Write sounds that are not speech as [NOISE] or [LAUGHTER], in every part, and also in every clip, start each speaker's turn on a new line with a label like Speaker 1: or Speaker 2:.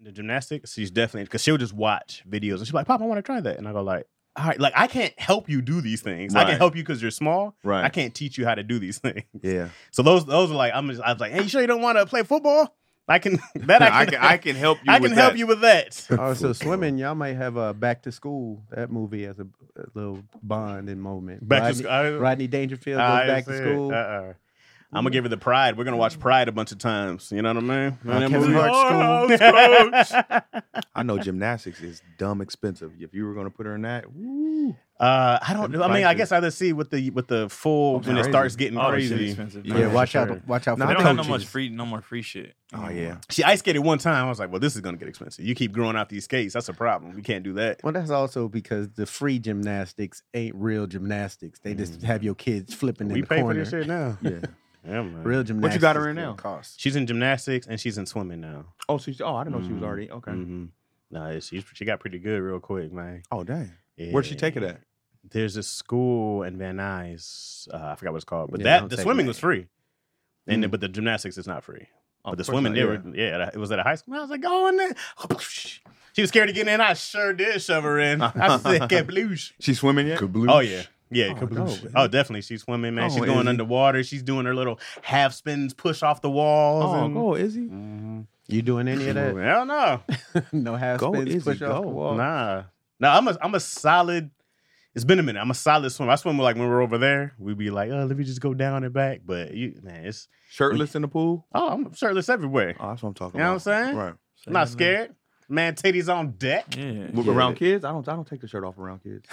Speaker 1: the gymnastics, she's definitely because she'll just watch videos and she's like, "Pop, I want to try that," and I go like, "All right, like I can't help you do these things. I
Speaker 2: Right.
Speaker 1: can help you because you're small.
Speaker 2: Right.
Speaker 1: I can't teach you how to do these [LAUGHS] things."
Speaker 2: Yeah.
Speaker 1: So those those are like I'm just I was like, "Hey, you sure you don't want to play football? I can [LAUGHS] that
Speaker 2: I
Speaker 1: I
Speaker 2: can
Speaker 1: can
Speaker 2: I can help you.
Speaker 1: [LAUGHS] I can
Speaker 2: with
Speaker 1: help
Speaker 2: that.
Speaker 1: you with
Speaker 2: [LAUGHS]
Speaker 1: that."
Speaker 3: [LAUGHS] Oh, so swimming, y'all might have a back to school. That movie has a, a little bonding moment.
Speaker 1: Back
Speaker 3: Rodney,
Speaker 1: to sc- I-
Speaker 3: Rodney Dangerfield goes back to school.
Speaker 1: Uh-uh. I'm gonna give her the pride. We're gonna watch Pride a bunch of times. You know what I mean?
Speaker 2: Mm. Uh,
Speaker 1: And that
Speaker 2: Kevin
Speaker 1: movie-
Speaker 2: Hart's
Speaker 1: Oh, coach.
Speaker 2: I know gymnastics is dumb expensive. If you were going to put her in that, woo.
Speaker 1: [LAUGHS] Uh, I don't
Speaker 2: Them
Speaker 1: know. I mean, I
Speaker 2: prices.
Speaker 1: guess I just see with the with the full
Speaker 2: Okay.
Speaker 1: when it
Speaker 2: Crazy.
Speaker 1: starts getting
Speaker 4: Oh, that shit
Speaker 1: crazy.
Speaker 4: expensive.
Speaker 3: yeah,
Speaker 4: man.
Speaker 3: watch
Speaker 4: Sure.
Speaker 3: out! Watch out
Speaker 2: No,
Speaker 3: for
Speaker 4: They
Speaker 3: the
Speaker 4: don't have no
Speaker 3: coaches.
Speaker 4: much free, no more free shit.
Speaker 2: Oh yeah.
Speaker 1: She ice skated one time. I was like, well, this is gonna get expensive. You keep growing out these skates. That's a problem. We can't do that.
Speaker 3: Well, that's also because the free gymnastics ain't real gymnastics. They just have your kids flipping in
Speaker 1: We
Speaker 3: the
Speaker 1: pay
Speaker 3: corner.
Speaker 1: for this shit now.
Speaker 2: [LAUGHS] Yeah.
Speaker 1: Yeah, man.
Speaker 3: Real
Speaker 2: What
Speaker 3: gymnastics.
Speaker 2: you got her in
Speaker 3: gonna
Speaker 2: now?
Speaker 3: Cost.
Speaker 1: She's in gymnastics and she's in swimming now.
Speaker 2: Oh, she's. Oh, I didn't know she was
Speaker 1: Mhm.
Speaker 2: already. Okay.
Speaker 1: hmm Nah, she's she got pretty good real quick, man.
Speaker 2: Oh dang. Where'd she take it
Speaker 1: Yeah.
Speaker 2: at?
Speaker 1: There's a school in Van Nuys. Uh, I forgot what it's called, but
Speaker 3: Yeah,
Speaker 1: that
Speaker 3: don't
Speaker 1: the
Speaker 3: take
Speaker 1: swimming
Speaker 3: that.
Speaker 1: was free, and the, but the gymnastics is not free.
Speaker 2: Oh,
Speaker 1: but the
Speaker 2: of course
Speaker 1: swimming,
Speaker 2: not,
Speaker 1: they
Speaker 2: yeah.
Speaker 1: were, yeah, it was at a high school. I was like, go in there. [LAUGHS] She was scared to get in. I sure did shove her in. I said, kabloosh.
Speaker 2: She's swimming yet?
Speaker 1: Oh, yeah. Yeah,
Speaker 2: Oh,
Speaker 1: kabloosh.
Speaker 2: no,
Speaker 1: oh,
Speaker 2: man.
Speaker 1: definitely. She's swimming, man.
Speaker 2: Oh,
Speaker 1: She's
Speaker 2: is
Speaker 1: going
Speaker 2: he?
Speaker 1: underwater. She's doing her little half spins, push off the walls.
Speaker 2: Oh,
Speaker 1: and-
Speaker 2: go Izzy.
Speaker 1: Mhm.
Speaker 3: You doing any of that?
Speaker 1: Hell no.
Speaker 3: [LAUGHS] no half
Speaker 2: Go,
Speaker 3: spins,
Speaker 2: Izzy,
Speaker 3: push off the
Speaker 2: go.
Speaker 3: wall.
Speaker 1: Nah, no, I'm a I'm a solid. It's been a minute. I'm a solid swimmer. I swim like when we're over there, we'd be like, oh, let me just go down and back. But you, man, it's
Speaker 2: Shirtless in the pool.
Speaker 1: oh, I'm shirtless everywhere.
Speaker 2: Oh, that's what I'm talking
Speaker 1: You know
Speaker 2: about.
Speaker 1: what I'm saying?
Speaker 2: Right.
Speaker 1: I'm not scared. Man, titties on deck.
Speaker 4: Yeah.
Speaker 2: With-
Speaker 3: Yeah,
Speaker 2: around
Speaker 3: that-
Speaker 2: kids, I don't. I don't take the shirt off around kids. [LAUGHS]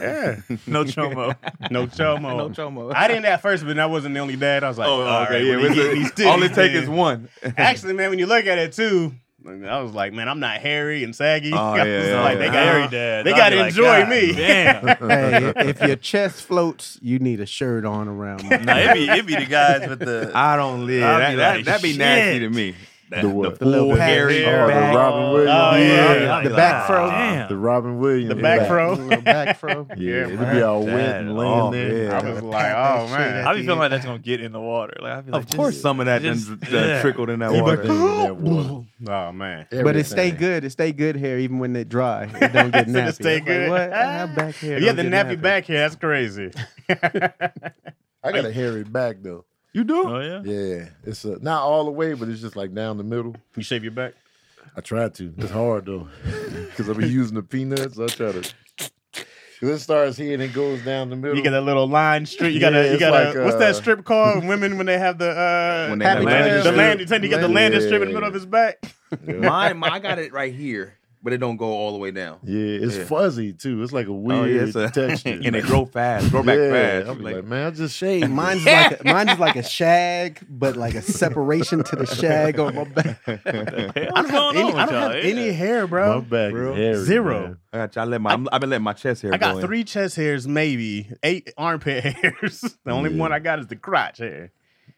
Speaker 1: Yeah,
Speaker 4: No chomo.
Speaker 1: no chomo.
Speaker 3: No chomo.
Speaker 1: [LAUGHS] I didn't at first, but I wasn't the only dad. I was like,
Speaker 2: oh,
Speaker 1: all right,
Speaker 2: okay.
Speaker 1: when he
Speaker 2: yeah.
Speaker 1: get these
Speaker 2: it's a-
Speaker 1: titties,
Speaker 2: All it take
Speaker 1: man.
Speaker 2: is one.
Speaker 1: [LAUGHS] Actually, man, when you look at it too, I was like, man, I'm not hairy and saggy. [LAUGHS]
Speaker 2: Oh,
Speaker 1: I was
Speaker 2: yeah, yeah,
Speaker 1: like
Speaker 2: yeah.
Speaker 1: they got
Speaker 4: [LAUGHS] Hairy
Speaker 2: Harry
Speaker 4: dad.
Speaker 1: they
Speaker 4: I'd
Speaker 1: gotta
Speaker 4: be like,
Speaker 1: enjoy
Speaker 4: "God
Speaker 1: me."
Speaker 4: Damn.
Speaker 3: hey, if your chest floats, you need a shirt on around.
Speaker 4: nah, it be it be the guys with the
Speaker 2: I don't live.
Speaker 4: I'll
Speaker 2: That,
Speaker 4: be
Speaker 2: that,
Speaker 4: like,
Speaker 2: that'd be
Speaker 4: shit.
Speaker 2: nasty to me.
Speaker 4: the,
Speaker 5: what?
Speaker 3: The little
Speaker 4: full
Speaker 3: back
Speaker 4: hairy
Speaker 3: hair. Oh, the
Speaker 4: back.
Speaker 5: Robin Williams.
Speaker 1: Oh, yeah.
Speaker 4: I'd
Speaker 3: The
Speaker 4: be
Speaker 3: back
Speaker 4: like,
Speaker 3: fro.
Speaker 4: "Damn."
Speaker 5: The Robin Williams.
Speaker 1: The back fro.
Speaker 3: A little back fro.
Speaker 5: Yeah,
Speaker 1: Yeah,
Speaker 5: it'd
Speaker 1: man.
Speaker 5: be all wet
Speaker 4: That-
Speaker 5: and
Speaker 2: oh,
Speaker 5: laying there.
Speaker 2: yeah.
Speaker 1: I was like, oh man.
Speaker 4: I be feeling like that's gonna get in the water. Like I feel like
Speaker 2: Of course,
Speaker 4: just-
Speaker 2: some of that done-
Speaker 4: just-
Speaker 2: done
Speaker 4: yeah.
Speaker 2: trickled in that
Speaker 5: Everything
Speaker 2: water.
Speaker 5: in that water.
Speaker 1: [LAUGHS] Oh man.
Speaker 3: But it stay
Speaker 5: Everything.
Speaker 3: good. It stay good hair even when it dry. It don't
Speaker 1: [LAUGHS]
Speaker 3: get
Speaker 1: It
Speaker 3: nappy.
Speaker 1: stay
Speaker 3: It's like,
Speaker 1: good.
Speaker 3: what? Our
Speaker 1: [LAUGHS]
Speaker 3: back hair
Speaker 1: yeah,
Speaker 3: don't
Speaker 1: the
Speaker 3: get
Speaker 1: nappy back here. That's crazy.
Speaker 5: I got a hairy back though.
Speaker 2: You do?
Speaker 4: Oh yeah.
Speaker 5: Yeah, it's uh not all the way, but it's just like down the middle.
Speaker 1: you shave your back?
Speaker 5: I tried to. It's hard though, [LAUGHS] because I've been using the peanuts. I try to. 'Cause it starts here and it goes down the middle.
Speaker 1: You got that little line strip. You got
Speaker 5: Yeah,
Speaker 1: a. You
Speaker 5: it's
Speaker 1: got
Speaker 5: like,
Speaker 1: a. What's
Speaker 5: uh,
Speaker 1: that strip called? Women when they have the uh,
Speaker 2: When they
Speaker 1: happy
Speaker 2: have
Speaker 5: landing
Speaker 1: land, the
Speaker 5: strip.
Speaker 1: landing. strip. You got the
Speaker 5: Landing.
Speaker 1: landing strip in the middle of his back.
Speaker 5: yeah.
Speaker 2: Mine, my, I got it right here, but it don't go all the way down.
Speaker 5: Yeah, it's
Speaker 2: Yeah.
Speaker 5: fuzzy too. It's like a weird
Speaker 2: Oh, yeah, it's a-
Speaker 5: texture,
Speaker 2: and it grow fast, grow back
Speaker 5: yeah,
Speaker 2: fast.
Speaker 5: I'm
Speaker 2: Like,
Speaker 5: like, man, I just shaved.
Speaker 3: Mine's like a, mine's is like a shag, but like a separation to the shag on my back.
Speaker 4: What's going on with y'all? Yeah.
Speaker 1: hair,
Speaker 5: my back
Speaker 2: Bro,
Speaker 5: is hairy,
Speaker 1: zero.
Speaker 5: man.
Speaker 2: I got you. I let my, I've been letting my chest hair
Speaker 1: I
Speaker 2: go
Speaker 1: got
Speaker 2: in.
Speaker 1: three chest hairs, maybe eight armpit [LAUGHS] hairs. The only
Speaker 5: Yeah.
Speaker 1: one I got is the crotch hair.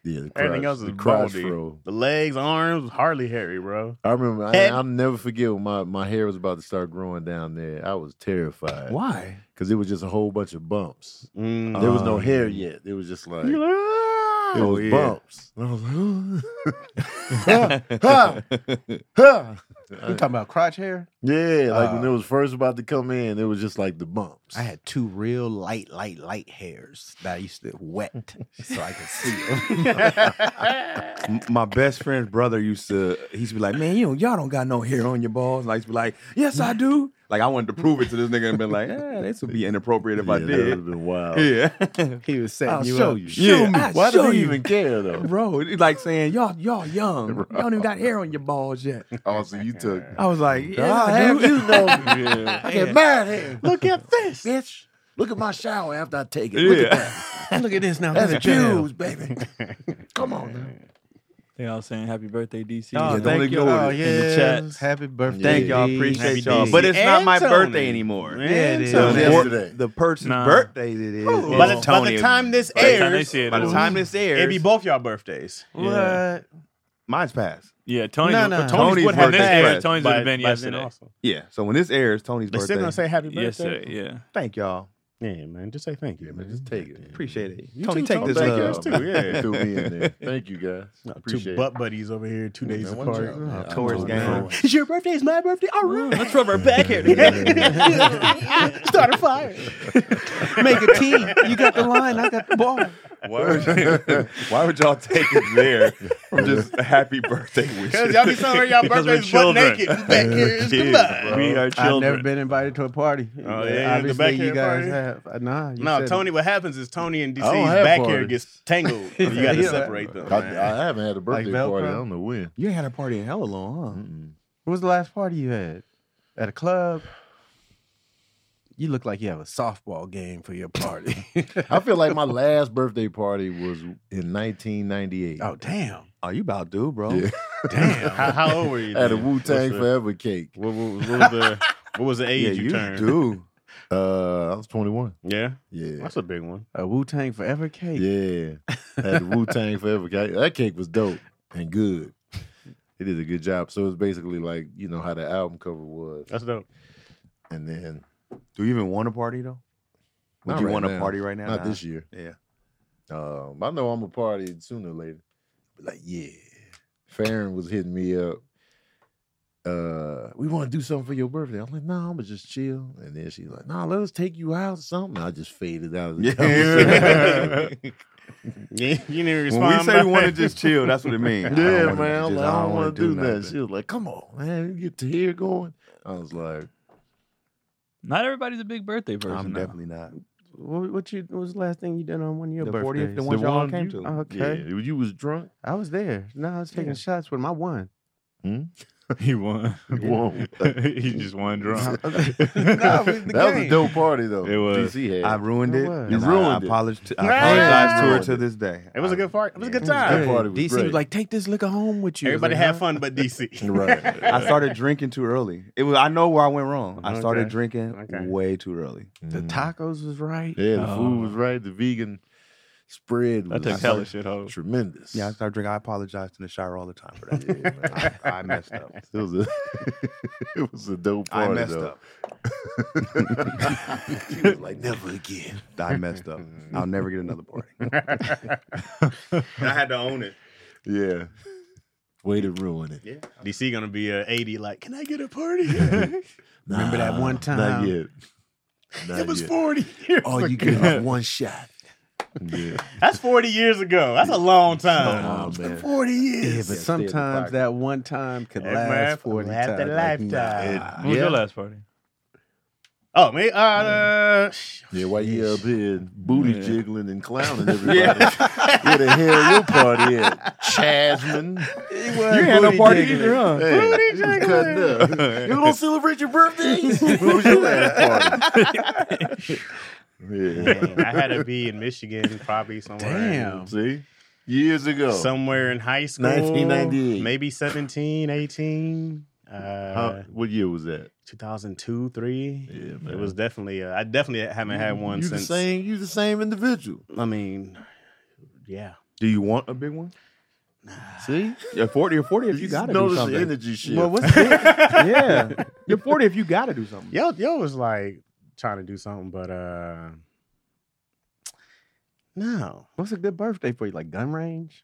Speaker 5: Yeah, the
Speaker 1: Everything
Speaker 5: crotch-
Speaker 1: else is
Speaker 5: the crotch
Speaker 1: baldy.
Speaker 5: fro.
Speaker 1: The legs, arms, hardly hairy, bro.
Speaker 5: I remember. I,
Speaker 1: Head.
Speaker 5: I'll never forget when my, my hair was about to start growing down there. I was terrified
Speaker 2: Why?
Speaker 5: because it was just a whole bunch of bumps.
Speaker 1: Mm.
Speaker 5: There was no
Speaker 2: Um,
Speaker 5: hair yet. It was just like
Speaker 1: You're
Speaker 5: it
Speaker 1: like,
Speaker 2: Oh,
Speaker 5: was
Speaker 2: yeah.
Speaker 5: bumps. And I was like, Ha, ha, ha.
Speaker 3: You talking about crotch hair?
Speaker 5: yeah, like when
Speaker 3: Uh,
Speaker 5: it was first about to come in, it was just like the bumps.
Speaker 3: I had two real light, light, light hairs that I used to wet so I could see them.
Speaker 2: M- my best friend's brother used to he used to be like, man, you know, y'all don't got no hair on your balls. And I used to be like, yes, I do. Like I wanted to prove it to this nigga and been like, eh, this would be inappropriate if
Speaker 5: yeah,
Speaker 2: I
Speaker 5: that would have
Speaker 2: did.
Speaker 5: been wild.
Speaker 2: Yeah,
Speaker 3: He was setting
Speaker 5: I'll
Speaker 3: you
Speaker 5: show
Speaker 3: up.
Speaker 5: you.
Speaker 2: Show me.
Speaker 5: Why
Speaker 2: Show
Speaker 5: do you
Speaker 2: you.
Speaker 5: even care though?
Speaker 2: [LAUGHS] bro. It's like saying y'all y'all
Speaker 5: [LAUGHS]
Speaker 2: young, y'all don't even got hair on your balls yet.
Speaker 5: Oh, so you took.
Speaker 2: I was like, yeah,
Speaker 5: I
Speaker 2: I
Speaker 5: have
Speaker 2: do.
Speaker 5: you know.
Speaker 2: [LAUGHS]
Speaker 5: I get mad hair.
Speaker 1: Look at this.
Speaker 5: Bitch, look at my shower after I take it. Look at
Speaker 2: Yeah,
Speaker 1: [LAUGHS]
Speaker 5: that.
Speaker 1: Look at this now.
Speaker 5: That's
Speaker 1: Look at that.
Speaker 5: Jews, baby. Come on. Now.
Speaker 4: They all saying happy birthday, DC.
Speaker 3: Oh,
Speaker 2: don't
Speaker 3: thank you.
Speaker 2: ignore
Speaker 3: Oh,
Speaker 2: it.
Speaker 3: yeah.
Speaker 4: In the chat.
Speaker 3: Happy birthday.
Speaker 2: Thank y'all.
Speaker 3: D.
Speaker 2: Appreciate
Speaker 4: Happy
Speaker 2: y'all.
Speaker 4: days.
Speaker 2: But it's not my
Speaker 1: Antonio.
Speaker 2: birthday anymore.
Speaker 1: Yeah,
Speaker 3: it is.
Speaker 2: The
Speaker 3: It
Speaker 5: is
Speaker 2: por-
Speaker 5: today.
Speaker 2: The person's
Speaker 4: Nah.
Speaker 2: birthday that is.
Speaker 4: Ooh.
Speaker 1: by, the,
Speaker 4: Well,
Speaker 1: by the
Speaker 2: Antonio.
Speaker 1: time this
Speaker 4: by the time they
Speaker 1: airs,
Speaker 4: see it,
Speaker 2: By the
Speaker 4: it'll-
Speaker 2: time this airs,
Speaker 1: it'd be both y'all birthdays.
Speaker 4: Yeah,
Speaker 2: mine's passed.
Speaker 4: yeah Tony.
Speaker 3: No, no.
Speaker 1: Tony's,
Speaker 2: Tony's
Speaker 1: would have
Speaker 2: birthday
Speaker 1: been
Speaker 2: is
Speaker 1: aired
Speaker 2: Friday.
Speaker 4: Tony's
Speaker 1: by-
Speaker 4: would have been
Speaker 1: by then
Speaker 4: yesterday.
Speaker 1: also.
Speaker 2: Yeah. So when this airs, Tony's
Speaker 1: But
Speaker 2: birthday.
Speaker 1: still gonna say happy birthday.
Speaker 4: Yesterday, yeah.
Speaker 2: Thank y'all.
Speaker 1: Yeah, man. Just say thank you.
Speaker 5: Yeah,
Speaker 1: man.
Speaker 5: man, just take it.
Speaker 3: Appreciate it.
Speaker 1: You
Speaker 2: Tony,
Speaker 1: too,
Speaker 2: take
Speaker 1: Tony.
Speaker 2: this
Speaker 5: Thank
Speaker 1: Thank
Speaker 2: love.
Speaker 1: yours too.
Speaker 5: [LAUGHS]
Speaker 1: Yeah.
Speaker 5: Threw me in there. Thank you guys. Appreciate
Speaker 1: Two
Speaker 5: it. [LAUGHS]
Speaker 1: butt buddies over here, two days
Speaker 5: man, one
Speaker 1: apart.
Speaker 5: job. Yeah,
Speaker 1: come
Speaker 2: Taurus
Speaker 3: Oh,
Speaker 1: on,
Speaker 2: gang.
Speaker 1: man.
Speaker 2: It's your birthday. It's my birthday. All right.
Speaker 4: Let's rub our back here together.
Speaker 3: [LAUGHS]
Speaker 1: Start a fire.
Speaker 3: Make a team. You got the line. I got the ball.
Speaker 2: Why would, why would y'all take it there
Speaker 5: [LAUGHS]
Speaker 2: from just happy birthday
Speaker 1: Cause
Speaker 2: wishes?
Speaker 1: y'all be
Speaker 2: [LAUGHS]
Speaker 1: celebrating y'all
Speaker 4: Because we're
Speaker 1: birthdays butt
Speaker 4: children.
Speaker 1: naked. We Back here is
Speaker 4: Kids,
Speaker 1: goodbye.
Speaker 4: bro. we are children.
Speaker 3: I've never been invited to a party.
Speaker 1: Oh, yeah, you in the
Speaker 3: Obviously,
Speaker 1: back
Speaker 3: you
Speaker 1: here
Speaker 3: guys
Speaker 1: party?
Speaker 3: have. Uh, Nah, you said
Speaker 1: No,
Speaker 3: it.
Speaker 1: Tony. What happens is Tony and
Speaker 5: I don't
Speaker 1: DC's
Speaker 5: have
Speaker 1: back hair
Speaker 5: parties.
Speaker 1: gets tangled. You got to
Speaker 3: Yeah.
Speaker 1: separate them.
Speaker 5: [LAUGHS] I,
Speaker 1: man.
Speaker 5: I haven't had a birthday party.
Speaker 3: Velcro?
Speaker 5: I don't know when.
Speaker 2: You ain't had a party in hella long,
Speaker 5: Mm-mm.
Speaker 3: What was the last party you had? At a club? You look like you have a softball game for
Speaker 1: [LAUGHS]
Speaker 3: your party. [LAUGHS]
Speaker 5: I feel like my last birthday party was in 1998.
Speaker 3: oh, damn.
Speaker 2: huh? Oh, you about due, bro.
Speaker 5: Yeah.
Speaker 3: [LAUGHS]
Speaker 1: Damn. How, how old were you?
Speaker 5: I had a
Speaker 1: then?
Speaker 5: Wu Tang
Speaker 1: What's the-
Speaker 5: Forever cake.
Speaker 1: What, what, what was [LAUGHS] the what was the age
Speaker 2: Yeah,
Speaker 1: you,
Speaker 2: you
Speaker 1: turned?
Speaker 2: do.
Speaker 5: [LAUGHS] Uh, I was 21.
Speaker 1: Yeah,
Speaker 5: Yeah.
Speaker 1: that's a big one.
Speaker 3: A Wu Tang Forever cake.
Speaker 5: Yeah. Had the Wu Tang Forever cake. That cake was dope and good. It did a good job. So it's basically like, you know, how the album cover was.
Speaker 1: That's dope. [LAUGHS]
Speaker 5: And then
Speaker 2: Do you even want a party though? Would
Speaker 5: Not
Speaker 2: you
Speaker 5: right
Speaker 2: want a
Speaker 5: now.
Speaker 2: party right now?
Speaker 5: not
Speaker 2: Nah.
Speaker 5: this year.
Speaker 2: Yeah.
Speaker 5: Um, I know I'm a party sooner or later. But like, yeah. Farron was hitting me up. Uh, we want to do something for your birthday. I'm like, no, I'm gonna just chill. And then she's like, no, let us take you out or something. I just faded out of the conversation.
Speaker 2: Yeah.
Speaker 1: Yeah, you didn't respond.
Speaker 2: when we say
Speaker 1: back.
Speaker 2: we want to just chill, that's what
Speaker 1: [LAUGHS]
Speaker 2: it
Speaker 5: [LAUGHS]
Speaker 2: means.
Speaker 5: [LAUGHS] Yeah,
Speaker 2: wanna
Speaker 5: man. I'm
Speaker 2: just-
Speaker 5: like, I don't
Speaker 2: wanna
Speaker 5: want to do, that.
Speaker 2: nothing.
Speaker 5: She was like, come on, man. You get to here going. I was like,
Speaker 4: Not everybody's a big birthday person.
Speaker 2: I'm
Speaker 4: now.
Speaker 2: definitely not.
Speaker 3: What, what you? What was the last thing you did on one of your
Speaker 2: The
Speaker 3: birthdays?
Speaker 2: 40th, the one y'all came to.
Speaker 3: Okay,
Speaker 5: yeah, you was drunk.
Speaker 3: I was there. No, I was taking
Speaker 2: Yeah.
Speaker 3: shots with my one.
Speaker 4: He won.
Speaker 5: [LAUGHS] Whoa.
Speaker 1: [LAUGHS]
Speaker 4: he just won drunk.
Speaker 3: No, we- the
Speaker 5: That was a
Speaker 3: game.
Speaker 5: dope party, though.
Speaker 4: It was.
Speaker 5: DC had.
Speaker 2: I ruined
Speaker 3: It
Speaker 2: it.
Speaker 3: was.
Speaker 5: You
Speaker 2: and I,
Speaker 5: ruined it.
Speaker 2: apologized to, I
Speaker 1: Yeah.
Speaker 2: apologize to her
Speaker 5: Ruined
Speaker 2: to
Speaker 5: it.
Speaker 2: this day.
Speaker 1: it was a good part. It was a [LAUGHS] good
Speaker 3: It was
Speaker 1: time.
Speaker 3: good.
Speaker 5: party was
Speaker 3: DC
Speaker 5: great.
Speaker 3: was like, "Take this liquor home with you." I was
Speaker 1: Everybody
Speaker 3: like,
Speaker 1: had
Speaker 3: "Huh?"
Speaker 1: fun, but DC.
Speaker 5: Right.
Speaker 2: I
Speaker 1: [LAUGHS]
Speaker 2: started drinking too early. It was. I know where I went wrong. I started
Speaker 1: Okay.
Speaker 2: drinking
Speaker 1: Okay.
Speaker 2: way too early.
Speaker 3: The
Speaker 5: Mm.
Speaker 3: tacos was right.
Speaker 5: Yeah, the
Speaker 4: Oh.
Speaker 5: food was right. The vegan spread
Speaker 4: That
Speaker 5: was
Speaker 4: took hella shit
Speaker 5: [LAUGHS]
Speaker 4: home.
Speaker 5: tremendous.
Speaker 2: Yeah, I started drinking. I apologize to Nashira all the time for
Speaker 5: [LAUGHS]
Speaker 2: that.
Speaker 5: Yeah, man.
Speaker 2: I, I messed up.
Speaker 5: it was a [LAUGHS] it was a dope
Speaker 2: I
Speaker 5: party.
Speaker 2: messed
Speaker 5: though. [LAUGHS]
Speaker 2: up.
Speaker 5: she was like, never again.
Speaker 2: I messed up.
Speaker 5: Mm-hmm.
Speaker 2: I'll never get another party.
Speaker 3: I had to own it.
Speaker 5: Yeah. Way to ruin it.
Speaker 1: DC gonna be uh, eighty. Like, can I get a party? [LAUGHS]
Speaker 3: Remember that one time?
Speaker 5: Not yet. Not
Speaker 1: it was
Speaker 5: yet.
Speaker 1: forty. Years
Speaker 3: Oh,
Speaker 5: All you
Speaker 1: ago.
Speaker 5: get is one shot. [LAUGHS] Yeah.
Speaker 1: [LAUGHS] That's forty years ago. That's a long time.
Speaker 5: Oh, man.
Speaker 1: Forty years.
Speaker 3: Yeah, but
Speaker 5: stay at the
Speaker 3: sometimes
Speaker 5: party.
Speaker 3: that one time could
Speaker 1: Hey,
Speaker 3: last
Speaker 1: man,
Speaker 3: forty
Speaker 1: laugh
Speaker 3: times.
Speaker 1: the lifetime.
Speaker 5: It-
Speaker 4: When was your
Speaker 5: yeah.
Speaker 4: last party?
Speaker 1: Oh, me. Uh,
Speaker 5: Yeah, why you up here booty
Speaker 4: Yeah.
Speaker 5: jiggling and clowning everybody? Where the hell your party at? Chasman.
Speaker 3: It
Speaker 2: You ain't had no party either, huh?
Speaker 5: Hey, you was cutting up. You [LAUGHS] don't celebrate your birthday? What was your last party? yeah.
Speaker 1: Man, I had to be in Michigan, probably somewhere.
Speaker 3: Damn.
Speaker 5: See? Years ago.
Speaker 1: Somewhere in high school.
Speaker 5: 1998.
Speaker 1: Maybe 17, 18. Uh,
Speaker 5: How- what year was that?
Speaker 1: 2002, 3.
Speaker 5: Yeah, man.
Speaker 1: It was definitely, uh, I definitely haven't had one
Speaker 5: you
Speaker 1: since.
Speaker 5: The same, you the same individual.
Speaker 1: I mean, yeah.
Speaker 2: Do you want a big one?
Speaker 5: See?
Speaker 2: You're 40 or 40 if you
Speaker 5: just
Speaker 2: got to do
Speaker 5: notice
Speaker 2: something.
Speaker 5: the energy shift.
Speaker 2: Well, what's yeah.
Speaker 5: [LAUGHS]
Speaker 2: You're 40 if you got to do something.
Speaker 1: Yo, yo was like trying to do something, but uh, no.
Speaker 3: What's a good birthday for you? Like gun range?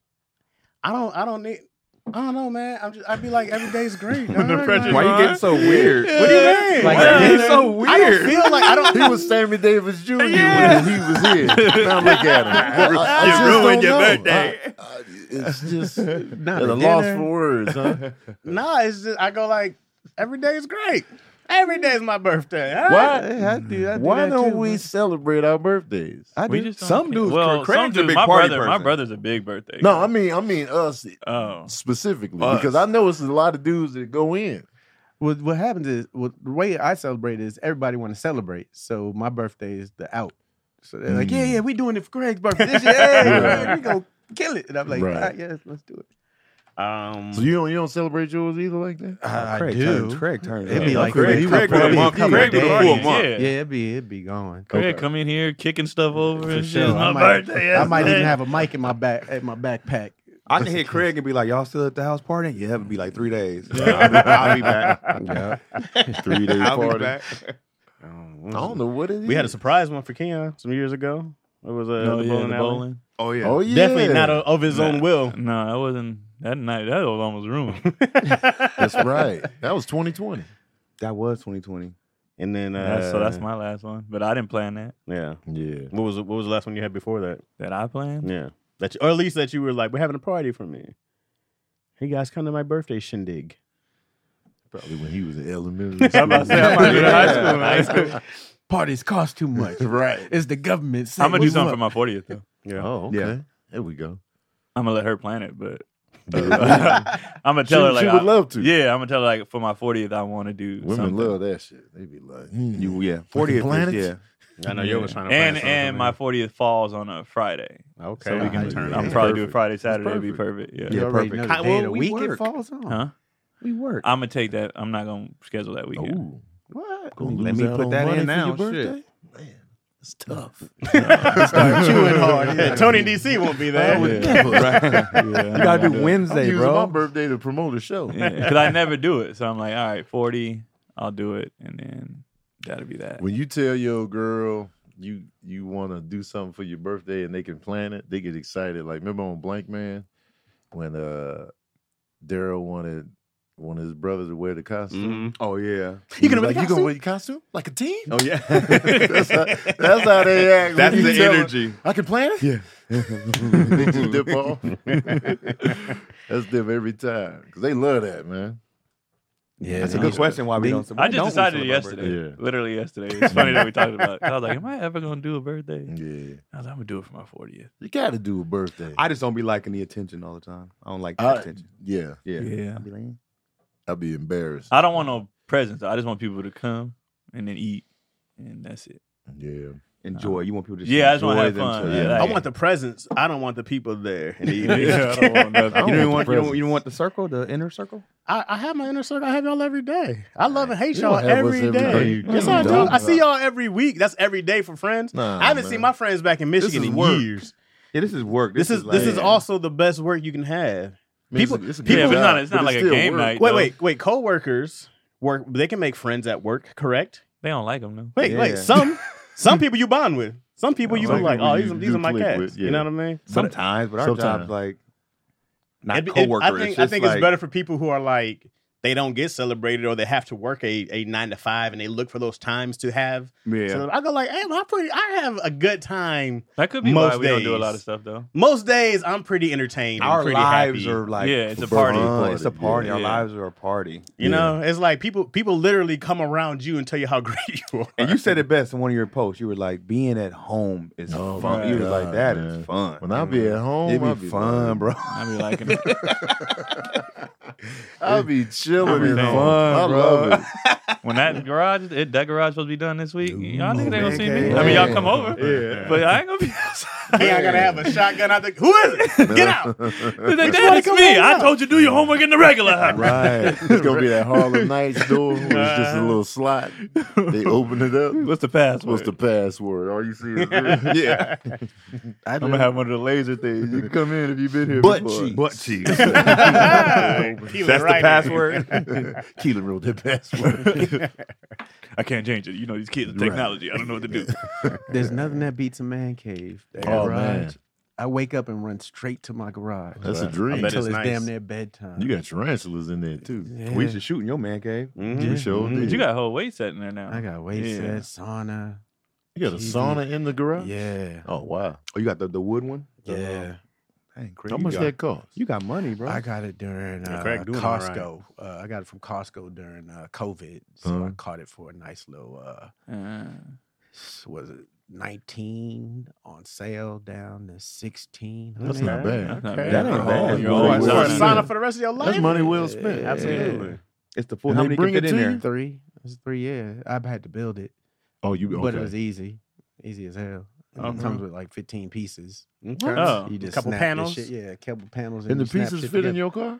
Speaker 1: I don't, I don't need. I don't know, man. I'm just, I'd be like, every day's [LAUGHS] great.
Speaker 4: The
Speaker 1: dog.
Speaker 4: pressure-
Speaker 2: Why you getting so weird?
Speaker 1: What do you mean?
Speaker 3: Like,
Speaker 1: Well,
Speaker 2: it's so
Speaker 1: I don't
Speaker 2: weird.
Speaker 1: feel like I don't. [LAUGHS]
Speaker 5: he was Sammy Davis Jr.
Speaker 4: Yeah.
Speaker 5: when he was here. [LAUGHS] Now look at him. I- I
Speaker 4: You
Speaker 5: just
Speaker 4: ruined
Speaker 5: don't
Speaker 4: your
Speaker 5: know.
Speaker 4: birthday.
Speaker 5: I- I- it's [LAUGHS] just at
Speaker 3: Not
Speaker 5: a loss for words, [LAUGHS] huh?
Speaker 1: Nah, it's just I go like every day is great. Every day is my birthday. huh?
Speaker 5: Why?
Speaker 3: I do, I do
Speaker 5: Why
Speaker 3: that
Speaker 5: don't
Speaker 3: too,
Speaker 5: we
Speaker 3: but-
Speaker 5: celebrate our birthdays?
Speaker 3: I
Speaker 4: We
Speaker 3: do.
Speaker 4: just don't
Speaker 2: some
Speaker 4: care.
Speaker 2: dudes-
Speaker 4: Well,
Speaker 2: Craig's
Speaker 4: some
Speaker 2: a
Speaker 4: dudes.
Speaker 2: big
Speaker 4: My
Speaker 2: party
Speaker 4: brother. My
Speaker 2: person.
Speaker 4: brother's a big birthday.
Speaker 5: No,
Speaker 4: guy.
Speaker 5: I mean, I mean us
Speaker 4: Oh.
Speaker 5: specifically
Speaker 4: Us.
Speaker 5: because I know it's a lot of dudes that go in.
Speaker 3: What, what happens is what, the way I celebrate is everybody want to celebrate. So my birthday is the out. So they're like, yeah,
Speaker 5: Mm.
Speaker 3: yeah,
Speaker 1: [LAUGHS]
Speaker 3: we doing it for Greg's birthday this year. Hey,
Speaker 5: Right.
Speaker 3: man, we gonna kill it. And I'm like,
Speaker 5: Right.
Speaker 3: "Ah, yes, let's do it.
Speaker 1: Um,
Speaker 5: So you don't you don't celebrate yours either like that?
Speaker 3: I, I
Speaker 2: Craig
Speaker 3: do.
Speaker 2: Turned, Craig turned.
Speaker 3: It'd be
Speaker 2: up.
Speaker 3: like
Speaker 2: Craig,
Speaker 3: he
Speaker 2: Craig,
Speaker 3: would
Speaker 2: Craig,
Speaker 3: probably
Speaker 4: month.
Speaker 3: come
Speaker 4: Craig
Speaker 3: back
Speaker 4: would
Speaker 3: down.
Speaker 4: have full month.
Speaker 3: Yeah, it'd be it'd be going.
Speaker 5: Okay.
Speaker 4: Craig coming here kicking stuff over and shit.
Speaker 3: sure.
Speaker 4: It's my
Speaker 3: I might-
Speaker 4: birthday.
Speaker 3: I might even
Speaker 4: yesterday.
Speaker 3: have a mic in my back at my backpack.
Speaker 2: I can hit Craig and be like, "Y'all still at the house party?" Yeah, it'd be like three days.
Speaker 1: I'll, be, I'll be back.
Speaker 3: Yeah.
Speaker 5: Three day
Speaker 2: I'll be
Speaker 5: party.
Speaker 2: back.
Speaker 1: Um,
Speaker 5: I don't know what it is.
Speaker 1: We had a surprise one for Keon some years ago. It was uh,
Speaker 4: No,
Speaker 1: the
Speaker 4: yeah,
Speaker 1: bowling
Speaker 4: the
Speaker 1: alley.
Speaker 4: bowling.
Speaker 2: Oh yeah.
Speaker 5: Oh yeah,
Speaker 1: Definitely not o- of his own will.
Speaker 4: No, that wasn't that night. That was almost ruined.
Speaker 5: That's right. That was 2020.
Speaker 2: That was 2020.
Speaker 1: and then uh,
Speaker 4: That's- so that's my last one. But I didn't plan that.
Speaker 1: yeah.
Speaker 5: Yeah.
Speaker 1: What was what was the last one you had before that?
Speaker 4: That I planned.
Speaker 1: Yeah, that you, or at least that you were like, we're having a party for me. Hey guys, come to my birthday shindig.
Speaker 5: Probably when he was in elementary
Speaker 4: I'm about to say, I might do that high school,
Speaker 5: Yeah.
Speaker 4: man.
Speaker 3: Parties cost too much.
Speaker 5: [LAUGHS] Right.
Speaker 3: It's the government.
Speaker 4: I'm gonna do something for my 40th though.
Speaker 1: Yeah.
Speaker 5: Oh, okay.
Speaker 2: Yeah.
Speaker 5: There we [LAUGHS] go.
Speaker 4: I'm gonna let her plan it, but [LAUGHS]
Speaker 5: Yeah.
Speaker 4: I'm gonna
Speaker 5: She,
Speaker 4: tell her like
Speaker 5: she
Speaker 4: I,
Speaker 5: would love to.
Speaker 4: yeah, I'm gonna tell her like for my 40th I want to do
Speaker 5: Women
Speaker 4: something.
Speaker 5: love that shit. They be like, mm.
Speaker 2: You yeah. 40th.
Speaker 5: planets?
Speaker 2: Yeah.
Speaker 1: I know you was trying to
Speaker 4: and
Speaker 1: plan
Speaker 4: and my
Speaker 1: something.
Speaker 4: 40th falls on a Friday,
Speaker 1: okay,
Speaker 4: so we
Speaker 2: Ah,
Speaker 4: can
Speaker 2: turn
Speaker 4: turn.
Speaker 2: yeah.
Speaker 4: I'm
Speaker 2: It's
Speaker 4: probably do
Speaker 5: perfect.
Speaker 4: it Friday,
Speaker 5: It's
Speaker 4: Saturday. It'd be
Speaker 5: perfect.
Speaker 4: perfect. Yeah.
Speaker 2: Yeah. perfect.
Speaker 3: Know the
Speaker 1: Well,
Speaker 3: day of the
Speaker 1: we
Speaker 3: week it
Speaker 1: work.
Speaker 3: falls on.
Speaker 4: Huh?
Speaker 2: We work.
Speaker 4: I'm gonna take that. I'm not gonna schedule that weekend. [LAUGHS]
Speaker 5: Ooh. What?
Speaker 2: Let me put that in now, shit.
Speaker 5: Man,
Speaker 2: [LAUGHS]
Speaker 5: it's tough.
Speaker 3: Start chewing
Speaker 1: [LAUGHS]
Speaker 3: hard.
Speaker 1: Yeah, Tony DC won't be there.
Speaker 2: [LAUGHS] You gotta do Wednesday,
Speaker 5: I'm using my
Speaker 2: bro.
Speaker 5: birthday to promote a show.
Speaker 4: because I never do it. So I'm like, all right, 40, I'll do it, and then that'll be that.
Speaker 5: When you tell your girl you you want to do something for your birthday and they can plan it, they get excited. Like remember on Blank Man when uh Daryl wanted one of his brothers to wear the costume.
Speaker 1: Mhm.
Speaker 2: Oh yeah.
Speaker 5: You gonna wear the costume? You gonna wear your costume like a team?
Speaker 2: Oh yeah.
Speaker 5: [LAUGHS] that's, how, that's how they act.
Speaker 2: That's
Speaker 5: When you
Speaker 2: the
Speaker 5: tell 'em,
Speaker 2: energy.
Speaker 5: I can plan it. Yeah, [LAUGHS] they just dip off. [LAUGHS] that's them every time because they love that man.
Speaker 3: Yeah,
Speaker 2: That's a
Speaker 3: man.
Speaker 2: good question. Why we don't?
Speaker 4: I
Speaker 2: why
Speaker 4: just
Speaker 2: don't we
Speaker 4: decided
Speaker 2: celebrate
Speaker 4: yesterday,
Speaker 2: birthdays?
Speaker 5: birthday?
Speaker 4: literally yesterday. It's funny that we talked about it. I was like, am I ever gonna do a birthday?
Speaker 5: Yeah,
Speaker 4: I was like, I'm gonna do it for my 40th.
Speaker 5: you got to do a birthday.
Speaker 2: I just don't be liking the attention all the time. I don't like the
Speaker 5: I-
Speaker 2: attention.
Speaker 5: yeah,
Speaker 2: Yeah.
Speaker 4: Yeah.
Speaker 2: I be like, eh.
Speaker 5: I'd be embarrassed.
Speaker 4: I don't want no presents. I just want people to come and then eat, and that's it.
Speaker 5: yeah.
Speaker 2: Enjoy. You want people to
Speaker 4: Yeah, I just wanna
Speaker 2: enjoy
Speaker 4: have fun.
Speaker 2: themselves.
Speaker 4: Yeah,
Speaker 1: I
Speaker 4: like-
Speaker 1: want the presents. I don't want the people there.
Speaker 4: [LAUGHS]
Speaker 5: [LAUGHS]
Speaker 1: in the evening.
Speaker 4: Yeah, I
Speaker 1: [LAUGHS]
Speaker 4: don't want nothing.
Speaker 2: You
Speaker 5: I
Speaker 2: don't
Speaker 5: don't want
Speaker 2: want
Speaker 5: the
Speaker 2: you don't, you
Speaker 5: presents.
Speaker 2: don't want the circle, the inner circle.
Speaker 1: I, I have my inner circle. I have y'all every day. I love and hate
Speaker 5: You
Speaker 1: y'all
Speaker 5: don't have us
Speaker 1: every
Speaker 5: every day.
Speaker 1: day.
Speaker 5: You
Speaker 1: Yes, I do.
Speaker 5: don't.
Speaker 1: I see y'all every week. That's every day for friends.
Speaker 5: Nah,
Speaker 1: I haven't
Speaker 5: man.
Speaker 1: seen my friends back in Michigan
Speaker 2: is
Speaker 1: in
Speaker 2: work.
Speaker 1: years.
Speaker 2: Yeah, this is work.
Speaker 1: This, is this is
Speaker 2: like-
Speaker 1: also the best work you can have.
Speaker 5: I mean, it's a-
Speaker 1: People-
Speaker 5: it's a good
Speaker 4: Yeah, but it's
Speaker 5: job,
Speaker 4: not. It's not
Speaker 5: but
Speaker 4: like a
Speaker 5: still
Speaker 4: game
Speaker 5: work.
Speaker 4: night.
Speaker 1: Wait,
Speaker 4: though.
Speaker 1: wait, wait. Coworkers work. They can make friends at work. Correct.
Speaker 4: They don't like them though.
Speaker 1: Wait, wait.
Speaker 2: Yeah.
Speaker 1: Some
Speaker 5: [LAUGHS]
Speaker 1: some people you bond with. Some people
Speaker 5: Yeah,
Speaker 1: you
Speaker 5: some
Speaker 1: be like,
Speaker 5: people
Speaker 1: oh,
Speaker 5: you
Speaker 1: these, are-
Speaker 5: do
Speaker 1: these are my
Speaker 5: click
Speaker 1: cats.
Speaker 5: with,
Speaker 1: You
Speaker 5: yeah.
Speaker 1: know what I mean?
Speaker 2: sometimes, but our
Speaker 5: Sometimes.
Speaker 2: job's like not
Speaker 1: It'd be- it-
Speaker 2: coworker.
Speaker 1: I think,
Speaker 2: it's
Speaker 1: I
Speaker 2: just
Speaker 1: think
Speaker 2: like-
Speaker 1: it's better for people who are like they don't get celebrated or they have to work a, a nine to five and they look for those times to have.
Speaker 2: Yeah.
Speaker 1: So I go like, hey, I'm pretty. I have a good time.
Speaker 4: That could be why
Speaker 1: Most
Speaker 4: we don't do a
Speaker 1: days.
Speaker 4: lot of stuff though.
Speaker 1: Most days I'm pretty entertained. and
Speaker 2: our
Speaker 1: pretty
Speaker 2: lives
Speaker 1: happy.
Speaker 2: are like
Speaker 4: Yeah, it's a
Speaker 2: for
Speaker 4: party.
Speaker 2: fun. It's a
Speaker 5: Yeah.
Speaker 2: party. Our
Speaker 4: Yeah.
Speaker 2: lives are a party.
Speaker 1: You know, it's like people people literally come around you and tell you how [LAUGHS] great you
Speaker 2: [LAUGHS]
Speaker 1: are.
Speaker 2: And you said it best in one of your posts. You were like, being at home is
Speaker 5: Oh,
Speaker 2: fun.
Speaker 4: my
Speaker 2: you were like,
Speaker 5: God,
Speaker 2: "That is
Speaker 5: man.
Speaker 2: fun.
Speaker 5: When I be at home,
Speaker 2: It'd be
Speaker 5: I be
Speaker 2: fun,
Speaker 5: like-
Speaker 2: bro.
Speaker 4: I be liking it.
Speaker 5: I'll be chilling
Speaker 4: be
Speaker 5: at
Speaker 4: fun,
Speaker 5: home. I
Speaker 4: bro.
Speaker 5: love it.
Speaker 4: When that garage, it, that garage supposed to be done this week. y'all niggas ain't gonna see me.
Speaker 2: man.
Speaker 4: I mean, y'all come over,
Speaker 5: Yeah.
Speaker 4: but I ain't gonna be [LAUGHS] outside.
Speaker 1: Hey, I gotta have a shotgun out there. Who is it? [LAUGHS] Get out!
Speaker 4: They're like, "Dad, it's me. I told you do your homework in the regular house.
Speaker 5: Right. It's gonna be that Harlem Nights door. It's just a little slot. They open it up.
Speaker 4: What's the password?
Speaker 5: What's the password? All you see is this. yeah.
Speaker 3: I
Speaker 4: I'm gonna have one of the laser things.
Speaker 5: [LAUGHS] You can come in if you've been here
Speaker 2: Butt
Speaker 5: before.
Speaker 2: cheeks.
Speaker 5: Butt cheeks.
Speaker 1: That's [LAUGHS]
Speaker 2: That's the password.
Speaker 5: Keelan wrote that password.
Speaker 4: I can't change it. You know these kids and
Speaker 5: Right.
Speaker 4: technology. I don't know what to do.
Speaker 3: Uh, There's nothing that beats a man cave. The
Speaker 5: Oh,
Speaker 3: garage.
Speaker 5: man.
Speaker 3: I wake up and run straight to my garage
Speaker 5: That's a
Speaker 1: Right.
Speaker 5: dream.
Speaker 1: I bet
Speaker 3: until
Speaker 1: it's
Speaker 3: it's,
Speaker 1: nice.
Speaker 3: damn near bedtime.
Speaker 5: You got tarantulas in there too.
Speaker 3: Yeah.
Speaker 2: We used to shoot in your man cave.
Speaker 3: Mm.
Speaker 5: We sure
Speaker 1: Mhm.
Speaker 5: did.
Speaker 4: you got a whole weight set in there now.
Speaker 3: I got waist
Speaker 4: Mm-hmm. Yeah.
Speaker 3: set, sauna.
Speaker 5: You got a
Speaker 3: TV.
Speaker 5: sauna in the garage?
Speaker 3: Yeah.
Speaker 5: Oh wow.
Speaker 2: Oh, you got the, the wood one?
Speaker 3: Yeah.
Speaker 2: Dang, Craig,
Speaker 5: How
Speaker 2: you
Speaker 5: much
Speaker 2: got-
Speaker 5: that cost?
Speaker 2: You got money, bro.
Speaker 3: I got it during
Speaker 1: Yeah,
Speaker 3: uh,
Speaker 1: Craig doing all right.
Speaker 3: Costco. Uh, I got it from Costco during uh, COVID, so I
Speaker 5: Uh-huh.
Speaker 3: caught it for a nice little. Uh,
Speaker 4: Uh,
Speaker 3: s- was it nineteen on sale down to sixteen?
Speaker 5: That's not bad.
Speaker 4: that's not
Speaker 1: Okay. That
Speaker 4: bad.
Speaker 1: ain't
Speaker 4: Oh,
Speaker 2: bad.
Speaker 4: you're
Speaker 2: Oh,
Speaker 4: always
Speaker 2: it's
Speaker 1: For a
Speaker 4: done.
Speaker 2: sign
Speaker 1: sauna for the rest of your life.
Speaker 5: That's money well spent.
Speaker 3: Yeah.
Speaker 1: Absolutely.
Speaker 2: it's the full.
Speaker 5: And
Speaker 2: How
Speaker 5: they
Speaker 2: many
Speaker 5: bring
Speaker 2: can
Speaker 5: it
Speaker 2: fit in
Speaker 5: to
Speaker 2: there?
Speaker 5: you?
Speaker 3: Three. It was three. Yeah, I've had to build it,
Speaker 5: Oh, you okay.
Speaker 3: but it was easy, easy as hell. It comes with like 15 pieces.
Speaker 1: Okay.
Speaker 4: Oh.
Speaker 3: You just
Speaker 1: couple
Speaker 3: snap this
Speaker 1: panels?
Speaker 3: Shit. Yeah, a couple panels.
Speaker 5: And the
Speaker 3: you snap
Speaker 5: pieces
Speaker 3: shit
Speaker 5: fit in
Speaker 3: together.
Speaker 5: your car?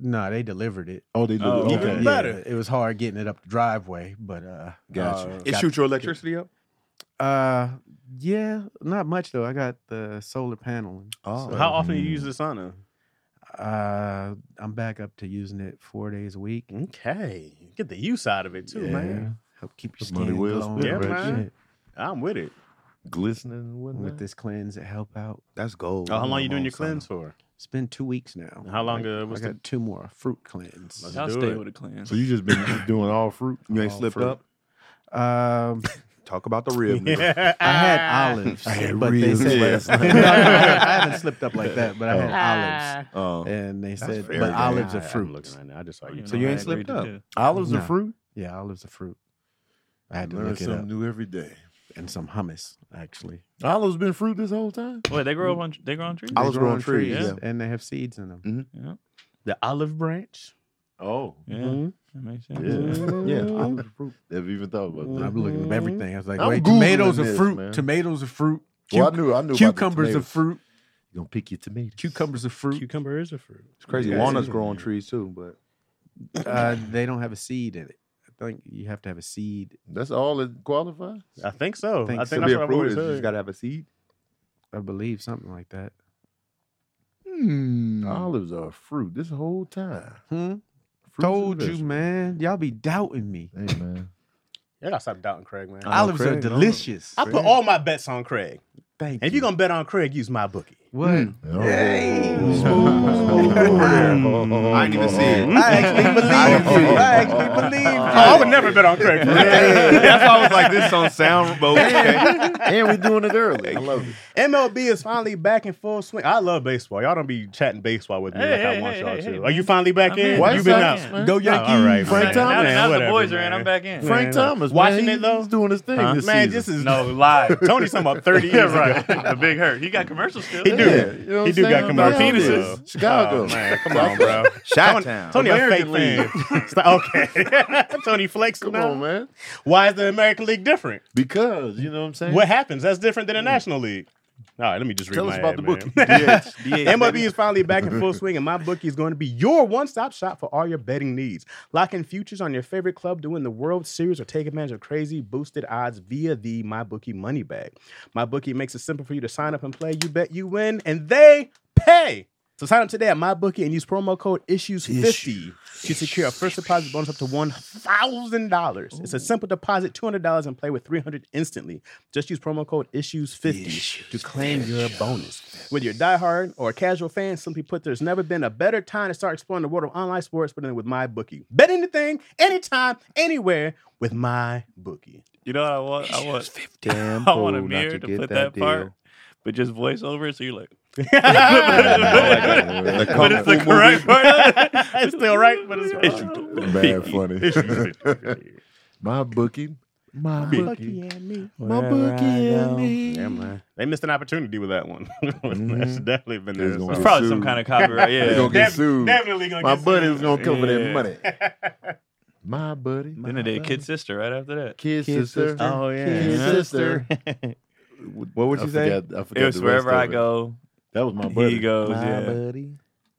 Speaker 3: No, they delivered it.
Speaker 5: Oh, they do.
Speaker 4: Oh,
Speaker 5: okay.
Speaker 1: Even
Speaker 3: Yeah,
Speaker 1: better.
Speaker 3: It was hard getting it up the driveway, but uh,
Speaker 5: Gotcha.
Speaker 3: uh,
Speaker 2: It
Speaker 3: got-
Speaker 2: shoot your electricity up.
Speaker 3: Uh, yeah, not much though. I got the solar paneling.
Speaker 5: Oh.
Speaker 3: so,
Speaker 1: How often do you use the sauna?
Speaker 3: uh, I'm back up to using it four days a week.
Speaker 5: Mm.
Speaker 1: Okay. Get the use out of it too, man.
Speaker 3: Yeah, Help keep your
Speaker 5: The money
Speaker 3: skin
Speaker 5: well
Speaker 3: glowing.
Speaker 1: spent,
Speaker 3: and
Speaker 1: right?
Speaker 3: shit.
Speaker 1: Yeah. I'm with it.
Speaker 5: Glistening and whatnot.
Speaker 3: With this cleanse, it help out.
Speaker 2: That's gold.
Speaker 1: Oh, how
Speaker 2: I'm
Speaker 1: long you doing
Speaker 2: on
Speaker 1: your
Speaker 2: sauna.
Speaker 1: cleanse for?
Speaker 3: It's been two weeks now.
Speaker 1: How long,
Speaker 3: I,
Speaker 1: uh, what's
Speaker 3: I got two more fruit cleanse.
Speaker 1: Let's
Speaker 4: I'll
Speaker 1: do
Speaker 4: stay
Speaker 1: it.
Speaker 4: with a clan.
Speaker 5: So you just
Speaker 3: [COUGHS]
Speaker 5: been doing all fruit?
Speaker 2: You ain't
Speaker 3: Oh,
Speaker 2: slipped
Speaker 3: fruit.
Speaker 2: up.
Speaker 1: [LAUGHS]
Speaker 3: Um,
Speaker 2: Talk about the rib. nigga.
Speaker 1: I
Speaker 3: I had olives,
Speaker 5: I had
Speaker 3: but
Speaker 5: ribs
Speaker 3: they said
Speaker 5: last
Speaker 3: No,
Speaker 5: night.
Speaker 3: no, [LAUGHS] I haven't- I haven't slipped up like that.
Speaker 1: [LAUGHS]
Speaker 3: But I had olives.
Speaker 1: Uh,
Speaker 2: Oh.
Speaker 3: and they
Speaker 2: That's
Speaker 3: said,
Speaker 2: fair,
Speaker 3: but
Speaker 2: man.
Speaker 3: olives are
Speaker 1: I'm
Speaker 3: fruit.
Speaker 1: looking right now. I just saw
Speaker 4: I don't
Speaker 1: Oh, you.
Speaker 4: even
Speaker 2: So
Speaker 4: know
Speaker 2: you
Speaker 4: how
Speaker 2: ain't
Speaker 4: I agreed
Speaker 2: slipped
Speaker 4: to
Speaker 2: up.
Speaker 4: do it.
Speaker 5: Olives
Speaker 3: Nah.
Speaker 5: and fruit?
Speaker 3: Yeah, olives are fruit. I had to
Speaker 5: Learn
Speaker 3: look it up.
Speaker 5: something new every day.
Speaker 3: And some hummus, actually.
Speaker 5: Olives been fruit this whole time?
Speaker 4: Wait, they grow up on they grow on trees.
Speaker 2: I
Speaker 3: They
Speaker 2: was
Speaker 3: grow
Speaker 2: growing
Speaker 3: on
Speaker 2: trees,
Speaker 4: yeah.
Speaker 3: and they have seeds in them.
Speaker 4: Yeah,
Speaker 1: The olive branch.
Speaker 5: Oh.
Speaker 4: yeah, that makes sense.
Speaker 3: [LAUGHS]
Speaker 5: Yeah. olives and fruit. Never even thought about that.
Speaker 3: I'm looking
Speaker 1: Mm-hmm.
Speaker 3: at everything. I was like,
Speaker 5: I'm
Speaker 3: wait,
Speaker 5: Googling
Speaker 3: tomatoes are
Speaker 5: this,
Speaker 3: fruit.
Speaker 5: man.
Speaker 3: Tomatoes are fruit.
Speaker 5: Well, I
Speaker 3: Cuc-
Speaker 5: knew, I knew
Speaker 3: cucumbers are
Speaker 5: about
Speaker 3: fruit.
Speaker 5: You're going to pick your tomatoes.
Speaker 3: Cucumbers are fruit.
Speaker 1: Cucumber is a fruit.
Speaker 2: It's crazy.
Speaker 5: Yeah.
Speaker 2: Walnuts grow on trees too, but
Speaker 3: Uh, they don't have a seed in it. I think you have to have a seed.
Speaker 5: That's all that qualifies?
Speaker 1: I think so.
Speaker 3: Think
Speaker 1: I
Speaker 3: so.
Speaker 1: think
Speaker 2: to
Speaker 1: that's
Speaker 2: be
Speaker 1: what
Speaker 2: a
Speaker 1: I've
Speaker 2: fruit,
Speaker 1: always
Speaker 2: is you just
Speaker 1: heard.
Speaker 2: gotta have a seed.
Speaker 3: I believe something like that.
Speaker 5: Mm. Olives are fruit this whole time.
Speaker 3: Hmm?
Speaker 5: Fruits and
Speaker 3: Told you,
Speaker 5: vegetables.
Speaker 3: man. Y'all be doubting me.
Speaker 5: Hey, man.
Speaker 1: You gotta stop doubting Craig, man. I,
Speaker 2: I- know
Speaker 3: Olives are
Speaker 2: Craig, I don't-
Speaker 3: delicious.
Speaker 1: put all my bets on Craig.
Speaker 3: Thank
Speaker 1: And if
Speaker 3: you.
Speaker 1: you're gonna bet on Craig, use my bookie.
Speaker 3: what?
Speaker 5: Oh. [LAUGHS] I
Speaker 2: I didn't even see it.
Speaker 3: I [LAUGHS] actually believe you. I actually believe you.
Speaker 1: Oh, I would never bet on Craig. for real.
Speaker 2: That's why I was like, this don't
Speaker 5: [LAUGHS]
Speaker 2: sound but okay.
Speaker 5: And we're doing it early. I love it.
Speaker 1: MLB is finally back in full swing. I love baseball. Y'all don't be chatting baseball with me
Speaker 4: Hey,
Speaker 1: like I
Speaker 4: hey,
Speaker 1: want
Speaker 4: hey,
Speaker 1: y'all
Speaker 4: hey,
Speaker 1: to.
Speaker 4: hey,
Speaker 1: Are you finally back
Speaker 4: I'm
Speaker 1: in?
Speaker 4: in.
Speaker 5: White
Speaker 1: you been
Speaker 5: Sox,
Speaker 1: out.
Speaker 5: man.
Speaker 1: Go
Speaker 4: Yankees.
Speaker 1: All right,
Speaker 5: Frank
Speaker 1: man.
Speaker 4: Now,
Speaker 5: Thomas.
Speaker 4: that- now that the
Speaker 1: whatever,
Speaker 4: boys are
Speaker 1: man.
Speaker 4: in. I'm back in.
Speaker 5: Frank
Speaker 1: Man,
Speaker 5: Thomas.
Speaker 1: watching
Speaker 5: man, uh,
Speaker 1: it, though?
Speaker 5: He's doing his thing
Speaker 1: Huh?
Speaker 5: this
Speaker 1: Man,
Speaker 5: season.
Speaker 1: this is
Speaker 4: No, live.
Speaker 1: Tony's talking about 30 years
Speaker 4: yeah, right. [LAUGHS]
Speaker 1: ago.
Speaker 4: The big hurt. He got commercials still.
Speaker 1: He do.
Speaker 5: Yeah, you know
Speaker 1: he
Speaker 5: what I'm
Speaker 1: do got
Speaker 5: saying? About
Speaker 1: commercials.
Speaker 5: penises.
Speaker 1: though.
Speaker 5: Chicago.
Speaker 1: Oh, man,
Speaker 5: [LAUGHS]
Speaker 1: come on, bro.
Speaker 2: Shot
Speaker 1: Tony-
Speaker 2: town.
Speaker 1: Tony
Speaker 5: American
Speaker 1: a fake [LAUGHS] fan. Stop- okay.
Speaker 5: [LAUGHS]
Speaker 1: Tony flakes
Speaker 5: Come
Speaker 1: now.
Speaker 5: on, man.
Speaker 1: Why is the American League different?
Speaker 5: Because, you know what I'm saying?
Speaker 1: What happens? That's different than the National League. All right, let me just read
Speaker 5: Mm. Tell us
Speaker 1: my
Speaker 5: about
Speaker 1: ad,
Speaker 5: the
Speaker 1: man.
Speaker 5: bookie. [LAUGHS]
Speaker 1: [LAUGHS]
Speaker 5: DH.
Speaker 1: MLB is finally back in full swing, and my bookie is going to be your one-stop shop for all your betting needs. Lock in futures on your favorite club to win the World Series or take advantage of crazy boosted odds via the MyBookie money bag. MyBookie makes it simple for you to sign up and play. You bet you win, and they pay. So sign up today at MyBookie and use promo code ISSUES50 to secure a first deposit bonus up to $1,000. It's a simple deposit, $200, and play with 300 instantly. Just use promo code ISSUES50 to claim your bonus. Whether you're diehard or a casual fan, simply put, there's never been a better time to start exploring the world of online sports than with MyBookie. Bet anything, anytime, anywhere with MyBookie.
Speaker 4: You know what I want? I want. [LAUGHS]
Speaker 2: Damn
Speaker 4: I want a
Speaker 2: fool not
Speaker 4: mirror to,
Speaker 2: get
Speaker 4: put that,
Speaker 2: deal.
Speaker 4: part, but just voice over it. So you're like, [LAUGHS]
Speaker 2: The
Speaker 4: but
Speaker 2: Kung
Speaker 4: it's the
Speaker 2: Fu
Speaker 4: correct part. of it.
Speaker 1: It's still right, but it's
Speaker 4: It's-
Speaker 5: Bad funny. [LAUGHS] my bookie. My bookie. My bookie and me.
Speaker 1: Yeah, man. [LAUGHS] They missed an opportunity with that one. That's definitely been there.
Speaker 5: Mm-hmm. It's gonna
Speaker 1: so-
Speaker 4: It's probably some
Speaker 5: Sued.
Speaker 4: kind of copyright.
Speaker 5: [LAUGHS] They're
Speaker 4: Yeah.
Speaker 5: gonna get sued.
Speaker 1: Definitely gonna
Speaker 5: My
Speaker 1: get
Speaker 5: buddy
Speaker 1: sued.
Speaker 5: was gonna come for that
Speaker 1: [LAUGHS]
Speaker 4: Yeah.
Speaker 5: money. My buddy.
Speaker 4: Then they did kid sister right after that.
Speaker 5: Kid
Speaker 3: Kid
Speaker 5: sister.
Speaker 3: sister.
Speaker 1: Oh yeah.
Speaker 5: Kid sister.
Speaker 2: [LAUGHS] What would
Speaker 5: I
Speaker 2: you say?
Speaker 5: forgot- I forgot
Speaker 4: It was
Speaker 5: the rest
Speaker 4: wherever I
Speaker 5: of it.
Speaker 4: go,
Speaker 5: That was my buddy.
Speaker 4: he goes. Yeah.
Speaker 2: buddy.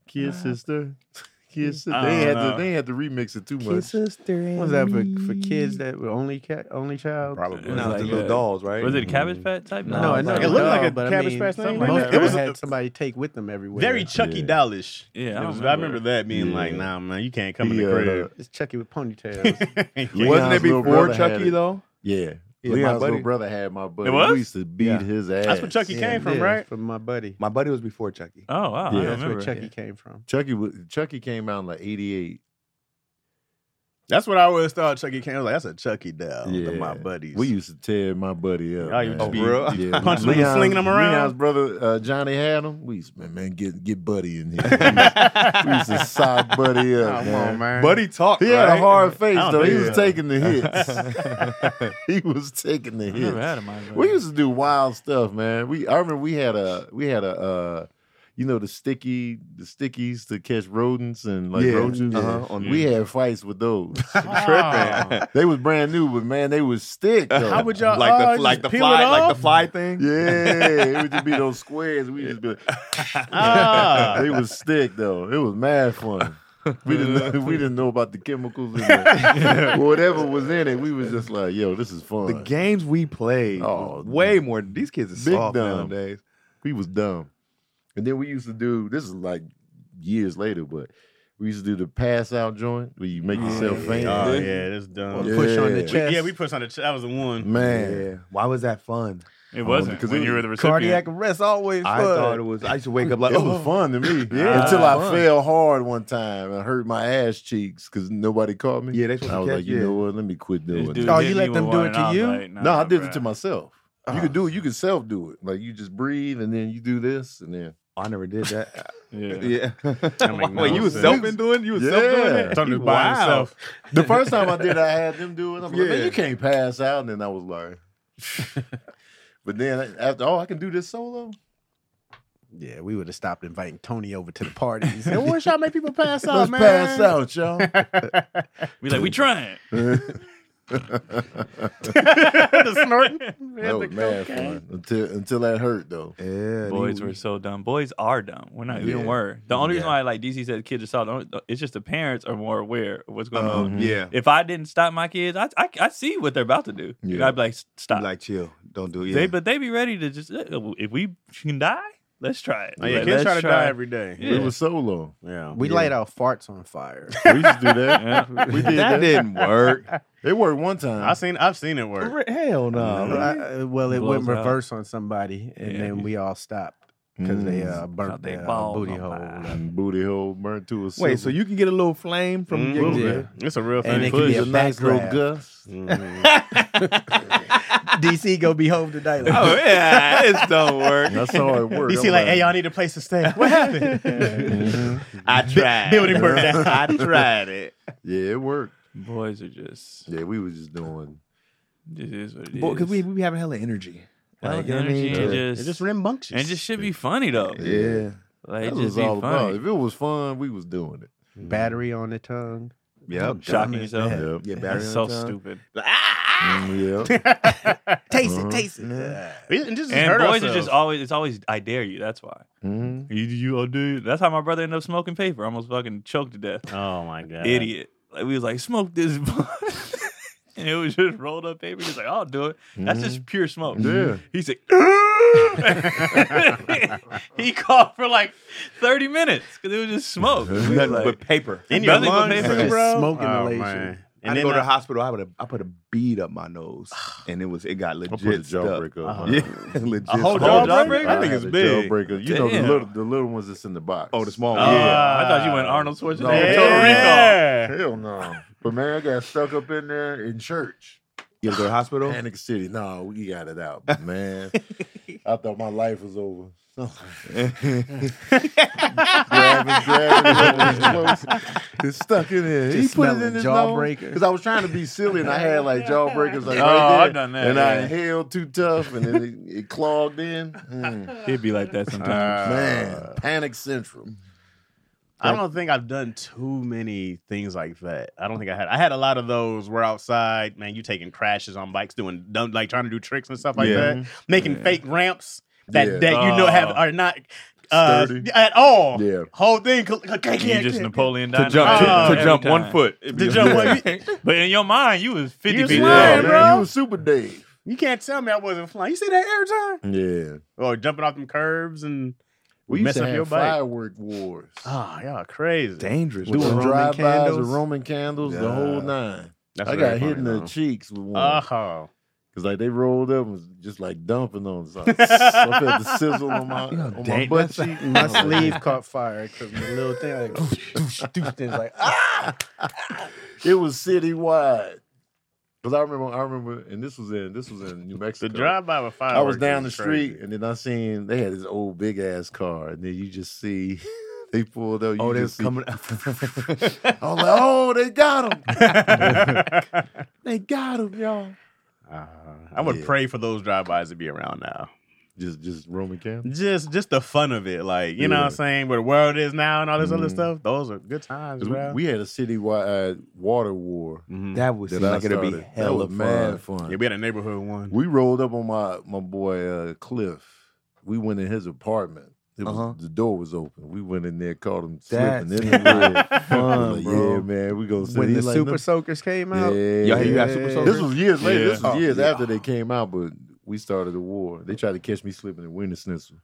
Speaker 5: Kid
Speaker 2: Ah.
Speaker 5: sister. [LAUGHS] Kid sister.
Speaker 4: I
Speaker 5: They
Speaker 4: don't
Speaker 5: had
Speaker 4: know.
Speaker 5: to they had to remix it too much.
Speaker 2: sister.
Speaker 3: What was that for, for kids that were only cat, only child?
Speaker 1: Probably.
Speaker 4: It was
Speaker 2: No,
Speaker 4: like
Speaker 2: the little
Speaker 4: a-
Speaker 2: dolls, right? Mm-hmm.
Speaker 4: Was it a Cabbage Patch type?
Speaker 3: No,
Speaker 2: No,
Speaker 3: I
Speaker 2: it's
Speaker 3: know
Speaker 2: like-
Speaker 3: the
Speaker 1: It looked like
Speaker 3: doll,
Speaker 1: a
Speaker 3: but
Speaker 1: Cabbage
Speaker 3: I mean,
Speaker 1: Patch thing,
Speaker 3: something
Speaker 1: didn't
Speaker 3: Like
Speaker 1: it?
Speaker 3: that.
Speaker 1: It was
Speaker 3: I
Speaker 1: a-
Speaker 3: had somebody take with them everywhere.
Speaker 1: Very Chucky
Speaker 5: Yeah.
Speaker 1: Dollish.
Speaker 4: Yeah,
Speaker 1: It
Speaker 4: I
Speaker 1: was-
Speaker 4: don't
Speaker 1: I remember that E. being like,
Speaker 5: Yeah.
Speaker 1: nah, man, you can't come
Speaker 5: He,
Speaker 1: in
Speaker 5: uh,
Speaker 1: the [LAUGHS]
Speaker 3: It's Chucky with [LAUGHS] ponytails.
Speaker 1: crib.
Speaker 2: Wasn't
Speaker 5: Leon's
Speaker 2: it
Speaker 5: little
Speaker 2: before
Speaker 5: brother had
Speaker 2: Chucky
Speaker 5: it.
Speaker 2: E, though?
Speaker 5: Yeah.
Speaker 2: Yeah, my
Speaker 5: Leon's
Speaker 2: buddy-
Speaker 5: little brother had my buddy.
Speaker 4: was?
Speaker 5: We used to beat
Speaker 3: Yeah.
Speaker 5: his ass.
Speaker 1: That's E where Chucky came from,
Speaker 3: Yeah,
Speaker 1: right?
Speaker 3: From my buddy.
Speaker 2: My buddy was before E. Chucky.
Speaker 4: Oh wow,
Speaker 5: Yeah,
Speaker 4: I
Speaker 3: That's where
Speaker 4: remember.
Speaker 3: Chucky came from.
Speaker 5: Chucky was, Chucky E, came out in like '88.
Speaker 1: That's what I always thought Chucky came. I was like, that's a Chucky doll. Yeah.
Speaker 5: Yeah.
Speaker 1: My buddies. [LAUGHS]
Speaker 5: We used to tear my buddy up.
Speaker 1: Y'all used to
Speaker 5: man.
Speaker 1: be [LAUGHS]
Speaker 2: real?
Speaker 5: Yeah,
Speaker 1: punching him,
Speaker 5: Leon's-
Speaker 1: slinging him around?
Speaker 5: Leon's brother uh, Johnny had him. We used to, man, man, get get buddy in here. [LAUGHS] we used to sock buddy up.
Speaker 1: Come
Speaker 5: man.
Speaker 1: on, man.
Speaker 2: Buddy talked.
Speaker 5: He had a
Speaker 2: right?
Speaker 5: hard face
Speaker 1: I don't
Speaker 5: though. He
Speaker 1: think
Speaker 5: was
Speaker 1: so.
Speaker 5: taking the
Speaker 1: [LAUGHS]
Speaker 5: hits. [LAUGHS] he was taking the
Speaker 4: I never
Speaker 5: hits.
Speaker 4: had him.
Speaker 5: We used to do wild stuff, man. We I remember we had a we had a uh, you know, the sticky, the stickies to catch rodents and like
Speaker 2: Yeah.
Speaker 5: roaches.
Speaker 2: Uh-huh. On
Speaker 5: We had fights with those.
Speaker 1: Wow.
Speaker 5: they was brand new, but man, they was stick. Though.
Speaker 1: How would y'all
Speaker 2: like
Speaker 1: oh,
Speaker 2: the
Speaker 1: just
Speaker 2: like the
Speaker 1: peel it
Speaker 2: fly like
Speaker 1: off?
Speaker 2: the fly thing.
Speaker 5: [LAUGHS] Yeah, it would just be those squares. We just be like,
Speaker 1: Ah.
Speaker 5: [LAUGHS] they was stick though. It was mad fun. We didn't know, we didn't know about the chemicals and the, whatever was in it. We was just like, yo, this is fun.
Speaker 2: The games we played
Speaker 5: Oh,
Speaker 2: was way more. These kids are
Speaker 5: big
Speaker 2: soft
Speaker 5: dumb.
Speaker 2: nowadays.
Speaker 5: we was dumb. And then we used to do this is like years later, but we used to do the pass out joint where you make yourself faint.
Speaker 1: Oh yeah, that's dumb.
Speaker 5: Yeah.
Speaker 3: Push on the
Speaker 1: We-
Speaker 3: chest.
Speaker 1: yeah, we pushed on the. Ch- that was the one.
Speaker 5: Man,
Speaker 2: Why was that fun?
Speaker 4: It wasn't
Speaker 5: because
Speaker 4: because when
Speaker 5: it
Speaker 4: you
Speaker 5: was
Speaker 4: were the recipient.
Speaker 3: cardiac arrest always fun.
Speaker 2: I thought it was. I used to wake up like,
Speaker 5: [LAUGHS] it
Speaker 2: oh,
Speaker 5: was fun to me.
Speaker 2: Yeah,
Speaker 5: until I
Speaker 2: fun.
Speaker 5: fell hard one time and hurt my ass cheeks because nobody caught me.
Speaker 2: Yeah, they supposed to
Speaker 5: I was
Speaker 2: catch
Speaker 5: like, you
Speaker 2: you.
Speaker 5: know what? Let me quit
Speaker 4: This
Speaker 5: doing
Speaker 4: dude
Speaker 5: it.
Speaker 3: Oh,
Speaker 4: hit
Speaker 3: you
Speaker 4: me
Speaker 3: let
Speaker 4: with
Speaker 3: them do
Speaker 4: one
Speaker 3: it
Speaker 4: and
Speaker 3: to
Speaker 4: I was
Speaker 3: you?
Speaker 4: like, nah,
Speaker 5: No, I did it to
Speaker 4: bruh.
Speaker 5: myself. You could do it. You could self do it. Like you just breathe and then you do this and then.
Speaker 2: I never did that.
Speaker 4: Yeah.
Speaker 2: yeah.
Speaker 5: [LAUGHS]
Speaker 1: make no
Speaker 2: Wait, you was
Speaker 1: sense.
Speaker 2: self doing? You was
Speaker 5: Yeah.
Speaker 2: self doing it?
Speaker 1: It's on the by
Speaker 4: Wow.
Speaker 1: itself.
Speaker 5: The first time I did, I had them do it. I'm like, man,
Speaker 2: Yeah.
Speaker 5: you can't pass out. And then I was
Speaker 2: [LAUGHS]
Speaker 5: like, but then after, oh, I can do this solo. [LAUGHS]
Speaker 3: Yeah, we would have stopped inviting Tony over to the [LAUGHS] parties.
Speaker 1: And wish y'all make people pass out,
Speaker 5: Let's
Speaker 1: man.
Speaker 5: pass
Speaker 1: [LAUGHS]
Speaker 5: out, y'all.
Speaker 4: We like we trying.
Speaker 1: the snorting.
Speaker 5: that was mad fun until until that hurt though.
Speaker 2: [LAUGHS] Yeah.
Speaker 4: Boys
Speaker 2: dude.
Speaker 4: were so dumb. Boys are dumb. We're not. We
Speaker 5: Yeah.
Speaker 4: didn't were. The only reason
Speaker 5: Yeah.
Speaker 4: why like DC said kids are soft. the only- It's just the parents are more aware of what's going
Speaker 2: Um,
Speaker 4: on.
Speaker 2: yeah.
Speaker 4: If I didn't stop my kids, I I, I see what they're about to do.
Speaker 5: Yeah.
Speaker 4: And I'd be like, stop.
Speaker 2: Like chill. Don't do it.
Speaker 4: They but they be ready to just uh, if we can die, let's try it.
Speaker 1: Oh, yeah,
Speaker 4: Like,
Speaker 1: kids
Speaker 4: let's
Speaker 1: try to die every day.
Speaker 4: Yeah.
Speaker 5: It was solo.
Speaker 1: Yeah.
Speaker 3: we light our farts on [LAUGHS] fire.
Speaker 5: We used to do that.
Speaker 4: Yeah.
Speaker 5: We did
Speaker 2: that
Speaker 5: that.
Speaker 2: didn't work.
Speaker 5: It worked one time.
Speaker 1: I've seen I've seen it work.
Speaker 2: Hell no.
Speaker 3: Uh, I- uh, well, it
Speaker 4: Blows
Speaker 3: went
Speaker 4: out.
Speaker 3: reverse on somebody, and
Speaker 4: Yeah.
Speaker 3: then we all stopped because they uh, burnt
Speaker 4: Shot they
Speaker 3: their uh,
Speaker 4: balls
Speaker 3: booty
Speaker 4: on
Speaker 3: hole,
Speaker 4: fire.
Speaker 3: up.
Speaker 5: Mm. And booty hole burned to a
Speaker 2: Wait, so you can get a little flame from
Speaker 1: Mhm.
Speaker 2: your
Speaker 3: Yeah.
Speaker 1: It's a real thing.
Speaker 3: and it could be a
Speaker 5: a nice little
Speaker 3: backdraft.
Speaker 5: gust.
Speaker 2: Mm.
Speaker 1: Mhm.
Speaker 3: DC gonna be home tonight. Like,
Speaker 1: [LAUGHS]
Speaker 4: Oh yeah, it's don't work.
Speaker 5: [LAUGHS] That's how it worked.
Speaker 1: You see,
Speaker 5: I'm
Speaker 1: like, hey, y'all need a place to stay. What happened?
Speaker 3: [LAUGHS]
Speaker 2: I tried.
Speaker 1: building
Speaker 4: [LAUGHS]
Speaker 1: burned down.
Speaker 2: I tried it.
Speaker 5: yeah, it worked.
Speaker 4: Boys are just.
Speaker 5: Yeah, we was just doing.
Speaker 4: It is what it is.
Speaker 2: Because we, we be having hella energy.
Speaker 4: Hella
Speaker 2: Like, you know what I
Speaker 4: energy
Speaker 2: mean?
Speaker 4: and
Speaker 1: It's
Speaker 4: just,
Speaker 1: just rambunctious.
Speaker 4: and just should be funny though.
Speaker 5: Yeah,
Speaker 4: Like
Speaker 5: that
Speaker 4: it
Speaker 5: was
Speaker 4: just be
Speaker 5: all about.
Speaker 4: funny.
Speaker 5: If it was fun, we was doing it.
Speaker 3: Mm. Battery on the tongue.
Speaker 2: Yep.
Speaker 4: Shocking yourself.
Speaker 5: Yep.
Speaker 2: Yeah,
Speaker 4: [LAUGHS]
Speaker 2: battery
Speaker 4: That's so
Speaker 2: on the tongue.
Speaker 4: stupid.
Speaker 5: Mm, yeah.
Speaker 3: Taste
Speaker 5: Uh-huh.
Speaker 3: it, taste it.
Speaker 1: We- and just
Speaker 4: And
Speaker 1: hurt
Speaker 4: boys are
Speaker 1: ourselves.
Speaker 4: just always. It's always I dare you. That's why.
Speaker 5: [LAUGHS] Mhm.
Speaker 4: You, you all do. That's how my brother ended up smoking paper. Almost fucking choked to death.
Speaker 1: Oh
Speaker 4: [LAUGHS]
Speaker 1: my god,
Speaker 4: Idiot. Like we was like smoke this, [LAUGHS] blunt." and it was just rolled up paper. He's like, I'll do it. That's
Speaker 1: Mm-hmm.
Speaker 4: just pure smoke.
Speaker 5: Yeah.
Speaker 4: He's like, [LAUGHS] he called for like thirty minutes because it was just smoke. We was
Speaker 2: Nothing
Speaker 4: like-
Speaker 2: but paper.
Speaker 1: In your
Speaker 4: Nothing but
Speaker 1: lungs,
Speaker 4: paper,
Speaker 1: too,
Speaker 3: Just
Speaker 1: bro.
Speaker 3: smoke
Speaker 1: oh,
Speaker 3: inhalation.
Speaker 1: man.
Speaker 2: I
Speaker 1: And
Speaker 2: didn't
Speaker 1: then
Speaker 2: go to the
Speaker 1: I,
Speaker 2: hospital. I would have. I put a bead up my nose, and it was. It got
Speaker 5: I put a
Speaker 2: legit stuff.
Speaker 5: jawbreaker.
Speaker 1: Uh-huh.
Speaker 5: on my- [LAUGHS]
Speaker 2: Yeah, [LAUGHS] legit.
Speaker 1: A whole
Speaker 2: stuff.
Speaker 1: jawbreaker?
Speaker 4: That
Speaker 5: I
Speaker 4: thing
Speaker 5: had
Speaker 4: is
Speaker 5: a
Speaker 4: big.
Speaker 5: Jawbreaker. You know the
Speaker 4: Damn.
Speaker 5: little the little ones that's in the box.
Speaker 2: Oh, the small
Speaker 4: Oh,
Speaker 2: one.
Speaker 4: I thought you went Arnold
Speaker 5: No.
Speaker 4: Schwarzenegger.
Speaker 5: Yeah.
Speaker 4: Total recall.
Speaker 5: Ah. Hell no. But man, I got stuck up in there in church.
Speaker 2: You ever go to the hospital?
Speaker 5: Panic City. No, we got it out, but man. I thought my life was over. grabbing, grabbing, it was close. It's stuck in there.
Speaker 3: Just smelling jawbreaker.
Speaker 5: because I was trying to be silly and I had like jawbreakers like
Speaker 4: Oh,
Speaker 5: right there,
Speaker 4: I've done that,
Speaker 5: and I
Speaker 4: yeah.
Speaker 5: inhaled too tough, and then it, it clogged in. Mm.
Speaker 4: It'd be like that
Speaker 2: Uh,
Speaker 4: sometimes.
Speaker 5: man, panic central.
Speaker 1: I don't think I've done too many things like that. I don't think I had. I had a lot of those. We're outside, man. You taking crashes on bikes, doing dumb, like trying to do tricks and stuff like
Speaker 2: Yeah.
Speaker 1: that, making
Speaker 4: Yeah.
Speaker 1: fake ramps that
Speaker 5: Yeah.
Speaker 1: that you know have
Speaker 4: Oh.
Speaker 1: are not uh,
Speaker 5: Sturdy.
Speaker 1: at all.
Speaker 5: Yeah.
Speaker 1: whole thing. cl- cl- can't-
Speaker 4: you
Speaker 1: can't-
Speaker 4: just
Speaker 1: can't-
Speaker 4: Napoleon
Speaker 2: to
Speaker 4: Dynamite.
Speaker 2: jump,
Speaker 1: Oh,
Speaker 2: to, to
Speaker 4: every
Speaker 2: jump
Speaker 4: time.
Speaker 2: one foot.
Speaker 1: To jump one- you,
Speaker 4: [LAUGHS] But in your mind, you was fifty
Speaker 1: You was
Speaker 4: feet.
Speaker 1: flying,
Speaker 4: down.
Speaker 1: bro.
Speaker 5: You was super Dave.
Speaker 1: you can't tell me I wasn't flying. You see that air time?
Speaker 5: Yeah,
Speaker 1: Or jumping off them curves and
Speaker 5: we used
Speaker 1: Mess
Speaker 5: to
Speaker 1: up
Speaker 5: have
Speaker 1: your bike.
Speaker 5: firework wars.
Speaker 1: oh, y'all crazy.
Speaker 2: [LAUGHS] Dangerous.
Speaker 5: Doing
Speaker 2: Roman
Speaker 5: drive-bys
Speaker 2: candles.
Speaker 5: with Roman candles, the whole nine.
Speaker 1: That's
Speaker 5: I got hit in the cheeks with one.
Speaker 1: Oh,
Speaker 5: Cause like they rolled up and was just like dumping
Speaker 1: [LAUGHS]
Speaker 5: on us. Like, I felt the sizzle on my,
Speaker 2: You know,
Speaker 5: on my
Speaker 2: dang,
Speaker 5: butt
Speaker 2: that's-
Speaker 5: cheek. Oh,
Speaker 3: My sleeve caught fire because the little thing like, doosh, doosh, thing, like [LAUGHS] ah.
Speaker 5: [LAUGHS] It was citywide. Cause I remember, I remember, and this was in this was in New
Speaker 1: the
Speaker 5: Mexico.
Speaker 1: drive by with fire.
Speaker 5: I was down the street, and then I seen they had this old big ass car, and then you just see [LAUGHS] they pulled up. You
Speaker 2: Oh, they
Speaker 5: just
Speaker 2: was
Speaker 5: see,
Speaker 2: coming.
Speaker 5: [LAUGHS] I was like, oh, they got him.
Speaker 1: [LAUGHS] uh,
Speaker 5: They got him, y'all.
Speaker 1: Ah, I would
Speaker 5: Yeah.
Speaker 1: pray for those drive bys to be around now.
Speaker 5: Just just Roman Catholic.
Speaker 1: Just just the fun of it, like you know what I'm
Speaker 5: Yeah.
Speaker 1: saying, where the world is now and all this
Speaker 2: Mm.
Speaker 1: other
Speaker 5: Mhm.
Speaker 1: stuff. Those are good times,
Speaker 5: 'Cause we-
Speaker 1: bro.
Speaker 5: We had a citywide water war.
Speaker 1: Mhm.
Speaker 2: That would
Speaker 5: That
Speaker 2: seem
Speaker 5: I
Speaker 2: like it'd be
Speaker 5: started. That
Speaker 2: hella
Speaker 5: was mad
Speaker 2: fun.
Speaker 5: fun.
Speaker 1: yeah, we had a neighborhood one.
Speaker 5: We rolled up on my my boy uh, Cliff. We went in his apartment. It was,
Speaker 2: Uh-huh.
Speaker 5: The door was open. We went in there, caught him
Speaker 2: That's
Speaker 5: slipping in the bed.
Speaker 2: [LAUGHS] fun,
Speaker 5: like,
Speaker 2: bro.
Speaker 5: Yeah, man, we gonna sit
Speaker 3: When
Speaker 5: He
Speaker 3: the
Speaker 5: like,
Speaker 3: Super
Speaker 5: "No."
Speaker 3: Soakers came
Speaker 5: yeah,
Speaker 3: out,
Speaker 2: Y'all hear you got Super Soakers?
Speaker 5: This was years later. This
Speaker 4: Yeah.
Speaker 5: was years
Speaker 2: Yeah.
Speaker 5: after they came out, but we started the war. They tried to catch me slipping in Winter Schnitzel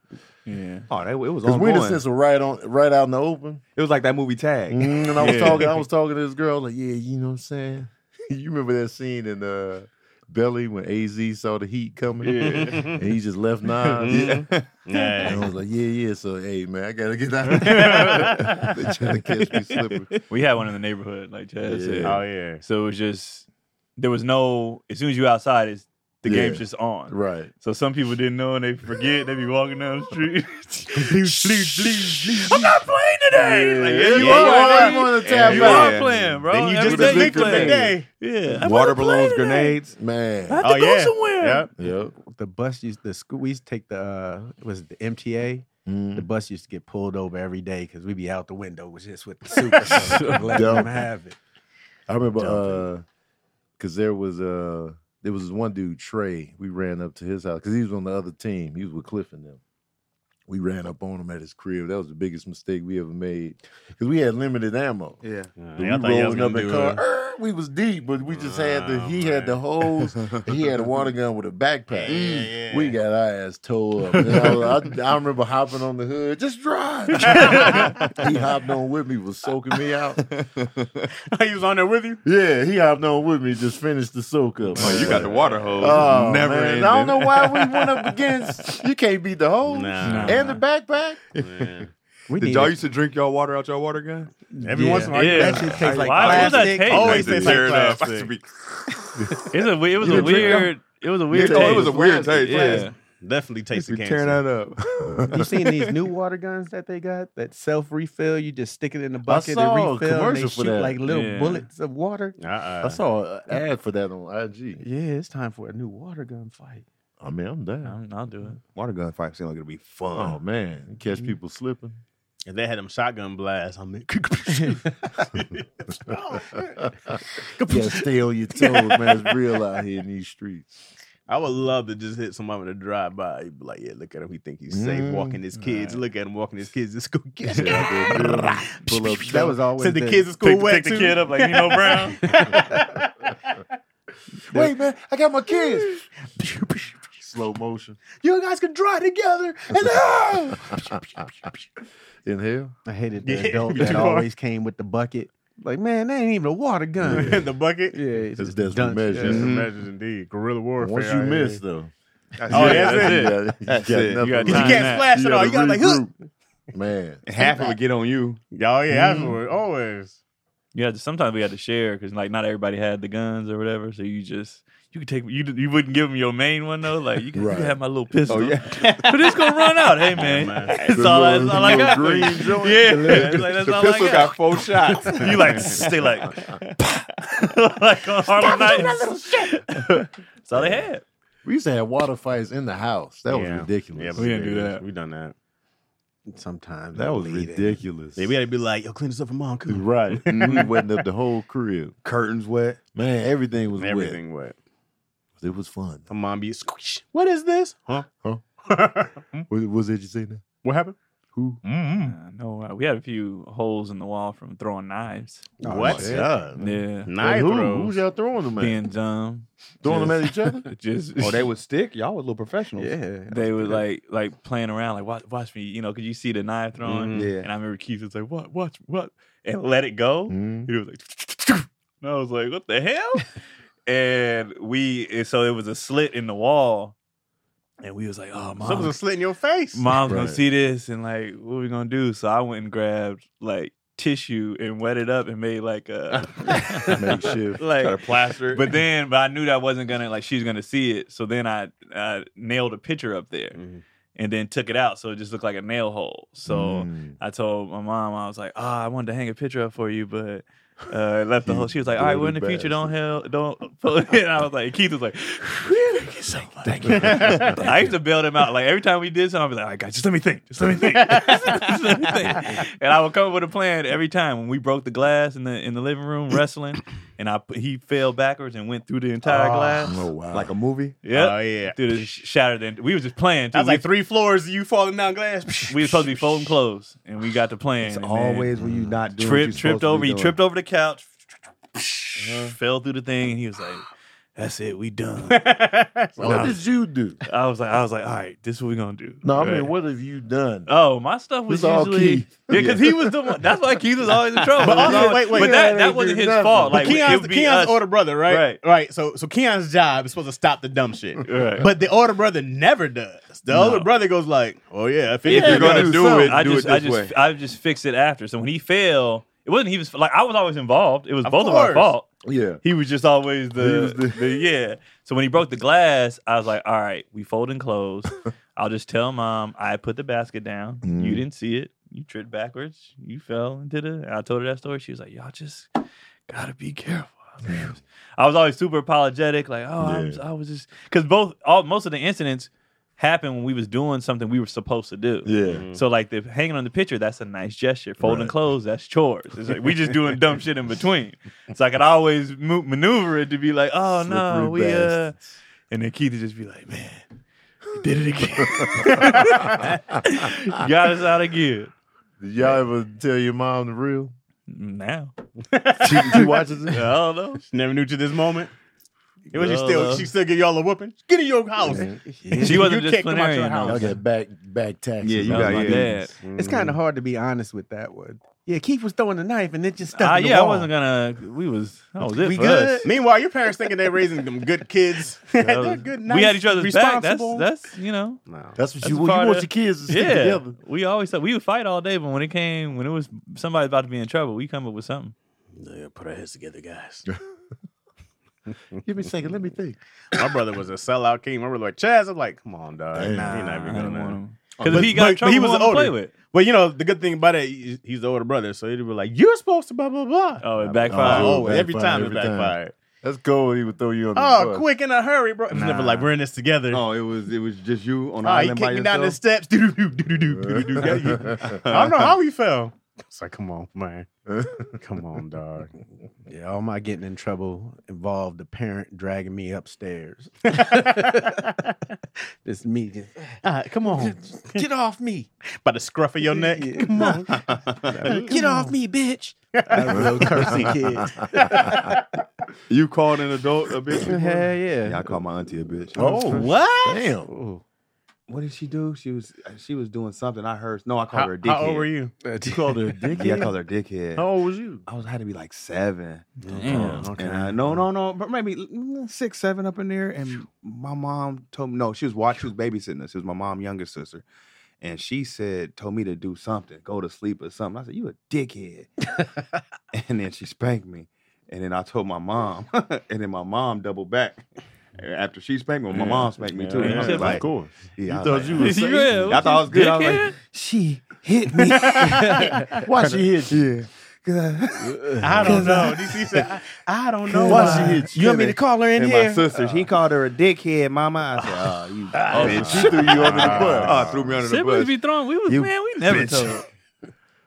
Speaker 4: Yeah.
Speaker 2: Oh, that, it was
Speaker 5: because Winter
Speaker 2: ongoing.
Speaker 5: Schnitzel right on, right out in the open.
Speaker 2: It was like that movie Tag.
Speaker 5: Mm, and I was
Speaker 4: Yeah.
Speaker 5: talking, I was talking to this girl, like, yeah, you know what I'm saying? [LAUGHS] you remember that scene in uh Belly when AZ saw the heat coming? And he just
Speaker 4: [LAUGHS]
Speaker 5: left nine.
Speaker 4: Mm-hmm.
Speaker 5: And I was like, yeah, yeah. So, hey, man, I gotta
Speaker 1: [LAUGHS]
Speaker 5: get out.
Speaker 4: [LAUGHS]
Speaker 5: they trying to catch me slipping.
Speaker 4: We had one in the neighborhood, like Chad said.
Speaker 5: Yeah.
Speaker 1: Oh yeah,
Speaker 4: So it was just there was no as soon as you outside, it's the
Speaker 5: Yeah.
Speaker 4: game's just on.
Speaker 5: [LAUGHS] Right.
Speaker 4: So some people didn't know and they forget. They be walking down the street. I'm
Speaker 5: I'm not
Speaker 4: not playing today.
Speaker 5: Yeah,
Speaker 4: Like,
Speaker 5: you
Speaker 4: you,
Speaker 5: are.
Speaker 4: are.
Speaker 5: You wanna
Speaker 4: Yeah,
Speaker 5: tap
Speaker 4: you
Speaker 5: out.
Speaker 4: are playing, bro.
Speaker 2: Then you
Speaker 4: Every
Speaker 2: just
Speaker 4: day
Speaker 2: think of
Speaker 4: playing.
Speaker 1: day.
Speaker 4: Yeah.
Speaker 2: Water balloons, grenades.
Speaker 4: I
Speaker 5: Man.
Speaker 4: have to
Speaker 1: Oh,
Speaker 4: go
Speaker 1: yeah.
Speaker 4: somewhere.
Speaker 1: Yep.
Speaker 5: Yep.
Speaker 3: the bus used the school. We used to take the uh, it was the MTA. The
Speaker 5: Mm.
Speaker 3: bus used to get pulled over every day because we'd be out the window with just with the super soakers, and letting them
Speaker 5: Dope.
Speaker 3: have it.
Speaker 5: I remember uh because there was uh there was this one dude, Trey. We ran up to his house because he was on the other team. He was with Cliff and them. We ran up on him at his crib. That was the biggest mistake we ever made. Because we had limited ammo.
Speaker 3: Yeah,
Speaker 5: We rolling up in car. "Er," We was deep, but we just had the.
Speaker 1: Oh,
Speaker 5: He had the hose. and he had a water gun with a backpack. Mm.
Speaker 1: yeah, yeah.
Speaker 5: We got our ass towed up. And I, was- I- I remember hopping on the hood. Just
Speaker 1: [LAUGHS]
Speaker 5: drive. he hopped on with me. Was soaking me out.
Speaker 1: Oh, he was on there with you.
Speaker 5: Yeah, he hopped on with me. Just finished the soak up.
Speaker 2: Oh, you got the water hose.
Speaker 5: Oh,
Speaker 2: Never
Speaker 5: man.
Speaker 2: ending.
Speaker 5: I don't know why we
Speaker 1: [LAUGHS]
Speaker 5: went up against. You can't beat the hose
Speaker 1: Nah.
Speaker 5: and the backpack.
Speaker 3: we
Speaker 2: Did
Speaker 3: need
Speaker 2: y'all
Speaker 3: it.
Speaker 2: used to drink y'all water out your water gun?
Speaker 1: Every
Speaker 3: Yeah.
Speaker 1: once in a while,
Speaker 4: Yeah.
Speaker 3: that shit tastes like
Speaker 4: Why would that
Speaker 3: plastic.
Speaker 4: taste?
Speaker 1: Always
Speaker 2: Like,
Speaker 1: tastes like
Speaker 2: tear it up.
Speaker 1: plastic.
Speaker 4: It's
Speaker 5: [LAUGHS]
Speaker 4: a, it was
Speaker 5: You
Speaker 4: a
Speaker 5: didn't drink
Speaker 4: weird. It was a weird.
Speaker 2: Oh, it was a
Speaker 4: taste.
Speaker 2: weird taste.
Speaker 4: Yeah.
Speaker 1: definitely
Speaker 2: Used
Speaker 1: tastes
Speaker 2: to
Speaker 1: the
Speaker 2: tear
Speaker 1: cancer.
Speaker 2: that up.
Speaker 3: You seen these new water guns that they got that self refill? You just stick it in the bucket
Speaker 5: saw
Speaker 3: and
Speaker 5: a
Speaker 3: refill. And they
Speaker 5: commercial for
Speaker 3: shoot
Speaker 5: that.
Speaker 3: like little
Speaker 4: Yeah.
Speaker 3: bullets of water.
Speaker 1: Uh-uh.
Speaker 5: I saw an ad for that on IG.
Speaker 3: Yeah, it's time for a new water gun fight.
Speaker 5: I mean, I'm down.
Speaker 4: I'm- I'll do it.
Speaker 2: water gun fight seemed like it'd be
Speaker 5: Oh
Speaker 2: fun.
Speaker 5: man, You
Speaker 1: Mm-hmm.
Speaker 5: catch people slipping.
Speaker 1: If they had them shotgun blasts, I'm like, Oh,
Speaker 5: [LAUGHS] yeah, stay on your toes, man. It's real out here in
Speaker 1: [LAUGHS]
Speaker 5: these streets.
Speaker 1: [LAUGHS] I would love to just hit somebody with a drive by. You'd be like, yeah, look at him. He think he's safe
Speaker 5: Mm,
Speaker 1: walking his kids. Look at him walking his kids to school. Get
Speaker 5: Yeah,
Speaker 1: [LAUGHS]
Speaker 5: I did, dude. Pull up.
Speaker 3: That was always
Speaker 1: Send the kids to school
Speaker 4: Pick,
Speaker 1: wet
Speaker 4: pick the
Speaker 1: too.
Speaker 4: kid up like
Speaker 1: [LAUGHS]
Speaker 4: Nino Brown.
Speaker 5: Wait, man, I got my kids. [LAUGHS] Slow motion.
Speaker 1: you guys can draw together. And [LAUGHS] ah!
Speaker 5: Inhale.
Speaker 3: I hated the
Speaker 1: Yeah,
Speaker 3: adult
Speaker 1: you
Speaker 3: that
Speaker 1: are.
Speaker 3: always came with the bucket. Like, man, that ain't even a water gun.
Speaker 1: in the bucket.
Speaker 3: Yeah, it's
Speaker 5: That's
Speaker 3: just
Speaker 5: desperate
Speaker 3: dunk-
Speaker 5: measure.
Speaker 1: Just
Speaker 5: Mhm.
Speaker 6: Mm-hmm.
Speaker 1: imagine, indeed, guerrilla warfare.
Speaker 5: Once you
Speaker 1: out here.
Speaker 5: miss, though.
Speaker 1: Oh,
Speaker 5: Yeah,
Speaker 1: that's it.
Speaker 5: You got, you
Speaker 2: That's
Speaker 5: got
Speaker 2: it. You
Speaker 5: nothing
Speaker 4: gotta
Speaker 5: left.
Speaker 1: you
Speaker 4: time
Speaker 1: can't
Speaker 4: that.
Speaker 1: splash it all. You got like, huh.
Speaker 5: man.
Speaker 2: Half of it get on you.
Speaker 1: oh yeah,
Speaker 5: Mm-hmm.
Speaker 1: afterward, always.
Speaker 4: You had to, sometimes we had to share because like not everybody had the guns or whatever. So you just you could take you you wouldn't give them your main one though. Like you could,
Speaker 5: Right.
Speaker 4: you could have my little pistol.
Speaker 2: Oh yeah.
Speaker 4: but it's gonna run out. Hey man,
Speaker 1: man.
Speaker 4: that's all. I- That's all I
Speaker 5: Little
Speaker 4: got. [LAUGHS]
Speaker 5: green
Speaker 4: yeah,
Speaker 5: joint.
Speaker 4: it's like, that's
Speaker 2: the
Speaker 4: all
Speaker 2: pistol
Speaker 4: I
Speaker 2: got.
Speaker 4: got.
Speaker 2: four
Speaker 4: [LAUGHS]
Speaker 2: shots.
Speaker 4: you like stay like [LAUGHS] like on Harlem Nights. [LAUGHS] that's all they had.
Speaker 5: We used to have water fights in the house. That
Speaker 1: Yeah.
Speaker 5: was ridiculous.
Speaker 1: Yeah,
Speaker 4: we didn't do that.
Speaker 1: We done that.
Speaker 3: Sometimes
Speaker 5: That
Speaker 3: I
Speaker 5: was
Speaker 3: believe it.
Speaker 5: ridiculous.
Speaker 1: Yeah, we had to be like, yo, clean this up for mom. [LAUGHS] Cool.
Speaker 5: Right. we wetting up the whole crib.
Speaker 2: Curtains wet.
Speaker 5: Man, everything was everything.
Speaker 1: Everything wet.
Speaker 5: wet. It was fun.
Speaker 1: My mom be squish. What is this? Huh?
Speaker 5: What was it you say now?
Speaker 1: What happened?
Speaker 5: Who?
Speaker 4: Uh, no, uh, we had a few holes in the wall from throwing knives.
Speaker 3: Oh,
Speaker 1: what?
Speaker 3: shit.
Speaker 5: Yeah.
Speaker 4: Yeah,
Speaker 5: Like,
Speaker 1: Knife
Speaker 5: who?
Speaker 1: throws.
Speaker 5: Who's y'all throwing them at?
Speaker 4: being dumb,
Speaker 5: throwing them at each other?
Speaker 1: [LAUGHS]
Speaker 4: just
Speaker 2: Oh, they would stick. Y'all was little professionals.
Speaker 3: Yeah.
Speaker 4: [LAUGHS] they were like like playing around, like watch, watch me, you know, because you see the knife throwing.
Speaker 2: Mhm. Yeah.
Speaker 4: And I remember Keith was like, "What? Watch what?" and let it go.
Speaker 2: Mm-hmm.
Speaker 5: Mhm.
Speaker 4: He was like, [LAUGHS] and I was like, "What the
Speaker 2: [LAUGHS]
Speaker 4: hell?" and we, and so it was a slit in the wall, and we was like, "Oh,
Speaker 1: Something's
Speaker 4: mom,
Speaker 1: a slit in your face.
Speaker 4: mom's gonna
Speaker 5: Right.
Speaker 4: see this, and like, what we gonna do?" So I went and grabbed like tissue and wet it up and made like
Speaker 2: [LAUGHS]
Speaker 4: a [LAUGHS]
Speaker 5: Makeshift.
Speaker 4: like
Speaker 2: plaster.
Speaker 4: but then, but I knew that I wasn't gonna like she was gonna see it. So then I, I uh, nailed a picture up there
Speaker 1: Mhm.
Speaker 4: and then took it out, so it just looked like a nail hole. So
Speaker 5: Mm.
Speaker 4: I told my mom, I was like, "Ah, I wanted to hang a picture up for [LAUGHS] you, but Uh, left the whole. She was like, "All right, well, in the future, don't hell, don't." Pull it. [LAUGHS] And I was like, Keith was like, "Really, Thank you so much." [LAUGHS] I used to bail him out. Like every time we did something, I'd be like, "All right, guys, just let me think. Just let me think. Just let me [LAUGHS] think." And I would come up with a plan every time. When we broke the glass in the in the living room wrestling, and I he fell backwards and went through the entire glass.
Speaker 2: Oh wow!
Speaker 5: Like a movie?
Speaker 4: Yep.
Speaker 1: Oh, yeah.
Speaker 4: Dude, it sh- shattered. And we was just playing. Too.
Speaker 1: I was
Speaker 4: we,
Speaker 1: like three floors, you falling down glass.
Speaker 4: we were supposed to be folding clothes, and we got to playing.
Speaker 5: It's
Speaker 4: and then
Speaker 5: always when you not doing
Speaker 4: tripped, tripped over. He tripped over the couch, fell through the thing, and he was like, "That's it, we done."
Speaker 5: What did you do?
Speaker 4: I was like, "I was like, all right, this is what we gonna do."
Speaker 5: No, I
Speaker 4: Right.
Speaker 5: mean, what have you done?
Speaker 4: Oh, my stuff was
Speaker 5: This all
Speaker 4: usually
Speaker 5: Keith.
Speaker 4: yeah, because he was the one. That's why Keith was always in trouble.
Speaker 1: But
Speaker 4: It was
Speaker 1: also-
Speaker 4: always-
Speaker 1: wait, wait.
Speaker 4: but
Speaker 5: Yeah,
Speaker 4: that,
Speaker 5: they
Speaker 4: that wasn't
Speaker 5: do
Speaker 4: his
Speaker 5: nothing.
Speaker 4: fault.
Speaker 1: But
Speaker 4: Like it
Speaker 1: Keon's,
Speaker 4: would be
Speaker 1: Keon's
Speaker 4: us.
Speaker 1: older brother, right?
Speaker 4: Right.
Speaker 1: Right. So so Keon's job is supposed to stop the dumb
Speaker 5: [LAUGHS]
Speaker 1: shit.
Speaker 4: Right.
Speaker 1: But the older brother never does. The older brother goes like, "Oh yeah, if,
Speaker 4: if
Speaker 1: yeah,
Speaker 4: you're gonna
Speaker 2: do
Speaker 4: do,
Speaker 2: something.
Speaker 4: it, I
Speaker 2: do it
Speaker 4: just, I
Speaker 2: this
Speaker 4: just,
Speaker 2: way.
Speaker 4: I just fix it after. So when he fell, it wasn't he was like I was always involved. It was
Speaker 1: Of
Speaker 4: both of our
Speaker 1: course.
Speaker 4: fault.
Speaker 5: Yeah.
Speaker 4: He was just always
Speaker 5: He
Speaker 4: the,
Speaker 5: was
Speaker 4: the,
Speaker 5: the-
Speaker 4: yeah. So when he broke the glass, I was like, all right, we folding clothes. I'll just tell mom I put the basket down. You
Speaker 5: Mhm.
Speaker 4: didn't see it. You tripped backwards. You fell into the. And I told her that story. She was like, y'all just gotta be careful. I was like- I was always super apologetic, like, oh, I, was, I was just because both all most of the incidents happened when we was doing something we were supposed to do.
Speaker 5: Yeah.
Speaker 4: So like the hanging on the picture, that's a nice gesture. Folding
Speaker 5: Right.
Speaker 4: clothes, that's chores. It's like we just doing dumb shit in between. So I could always mo- maneuver it to be like, oh no,
Speaker 5: Slippery
Speaker 4: we uh,
Speaker 5: bastards.
Speaker 4: and then Keith would just be like, man, you did it
Speaker 1: [LAUGHS]
Speaker 4: again. [LAUGHS] Got us out again.
Speaker 5: Did y'all ever tell your mom the real?
Speaker 4: Now
Speaker 5: She, she watches
Speaker 4: I
Speaker 5: it?
Speaker 4: don't know.
Speaker 1: never knew to this moment." It was
Speaker 4: No,
Speaker 1: she still
Speaker 4: no.
Speaker 1: she still give y'all a whooping. Get in your house.
Speaker 4: She wasn't
Speaker 1: You can't come out your
Speaker 4: disciplinarian.
Speaker 1: house.
Speaker 4: though.
Speaker 5: Y'all get back back taxes.
Speaker 2: Yeah, you
Speaker 4: That
Speaker 5: on
Speaker 4: was
Speaker 2: got-
Speaker 4: my
Speaker 2: yeah.
Speaker 4: dad.
Speaker 3: It's kind of hard to be honest with that one. Yeah, Keith was throwing the knife and it just stuck
Speaker 4: Ah,
Speaker 3: in the
Speaker 4: yeah, I
Speaker 3: wall.
Speaker 4: wasn't gonna. We was. That was it
Speaker 3: We
Speaker 4: for
Speaker 3: good?
Speaker 4: us.
Speaker 1: Meanwhile, your parents thinking they're raising them good kids.
Speaker 4: [LAUGHS] That
Speaker 1: They're
Speaker 4: was-
Speaker 1: good,
Speaker 4: we had
Speaker 1: nice,
Speaker 4: each other's back. That's
Speaker 1: responsible.
Speaker 4: that's you know.
Speaker 1: No.
Speaker 5: That's what
Speaker 4: That's
Speaker 5: you
Speaker 4: a
Speaker 5: want.
Speaker 4: part
Speaker 5: You want
Speaker 4: of-
Speaker 5: your kids to [LAUGHS] stick
Speaker 4: Yeah,
Speaker 5: together.
Speaker 4: we always thought we would fight all day, but when it came, when it was somebody about to be in trouble, we come up with something.
Speaker 1: Yeah, put our heads together, guys.
Speaker 5: Give me a second. Let me think.
Speaker 1: My brother was a sellout king. My brother like Chaz. I'm like, come on, dog. Nah, he not even
Speaker 4: I didn't want
Speaker 1: gonna.
Speaker 4: him. Because
Speaker 1: But-
Speaker 4: if he got in
Speaker 1: but- but
Speaker 4: trouble,
Speaker 1: he
Speaker 4: he
Speaker 1: was
Speaker 4: was to
Speaker 1: older.
Speaker 4: play with.
Speaker 1: But you know, the good thing about it, he's he's the older brother, so he'd be like, "You're supposed to blah blah blah."
Speaker 4: Oh, it
Speaker 1: Oh,
Speaker 4: backfired.
Speaker 5: Oh,
Speaker 1: always. every
Speaker 5: backfired,
Speaker 1: time it
Speaker 5: every time.
Speaker 1: backfired.
Speaker 5: [LAUGHS] That's cool. when He would throw you on the
Speaker 1: Oh,
Speaker 5: bus.
Speaker 1: quick in a hurry, bro. It's never
Speaker 4: Nah.
Speaker 1: like we're in this together. Oh,
Speaker 2: No, it was it was just you on the
Speaker 1: Ah, he
Speaker 2: island
Speaker 1: kicked
Speaker 2: by
Speaker 1: me down the
Speaker 2: yourself.
Speaker 1: steps. Do do do do do do.
Speaker 5: [LAUGHS]
Speaker 1: I don't know how he fell. It's like, come on,
Speaker 3: [LAUGHS]
Speaker 1: man. Come on, dog.
Speaker 3: Yeah, all my getting in trouble involved the parent dragging me upstairs.
Speaker 1: [LAUGHS]
Speaker 3: This me just
Speaker 1: Ah, come on.
Speaker 3: get off me.
Speaker 1: By the scruff of your neck.
Speaker 3: Yeah.
Speaker 1: Come on.
Speaker 2: [LAUGHS]
Speaker 3: Get off me, bitch. I was a little cursy kid.
Speaker 2: You called an adult a bitch. before?
Speaker 3: Hell yeah.
Speaker 2: Yeah, I called my auntie a bitch.
Speaker 5: Oh,
Speaker 1: What?
Speaker 5: damn.
Speaker 3: Ooh.
Speaker 2: What did she do? She was she was doing something. I heard. No, I called
Speaker 1: How,
Speaker 2: her a dickhead.
Speaker 1: how old were you?
Speaker 3: You
Speaker 5: called her a dickhead?
Speaker 2: Yeah, I called her a dickhead.
Speaker 5: How old was you?
Speaker 2: I was had to be like seven.
Speaker 4: [LAUGHS] Damn.
Speaker 2: And I, no, no, no, but maybe mm, six, seven up in there. And my mom told me no. She was watching. She was babysitting us. It was my mom's younger sister, and she said told me to do something, go to sleep or something. I said you a dickhead, and then she spanked me. And then I told my mom, [LAUGHS] and then my mom doubled back. And After she spanked me, my mom spanked me too.
Speaker 4: Yeah.
Speaker 2: And I
Speaker 4: Yeah.
Speaker 2: was like,
Speaker 5: course.
Speaker 2: yeah, I
Speaker 5: You
Speaker 2: was
Speaker 5: thought
Speaker 2: like,
Speaker 5: you
Speaker 2: [LAUGHS]
Speaker 5: was
Speaker 4: Yeah,
Speaker 2: I thought I was good. I was like,
Speaker 4: dickhead?
Speaker 2: she hit me.
Speaker 5: Why she hit you?
Speaker 2: yeah. 'Cause I-
Speaker 1: I don't know. DC said, I, I don't know.
Speaker 5: Why
Speaker 1: why.
Speaker 5: she hit you?
Speaker 3: want me to call her in
Speaker 2: and my
Speaker 3: here? Uh.
Speaker 2: sister, she called her a dickhead, mama. I said, oh, you
Speaker 5: [LAUGHS]
Speaker 2: bitch.
Speaker 5: She threw you under the bus.
Speaker 2: Oh, threw me under the
Speaker 4: Siblings
Speaker 2: bus.
Speaker 4: be thrown. We was
Speaker 5: You
Speaker 4: man. We never
Speaker 5: bitch.
Speaker 4: told.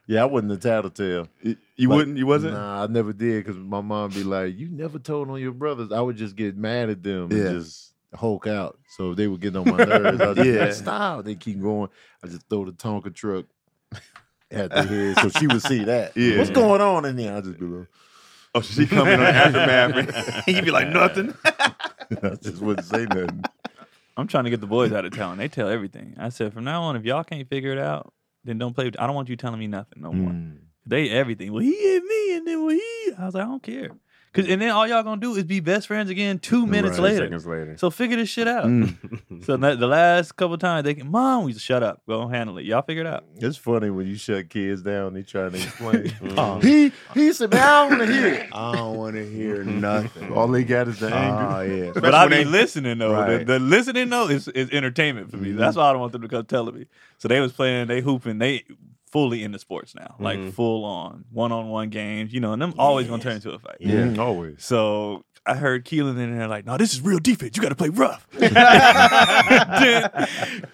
Speaker 5: yeah, I wasn't a tattletale.
Speaker 2: You- you
Speaker 5: Like,
Speaker 2: wouldn't? You wasn't?
Speaker 5: Nah, I never did because my mom be like, "You never told on your brothers." I would just get mad at them
Speaker 2: Yeah.
Speaker 5: and just hulk out. So if they were getting on my
Speaker 2: [LAUGHS]
Speaker 5: nerves, I just
Speaker 2: Yeah.
Speaker 5: yeah. stop. They keep going. I just throw the Tonka truck at the head, so she would see that.
Speaker 2: [LAUGHS] Yeah.
Speaker 5: what's going on in there? I just be like,
Speaker 2: Oh, she coming on the
Speaker 5: [LAUGHS]
Speaker 2: aftermath. [LAUGHS] You'd be like, nothing.
Speaker 5: I just wouldn't say
Speaker 2: [LAUGHS]
Speaker 5: nothing.
Speaker 4: I'm trying to get the boys out of town. They tell everything. I said from now on, if y'all can't figure it out, then don't play. With, I don't want you telling me nothing no more.
Speaker 2: Mm.
Speaker 4: They everything. Well, he hit me, and then well, he. I was like, I don't care. Cause and then all y'all gonna do is be best friends again two minutes later.
Speaker 1: Seconds later.
Speaker 4: So figure this shit out. [LAUGHS] so that, the last couple times they can, mom, we just shut up, go handle it. Y'all figure it out.
Speaker 5: It's funny when you shut kids down. They trying to explain. [LAUGHS] He he said, "Man, I don't want to hear it."
Speaker 2: [LAUGHS]
Speaker 5: Mm-hmm.
Speaker 2: I don't want to hear nothing.
Speaker 5: All they got is the anger.
Speaker 2: Oh, yeah.
Speaker 4: But I be listening though.
Speaker 2: Right.
Speaker 4: The, the listening though is, is entertainment for me. That's why I don't want them to come telling me. So they was playing, they hooping, they fully into sports now, like
Speaker 1: Mhm.
Speaker 4: full on one on one games, you know, and them always gonna turn
Speaker 3: Yes.
Speaker 4: into a fight.
Speaker 5: Yeah, Mm, always.
Speaker 4: So I heard Keelan in there like, no, this is real defense. You got to play [LAUGHS] rough. Then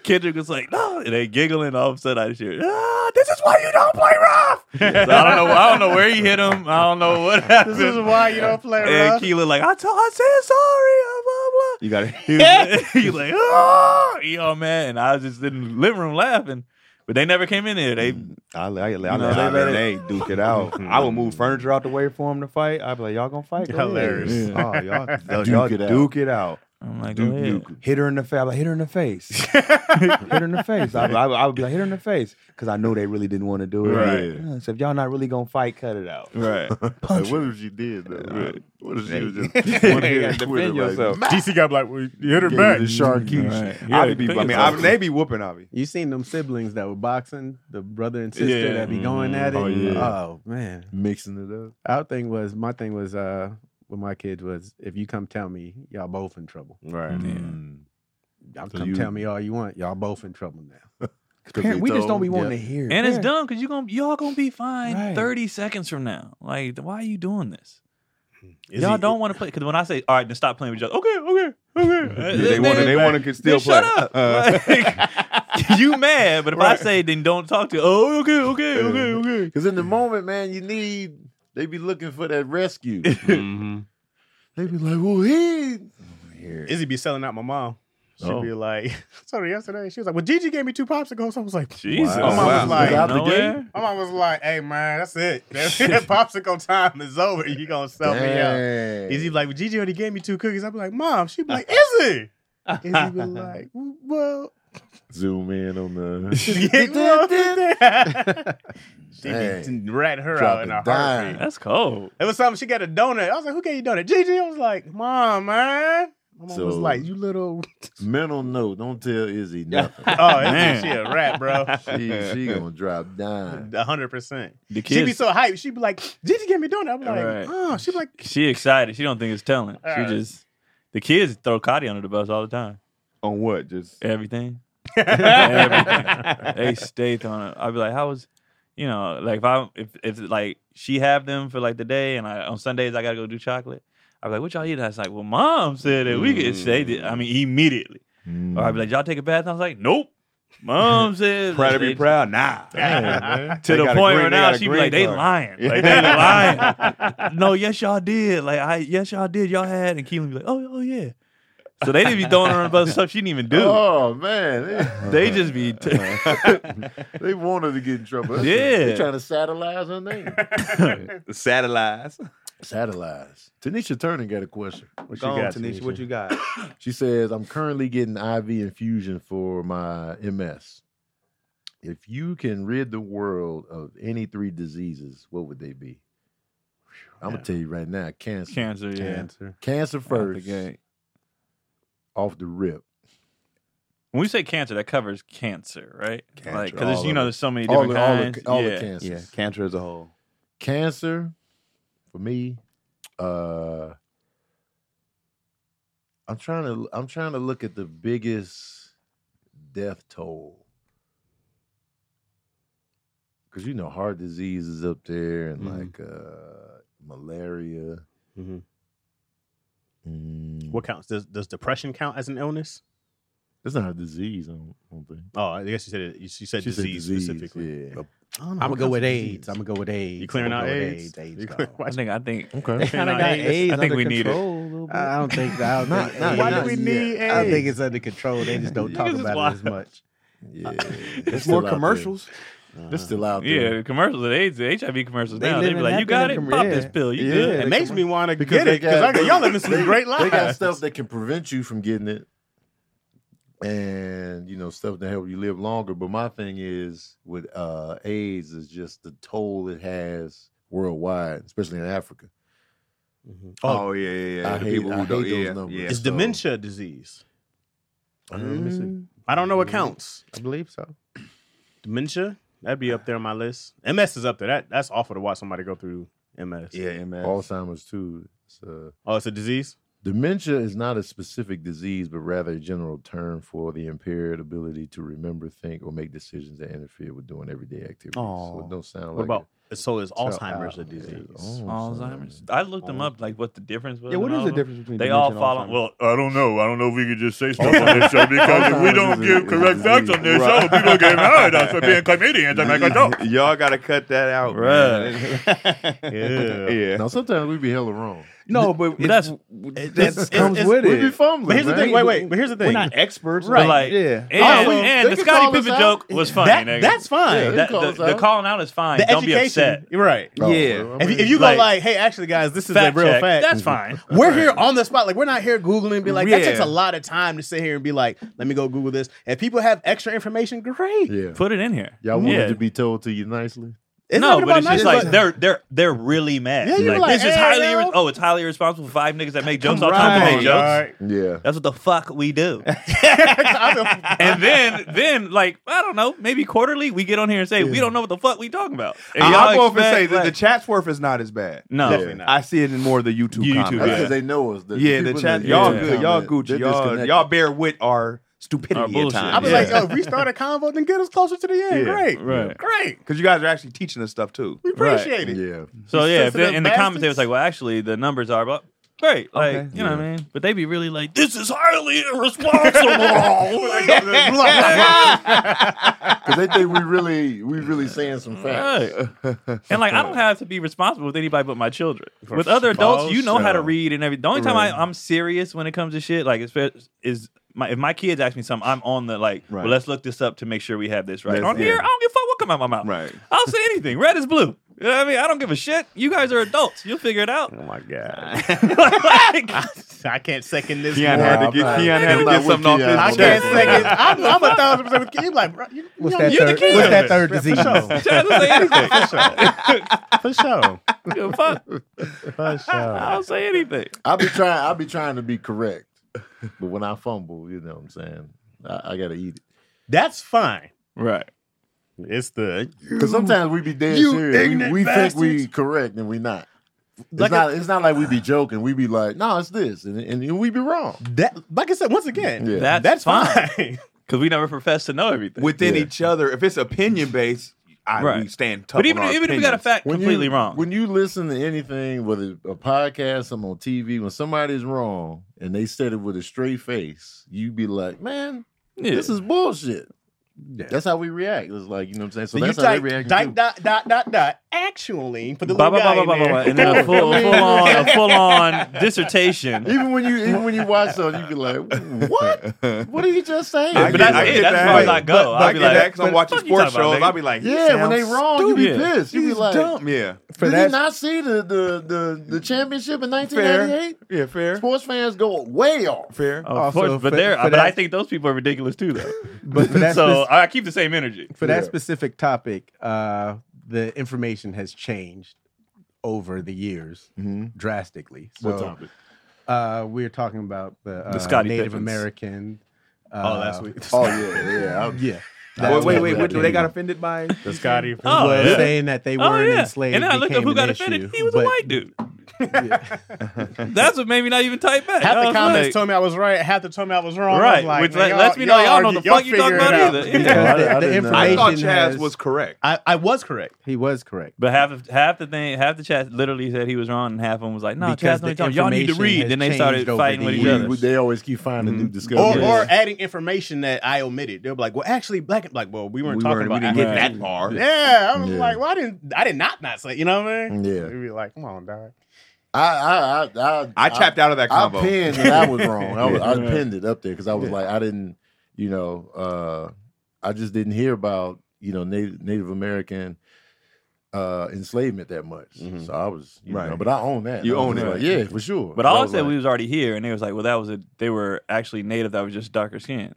Speaker 4: Kendrick was like, no, and they giggling. All of a sudden, I just hear, ah, this is why you don't play rough. [LAUGHS] So I don't know. I don't know where he hit him. I don't know what happened.
Speaker 3: why you don't play
Speaker 5: [LAUGHS]
Speaker 4: and Keelan like, I told, I said sorry.
Speaker 2: You got
Speaker 4: Blah blah blah. He was, [LAUGHS] he like, oh, you know, man. And I was just in the living room laughing, but they never came in there. They
Speaker 2: I, let- I, let- I,
Speaker 4: No,
Speaker 2: let
Speaker 4: they
Speaker 2: Hobbit
Speaker 4: let
Speaker 2: and
Speaker 4: it-
Speaker 2: they duke it out. [LAUGHS] I would move furniture out the way for him to fight. I'd be like, y'all gonna [LAUGHS] fight? Go ahead.
Speaker 1: Hilarious.
Speaker 2: Oh, y'all, [LAUGHS] y'all
Speaker 5: Duke
Speaker 2: duke,
Speaker 5: it
Speaker 2: it,
Speaker 5: out.
Speaker 2: out.
Speaker 4: I'm like,
Speaker 5: Duke
Speaker 4: "Go ahead."
Speaker 5: Nukem.
Speaker 2: [LAUGHS] Hit her in the face. Like, hit her in the [LAUGHS] face. hit her in the face. I, I, I would be like, hit her in the face because I know they really didn't want to do it.
Speaker 5: Right.
Speaker 2: Yeah, so if y'all not really gonna fight, cut it out.
Speaker 4: right.
Speaker 5: Like, what if she did though?
Speaker 2: Right.
Speaker 5: What if she was just
Speaker 2: Yeah,
Speaker 5: one hand
Speaker 2: you gotta
Speaker 5: on Twitter,
Speaker 2: defend
Speaker 5: like,
Speaker 2: yourself.
Speaker 7: DC got like, well, you hit her
Speaker 5: gave
Speaker 7: back.
Speaker 5: the Sharkey.
Speaker 4: Right.
Speaker 2: I,
Speaker 4: Yeah,
Speaker 2: be,
Speaker 4: think
Speaker 2: I mean, I,
Speaker 4: about it.
Speaker 2: they be whooping Avi.
Speaker 3: You seen them siblings that were boxing, the brother and sister
Speaker 4: Yeah.
Speaker 3: that be going
Speaker 1: Mm-hmm.
Speaker 3: at it.
Speaker 5: Oh, yeah.
Speaker 3: Oh, man,
Speaker 5: mixing it up.
Speaker 3: our thing was my thing was uh with my kids was if you come tell me y'all both in trouble.
Speaker 1: Right.
Speaker 5: Mm.
Speaker 3: Y'all
Speaker 5: So
Speaker 3: come
Speaker 5: you-
Speaker 3: tell me all you want. Y'all both in trouble now.
Speaker 5: 'Cause
Speaker 2: Parent-
Speaker 5: they
Speaker 2: we just don't
Speaker 5: told-
Speaker 2: be wanting to hear.
Speaker 4: And it's
Speaker 2: Parent-
Speaker 4: dumb because you gonna y'all gonna be fine
Speaker 2: Right.
Speaker 4: thirty seconds from now. Like, why are you doing this?
Speaker 1: Is
Speaker 4: y'all
Speaker 1: he-
Speaker 4: don't want to play because when I say all right, then stop playing with each other. Okay, okay,
Speaker 1: [LAUGHS]
Speaker 4: okay.
Speaker 2: Yeah, they want to. They want to still
Speaker 4: Then
Speaker 2: play.
Speaker 4: shut up.
Speaker 2: Uh,
Speaker 4: [LAUGHS]
Speaker 5: [LAUGHS]
Speaker 4: Like, you mad? But if I say then don't talk to. Oh, okay,
Speaker 1: Uh.
Speaker 4: okay, okay, okay.
Speaker 5: Because in the moment, man, you need they be looking for that rescue. they
Speaker 1: Mhm.
Speaker 5: be like, well, he here.
Speaker 1: Izzy be selling out my mom. She'd
Speaker 5: Oh.
Speaker 1: be like, [LAUGHS] sorry, yesterday. She was like, well, Gigi gave me two popsicles. I was like,
Speaker 4: Jesus,
Speaker 1: My mom
Speaker 2: Wow.
Speaker 1: was like,
Speaker 5: Without the
Speaker 4: Nowhere?
Speaker 5: game?
Speaker 1: my mom was like, hey, man, that's it. [LAUGHS]
Speaker 5: [LAUGHS]
Speaker 1: That's it. Popsicle time is over. You going to sell me out.
Speaker 5: Dang.
Speaker 1: Izzy be like, well, Gigi already gave me two cookies. I'd be like, mom. She'd be like, Izzy. Izzy be like, well,
Speaker 5: zoom in on the
Speaker 1: yeah, well. [LAUGHS] She'd
Speaker 5: Dang.
Speaker 1: be rat her out in
Speaker 5: dropping
Speaker 1: a heartbeat.
Speaker 5: dime.
Speaker 4: That's cold.
Speaker 1: It was something. She got a donut. I was like, "Who gave you donut?" Gigi. I was like, "Mom, man." My mom was
Speaker 5: So-
Speaker 1: like, "You little." [LAUGHS]
Speaker 5: Mental note: Don't
Speaker 4: [LAUGHS]
Speaker 5: tell Izzy nothing.
Speaker 1: Oh,
Speaker 4: Man.
Speaker 1: man. she a rat, bro.
Speaker 5: she, she gonna drop
Speaker 4: [LAUGHS]
Speaker 5: dime.
Speaker 1: A hundred percent.
Speaker 4: The
Speaker 1: She
Speaker 4: kid,
Speaker 1: be so hyped. She be like, "Gigi gave me donut." I'm like,
Speaker 4: Right.
Speaker 1: "Oh." She be like,
Speaker 4: she excited. She don't think it's telling. She
Speaker 1: Uh.
Speaker 4: just the kids throw Cotty under the bus all the time.
Speaker 2: on what? Just [LAUGHS]
Speaker 4: Everything. Everything. They stayed on it. I'd be like, how was, you know, like if I if if like she have them for like the day and I on Sundays I gotta go do chocolate. I'd be like, what y'all eat? I was like, well, mom said that we could stay. Did. I mean, immediately. Or I'd be like, y'all take a bath. And I was like, nope. Mom said
Speaker 2: [LAUGHS] proud to be
Speaker 4: They-
Speaker 2: proud. [LAUGHS] Nah.
Speaker 4: To
Speaker 2: They
Speaker 4: the
Speaker 2: got
Speaker 4: point
Speaker 2: a
Speaker 4: where
Speaker 2: green- they
Speaker 4: now
Speaker 2: got a
Speaker 4: she'd be
Speaker 2: green
Speaker 4: like, they
Speaker 2: card. [LAUGHS]
Speaker 4: lying. Like they lying. no, yes, y'all did. Like I yes, y'all did. Y'all had and Keelan be like, oh, oh yeah. So they didn't be throwing her on the bus stuff she didn't even do.
Speaker 5: Oh
Speaker 4: [LAUGHS]
Speaker 5: man,
Speaker 4: They just be
Speaker 2: [LAUGHS]
Speaker 4: t-
Speaker 5: [LAUGHS] they wanted to get in trouble. That's
Speaker 4: Yeah.
Speaker 5: it. they trying to satirize
Speaker 4: [LAUGHS]
Speaker 5: her name.
Speaker 2: Satellites.
Speaker 5: Satirize. Tanisha Turner got a question.
Speaker 2: What you
Speaker 1: Go on,
Speaker 2: got,
Speaker 1: Tanisha.
Speaker 2: Tanisha? What you
Speaker 3: [COUGHS]
Speaker 2: got?
Speaker 5: She says, I'm currently getting IV infusion for my MS. If you can rid the world of any three diseases, what would they be? I'm gonna tell you right now, cancer.
Speaker 4: cancer, yeah.
Speaker 3: Cancer.
Speaker 5: cancer
Speaker 4: Out the
Speaker 5: first,
Speaker 4: gate.
Speaker 5: off the rip.
Speaker 4: When we say cancer, that covers cancer, right?
Speaker 2: Cancer,
Speaker 4: Like, because
Speaker 2: all
Speaker 4: you
Speaker 2: of
Speaker 4: know,
Speaker 2: it.
Speaker 4: there's so many
Speaker 5: All
Speaker 4: different
Speaker 5: the, all
Speaker 4: kinds.
Speaker 5: the, all
Speaker 4: yeah.
Speaker 5: the cancers.
Speaker 2: Yeah, cancer as a whole.
Speaker 5: Cancer for me. Uh, I'm trying to I'm trying to look at the biggest death toll. Cause you know heart disease is up there and
Speaker 1: Mhm.
Speaker 5: like uh malaria.
Speaker 1: Mhm.
Speaker 5: Mm,
Speaker 1: "What counts? Does does depression count as an illness?"
Speaker 5: That's not a disease, I don't, I don't think.
Speaker 1: Oh, I guess you said it. You she said
Speaker 5: She said
Speaker 1: disease,
Speaker 5: disease,
Speaker 1: specifically.
Speaker 5: yeah.
Speaker 1: But I don't know
Speaker 3: I'm gonna
Speaker 1: what
Speaker 3: go
Speaker 1: counts
Speaker 3: with
Speaker 1: as
Speaker 3: AIDS.
Speaker 1: disease.
Speaker 3: I'm gonna go with AIDS.
Speaker 1: You clearing
Speaker 3: I'ma
Speaker 1: out
Speaker 3: go with
Speaker 1: AIDS? [LAUGHS]
Speaker 3: AIDS
Speaker 1: You
Speaker 3: gone.
Speaker 1: clearing-
Speaker 4: I
Speaker 1: why-
Speaker 4: think, I think, [LAUGHS]
Speaker 3: They
Speaker 5: Okay.
Speaker 1: clearing
Speaker 3: kinda
Speaker 1: out
Speaker 3: got
Speaker 1: AIDS?
Speaker 3: AIDS
Speaker 4: I think
Speaker 3: under
Speaker 4: we need it.
Speaker 3: control a little bit. I don't think that. I don't
Speaker 5: Not-
Speaker 3: think
Speaker 5: not-
Speaker 3: AIDS-
Speaker 1: Why
Speaker 5: not
Speaker 1: do we
Speaker 5: yet.
Speaker 1: need AIDS?
Speaker 3: I don't think it's under control. They just don't
Speaker 5: Niggas
Speaker 3: talk
Speaker 4: is
Speaker 3: about it
Speaker 4: wild.
Speaker 3: as much.
Speaker 5: Yeah.
Speaker 2: It's more commercials.
Speaker 5: It's still out there.
Speaker 4: yeah, the commercials, the AIDS, the HIV commercials
Speaker 3: They
Speaker 4: now,
Speaker 3: live
Speaker 4: they'd be
Speaker 3: in
Speaker 4: like,
Speaker 3: that
Speaker 4: you got it?
Speaker 3: kind of
Speaker 4: Pop
Speaker 3: com-
Speaker 4: this
Speaker 3: yeah.
Speaker 4: pill. You
Speaker 2: Yeah,
Speaker 4: good.
Speaker 1: It
Speaker 2: they
Speaker 1: makes
Speaker 2: come-
Speaker 1: me want to get it [LAUGHS] because y'all
Speaker 3: [LAUGHS]
Speaker 1: living some
Speaker 5: they-
Speaker 1: great lives.
Speaker 5: They got stuff that can prevent you from getting it, and you know stuff to help you live longer. But my thing is with uh, AIDS is just the toll it has worldwide, especially in Africa.
Speaker 1: Oh,
Speaker 2: yeah, yeah,
Speaker 5: I
Speaker 2: The
Speaker 5: hate-
Speaker 2: people
Speaker 5: I
Speaker 2: who
Speaker 5: hate
Speaker 2: don't-
Speaker 5: those
Speaker 2: yeah,
Speaker 5: numbers.
Speaker 2: yeah.
Speaker 1: it's
Speaker 5: so-
Speaker 1: dementia disease.
Speaker 5: Uh, let me see. Mm.
Speaker 1: I don't know what counts.
Speaker 3: I believe so.
Speaker 1: Dementia that'd be up there on my list. MS is up there. That that's awful to watch somebody go through MS.
Speaker 2: Yeah, man.
Speaker 5: Alzheimer's too. It's, uh,
Speaker 1: Oh, it's a disease.
Speaker 5: Dementia is not a specific disease, but rather a general term for the impaired ability to remember, think, or make decisions that interfere with doing everyday activities. So
Speaker 2: Aw.
Speaker 5: it don't sound
Speaker 1: What
Speaker 5: like
Speaker 1: about so is
Speaker 5: a child-
Speaker 1: Alzheimer's a
Speaker 5: Yeah, it's
Speaker 1: disease?
Speaker 4: Alzheimer's. I looked them up, like what the difference was.
Speaker 2: Yeah, what
Speaker 4: in
Speaker 2: is
Speaker 4: all
Speaker 2: the
Speaker 4: of them.
Speaker 2: difference between
Speaker 4: They all
Speaker 2: dementia
Speaker 4: follow.
Speaker 2: and Alzheimer's?
Speaker 4: Well, I don't know. I don't know if we could just say stuff on this show because if we
Speaker 5: Oh, Alzheimer's
Speaker 4: don't
Speaker 5: is a-
Speaker 4: give
Speaker 5: is a
Speaker 4: correct facts on this
Speaker 5: disease.
Speaker 4: show, people get mad at us for being comedians and make a joke.
Speaker 2: Y'all gotta cut that out,
Speaker 1: Yeah.
Speaker 2: man. yeah.
Speaker 5: Now sometimes we be hella wrong.
Speaker 2: No, but
Speaker 4: that's-
Speaker 2: it,
Speaker 1: it's-
Speaker 2: that
Speaker 1: it's-
Speaker 2: comes
Speaker 1: it's-
Speaker 2: with
Speaker 5: We be
Speaker 2: it.
Speaker 5: fumbling.
Speaker 1: But here's the
Speaker 5: man.
Speaker 1: thing. Wait, wait. But here's the thing.
Speaker 2: We're not experts,
Speaker 4: Right. Like,
Speaker 2: yeah.
Speaker 4: And,
Speaker 1: Also,
Speaker 4: and
Speaker 5: they
Speaker 4: the
Speaker 5: can
Speaker 4: Scotty
Speaker 5: call us
Speaker 4: Pippen
Speaker 5: out.
Speaker 4: joke was funny.
Speaker 1: that,
Speaker 4: nigga.
Speaker 1: that's fine.
Speaker 5: Yeah,
Speaker 4: That-
Speaker 5: Call
Speaker 4: the,
Speaker 5: us
Speaker 4: the
Speaker 5: out.
Speaker 4: calling out is fine.
Speaker 1: the
Speaker 4: don't
Speaker 1: education,
Speaker 4: be upset.
Speaker 1: You're right.
Speaker 5: Oh,
Speaker 2: Yeah.
Speaker 5: well, I
Speaker 1: If, you-
Speaker 5: mean,
Speaker 1: if you go
Speaker 4: like-
Speaker 1: like, hey, actually, guys, this is
Speaker 4: Fact
Speaker 1: a real
Speaker 4: check.
Speaker 1: fact.
Speaker 4: That's fine.
Speaker 1: We're here on the spot. Like we're not here Googling and be like, that
Speaker 2: Yeah.
Speaker 1: takes a lot of time to sit here and be like, let me go Google this. If people have extra information, great.
Speaker 5: yeah.
Speaker 4: Put it in here.
Speaker 5: Y'all want
Speaker 4: Yeah.
Speaker 5: it to be told to you nicely?
Speaker 1: It's not
Speaker 4: no,
Speaker 1: even
Speaker 4: but
Speaker 1: about
Speaker 4: it's just
Speaker 1: nice,
Speaker 4: like
Speaker 1: but-
Speaker 4: they're they're they're really mad.
Speaker 1: Yeah, you're
Speaker 4: like,
Speaker 1: like,
Speaker 4: this is
Speaker 1: "Hey,
Speaker 4: highly
Speaker 1: yo."
Speaker 4: irri- oh, it's highly irresponsible for five niggas that make jokes all the time. to
Speaker 2: right.
Speaker 4: Make jokes.
Speaker 5: Yeah.
Speaker 4: That's what the fuck we
Speaker 2: [LAUGHS]
Speaker 4: do. and then then like I don't know, maybe quarterly we get on here and say we don't know what the fuck we talking about. And y'all
Speaker 2: I'll go up and
Speaker 4: expect,
Speaker 2: say that the
Speaker 4: like-
Speaker 2: Chatsworth is not as bad.
Speaker 4: no.
Speaker 1: Definitely not.
Speaker 2: I see it in more of the YouTube.
Speaker 4: YouTube,
Speaker 2: comments.
Speaker 4: Yeah.
Speaker 5: That's because they know us.
Speaker 2: yeah, the
Speaker 5: people
Speaker 2: chat.
Speaker 5: that-
Speaker 2: Y'all
Speaker 5: yeah,
Speaker 2: good. Y'all
Speaker 5: comment,
Speaker 2: Gucci.
Speaker 5: they're
Speaker 2: Y'all,
Speaker 5: disconnected.
Speaker 2: y'all bear with
Speaker 4: Our
Speaker 2: our stupidity at
Speaker 4: bullshit.
Speaker 1: I
Speaker 2: times.
Speaker 1: was
Speaker 4: Yeah.
Speaker 1: like, yo, if we start a convo, then get us closer to the end.
Speaker 2: Yeah.
Speaker 1: Great.
Speaker 4: Right.
Speaker 1: Great.
Speaker 2: because you guys are actually teaching us stuff too.
Speaker 1: We appreciate it.
Speaker 5: Yeah.
Speaker 4: So
Speaker 1: You
Speaker 4: yeah, if they,
Speaker 1: sensitive
Speaker 4: in the comments they was
Speaker 1: bastards.
Speaker 4: like, well, actually the numbers are but great, like
Speaker 2: Okay.
Speaker 4: you know what I mean. But they be really like, this is highly
Speaker 2: [LAUGHS]
Speaker 4: [LAUGHS] irresponsible.
Speaker 5: Because they
Speaker 2: [LAUGHS]
Speaker 5: think we really, we really saying some facts.
Speaker 4: [LAUGHS] and like I don't have to be responsible with anybody but my children. With other adults, you know how to
Speaker 5: sure.
Speaker 4: read and everything. The only time I, I'm serious when it comes to shit, like it's, is my if my kids ask me something, I'm on the like,
Speaker 2: Right.
Speaker 4: well, let's look this up to make sure we have this right.
Speaker 2: Yes,
Speaker 4: on here,
Speaker 2: yeah.
Speaker 4: I don't give a fuck what come out my mouth.
Speaker 2: Right.
Speaker 4: I'll say anything. Red is blue. You know what I mean? I don't give a shit. You guys are adults. You'll figure it out.
Speaker 1: Oh my God.
Speaker 4: Like,
Speaker 1: I can't second this.
Speaker 2: Keon
Speaker 1: more.
Speaker 2: had
Speaker 5: I'm
Speaker 2: to get
Speaker 5: not-
Speaker 2: Keon had
Speaker 5: I'm
Speaker 2: to
Speaker 5: not
Speaker 2: get
Speaker 5: with
Speaker 2: something off
Speaker 5: you
Speaker 2: his
Speaker 5: on
Speaker 1: I can't
Speaker 5: that.
Speaker 2: chest.
Speaker 1: second. I'm, I'm a thousand percent with you. Like, bro, you,
Speaker 3: What's
Speaker 1: you
Speaker 3: that
Speaker 1: you're the
Speaker 3: third?
Speaker 1: king
Speaker 3: What's
Speaker 1: of
Speaker 3: that
Speaker 1: it.
Speaker 3: third
Speaker 1: Yeah,
Speaker 3: disease?
Speaker 4: I'm trying to say anything.
Speaker 1: [LAUGHS] For sure.
Speaker 4: Give a fuck.
Speaker 1: For sure.
Speaker 4: I'll say anything.
Speaker 5: I'll be trying. I'll be trying to
Speaker 4: [LAUGHS]
Speaker 5: be correct, but when I fumble, you know what I'm saying. I, I gotta eat it
Speaker 1: That's fine.
Speaker 4: Right.
Speaker 1: It's the
Speaker 5: because sometimes we be dead
Speaker 1: you
Speaker 5: serious.
Speaker 1: ignorant
Speaker 5: We, we think we
Speaker 1: bastards.
Speaker 5: correct and we not. It's
Speaker 1: Like a-
Speaker 5: not. it's not like we be joking. We be like, no, it's this, and, and we be wrong.
Speaker 1: that. Like I said, once again,
Speaker 5: Yeah.
Speaker 1: that's
Speaker 4: That's, fine. [LAUGHS]
Speaker 1: fine.
Speaker 4: Because we never profess to know everything.
Speaker 2: within
Speaker 5: Yeah.
Speaker 2: each other. If it's opinion based, I we
Speaker 4: Right.
Speaker 2: stand tough.
Speaker 4: but even,
Speaker 2: on our
Speaker 4: even if we got a
Speaker 2: opinions.
Speaker 4: fact completely
Speaker 5: you,
Speaker 4: wrong.
Speaker 5: When you listen to anything, whether a podcast, something on TV, when somebody's wrong and they said it with a straight face, you be like, man,
Speaker 4: Yeah.
Speaker 5: this is bullshit. That's how we react. It's like you know what I'm saying. So
Speaker 1: Then you
Speaker 5: that's how they
Speaker 1: type
Speaker 5: react.
Speaker 1: dot,
Speaker 5: too.
Speaker 1: dot dot dot dot. Actually, for the
Speaker 4: Ba-
Speaker 1: little
Speaker 4: ba-
Speaker 1: guy
Speaker 4: ba-
Speaker 1: in
Speaker 4: ba- ba-
Speaker 1: there.
Speaker 4: ba- and then
Speaker 3: [LAUGHS]
Speaker 4: a full, a full on, a full on dissertation.
Speaker 5: even when you even when you watch something, you be like, what? What did he just say?
Speaker 2: I
Speaker 4: But
Speaker 2: get-
Speaker 4: that's
Speaker 2: I
Speaker 4: it.
Speaker 2: get
Speaker 4: That's
Speaker 2: that.
Speaker 4: where I like go.
Speaker 2: I
Speaker 4: I'll be
Speaker 2: get
Speaker 4: like,
Speaker 2: that because I'm watching
Speaker 4: "Fuck you talking
Speaker 2: sports
Speaker 4: about,
Speaker 2: shows.
Speaker 4: nigga?"
Speaker 2: I'll be like,
Speaker 5: Yeah, when they
Speaker 2: sounds
Speaker 5: wrong, you be
Speaker 4: stupid.
Speaker 5: pissed. You be
Speaker 2: he's
Speaker 5: like,
Speaker 2: dumb. Yeah,
Speaker 5: did
Speaker 3: that-
Speaker 5: he not see the the the, the championship in
Speaker 2: fair.
Speaker 5: 1998?
Speaker 2: Yeah, fair,
Speaker 5: Sports fans go way off.
Speaker 2: fair.
Speaker 4: Of
Speaker 3: Also,
Speaker 4: course, but
Speaker 3: for-
Speaker 4: there,
Speaker 3: for
Speaker 4: but
Speaker 3: that-
Speaker 4: I think those people are ridiculous too, though.
Speaker 3: But
Speaker 4: [LAUGHS]
Speaker 3: for that
Speaker 4: so
Speaker 3: spec-
Speaker 4: I keep the same energy.
Speaker 3: for that
Speaker 5: Yeah.
Speaker 3: specific topic, uh, the information has changed over the years drastically.
Speaker 5: Oh,
Speaker 3: So, Uh, we're talking about the, uh,
Speaker 4: Scottie
Speaker 3: Native
Speaker 4: Pippins.
Speaker 3: American. Uh,
Speaker 1: Oh, last week.
Speaker 5: [LAUGHS] Oh yeah, yeah. I-
Speaker 3: [LAUGHS] Yeah.
Speaker 2: Wait,
Speaker 3: That's
Speaker 2: wait,
Speaker 3: what
Speaker 2: wait.
Speaker 3: that
Speaker 2: what- They
Speaker 3: is.
Speaker 2: got offended by
Speaker 1: The Scotty.
Speaker 4: Oh,
Speaker 3: was
Speaker 4: yeah.
Speaker 3: saying that they
Speaker 4: Oh
Speaker 3: weren't
Speaker 4: yeah,
Speaker 3: enslaved.
Speaker 4: and then I looked up
Speaker 3: became
Speaker 4: who got
Speaker 3: an
Speaker 4: offended.
Speaker 3: issue,
Speaker 4: He was a
Speaker 3: but-
Speaker 4: white dude.
Speaker 3: Yeah.
Speaker 4: [LAUGHS]
Speaker 3: [LAUGHS]
Speaker 4: That's what made me not even type back.
Speaker 1: Half
Speaker 4: I
Speaker 1: the
Speaker 4: was
Speaker 1: comments
Speaker 4: like-
Speaker 1: told me I was right. Half the told me I was wrong. I was
Speaker 4: right,
Speaker 1: like,
Speaker 4: which
Speaker 1: man,
Speaker 4: let- lets me know y'all know the
Speaker 1: y'all
Speaker 4: fuck you talking
Speaker 1: figure it
Speaker 4: about
Speaker 1: out.
Speaker 4: either. Yeah.
Speaker 3: Because
Speaker 5: I- I
Speaker 3: the, the
Speaker 5: didn't know.
Speaker 2: I
Speaker 3: information
Speaker 2: thought Chaz
Speaker 3: has-
Speaker 2: was correct.
Speaker 1: I, I was correct.
Speaker 3: He was correct.
Speaker 4: But half of half the thing, half the chat literally said he was wrong, and half of them was like, "No,
Speaker 3: Because
Speaker 4: Chaz, no,
Speaker 3: the
Speaker 4: you talking- y'all need to
Speaker 3: information has
Speaker 4: read." Then they started
Speaker 3: changed over
Speaker 4: fighting
Speaker 3: the
Speaker 4: with each
Speaker 3: years.
Speaker 4: other.
Speaker 5: we, they always keep finding new
Speaker 1: Or,
Speaker 5: discoveries.
Speaker 1: or adding information that I omitted. They're like, well, actually, black. Like, well, we weren't
Speaker 2: We
Speaker 1: talking
Speaker 2: weren't- we
Speaker 1: about
Speaker 2: didn't
Speaker 4: get
Speaker 1: Africa.
Speaker 2: that far.
Speaker 1: Yeah, I was
Speaker 5: Yeah.
Speaker 1: like, well, I didn't. I did not not say. You know what I mean?
Speaker 5: Yeah.
Speaker 1: We'd be like, come on, dog.
Speaker 5: I, I, I, I,
Speaker 2: I tapped out of that
Speaker 5: I,
Speaker 2: combo.
Speaker 5: pinned and
Speaker 2: [LAUGHS]
Speaker 5: I was wrong. I, was, I pinned it up there because I was like, I didn't, you know, uh, I just didn't hear about you know Native, Native American uh, enslavement that much.
Speaker 1: Mhm.
Speaker 5: So I was, you know,
Speaker 2: Right.
Speaker 5: but I own that.
Speaker 2: Mm-hmm. You
Speaker 5: I was
Speaker 2: own
Speaker 5: just
Speaker 2: it.
Speaker 5: like, yeah, for sure.
Speaker 4: But all I
Speaker 5: was
Speaker 4: said
Speaker 5: like,
Speaker 4: we was already here, and they was like, "Well, that was a they were actually native. That was just darker skin."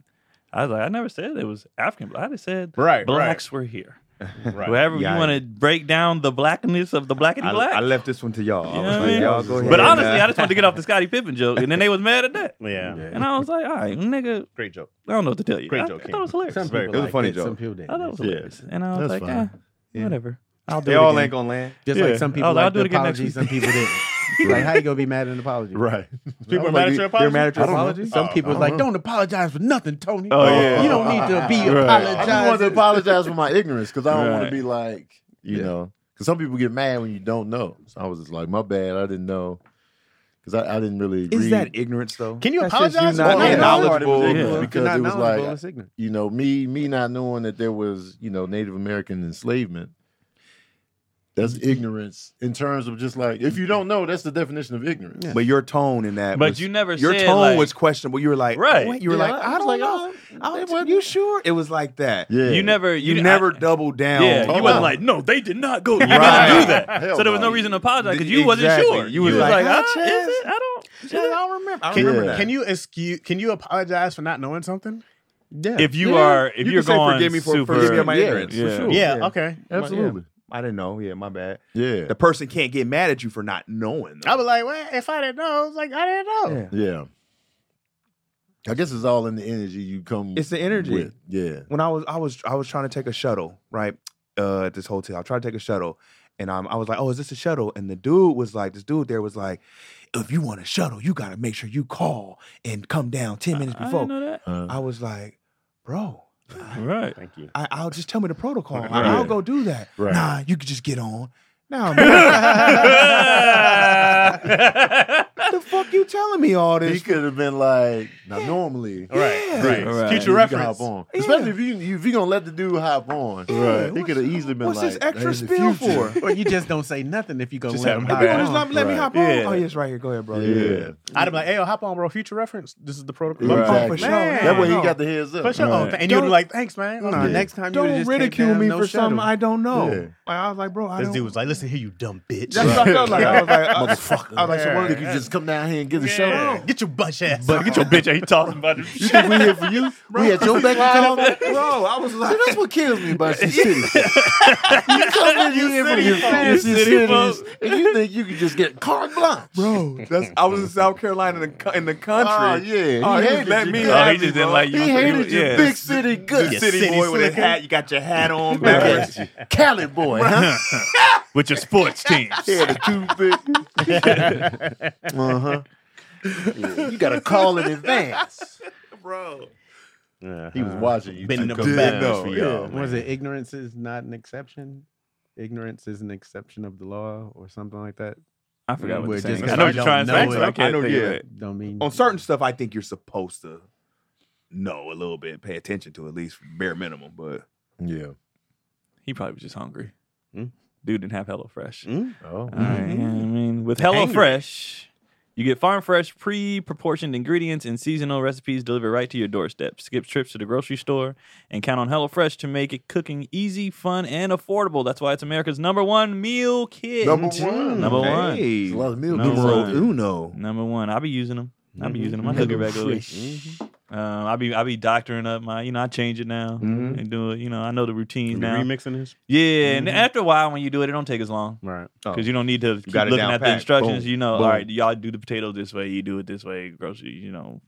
Speaker 4: I was like, "I never said it was African. But I just said
Speaker 1: Right,
Speaker 4: blacks were here.
Speaker 1: right.
Speaker 4: Wherever
Speaker 2: Yeah,
Speaker 4: you want to break down the blackness of the black and
Speaker 2: I,
Speaker 4: black."
Speaker 2: I left this one to y'all. I
Speaker 4: You know
Speaker 2: was
Speaker 4: what I
Speaker 2: like,
Speaker 4: mean?
Speaker 2: y'all go ahead.
Speaker 4: but
Speaker 2: and,
Speaker 4: honestly,
Speaker 2: uh,
Speaker 4: I just wanted to get off the Scottie Pippen joke, and then they was mad at that.
Speaker 1: yeah.
Speaker 3: Yeah.
Speaker 4: And I was like, "All right, nigga,
Speaker 1: great joke.
Speaker 4: I don't know what to tell you.
Speaker 1: Great
Speaker 4: I,
Speaker 1: joke,
Speaker 4: I thought it was hilarious.
Speaker 3: Some
Speaker 4: I
Speaker 3: people
Speaker 2: It was a
Speaker 3: liked
Speaker 2: funny
Speaker 3: it, some
Speaker 2: joke.
Speaker 3: people didn't.
Speaker 4: thought it was hilarious." And I was
Speaker 5: That's
Speaker 4: like,
Speaker 5: fine.
Speaker 4: eh, "Whatever. I'll do
Speaker 2: they
Speaker 4: it
Speaker 2: all
Speaker 4: again.
Speaker 2: ain't gonna land.
Speaker 3: Just
Speaker 4: Yeah.
Speaker 3: like some people
Speaker 4: Oh, I'll- I'll
Speaker 3: liked
Speaker 4: do
Speaker 3: the
Speaker 4: it again next
Speaker 3: apology,
Speaker 4: week.
Speaker 3: some people didn't. like, how you gonna be mad at an
Speaker 1: [LAUGHS]
Speaker 3: apology?
Speaker 5: Right.
Speaker 1: People
Speaker 5: I
Speaker 1: are
Speaker 5: was
Speaker 1: mad at
Speaker 5: like,
Speaker 1: your
Speaker 3: They're
Speaker 1: apology.
Speaker 3: mad at your
Speaker 5: I don't know.
Speaker 3: apology. Some
Speaker 5: Oh,
Speaker 3: people
Speaker 5: I
Speaker 3: is
Speaker 5: don't
Speaker 3: like,
Speaker 5: know.
Speaker 3: "Don't apologize for nothing, Tony.
Speaker 4: Oh, yeah.
Speaker 3: You don't need to
Speaker 5: [LAUGHS]
Speaker 3: be
Speaker 4: Right.
Speaker 5: I just wanted to
Speaker 3: apologizing."
Speaker 5: apologize for my ignorance because I don't want
Speaker 4: Right.
Speaker 5: to be like, you
Speaker 4: Yeah.
Speaker 5: know, because some people get mad when you don't know. So I was just like, my bad, I didn't know. Because I, I didn't really
Speaker 2: Is
Speaker 5: read,
Speaker 2: that ignorance though?
Speaker 1: Can you
Speaker 3: That's just you
Speaker 1: apologize?
Speaker 3: not
Speaker 1: Well,
Speaker 5: being
Speaker 1: yeah,
Speaker 5: knowledgeable.
Speaker 1: knowledgeable.
Speaker 4: Yeah.
Speaker 5: Because
Speaker 3: Not
Speaker 5: it was
Speaker 3: knowledgeable,
Speaker 5: like-
Speaker 3: it's ignorant.
Speaker 5: you know, me me not knowing that there was, you know, Native American enslavement. That's ignorance in terms of just like if you don't know, that's the definition of ignorance.
Speaker 2: But your tone in that,
Speaker 4: But
Speaker 2: was-
Speaker 4: you never
Speaker 2: your
Speaker 4: said,
Speaker 2: tone
Speaker 4: like-
Speaker 2: was questionable. You were like,
Speaker 4: Right.
Speaker 2: what? You were
Speaker 5: Yeah,
Speaker 2: like, I,
Speaker 5: was
Speaker 2: don't know.
Speaker 5: I
Speaker 2: I
Speaker 5: don't-
Speaker 2: don't- you sure? It was like that.
Speaker 5: Yeah.
Speaker 4: You never,
Speaker 2: You,
Speaker 4: you,
Speaker 2: never
Speaker 4: I-
Speaker 2: doubled down. Oh,
Speaker 4: Yeah,
Speaker 5: Hold
Speaker 4: you wasn't
Speaker 5: on.
Speaker 4: like, no, they did [LAUGHS] not go. You
Speaker 2: Right.
Speaker 4: didn't do that.
Speaker 5: Hell
Speaker 4: so there was no
Speaker 5: no.
Speaker 4: reason to apologize because you wasn't
Speaker 2: Exactly.
Speaker 4: sure.
Speaker 2: You was
Speaker 4: was
Speaker 2: like,
Speaker 4: ah,
Speaker 2: huh,
Speaker 4: is
Speaker 2: Chaz?
Speaker 4: it? I don't.
Speaker 2: Yeah, I don't remember. I
Speaker 1: Can,
Speaker 2: remember
Speaker 5: Yeah.
Speaker 2: that.
Speaker 1: can you excuse? Can you apologize for not knowing something?
Speaker 5: Yeah.
Speaker 4: If you
Speaker 2: Yeah.
Speaker 4: are, if
Speaker 2: You
Speaker 4: you're
Speaker 2: can say,
Speaker 4: going
Speaker 2: forgive me for-
Speaker 4: super,
Speaker 2: forgive me
Speaker 5: yeah,
Speaker 2: my ignorance,
Speaker 5: for
Speaker 4: yeah.
Speaker 5: sure.
Speaker 1: Yeah. Okay.
Speaker 5: Absolutely.
Speaker 2: I didn't know. Yeah, my bad.
Speaker 5: Yeah.
Speaker 2: The person can't get mad at you for not knowing.
Speaker 1: I was like, well, if I didn't know, I was like, I didn't know.
Speaker 2: Yeah.
Speaker 5: Yeah. I guess it's all in the energy you come
Speaker 2: It's the energy.
Speaker 5: with. Yeah.
Speaker 2: when I was I was I was trying to take a shuttle right uh, at this hotel. I tried to take a shuttle, and um, I was like, "Oh, is this a shuttle?" And the dude was like, "This dude there was like, if you want a shuttle, you got to make sure you call and come down ten minutes
Speaker 4: I didn't
Speaker 2: before."
Speaker 4: know that.
Speaker 5: Uh,
Speaker 2: I was like, "Bro,
Speaker 4: Right.
Speaker 1: Thank you.
Speaker 2: I, I'll just tell me the protocol.
Speaker 5: Right.
Speaker 2: I'll go do that.
Speaker 5: Right.
Speaker 2: Nah, you could just get on."
Speaker 1: [LAUGHS]
Speaker 2: Nah, man. [LAUGHS]
Speaker 4: [LAUGHS]
Speaker 2: the fuck you telling me all
Speaker 5: he
Speaker 2: this?
Speaker 5: could have been like, now normally.
Speaker 2: Yeah.
Speaker 1: Right. Right.
Speaker 4: Right. You
Speaker 1: Future
Speaker 5: you can
Speaker 1: reference.
Speaker 5: Hop on.
Speaker 2: Yeah.
Speaker 5: Especially if you if you gonna let the dude hop on.
Speaker 2: Yeah,
Speaker 5: He
Speaker 2: what's-
Speaker 5: could have easily been
Speaker 2: what's
Speaker 5: like,
Speaker 2: this extra
Speaker 5: "That's the
Speaker 2: spill
Speaker 5: future."
Speaker 2: for?
Speaker 3: Or you just don't say nothing if you go
Speaker 4: Just
Speaker 3: let
Speaker 4: have
Speaker 3: them
Speaker 4: my
Speaker 3: hop
Speaker 4: back.
Speaker 2: You
Speaker 3: on.
Speaker 2: just Oh, not let me
Speaker 5: Right.
Speaker 2: hop on.
Speaker 4: Yeah.
Speaker 2: Oh, yes, right here. Go ahead, bro.
Speaker 5: Yeah.
Speaker 1: I'd be like, hey, yo, hop on, bro. Future reference. This is the protocol.
Speaker 5: Right.
Speaker 2: Oh, for
Speaker 5: Exactly.
Speaker 2: sure.
Speaker 1: Man.
Speaker 5: That way he
Speaker 2: No.
Speaker 5: got the heads up.
Speaker 1: For
Speaker 5: [LAUGHS]
Speaker 1: sure.
Speaker 4: Right.
Speaker 1: And you would
Speaker 2: Don't-
Speaker 1: be like, thanks, man.
Speaker 3: Nah,
Speaker 5: Yeah.
Speaker 3: Next time, you would've
Speaker 2: Don't
Speaker 3: just came
Speaker 2: ridicule
Speaker 3: down,
Speaker 2: me
Speaker 3: no
Speaker 2: for
Speaker 3: shuttle.
Speaker 2: something I don't know.
Speaker 5: Yeah.
Speaker 2: Like, I was like, bro, I
Speaker 1: This
Speaker 2: don't.
Speaker 1: dude was like, listen here, you dumb bitch.
Speaker 2: [LAUGHS] That's what I felt like. I [LAUGHS] was like, I-
Speaker 5: Motherfucker.
Speaker 2: I was like, so what-
Speaker 5: Think you just come down here and get the show
Speaker 4: Yeah.
Speaker 5: on?
Speaker 1: Get your butt ass.
Speaker 4: But get your bitch ain't talking about this
Speaker 5: You
Speaker 4: shit.
Speaker 5: think we here for [LAUGHS] you? We at your back and talk? See,
Speaker 2: bro, I was like,
Speaker 5: that's what kills me about this city. [LAUGHS] you come in here for
Speaker 4: city
Speaker 5: your
Speaker 4: folk.
Speaker 5: fancy
Speaker 4: You city folk.
Speaker 5: cities, and you think you can just get carte blanche.
Speaker 2: bro, that's. I was in South Carolina in the, co- in the country.
Speaker 5: Oh, yeah.
Speaker 2: Oh, he
Speaker 5: hated
Speaker 2: let
Speaker 5: you.
Speaker 2: me
Speaker 5: He
Speaker 4: Oh,
Speaker 2: have
Speaker 4: he
Speaker 2: me,
Speaker 4: just
Speaker 2: bro.
Speaker 4: didn't like you.
Speaker 5: hated your
Speaker 4: yeah.
Speaker 5: big city good.
Speaker 2: The city, boy with his
Speaker 1: slicker.
Speaker 2: hat. You got your hat on backwards.
Speaker 5: Cali boy, huh?
Speaker 4: [LAUGHS] with your
Speaker 5: [LAUGHS]
Speaker 4: sports teams.
Speaker 5: He had a toothpick. uh huh. You gotta call in
Speaker 1: [LAUGHS]
Speaker 5: advance.
Speaker 2: bro.
Speaker 5: He was
Speaker 2: [LAUGHS]
Speaker 5: watching you.
Speaker 1: Bending
Speaker 5: two
Speaker 1: them
Speaker 5: come
Speaker 1: back
Speaker 5: down.
Speaker 1: doors for y'all.
Speaker 3: What Was it ignorance is not an exception? Ignorance is an exception of the law, or something like that.
Speaker 4: I forgot what
Speaker 3: We're
Speaker 4: you're saying.
Speaker 3: just
Speaker 4: I know what you're
Speaker 3: gonna
Speaker 4: trying to
Speaker 3: know
Speaker 4: say.
Speaker 3: it.
Speaker 4: but I can't
Speaker 2: I know,
Speaker 4: think of
Speaker 2: yeah.
Speaker 4: it.
Speaker 3: Don't mean
Speaker 2: On certain stuff, I think you're supposed to know a little bit, pay attention to at least bare minimum. But
Speaker 5: Yeah.
Speaker 4: He probably was just hungry.
Speaker 1: Hmm?
Speaker 4: Dude didn't have HelloFresh.
Speaker 5: Oh.
Speaker 4: All right, yeah, I mean, with HelloFresh, you get farm fresh, pre proportioned ingredients and seasonal recipes delivered right to your doorstep. Skip trips to the grocery store and count on HelloFresh to make it cooking easy, fun, and affordable. That's why it's America's number one meal kit.
Speaker 5: Number
Speaker 2: Mm-hmm.
Speaker 5: one.
Speaker 4: Number one.
Speaker 5: It's a
Speaker 2: hey,
Speaker 5: lot of meal
Speaker 4: Number
Speaker 2: numero
Speaker 4: one.
Speaker 2: uno.
Speaker 4: Number one. I'll be using them. I'll be using them. I cook it regularly. Um, I'll be I'll be doctoring up my, you know, I change it now
Speaker 5: Mhm.
Speaker 4: and do it. You know, I know the routines now.
Speaker 1: Remixing this.
Speaker 4: Yeah, and after a while, when you do it, it don't take as long.
Speaker 1: Right.
Speaker 4: because you don't need to keep
Speaker 2: got it
Speaker 4: looking
Speaker 2: down
Speaker 4: at the
Speaker 2: pat.
Speaker 4: instructions.
Speaker 2: Boom.
Speaker 4: You know,
Speaker 2: Boom.
Speaker 4: all right, y'all do the potatoes this way, you do it this way, grocery, you know,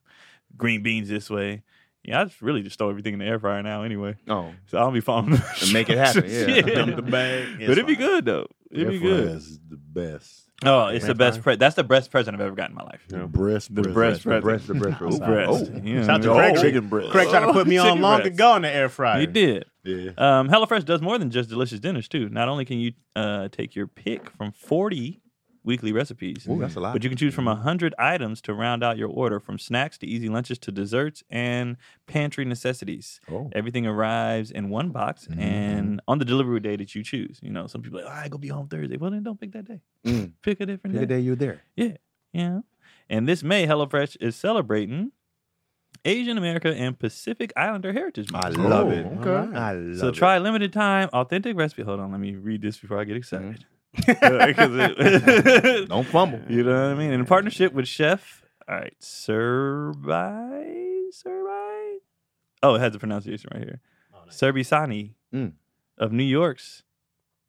Speaker 4: green beans this way. Yeah, I just really just throw everything in the air fryer now anyway,
Speaker 2: Oh,
Speaker 4: so I'll be following
Speaker 2: and make
Speaker 4: [LAUGHS]
Speaker 2: it happen. Yeah,
Speaker 4: Yeah.
Speaker 2: [LAUGHS] Dump the bag.
Speaker 4: But it'd be good though. It'd be good.
Speaker 5: Is the best.
Speaker 4: Oh, it's the
Speaker 1: Air
Speaker 4: best. Pre- that's the best present I've ever gotten in my life.
Speaker 5: The breast,
Speaker 4: The breast
Speaker 2: The breast, the breast,
Speaker 4: Oh,
Speaker 2: the
Speaker 4: breast.
Speaker 2: breast.
Speaker 4: You know
Speaker 1: Shout out to
Speaker 4: what I mean?
Speaker 1: Craig.
Speaker 5: chicken breast.
Speaker 1: Craig tried to [LAUGHS] put me on
Speaker 4: Chicken
Speaker 1: long
Speaker 4: breast.
Speaker 1: ago in the air fryer.
Speaker 4: You did.
Speaker 5: Yeah.
Speaker 4: Um, HelloFresh does more than just delicious dinners too. Not only can you uh, take your pick from forty weekly recipes,
Speaker 2: Oh, Ooh, that's a lot.
Speaker 4: But you can choose from 100 items to round out your order from snacks to easy lunches to desserts and pantry necessities.
Speaker 5: Oh.
Speaker 4: Everything arrives in one box
Speaker 5: Mhm.
Speaker 4: and
Speaker 2: Mm-hmm.
Speaker 4: on the delivery day that you choose. You know, some people are like, "Oh, I go be home Thursday. Well, then don't pick that day.
Speaker 2: Mm.
Speaker 4: [LAUGHS] Pick a different
Speaker 2: the
Speaker 4: day.
Speaker 2: day you're there.
Speaker 4: Yeah. And this May, HelloFresh is celebrating Asian America and Pacific Islander Heritage Month.
Speaker 2: I love
Speaker 5: Oh,
Speaker 2: it.
Speaker 5: okay.
Speaker 2: I love
Speaker 4: So
Speaker 2: it.
Speaker 4: try limited time authentic recipe. Hold on, let me read this before I get excited.
Speaker 2: Mm.
Speaker 4: [LAUGHS]
Speaker 2: [LAUGHS]
Speaker 4: 'Cause it-
Speaker 2: Don't fumble.
Speaker 4: You know what I mean? In partnership with Chef, all right, Serbi, Serbi. Oh, it has the pronunciation right here. Serbisani
Speaker 2: Mm.
Speaker 4: of New York's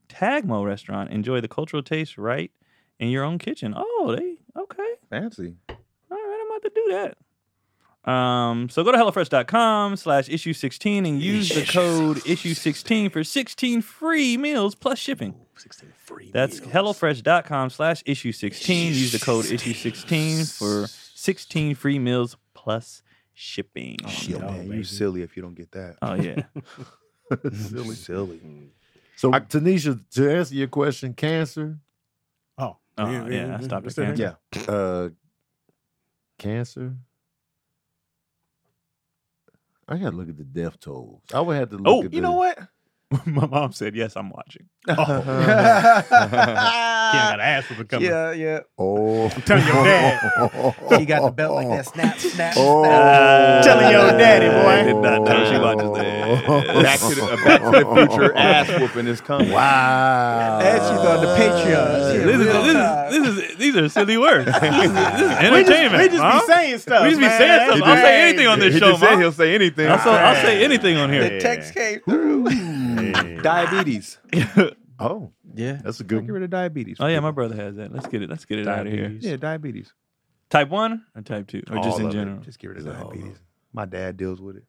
Speaker 4: Tagmo restaurant. Enjoy the cultural taste right in your own kitchen. Oh, they okay.
Speaker 2: Fancy.
Speaker 4: All right, I'm about to do that. Um, so go to HelloFresh.com slash issue 16 and use the code issue 16 for 16 free meals plus shipping.
Speaker 1: 16 free.
Speaker 4: That's
Speaker 1: meals.
Speaker 4: HelloFresh.com slash issue 16. Use the code issue 16 for 16 free meals plus shipping.
Speaker 1: Oh,
Speaker 2: Yo, man, you silly if you don't get that.
Speaker 1: [LAUGHS]
Speaker 4: Oh, yeah.
Speaker 2: silly, silly.
Speaker 5: So, Tanisha, to answer your question, cancer,
Speaker 1: Oh,
Speaker 4: Oh, yeah, I stopped at
Speaker 1: What's that
Speaker 4: cancer.
Speaker 1: name?
Speaker 2: Yeah.
Speaker 5: uh, cancer. I gotta look at the death tolls. I would have to look
Speaker 4: Oh,
Speaker 5: at
Speaker 4: you
Speaker 5: the,
Speaker 4: know what? [LAUGHS] My mom said, yes, I'm watching.
Speaker 3: [LAUGHS]
Speaker 1: Ken got an ass for becoming.
Speaker 3: yeah, yeah.
Speaker 5: Oh, I'm
Speaker 1: telling your
Speaker 5: dad.
Speaker 2: [LAUGHS]
Speaker 3: She got the belt like that. Snap, snap.
Speaker 5: Oh.
Speaker 4: Uh,
Speaker 1: Telling your daddy, boy.
Speaker 4: I did not know she watches that.
Speaker 2: Back to the, a back to
Speaker 5: [LAUGHS]
Speaker 2: the future ass whooping is coming.
Speaker 5: Wow.
Speaker 3: And she's on the Patreon. She a
Speaker 4: This is,
Speaker 3: real time.
Speaker 4: this is, this is, these are silly words. [LAUGHS] This is, this
Speaker 1: We
Speaker 4: is
Speaker 1: just,
Speaker 4: entertainment.
Speaker 1: we just
Speaker 4: huh?
Speaker 1: be saying stuff.
Speaker 4: We just be
Speaker 1: man.
Speaker 4: saying stuff. I'll say
Speaker 1: Hey,
Speaker 4: anything on this
Speaker 2: Oh, He
Speaker 4: show,
Speaker 2: just said
Speaker 4: man.
Speaker 2: he'll say anything.
Speaker 4: I'll, so, I'll say anything on
Speaker 3: The
Speaker 4: here.
Speaker 3: [LAUGHS] text came through.
Speaker 2: diabetes.
Speaker 5: Oh,
Speaker 3: Yeah.
Speaker 5: that's a
Speaker 2: Get
Speaker 5: good one.
Speaker 2: rid of diabetes.
Speaker 4: Oh yeah, my brother has that. Let's get it. Let's get it out of here.
Speaker 2: Yeah, diabetes.
Speaker 4: Type one or type two, or just
Speaker 2: All
Speaker 4: in
Speaker 2: of it.
Speaker 4: general.
Speaker 2: Just get rid of
Speaker 5: Is it all of
Speaker 2: diabetes. My dad deals with it.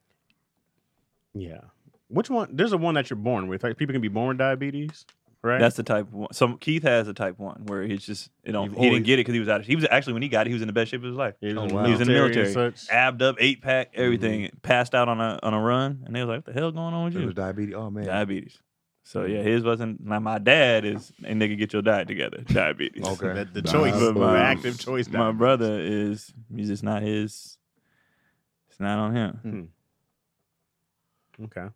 Speaker 1: Yeah. Which one? There's a one that you're born with. Like people can be born with diabetes, right?
Speaker 4: That's the type one. So Keith has a type one where he's just you know
Speaker 1: You've
Speaker 4: he
Speaker 1: always-
Speaker 4: didn't get it because he was out. Of, he was actually when he got it, he was in the best shape of his life.
Speaker 1: He was
Speaker 2: Oh,
Speaker 1: in the
Speaker 2: wow.
Speaker 4: He was in the
Speaker 1: military.
Speaker 4: military.
Speaker 1: and such.
Speaker 4: Abbed up, eight pack,
Speaker 2: Mm-hmm.
Speaker 4: everything. Passed out on a on a run, and they was like, "What the hell going on with
Speaker 2: It was
Speaker 4: you?"
Speaker 2: diabetes. Oh man.
Speaker 4: Diabetes. So yeah, his wasn't. Now my dad is, hey nigga, get your diet
Speaker 2: [LAUGHS]
Speaker 4: together. Diabetes.
Speaker 2: Okay.
Speaker 1: That- the choice,
Speaker 5: Nah,
Speaker 1: the
Speaker 5: but-
Speaker 1: active choice.
Speaker 4: My
Speaker 1: diabetes.
Speaker 4: brother is. He's just not his. It's not on him.
Speaker 1: Okay.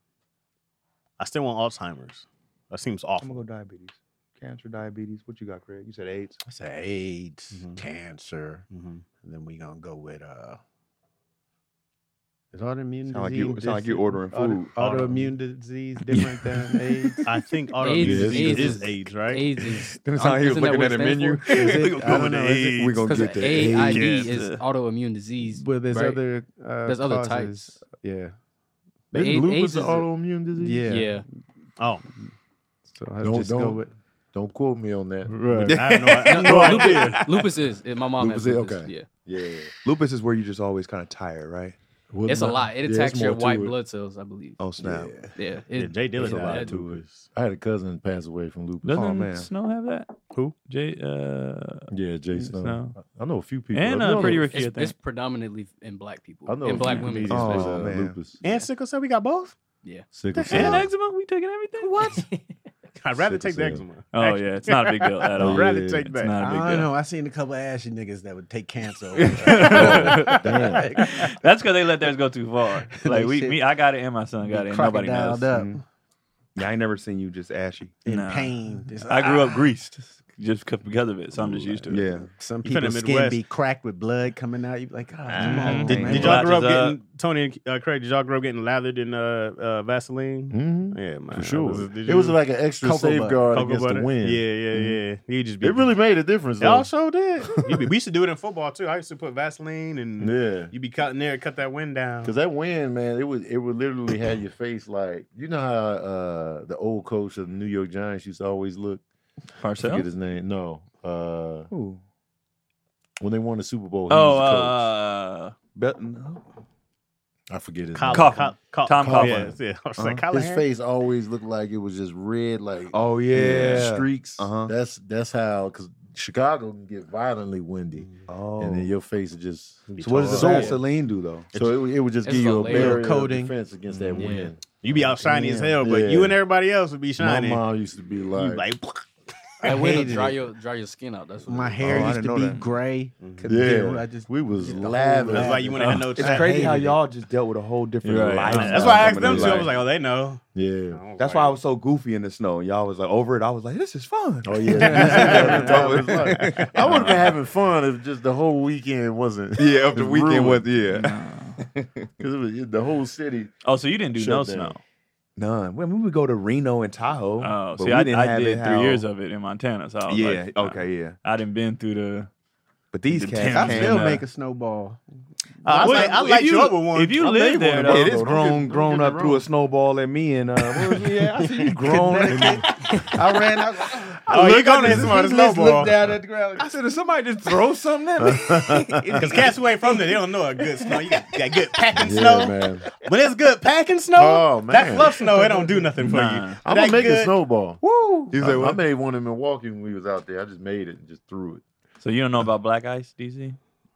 Speaker 1: I still want Alzheimer's. That seems
Speaker 2: I'm
Speaker 1: awful.
Speaker 2: gonna go diabetes. Cancer, diabetes. What you got, Craig? You said AIDS.
Speaker 3: I said AIDS,
Speaker 1: Mhm.
Speaker 3: cancer.
Speaker 1: Mm-hmm.
Speaker 3: And then we gonna go with uh is autoimmune disease.
Speaker 2: Sound like you- sound like you
Speaker 3: dis-
Speaker 2: ordering
Speaker 3: auto-
Speaker 2: food.
Speaker 3: autoimmune disease different
Speaker 2: [LAUGHS]
Speaker 3: than AIDS.
Speaker 1: I think autoimmune
Speaker 7: autoimmune
Speaker 5: AIDS-
Speaker 1: disease is,
Speaker 5: disease AIDS
Speaker 1: AIDS,
Speaker 7: is- AIDS,
Speaker 1: right?
Speaker 3: [LAUGHS]
Speaker 7: AIDS is.
Speaker 2: Doesn't sound like he was
Speaker 7: isn't that
Speaker 2: looking
Speaker 7: what
Speaker 2: at a
Speaker 7: it stands
Speaker 2: menu.
Speaker 7: for?
Speaker 2: [LAUGHS]
Speaker 7: Is
Speaker 4: We
Speaker 7: it-
Speaker 4: gonna
Speaker 7: I
Speaker 4: go
Speaker 7: don't
Speaker 4: with
Speaker 7: know,
Speaker 4: the
Speaker 7: is it-
Speaker 4: AIDS.
Speaker 2: We're gonna
Speaker 7: Because
Speaker 2: get that.
Speaker 7: AID
Speaker 4: AIDS.
Speaker 7: is autoimmune disease.
Speaker 3: Well, there's
Speaker 7: right?
Speaker 3: other uh,
Speaker 7: There's other
Speaker 3: causes.
Speaker 7: types.
Speaker 3: Yeah.
Speaker 7: But
Speaker 5: Maybe
Speaker 7: AIDS-
Speaker 5: lupus
Speaker 7: AIDS
Speaker 5: is
Speaker 7: is a-
Speaker 5: autoimmune disease.
Speaker 3: Yeah.
Speaker 7: Yeah.
Speaker 1: Oh,
Speaker 3: So I
Speaker 5: Don't-
Speaker 3: just go
Speaker 5: don't-
Speaker 3: with
Speaker 5: Don't quote me on
Speaker 7: Mm-hmm.
Speaker 5: that.
Speaker 3: right.
Speaker 7: [LAUGHS]
Speaker 1: I don't know. I
Speaker 6: [LAUGHS]
Speaker 1: have no
Speaker 7: No, [LAUGHS] no,
Speaker 1: idea.
Speaker 7: lupus, lupus is. it- My mom
Speaker 5: Lupus
Speaker 7: has
Speaker 5: is-
Speaker 7: lupus.
Speaker 5: okay.
Speaker 7: Yeah.
Speaker 5: Yeah.
Speaker 2: Lupus is where you just always kind of tired, right?
Speaker 5: Well,
Speaker 7: It's a
Speaker 5: no.
Speaker 7: lot. It
Speaker 5: Yeah, it's
Speaker 7: attacks your
Speaker 5: more to
Speaker 7: white
Speaker 5: it.
Speaker 7: blood cells, I believe.
Speaker 2: Oh snap.
Speaker 5: Yeah.
Speaker 7: Yeah. It,
Speaker 1: Yeah, Jay Dillon
Speaker 7: it's
Speaker 1: died
Speaker 7: a lot
Speaker 1: of
Speaker 7: of
Speaker 1: lupus.
Speaker 5: I had a cousin pass away from lupus.
Speaker 4: Doesn't
Speaker 2: Oh, man.
Speaker 4: Snow have that? Who? Jay. Uh,
Speaker 5: Yeah, Jay
Speaker 4: It's
Speaker 5: Snow.
Speaker 4: not.
Speaker 5: I know a few people.
Speaker 4: and
Speaker 5: I know,
Speaker 4: uh, Pretty Ricky.
Speaker 7: It's,
Speaker 4: I think.
Speaker 7: it's predominantly in black people.
Speaker 5: I know
Speaker 7: in
Speaker 5: a
Speaker 7: black
Speaker 5: few
Speaker 7: women.
Speaker 5: comedians with,
Speaker 7: especially.
Speaker 2: Oh,
Speaker 5: uh,
Speaker 2: man.
Speaker 5: lupus.
Speaker 1: And sickle cell, we got both.
Speaker 5: Sickle
Speaker 4: and
Speaker 5: cell.
Speaker 4: eczema. We taking
Speaker 3: [LAUGHS]
Speaker 4: everything. What?
Speaker 1: I'd rather
Speaker 5: Sickle
Speaker 1: take the
Speaker 5: cell.
Speaker 1: eczema.
Speaker 4: oh yeah, it's not a big deal at all.
Speaker 1: I'd rather
Speaker 5: Yeah,
Speaker 1: take
Speaker 4: It's
Speaker 1: that.
Speaker 4: not a
Speaker 3: I
Speaker 4: big
Speaker 3: don't
Speaker 4: deal.
Speaker 3: know. I seen a couple of ashy niggas that would take cancer. Over.
Speaker 4: [LAUGHS]
Speaker 5: Damn.
Speaker 4: That's because they let theirs go too
Speaker 3: [LAUGHS]
Speaker 4: far. Like we,
Speaker 3: shit.
Speaker 4: me, I got it, and my son got it. And nobody knows.
Speaker 3: Crocodiled up
Speaker 2: Mhm. Yeah, I ain't never seen you just ashy.
Speaker 3: in
Speaker 4: Nah.
Speaker 3: pain. Just,
Speaker 4: I grew up
Speaker 3: ah.
Speaker 4: greased just 'cause- because of it, so I'm just used to it.
Speaker 2: Yeah.
Speaker 3: Some
Speaker 1: You from the
Speaker 3: people's skin
Speaker 1: Midwest.
Speaker 3: be cracked with blood coming out. You be like, oh, come on,
Speaker 1: Did,
Speaker 3: man.
Speaker 1: did y'all grow up
Speaker 4: Blotches up.
Speaker 1: getting Tony and uh, Craig? Did y'all grow up getting lathered in uh, uh, Vaseline?
Speaker 6: Mm-hmm.
Speaker 5: Mhm.
Speaker 1: Yeah, man.
Speaker 5: For sure.
Speaker 1: Was it- did
Speaker 5: it was
Speaker 1: you-
Speaker 5: like an extra
Speaker 3: Cocoa butter.
Speaker 5: safeguard
Speaker 1: cocoa
Speaker 5: against
Speaker 1: butter.
Speaker 5: the wind. Mm-hmm.
Speaker 1: Yeah, yeah, yeah. You just be
Speaker 5: It really made a difference.
Speaker 1: It all
Speaker 5: Though.
Speaker 1: sure did. You be- we used to
Speaker 5: [LAUGHS]
Speaker 1: do it in football too. I used to put Vaseline and
Speaker 5: Yeah.
Speaker 1: you be cutting there, cut that wind down.
Speaker 5: Cause that wind, man, it would it would literally have your face like you know how uh, the old coach of the New York Giants used to always look. I forget
Speaker 4: Parcells.
Speaker 5: his name. No, uh,
Speaker 2: Ooh.
Speaker 5: when they won the Super Bowl, he
Speaker 4: Oh,
Speaker 5: was the coach.
Speaker 4: uh,
Speaker 2: But no.
Speaker 5: I forget his
Speaker 1: Colin-
Speaker 5: name.
Speaker 4: Coughlin.
Speaker 1: Col- Col-
Speaker 4: Tom
Speaker 1: Yeah,
Speaker 4: Coughlin.
Speaker 1: yeah. I was
Speaker 2: Uh-huh.
Speaker 1: like, Colin
Speaker 5: His
Speaker 1: Harris?
Speaker 5: face always looked like it was just red, like
Speaker 2: Oh yeah.
Speaker 5: streaks.
Speaker 2: Uh-huh.
Speaker 5: That's that's how because Chicago can get violently windy,
Speaker 2: Oh.
Speaker 5: and then your face is just
Speaker 2: so what does the
Speaker 5: tore up.
Speaker 2: Vaseline do though?
Speaker 5: so it, would- it would just
Speaker 7: It's
Speaker 5: give
Speaker 7: a
Speaker 5: you a
Speaker 7: layer of
Speaker 5: barrier
Speaker 3: coating.
Speaker 5: coating defense against that
Speaker 7: Yeah.
Speaker 5: wind.
Speaker 1: You be out shiny as
Speaker 5: Damn.
Speaker 1: hell, but you
Speaker 5: Yeah.
Speaker 1: and everybody else would be
Speaker 5: My
Speaker 1: shining.
Speaker 5: mom used to be
Speaker 1: you
Speaker 5: like,
Speaker 1: like,
Speaker 7: That way to
Speaker 3: Oh, [LAUGHS] hated
Speaker 7: dry
Speaker 3: it.
Speaker 7: your dry your skin out. That's what
Speaker 3: My
Speaker 7: it is.
Speaker 3: hair
Speaker 2: Oh, I
Speaker 3: used
Speaker 2: didn't know
Speaker 3: to be
Speaker 2: that.
Speaker 3: gray. Couldn't deal with it.
Speaker 5: yeah,
Speaker 3: I just
Speaker 5: we was
Speaker 3: Yeah, the whole
Speaker 5: laughing.
Speaker 1: that's why you wouldn't have no
Speaker 2: It's
Speaker 1: chat.
Speaker 2: crazy how
Speaker 3: hated it.
Speaker 2: y'all just dealt with a whole different
Speaker 4: Right.
Speaker 2: life.
Speaker 1: That's why I asked them
Speaker 5: Somebody
Speaker 1: too. I was like, oh, they know.
Speaker 5: Yeah. [LAUGHS]
Speaker 2: That's why I was so goofy in the snow. Y'all was like over it. I was like, this is fun.
Speaker 6: [LAUGHS]
Speaker 5: Oh yeah. I would have been having fun if just the whole weekend [LAUGHS] wasn't.
Speaker 2: Yeah, up the
Speaker 5: It's
Speaker 2: weekend
Speaker 5: ruined.
Speaker 2: was yeah.
Speaker 4: Nah.
Speaker 5: [LAUGHS] 'Cause it was- the whole city.
Speaker 4: Oh, so you didn't do
Speaker 5: Shut
Speaker 4: no
Speaker 5: down.
Speaker 4: snow?
Speaker 2: None. When we would go to Reno and Tahoe.
Speaker 4: Oh,
Speaker 2: but
Speaker 4: see,
Speaker 2: we
Speaker 4: I,
Speaker 2: didn't
Speaker 4: I
Speaker 2: have
Speaker 4: did
Speaker 2: it
Speaker 4: three
Speaker 2: how-
Speaker 4: years of it in Montana, so I was
Speaker 2: Yeah.
Speaker 4: like,
Speaker 2: Okay. Yeah.
Speaker 4: I didn't been through the.
Speaker 2: But these
Speaker 4: The
Speaker 2: cats
Speaker 4: Tim
Speaker 3: I
Speaker 4: Tam-
Speaker 2: came.
Speaker 3: still
Speaker 4: uh,
Speaker 3: make a snowball.
Speaker 1: I,
Speaker 4: Well,
Speaker 1: like, I
Speaker 4: if
Speaker 1: like you
Speaker 4: you-
Speaker 1: up with one.
Speaker 4: If you
Speaker 1: I'm
Speaker 4: live
Speaker 1: big
Speaker 4: there,
Speaker 1: one,
Speaker 4: though,
Speaker 2: It is
Speaker 5: Don't
Speaker 2: grown,
Speaker 5: get-
Speaker 2: grown
Speaker 5: don't get
Speaker 2: up
Speaker 5: me
Speaker 2: through
Speaker 4: [LAUGHS]
Speaker 5: wrong.
Speaker 2: a snowball at me and uh, what was it? yeah, [LAUGHS] I see you grown.
Speaker 3: Connecticut. I ran out.
Speaker 6: Oh, you're gonna hit
Speaker 3: Just
Speaker 6: someone with a
Speaker 3: looked
Speaker 6: snowball.
Speaker 3: down at the ground.
Speaker 2: I said, did somebody just throw something at me?
Speaker 6: Because cats who ain't from there, they don't know a good snow. You got, got good packing
Speaker 5: Yeah,
Speaker 6: snow.
Speaker 5: man.
Speaker 6: [LAUGHS] When it's good packing snow,
Speaker 5: Oh,
Speaker 6: that
Speaker 5: man.
Speaker 6: fluff snow, it don't do nothing for you.
Speaker 5: I'm
Speaker 6: That
Speaker 5: gonna make
Speaker 6: good-
Speaker 5: a snowball.
Speaker 2: Woo!
Speaker 5: I- I, made one in Milwaukee when we was out there. I just made it and just threw it.
Speaker 4: So you don't know about black ice, DC?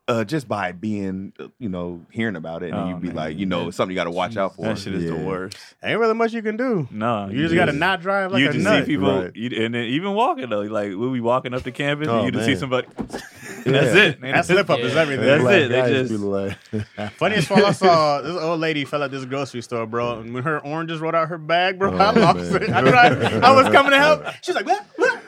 Speaker 2: Uh, just by being, uh, you know, hearing about it, and
Speaker 4: Oh,
Speaker 2: you'd be
Speaker 4: man.
Speaker 2: like, you know, it's something you got to watch out for.
Speaker 4: That shit is the
Speaker 5: Yeah.
Speaker 4: worst.
Speaker 6: Ain't really much you can do.
Speaker 4: No,
Speaker 6: You just
Speaker 5: Yeah.
Speaker 6: got to not drive like
Speaker 4: you
Speaker 6: a
Speaker 4: just
Speaker 6: nut.
Speaker 4: see people,
Speaker 5: Right.
Speaker 4: you, and then even walking though, like we'll be walking up the campus,
Speaker 5: Oh,
Speaker 4: and you just see
Speaker 5: man.
Speaker 4: somebody. And that's
Speaker 5: Yeah.
Speaker 4: it. man.
Speaker 6: That slip up is
Speaker 7: Yeah.
Speaker 6: everything.
Speaker 4: That's
Speaker 5: Black
Speaker 4: it, they
Speaker 5: guys
Speaker 4: just-
Speaker 5: be
Speaker 6: [LAUGHS]
Speaker 5: like-
Speaker 6: Funniest fall I saw, this old lady fell at this grocery store, bro. And when her oranges rolled out her bag, bro, I
Speaker 5: Oh,
Speaker 6: lost
Speaker 5: man.
Speaker 6: it. I tried. I was coming to help. She's like, what? What?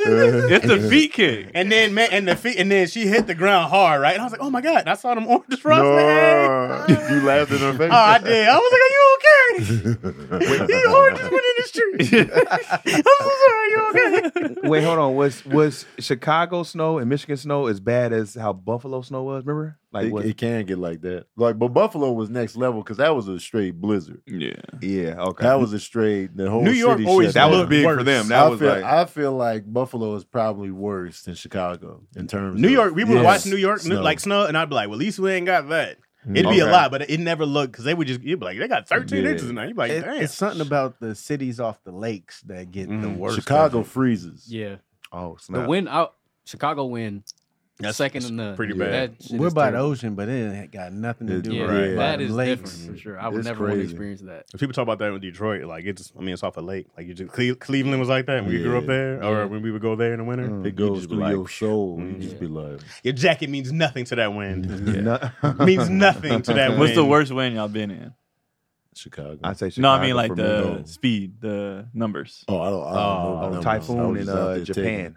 Speaker 4: It's the feet kick.
Speaker 6: And then man, and the feet, and then she hit the ground hard, right? And I was like, oh
Speaker 5: [LAUGHS]
Speaker 6: my god, and I saw them oranges from
Speaker 5: No.
Speaker 6: no.
Speaker 5: you laughed in her face.
Speaker 6: Oh, I
Speaker 5: [LAUGHS]
Speaker 6: did. I was like, are you okay? These oranges
Speaker 5: Wait,
Speaker 6: went in the street. I'm so sorry, you okay?
Speaker 2: [LAUGHS] Wait, hold on. Was was Chicago snow and Michigan snow as bad as how Buffalo snow was? Remember? Like
Speaker 5: it,
Speaker 2: what?
Speaker 5: it can get like that. Like, but Buffalo was next level because that was a straight blizzard.
Speaker 4: Yeah.
Speaker 2: yeah. Okay.
Speaker 5: That was a straight. The whole
Speaker 6: New York
Speaker 5: city
Speaker 6: always
Speaker 5: shut
Speaker 2: that was
Speaker 5: down.
Speaker 6: looked
Speaker 2: big for
Speaker 6: worse.
Speaker 2: them. [LAUGHS] That
Speaker 5: I
Speaker 2: was
Speaker 5: feel,
Speaker 2: like
Speaker 5: I feel like Buffalo is probably worse than Chicago in terms.
Speaker 6: New
Speaker 5: of-
Speaker 6: York, we would
Speaker 5: Yes.
Speaker 6: watch New York
Speaker 5: Snow.
Speaker 6: like snow, and I'd be like, well, at least we ain't got that.
Speaker 5: Mm.
Speaker 6: It'd be a
Speaker 2: Okay.
Speaker 6: lot, but it never looked because they would just you'd be like, they got 13
Speaker 5: Yeah.
Speaker 6: inches now. You'd be like,
Speaker 3: It-
Speaker 6: damn.
Speaker 3: it's something about the cities off the lakes that get the
Speaker 6: Mm.
Speaker 3: worst. of
Speaker 5: Chicago
Speaker 3: it.
Speaker 5: freezes.
Speaker 7: Yeah,
Speaker 2: oh snap.
Speaker 7: the win out. Chicago win.
Speaker 6: That's-
Speaker 7: second
Speaker 6: that's
Speaker 7: in the
Speaker 6: pretty
Speaker 5: Yeah.
Speaker 6: bad.
Speaker 7: That shit
Speaker 3: We're
Speaker 7: is
Speaker 3: by the
Speaker 7: terrible.
Speaker 3: ocean, but it ain't got nothing to
Speaker 5: It-
Speaker 3: do
Speaker 7: Yeah,
Speaker 3: with
Speaker 5: Right.
Speaker 3: by
Speaker 7: that
Speaker 3: the
Speaker 7: is
Speaker 3: lakes.
Speaker 7: different for sure. I would
Speaker 5: It's
Speaker 7: never want to
Speaker 5: crazy.
Speaker 7: experience that.
Speaker 6: If people talk about that in Detroit, like it's, I mean, it's off a lake. Like you just Cle- Cleveland was like that when we grew up
Speaker 5: Yeah.
Speaker 6: there, or
Speaker 7: Yeah.
Speaker 6: when we would go there in the winter.
Speaker 2: Mm.
Speaker 5: It
Speaker 2: You
Speaker 5: goes
Speaker 2: just Mm-hmm.
Speaker 5: through
Speaker 2: be like,
Speaker 5: your soul. You
Speaker 6: Mm.
Speaker 5: just be like,
Speaker 6: Your jacket means nothing to that wind.
Speaker 5: [LAUGHS]
Speaker 2: [LAUGHS] No-
Speaker 6: means nothing to
Speaker 4: [LAUGHS]
Speaker 6: that
Speaker 4: What's the
Speaker 6: Win.
Speaker 4: worst win y'all been in?
Speaker 5: Chicago.
Speaker 2: I say
Speaker 4: no,
Speaker 2: Chicago.
Speaker 4: I mean like
Speaker 2: for
Speaker 4: the
Speaker 2: me.
Speaker 4: speed, the numbers.
Speaker 5: oh, I don't. I don't know
Speaker 6: Oh,
Speaker 5: about
Speaker 2: Oh,
Speaker 5: them. I
Speaker 2: typhoon
Speaker 5: was
Speaker 2: in
Speaker 5: just out
Speaker 2: uh,
Speaker 5: there [LAUGHS]
Speaker 2: Japan.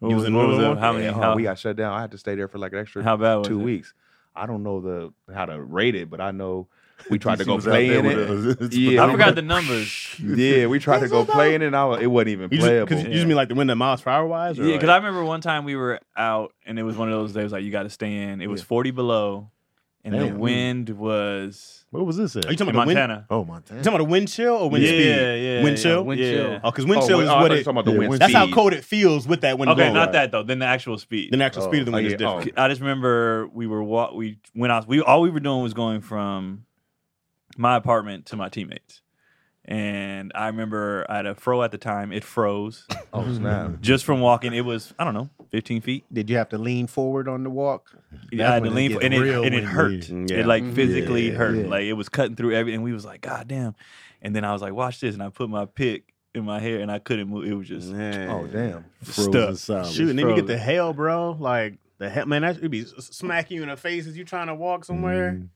Speaker 4: What
Speaker 6: You
Speaker 4: was,
Speaker 6: was in
Speaker 4: what was
Speaker 6: another
Speaker 4: it?
Speaker 6: one?
Speaker 4: How many?
Speaker 2: Yeah, oh, uh,
Speaker 4: how,
Speaker 2: we got shut down. I had to stay there for like an extra
Speaker 4: how bad was
Speaker 2: two
Speaker 4: it?
Speaker 2: weeks. I don't know the how to rate it, but I know we
Speaker 5: [LAUGHS]
Speaker 2: tried to
Speaker 5: She
Speaker 2: go
Speaker 5: was out
Speaker 2: play
Speaker 5: there
Speaker 2: in
Speaker 5: with
Speaker 2: it.
Speaker 5: us.
Speaker 6: [LAUGHS]
Speaker 5: It's
Speaker 2: Yeah,
Speaker 4: I
Speaker 5: phenomenal.
Speaker 4: forgot the numbers.
Speaker 2: [LAUGHS] Yeah, we tried to go play in it. And I, was- it wasn't even
Speaker 6: You just, 'cause
Speaker 2: playable.
Speaker 6: you just mean like the wind at miles per hour wise? Or
Speaker 4: Yeah,
Speaker 6: like-
Speaker 4: because I remember one time we were out and it was one of those days like you got to stay in. It was 40 below, and the
Speaker 5: Damn.
Speaker 4: wind was
Speaker 5: Where was this at?
Speaker 6: Are you talking
Speaker 4: in
Speaker 6: about the wind?
Speaker 4: Montana.
Speaker 5: Oh,
Speaker 6: You
Speaker 5: Montana.
Speaker 6: talking about the wind chill or wind
Speaker 4: yeah,
Speaker 6: speed?
Speaker 4: yeah, yeah,
Speaker 6: Wind chill?
Speaker 7: Wind
Speaker 4: yeah.
Speaker 7: chill.
Speaker 6: Oh, because wind
Speaker 2: Oh,
Speaker 6: chill
Speaker 2: wait,
Speaker 6: is
Speaker 2: oh, I
Speaker 6: what
Speaker 2: thought you
Speaker 6: it.
Speaker 2: were talking about the
Speaker 5: Yeah,
Speaker 2: wind
Speaker 5: wind
Speaker 6: That's how
Speaker 2: speed.
Speaker 6: cold it feels with that wind
Speaker 4: Okay,
Speaker 6: blowing.
Speaker 4: not that though. Then the actual speed.
Speaker 6: Then the actual
Speaker 5: Oh,
Speaker 6: speed of the
Speaker 2: oh,
Speaker 6: wind is
Speaker 2: yeah, oh.
Speaker 6: different.
Speaker 4: I just remember we were wa- we went out. We all we were doing was going from my apartment to my teammates, and I remember I had a fro at the time. It froze
Speaker 2: Oh snap!
Speaker 4: just from walking. It was I don't know, fifteen feet.
Speaker 3: Did you have to lean forward on the walk?
Speaker 4: Yeah, I had to
Speaker 3: when it
Speaker 4: lean for,
Speaker 3: gets
Speaker 4: and it
Speaker 3: real
Speaker 4: and it
Speaker 3: windy.
Speaker 4: hurt.
Speaker 6: Yeah.
Speaker 4: It like
Speaker 7: Mhm.
Speaker 4: physically
Speaker 5: Yeah,
Speaker 4: hurt.
Speaker 5: yeah.
Speaker 4: Like it was cutting through everything. We was like, God damn. And then I was like, watch this, and I put my pick in my hair, and I couldn't move. It was just
Speaker 2: Oh damn!
Speaker 5: Frozen silence.
Speaker 6: Shoot, and then you
Speaker 4: frozen.
Speaker 6: get the hell, bro. Like the hell, man. That would be s- smacking you in the face as you trying to walk somewhere.
Speaker 5: Mhm.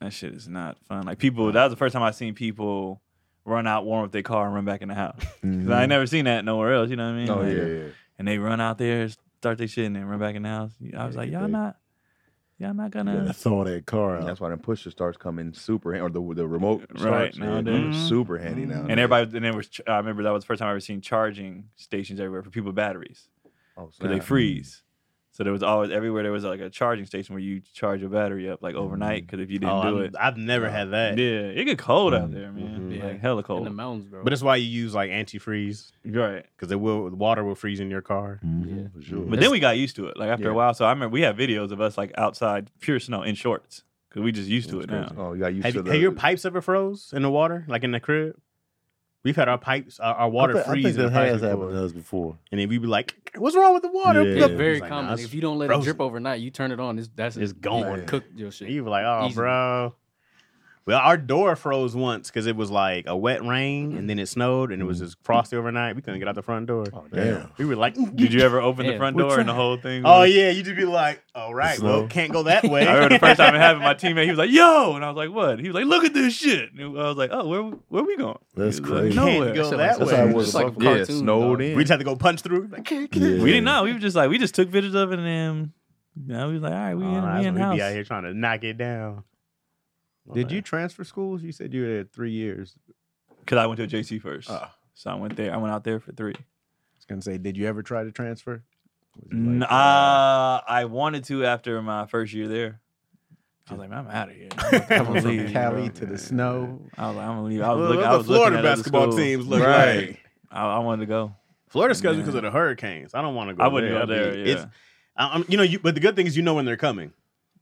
Speaker 4: that shit is not fun. Like people, that was the first time I seen people run out, warm up their car, and run back in the house. [LAUGHS] 'Cause I ain't never seen that nowhere else. You know what I mean?
Speaker 2: Oh,
Speaker 4: Like,
Speaker 5: yeah.
Speaker 4: And they run out there, start their shit, and then run back in the house. I was like, y'all
Speaker 5: they-
Speaker 4: not, y'all not
Speaker 5: Yeah, I
Speaker 4: gonna.
Speaker 5: saw that car out.
Speaker 2: That's why the pusher starts coming super hand- or the the remote
Speaker 4: Right,
Speaker 2: starts yeah,
Speaker 4: nowadays.
Speaker 2: coming super handy now.
Speaker 4: And everybody, and there was. ch- I remember that was the first time I ever seen charging stations everywhere for people batteries.
Speaker 2: oh,
Speaker 4: because they freeze. So there was always everywhere there was like a charging station where you charge your battery up like overnight because if you didn't
Speaker 6: Oh,
Speaker 4: do
Speaker 6: I'm-
Speaker 4: it,
Speaker 6: I've never had that.
Speaker 4: yeah, it get cold out there, man.
Speaker 7: Mhm.
Speaker 4: Like
Speaker 7: Yeah.
Speaker 4: hella
Speaker 7: in the
Speaker 4: cold.
Speaker 7: mountains, bro.
Speaker 6: But it's why you use like antifreeze
Speaker 4: Right.
Speaker 6: because the will the water will freeze in your car.
Speaker 4: Mm.
Speaker 5: Mhm,
Speaker 7: Yeah.
Speaker 5: for sure.
Speaker 4: But then we got used to it. Like after a
Speaker 2: Yeah.
Speaker 4: while, so I remember we have videos of us like outside pure snow in shorts because we just used to it now.
Speaker 2: Oh, you got used
Speaker 6: Have,
Speaker 2: to
Speaker 6: you,
Speaker 2: the.
Speaker 6: have your pipes ever froze in the water, like in the crib? We've had our pipes, our, our
Speaker 5: I
Speaker 6: water
Speaker 5: think-
Speaker 6: freeze,
Speaker 5: I think
Speaker 6: in the
Speaker 5: that
Speaker 6: pipes
Speaker 5: has happened
Speaker 6: before.
Speaker 5: to us before.
Speaker 6: and then we'd be like, "What's wrong with the water?"
Speaker 5: Yeah.
Speaker 7: Yeah,
Speaker 6: It's
Speaker 7: very
Speaker 6: like, nah,
Speaker 7: common.
Speaker 6: it's-
Speaker 7: if you don't let it drip
Speaker 6: frozen.
Speaker 7: overnight, you turn it on. It's that's
Speaker 6: It's gone.
Speaker 7: Cook your shit.
Speaker 6: You were like, oh,
Speaker 7: Easy.
Speaker 6: bro. Well, our door froze once because it was like a wet rain and then it snowed and it was
Speaker 4: Mm.
Speaker 6: just frosty overnight. We couldn't get out the front door.
Speaker 2: oh,
Speaker 5: Yeah.
Speaker 6: We were like,
Speaker 4: Did you ever open the
Speaker 7: Yeah.
Speaker 4: front
Speaker 7: What's
Speaker 4: door and the whole thing?
Speaker 6: oh,
Speaker 4: was-
Speaker 6: yeah. You just be like, all right, well,
Speaker 5: Snow.
Speaker 6: can't
Speaker 4: [LAUGHS]
Speaker 6: go that way.
Speaker 4: I remember the first time it happened. My teammate, he was like, "Yo," and I was like, "What?" He was like, "Look at this shit." And I was like, "Oh, where where we going?"
Speaker 5: That's
Speaker 4: He was
Speaker 5: crazy.
Speaker 4: Like,
Speaker 6: [LAUGHS] Can't
Speaker 4: Nowhere.
Speaker 6: go
Speaker 7: Shit
Speaker 6: that
Speaker 7: like
Speaker 5: way. That's how it
Speaker 7: Just
Speaker 5: was
Speaker 7: like a
Speaker 2: yeah,
Speaker 7: cartoon.
Speaker 2: snowed
Speaker 7: dog.
Speaker 2: in.
Speaker 6: we just had to go punch through.
Speaker 1: [LAUGHS]
Speaker 6: Like, can't, can't.
Speaker 5: Yeah.
Speaker 4: We didn't know. We were just like, we just took pictures of it and then, you know, we was like, all right, we
Speaker 6: Oh,
Speaker 4: in,
Speaker 6: that's
Speaker 4: we in
Speaker 6: when we be out
Speaker 4: house.
Speaker 6: here trying to knock it down.
Speaker 3: Did you transfer schools? You said you were there three years.
Speaker 4: Because I went to a JC first.
Speaker 3: Oh.
Speaker 4: So I went there. I went out there for three.
Speaker 3: I was gonna say, did you ever try to transfer? Was it like,
Speaker 4: N- uh, I wanted to after my first year there. I was like, man, I'm out of here. I'm
Speaker 3: coming
Speaker 4: gonna
Speaker 3: from
Speaker 4: leave. bro.
Speaker 3: Cali to the snow.
Speaker 4: I was like, I'm gonna leave. I
Speaker 6: Well,
Speaker 4: was looking.
Speaker 6: what
Speaker 4: I was
Speaker 6: the Florida
Speaker 4: looking at other
Speaker 6: basketball
Speaker 4: schools.
Speaker 6: teams look
Speaker 2: Right.
Speaker 6: like.
Speaker 4: I, I wanted to go.
Speaker 1: Florida's scheduled because of the hurricanes. I don't want to go.
Speaker 4: I wouldn't
Speaker 1: there.
Speaker 4: go there,
Speaker 1: I'd be-
Speaker 4: yeah.
Speaker 1: It's, I- I'm, you know, you, but the good thing is you know when they're coming.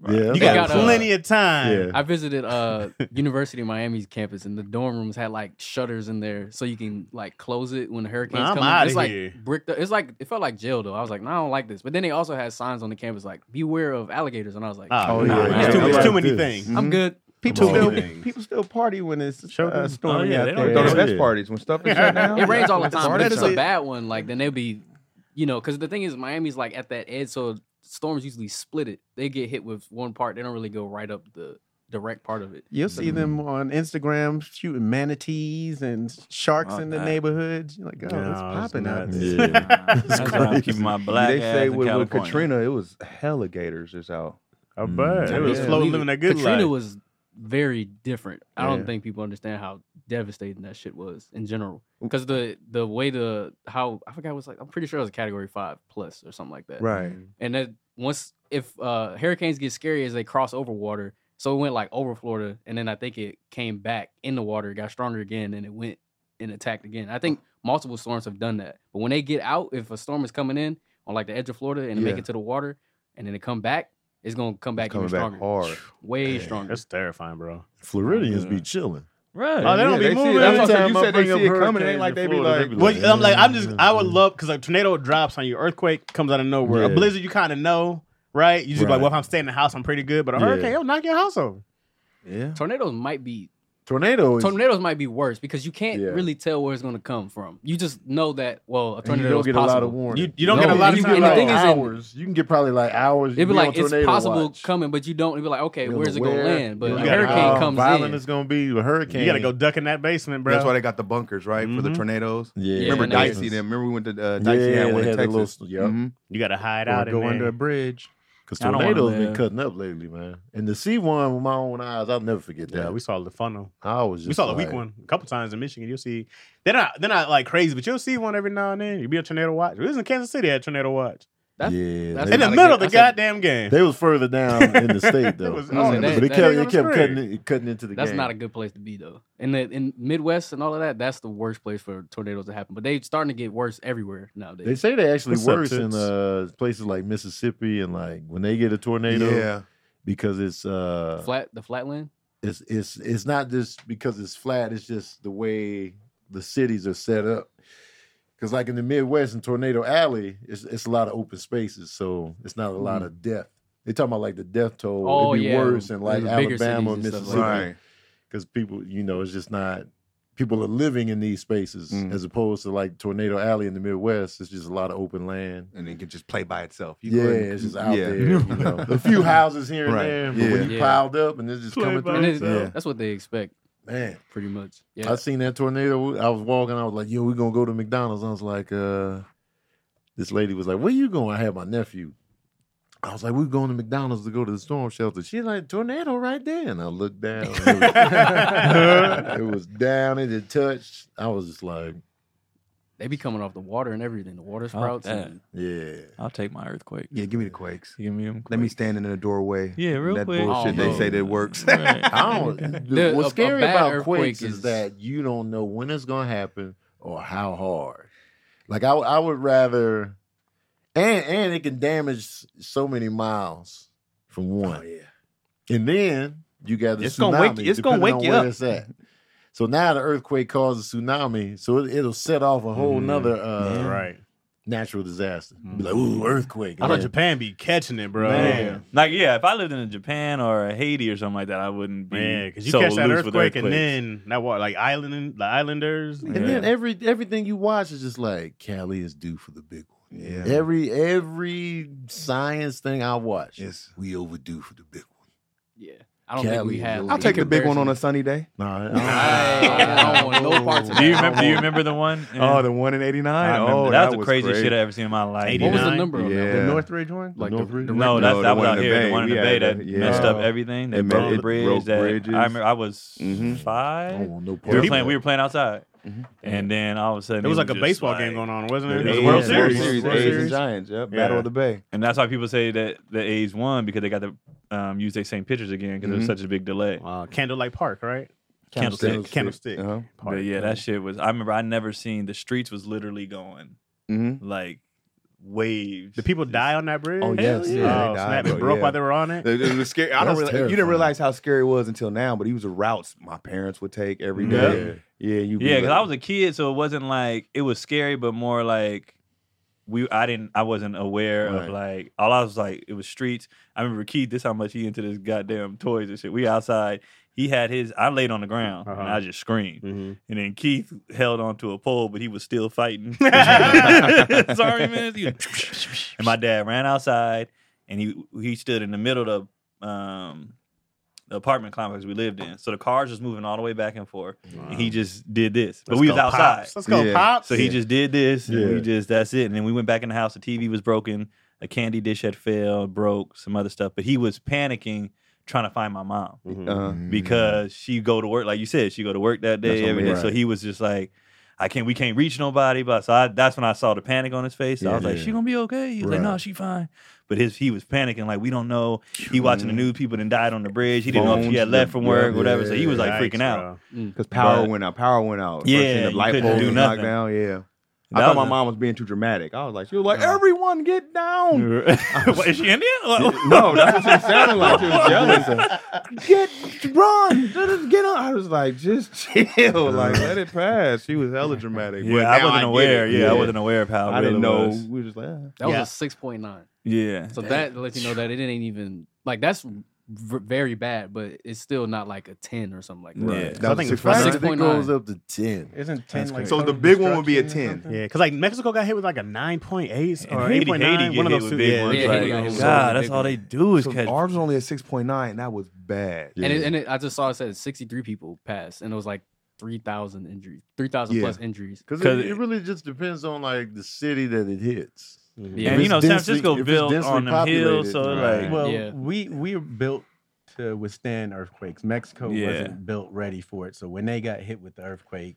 Speaker 5: Yeah,
Speaker 1: You
Speaker 7: They
Speaker 1: got,
Speaker 7: got, uh,
Speaker 1: plenty of time.
Speaker 5: yeah.
Speaker 7: I visited uh University of Miami's campus, and the dorm rooms had like shutters in there, so you can like close it when the hurricanes
Speaker 1: I'm
Speaker 7: come. in.
Speaker 1: outta
Speaker 7: It's like
Speaker 1: here.
Speaker 7: bricked up. It's like it felt like jail though. I was like, no, I don't like this. But then they also had signs on the campus like, beware of alligators, and I was like,
Speaker 6: Ah.
Speaker 1: Oh,
Speaker 7: nah,
Speaker 1: yeah.
Speaker 7: man.
Speaker 1: It's too,
Speaker 5: I
Speaker 1: it's too
Speaker 5: like
Speaker 1: many
Speaker 5: this.
Speaker 1: things.
Speaker 7: I'm good.
Speaker 3: People
Speaker 1: Of all
Speaker 3: still
Speaker 1: things.
Speaker 3: people still party when it's
Speaker 1: Show
Speaker 3: uh,
Speaker 1: them.
Speaker 3: stormy
Speaker 4: Oh, yeah,
Speaker 3: out
Speaker 4: they don't
Speaker 3: there.
Speaker 2: Throw the
Speaker 5: Yeah.
Speaker 2: best parties when stuff is shut down.
Speaker 7: It rains all the time. But if
Speaker 2: Party
Speaker 7: it's
Speaker 2: time.
Speaker 7: a bad one, like then they'll be, you know, because the thing is, Miami's like at that edge, so storms usually split it. They get hit with one part. They don't really go right up the direct part of it.
Speaker 3: You'll see
Speaker 1: Mm.
Speaker 3: them on Instagram shooting manatees and sharks
Speaker 4: Not
Speaker 3: in the
Speaker 4: that.
Speaker 3: neighborhoods. You're like, oh,
Speaker 1: No,
Speaker 3: it's
Speaker 1: it's
Speaker 3: popping out
Speaker 1: nuts.
Speaker 3: there.
Speaker 5: Yeah.
Speaker 4: That's why I'm
Speaker 5: crazy.
Speaker 4: keeping my black
Speaker 2: they
Speaker 4: ass
Speaker 2: say
Speaker 4: in
Speaker 2: with, with
Speaker 4: California.
Speaker 2: Katrina, it was alligators is out.
Speaker 1: I
Speaker 5: Mm.
Speaker 1: bet. It was
Speaker 3: Yeah.
Speaker 1: flow
Speaker 7: We-
Speaker 1: living that good
Speaker 7: Katrina
Speaker 1: life.
Speaker 7: was very different. I
Speaker 2: Yeah.
Speaker 7: don't think people understand how devastating that shit was in general.
Speaker 1: Mm.
Speaker 7: Because the the way the how I forgot it was like I'm pretty sure it was a category five plus or something like that.
Speaker 3: Right.
Speaker 7: And that once if uh hurricanes get scary as they cross over water, so it went like over Florida and then I think it came back in the water, it got stronger again, and it went and attacked again. I think multiple storms have done that. But when they get out, if a storm is coming in on like the edge of Florida and it
Speaker 2: Yeah.
Speaker 7: make it to the water and then it come back, it's gonna come
Speaker 2: It's
Speaker 7: back even
Speaker 2: coming back
Speaker 7: stronger
Speaker 2: hard.
Speaker 7: way
Speaker 5: Dang.
Speaker 7: stronger.
Speaker 1: That's terrifying, bro.
Speaker 5: Floridians
Speaker 4: Yeah.
Speaker 5: be chilling.
Speaker 4: Right.
Speaker 1: Oh, they don't be
Speaker 2: see it.
Speaker 1: moving.
Speaker 2: That's what I said.
Speaker 5: Every
Speaker 2: You
Speaker 5: time
Speaker 2: said
Speaker 5: I
Speaker 2: they
Speaker 5: bring
Speaker 2: see it
Speaker 5: up
Speaker 2: coming. It ain't
Speaker 5: hurricanes
Speaker 2: like they
Speaker 5: in
Speaker 2: be
Speaker 5: Florida,
Speaker 2: like,
Speaker 5: they be
Speaker 1: Well, I'm like, I'm just, I would
Speaker 5: Mhm.
Speaker 1: love because a tornado drops on you, earthquake comes out of nowhere. A
Speaker 5: Yeah.
Speaker 1: blizzard, you kind of know, right? You just be like,
Speaker 5: Right.
Speaker 1: well, if I'm staying in the house, I'm pretty good. But a
Speaker 5: Yeah.
Speaker 1: hurricane, it'll knock your house over.
Speaker 5: Yeah.
Speaker 7: Tornadoes might be
Speaker 5: Tornado is
Speaker 7: tornadoes might be worse because you can't
Speaker 5: Yeah.
Speaker 7: really tell where it's going to come from. You just know that
Speaker 5: and
Speaker 7: well a
Speaker 5: you
Speaker 7: tornado
Speaker 5: don't
Speaker 7: is
Speaker 5: get a
Speaker 7: possible.
Speaker 5: lot of warning.
Speaker 1: You, you don't get a
Speaker 7: No,
Speaker 1: lot of
Speaker 7: you-
Speaker 1: time.
Speaker 7: and the
Speaker 1: like,
Speaker 7: thing is- in-
Speaker 5: hours. you can get probably like hours.
Speaker 7: It'd be
Speaker 5: You
Speaker 7: like
Speaker 5: on
Speaker 7: it's
Speaker 5: tornado
Speaker 7: possible
Speaker 5: watch.
Speaker 7: coming, but you don't. It'd be like okay,
Speaker 5: You don't
Speaker 7: where's it
Speaker 5: know
Speaker 7: going to
Speaker 5: where,
Speaker 7: land? But
Speaker 5: you
Speaker 7: a
Speaker 5: don't
Speaker 1: know
Speaker 7: hurricane
Speaker 5: how
Speaker 7: comes
Speaker 5: violent
Speaker 7: in.
Speaker 5: it's gonna be. A hurricane.
Speaker 1: you got to go duck in that basement, bro.
Speaker 2: That's why they got the bunkers, right? For the
Speaker 1: Mhm.
Speaker 2: tornadoes.
Speaker 5: Yeah.
Speaker 7: Yeah,
Speaker 2: Remember
Speaker 7: and they-
Speaker 2: Dicey then? Remember we went to uh,
Speaker 5: Yeah,
Speaker 2: Dicey
Speaker 5: they
Speaker 2: had one in
Speaker 5: had the
Speaker 2: Texas?
Speaker 5: little- yeah.
Speaker 2: Mhm.
Speaker 1: you got to hide
Speaker 3: Or
Speaker 1: out in
Speaker 3: go under
Speaker 1: there.
Speaker 3: a bridge.
Speaker 5: Because
Speaker 4: I don't wanna
Speaker 5: tornadoes been
Speaker 4: live.
Speaker 5: cutting up lately, man. And to see one with my own eyes, I'll never forget that.
Speaker 1: Yeah, we saw the funnel.
Speaker 5: I was just
Speaker 1: We saw the
Speaker 5: like,
Speaker 1: weak one a couple times in Michigan. You'll see they're not they're not like crazy, but you'll see one every now and then. You'll be a tornado watch. We was in Kansas City at tornado watch
Speaker 7: That's-
Speaker 5: yeah,
Speaker 7: that's
Speaker 5: they,
Speaker 1: in the
Speaker 7: not
Speaker 1: middle
Speaker 7: a good-
Speaker 1: of the
Speaker 7: that's a-
Speaker 1: goddamn game.
Speaker 5: they was further down in the state though.
Speaker 1: It was-
Speaker 5: Mm,
Speaker 7: oh,
Speaker 5: but it
Speaker 7: that-
Speaker 5: kept,
Speaker 1: that-
Speaker 5: it kept cutting, it, cutting into the
Speaker 7: That's
Speaker 5: game.
Speaker 7: not a good place to be though. In the in Midwest and all of that, that's the worst place for tornadoes to happen. But they starting to get worse everywhere nowadays.
Speaker 5: They say they actually
Speaker 1: What's up,
Speaker 5: worse in
Speaker 1: Toots?
Speaker 5: uh, places like Mississippi and like when they get a tornado
Speaker 2: Yeah.
Speaker 5: because it's uh
Speaker 7: Flat the flatland.
Speaker 5: it's it's it's not just because it's flat. It's just the way the cities are set up. Because like in the Midwest and Tornado Alley, it's it's a lot of open spaces, so it's not a lot of depth. They talking about like the death toll.
Speaker 7: Mm. Oh,
Speaker 5: It'd be
Speaker 7: yeah,
Speaker 5: worse in like
Speaker 7: the bigger
Speaker 5: Alabama, and
Speaker 7: cities and stuff
Speaker 5: Mississippi,
Speaker 7: like
Speaker 2: Right.
Speaker 5: because people, you know, it's just not. People are living in these spaces
Speaker 2: Mm.
Speaker 5: as opposed to like Tornado Alley in the Midwest. It's just a lot of open land.
Speaker 2: And it can just play by itself.
Speaker 5: yeah,
Speaker 2: go ahead and-
Speaker 5: it's just out
Speaker 2: yeah.
Speaker 5: there. You
Speaker 2: [LAUGHS]
Speaker 5: know. a few houses here and
Speaker 2: Right.
Speaker 5: there, but when
Speaker 7: Yeah.
Speaker 5: you
Speaker 7: Yeah.
Speaker 5: piled up and it's just
Speaker 1: Play
Speaker 5: coming
Speaker 1: by
Speaker 5: through,
Speaker 7: And it-
Speaker 5: Yeah.
Speaker 7: That's what they expect,
Speaker 5: man.
Speaker 7: pretty much.
Speaker 5: I
Speaker 7: Yeah,
Speaker 5: seen that tornado. I was walking. I was like, "Yo, we gonna go to McDonald's." I was like, uh, "This lady was like, where you going?" I had my nephew. I was like, "We're going to McDonald's to go to the storm shelter." She's like, "Tornado right there," and I looked down. It was, [LAUGHS] it was down. It had touched. I was just like,
Speaker 7: they be coming off the water and everything. The water sprouts.
Speaker 4: that.
Speaker 7: and
Speaker 5: "Yeah."
Speaker 4: I'll take my earthquake.
Speaker 2: Yeah, give me the quakes.
Speaker 4: Give me them.
Speaker 2: Let me stand in the doorway.
Speaker 4: Yeah, real
Speaker 2: that
Speaker 4: quick.
Speaker 2: bullshit
Speaker 7: Oh,
Speaker 2: they
Speaker 7: no.
Speaker 2: say that works.
Speaker 4: [LAUGHS]
Speaker 2: [LAUGHS]
Speaker 4: Right.
Speaker 5: I don't.
Speaker 7: The-
Speaker 5: what's
Speaker 7: a- a
Speaker 5: scary
Speaker 7: bad
Speaker 5: about
Speaker 7: earthquake
Speaker 5: quakes is,
Speaker 7: is-
Speaker 5: that you don't know when it's gonna happen or how hard. Like I, I would rather, and and it can damage so many miles from one. And then you got the
Speaker 2: It's
Speaker 5: tsunami.
Speaker 2: gonna wake- it's gonna
Speaker 5: depending
Speaker 2: wake
Speaker 5: on
Speaker 2: you
Speaker 5: where
Speaker 2: up.
Speaker 5: It's at. So now the earthquake causes tsunami, so it, it'll set off a whole
Speaker 2: Mhm.
Speaker 5: nother uh,
Speaker 1: right.
Speaker 5: natural disaster. Be like, ooh, earthquake!
Speaker 1: I thought
Speaker 5: man.
Speaker 1: Japan be catching it, bro.
Speaker 5: Man.
Speaker 4: Like yeah, if I lived in Japan or Haiti or something like that, I wouldn't be.
Speaker 1: Yeah, because you
Speaker 4: so
Speaker 1: catch that
Speaker 4: loose with
Speaker 1: earthquake and
Speaker 4: earthquakes.
Speaker 1: then that what like island the islanders.
Speaker 5: And then
Speaker 4: Yeah.
Speaker 5: every everything you watch is just like Cali is due for the big one.
Speaker 2: Yeah.
Speaker 5: Every every science thing I watch,
Speaker 2: Yes.
Speaker 5: we overdue for the big one.
Speaker 7: yeah, I don't
Speaker 5: Cali
Speaker 7: think we
Speaker 5: is
Speaker 7: have.
Speaker 5: really-
Speaker 2: I'll take the Oh. big one on a sunny [LAUGHS] day.
Speaker 5: Nah,
Speaker 7: I, I don't want no parts of that.
Speaker 4: Do you
Speaker 7: I don't
Speaker 4: remember? Do you
Speaker 7: want-
Speaker 4: remember the one?
Speaker 2: Oh, the one in
Speaker 4: I
Speaker 2: '89.
Speaker 4: remember.
Speaker 2: Oh,
Speaker 4: that was the craziest
Speaker 2: crazy.
Speaker 4: shit I ever seen in my life.
Speaker 1: 89?
Speaker 7: What was the number on that?
Speaker 2: Yeah.
Speaker 3: The Northridge one?
Speaker 7: Like
Speaker 5: North Ridge?
Speaker 7: the, the
Speaker 4: No,
Speaker 2: No,
Speaker 4: that's
Speaker 2: the
Speaker 4: that
Speaker 2: one
Speaker 4: was out
Speaker 2: in the
Speaker 4: here.
Speaker 2: Bay.
Speaker 4: The one in
Speaker 2: We
Speaker 4: the
Speaker 2: had
Speaker 4: bay
Speaker 2: the-
Speaker 4: that
Speaker 2: yeah.
Speaker 4: messed up
Speaker 3: Oh.
Speaker 4: everything. They
Speaker 2: It
Speaker 4: broke
Speaker 2: made-
Speaker 4: the
Speaker 2: it
Speaker 4: bridge.
Speaker 2: broke
Speaker 4: that,
Speaker 2: bridges.
Speaker 4: I remember I was
Speaker 7: Mm-hmm.
Speaker 2: Mhm.
Speaker 5: I
Speaker 4: five.
Speaker 5: don't want no
Speaker 4: We were
Speaker 5: parts
Speaker 4: playing.
Speaker 5: of
Speaker 4: We
Speaker 5: that.
Speaker 4: were playing outside,
Speaker 2: Mhm.
Speaker 4: and then all of a sudden
Speaker 1: It was like a
Speaker 4: just
Speaker 1: baseball
Speaker 4: like-
Speaker 1: game going on, wasn't it?
Speaker 4: It was
Speaker 1: Yeah.
Speaker 4: World
Speaker 1: World
Speaker 4: Series.
Speaker 1: Series.
Speaker 4: World
Speaker 1: A's and
Speaker 2: A's and
Speaker 1: Giants.
Speaker 2: Giants. Yep,
Speaker 1: Yeah.
Speaker 2: Battle of the Bay.
Speaker 4: And that's why people say that the A's won because they got to um, use their same pictures again because it was
Speaker 2: Mhm.
Speaker 4: such a big delay.
Speaker 1: Uh, Candlelight Park, right?
Speaker 4: Candlestick.
Speaker 1: Candlestick.
Speaker 2: Uh-huh.
Speaker 4: But
Speaker 1: Park.
Speaker 4: yeah, that shit was. I remember I never seen the streets was literally going
Speaker 2: Mhm.
Speaker 4: like waves.
Speaker 1: Did people die on that bridge?
Speaker 5: Oh, yes,
Speaker 4: yeah.
Speaker 1: Oh,
Speaker 4: They
Speaker 1: snap!
Speaker 2: died,
Speaker 1: It
Speaker 2: bro,
Speaker 1: broke
Speaker 2: yeah.
Speaker 1: while they were on it.
Speaker 2: It, it was scary. I don't
Speaker 5: That's
Speaker 2: realize, you didn't
Speaker 5: terrifying.
Speaker 2: realize how scary it was until now, but he was the routes my parents would take every
Speaker 4: Yeah.
Speaker 2: day. Yeah, you.
Speaker 4: Yeah, because I was a kid, so it wasn't like it was scary, but more like we. I didn't. I wasn't aware of
Speaker 5: Right.
Speaker 4: like all. I was like it was streets. I remember Keith. This how much he into this goddamn toys and shit. We outside. He had his. I laid on the ground and
Speaker 1: Uh-huh.
Speaker 4: I just screamed.
Speaker 1: Mhm.
Speaker 4: And then Keith held onto a pole, but he was
Speaker 1: [LAUGHS]
Speaker 4: still fighting. [LAUGHS] Sorry, [LAUGHS] man. He was- and my dad ran outside, and he he stood in the middle of the, um, the apartment complex we lived in. So the cars was moving all the way back and forth. And he just did this, but
Speaker 1: Let's
Speaker 4: we was
Speaker 1: go,
Speaker 4: outside.
Speaker 1: Pops. Let's go,
Speaker 2: Yeah.
Speaker 1: pops.
Speaker 4: So he just did this, and
Speaker 5: Yeah.
Speaker 4: we just that's it. And then we went back in the house. The TV was broken. A candy dish had fell, broke some other stuff. But he was panicking, trying to find my mom
Speaker 1: Mhm.
Speaker 5: Uh-huh.
Speaker 2: Uh,
Speaker 5: Mm-hmm.
Speaker 4: because she go to work like you said she go to work that
Speaker 2: That's
Speaker 4: day
Speaker 2: what
Speaker 4: every
Speaker 2: we-
Speaker 4: day so
Speaker 5: right.
Speaker 4: he was just like i can't we can't reach nobody but so I, that's when i saw the panic on his face so i
Speaker 5: Yeah.
Speaker 4: was like she
Speaker 5: Yeah.
Speaker 4: gonna be okay he was like
Speaker 5: Right.
Speaker 4: no she fine but his he was panicking like we don't know he watching the news people that died on the bridge he didn't know if she
Speaker 2: Phones,
Speaker 4: had left from
Speaker 2: yeah,
Speaker 4: work or whatever so he was like
Speaker 1: Yikes,
Speaker 4: freaking out
Speaker 1: bro.
Speaker 2: Because power
Speaker 4: But-
Speaker 2: went out. Power went out. First
Speaker 4: Yeah,
Speaker 2: thing, the
Speaker 4: you
Speaker 2: light
Speaker 4: couldn't
Speaker 2: pole
Speaker 4: do
Speaker 2: was knocked
Speaker 4: nothing.
Speaker 2: down. Yeah.
Speaker 4: That
Speaker 2: I thought my
Speaker 4: was a-
Speaker 2: mom was being too dramatic. I was like, she was like,
Speaker 4: Uh.
Speaker 2: everyone get [LAUGHS] down.
Speaker 4: [LAUGHS] What, is she indian [LAUGHS] What-
Speaker 2: [LAUGHS] no, that's what she sounded like.
Speaker 4: [LAUGHS]
Speaker 2: She was yelling. so, Get run, Just get on. I was like, just chill, like let it pass. She was hella dramatic.
Speaker 4: yeah
Speaker 2: But
Speaker 4: I
Speaker 2: now
Speaker 4: wasn't
Speaker 2: get
Speaker 4: aware.
Speaker 2: it.
Speaker 4: Yeah, I wasn't aware of how.
Speaker 2: I
Speaker 4: real
Speaker 2: didn't
Speaker 4: it
Speaker 2: know.
Speaker 4: was.
Speaker 2: We were just like, ah.
Speaker 7: That was
Speaker 1: Yeah.
Speaker 7: a six point nine.
Speaker 4: Yeah,
Speaker 7: So that lets you know that it ain't even like that's v- very bad, but it's still not like a ten or something like that.
Speaker 4: Right.
Speaker 5: That
Speaker 1: I
Speaker 5: was
Speaker 1: think it's
Speaker 5: six
Speaker 1: five.
Speaker 5: point- it
Speaker 7: 6.9.
Speaker 5: goes up to ten.
Speaker 3: Isn't ten like
Speaker 5: oh,
Speaker 2: So the
Speaker 3: total
Speaker 2: big one would be a
Speaker 3: destruction or
Speaker 2: 10.
Speaker 1: Yeah, because like Mexico got hit with like a nine point eight
Speaker 4: And
Speaker 1: or
Speaker 4: Haiti-
Speaker 1: eight point
Speaker 4: Haiti
Speaker 1: nine.
Speaker 4: get
Speaker 1: One of
Speaker 4: hit
Speaker 1: those
Speaker 4: with
Speaker 1: two.
Speaker 4: big
Speaker 1: yeah.
Speaker 4: ones,
Speaker 7: Yeah,
Speaker 4: like, oh
Speaker 7: Haiti got hit with
Speaker 4: God,
Speaker 7: big
Speaker 4: that's all
Speaker 7: ones.
Speaker 4: they do is
Speaker 2: So
Speaker 4: catch.
Speaker 2: ours was only at six point nine. That was bad.
Speaker 7: And it,
Speaker 5: Yeah.
Speaker 7: and it, I just saw it said sixty three people passed, and it was like three thousand injuries, three thousand
Speaker 2: Yeah.
Speaker 7: plus injuries.
Speaker 5: Because
Speaker 4: 'Cause
Speaker 5: it,
Speaker 4: it-
Speaker 5: it really just depends on like the city that it hits.
Speaker 7: Yeah.
Speaker 4: and you
Speaker 5: it's
Speaker 4: know, San
Speaker 5: densely- if
Speaker 4: Francisco
Speaker 5: it's
Speaker 4: built
Speaker 5: densely
Speaker 4: on the hills,
Speaker 5: populated,
Speaker 4: so
Speaker 2: right.
Speaker 4: like,
Speaker 3: Well,
Speaker 7: Yeah.
Speaker 3: we we are built to withstand earthquakes. Mexico
Speaker 4: Yeah.
Speaker 3: wasn't built ready for it, so when they got hit with the earthquake,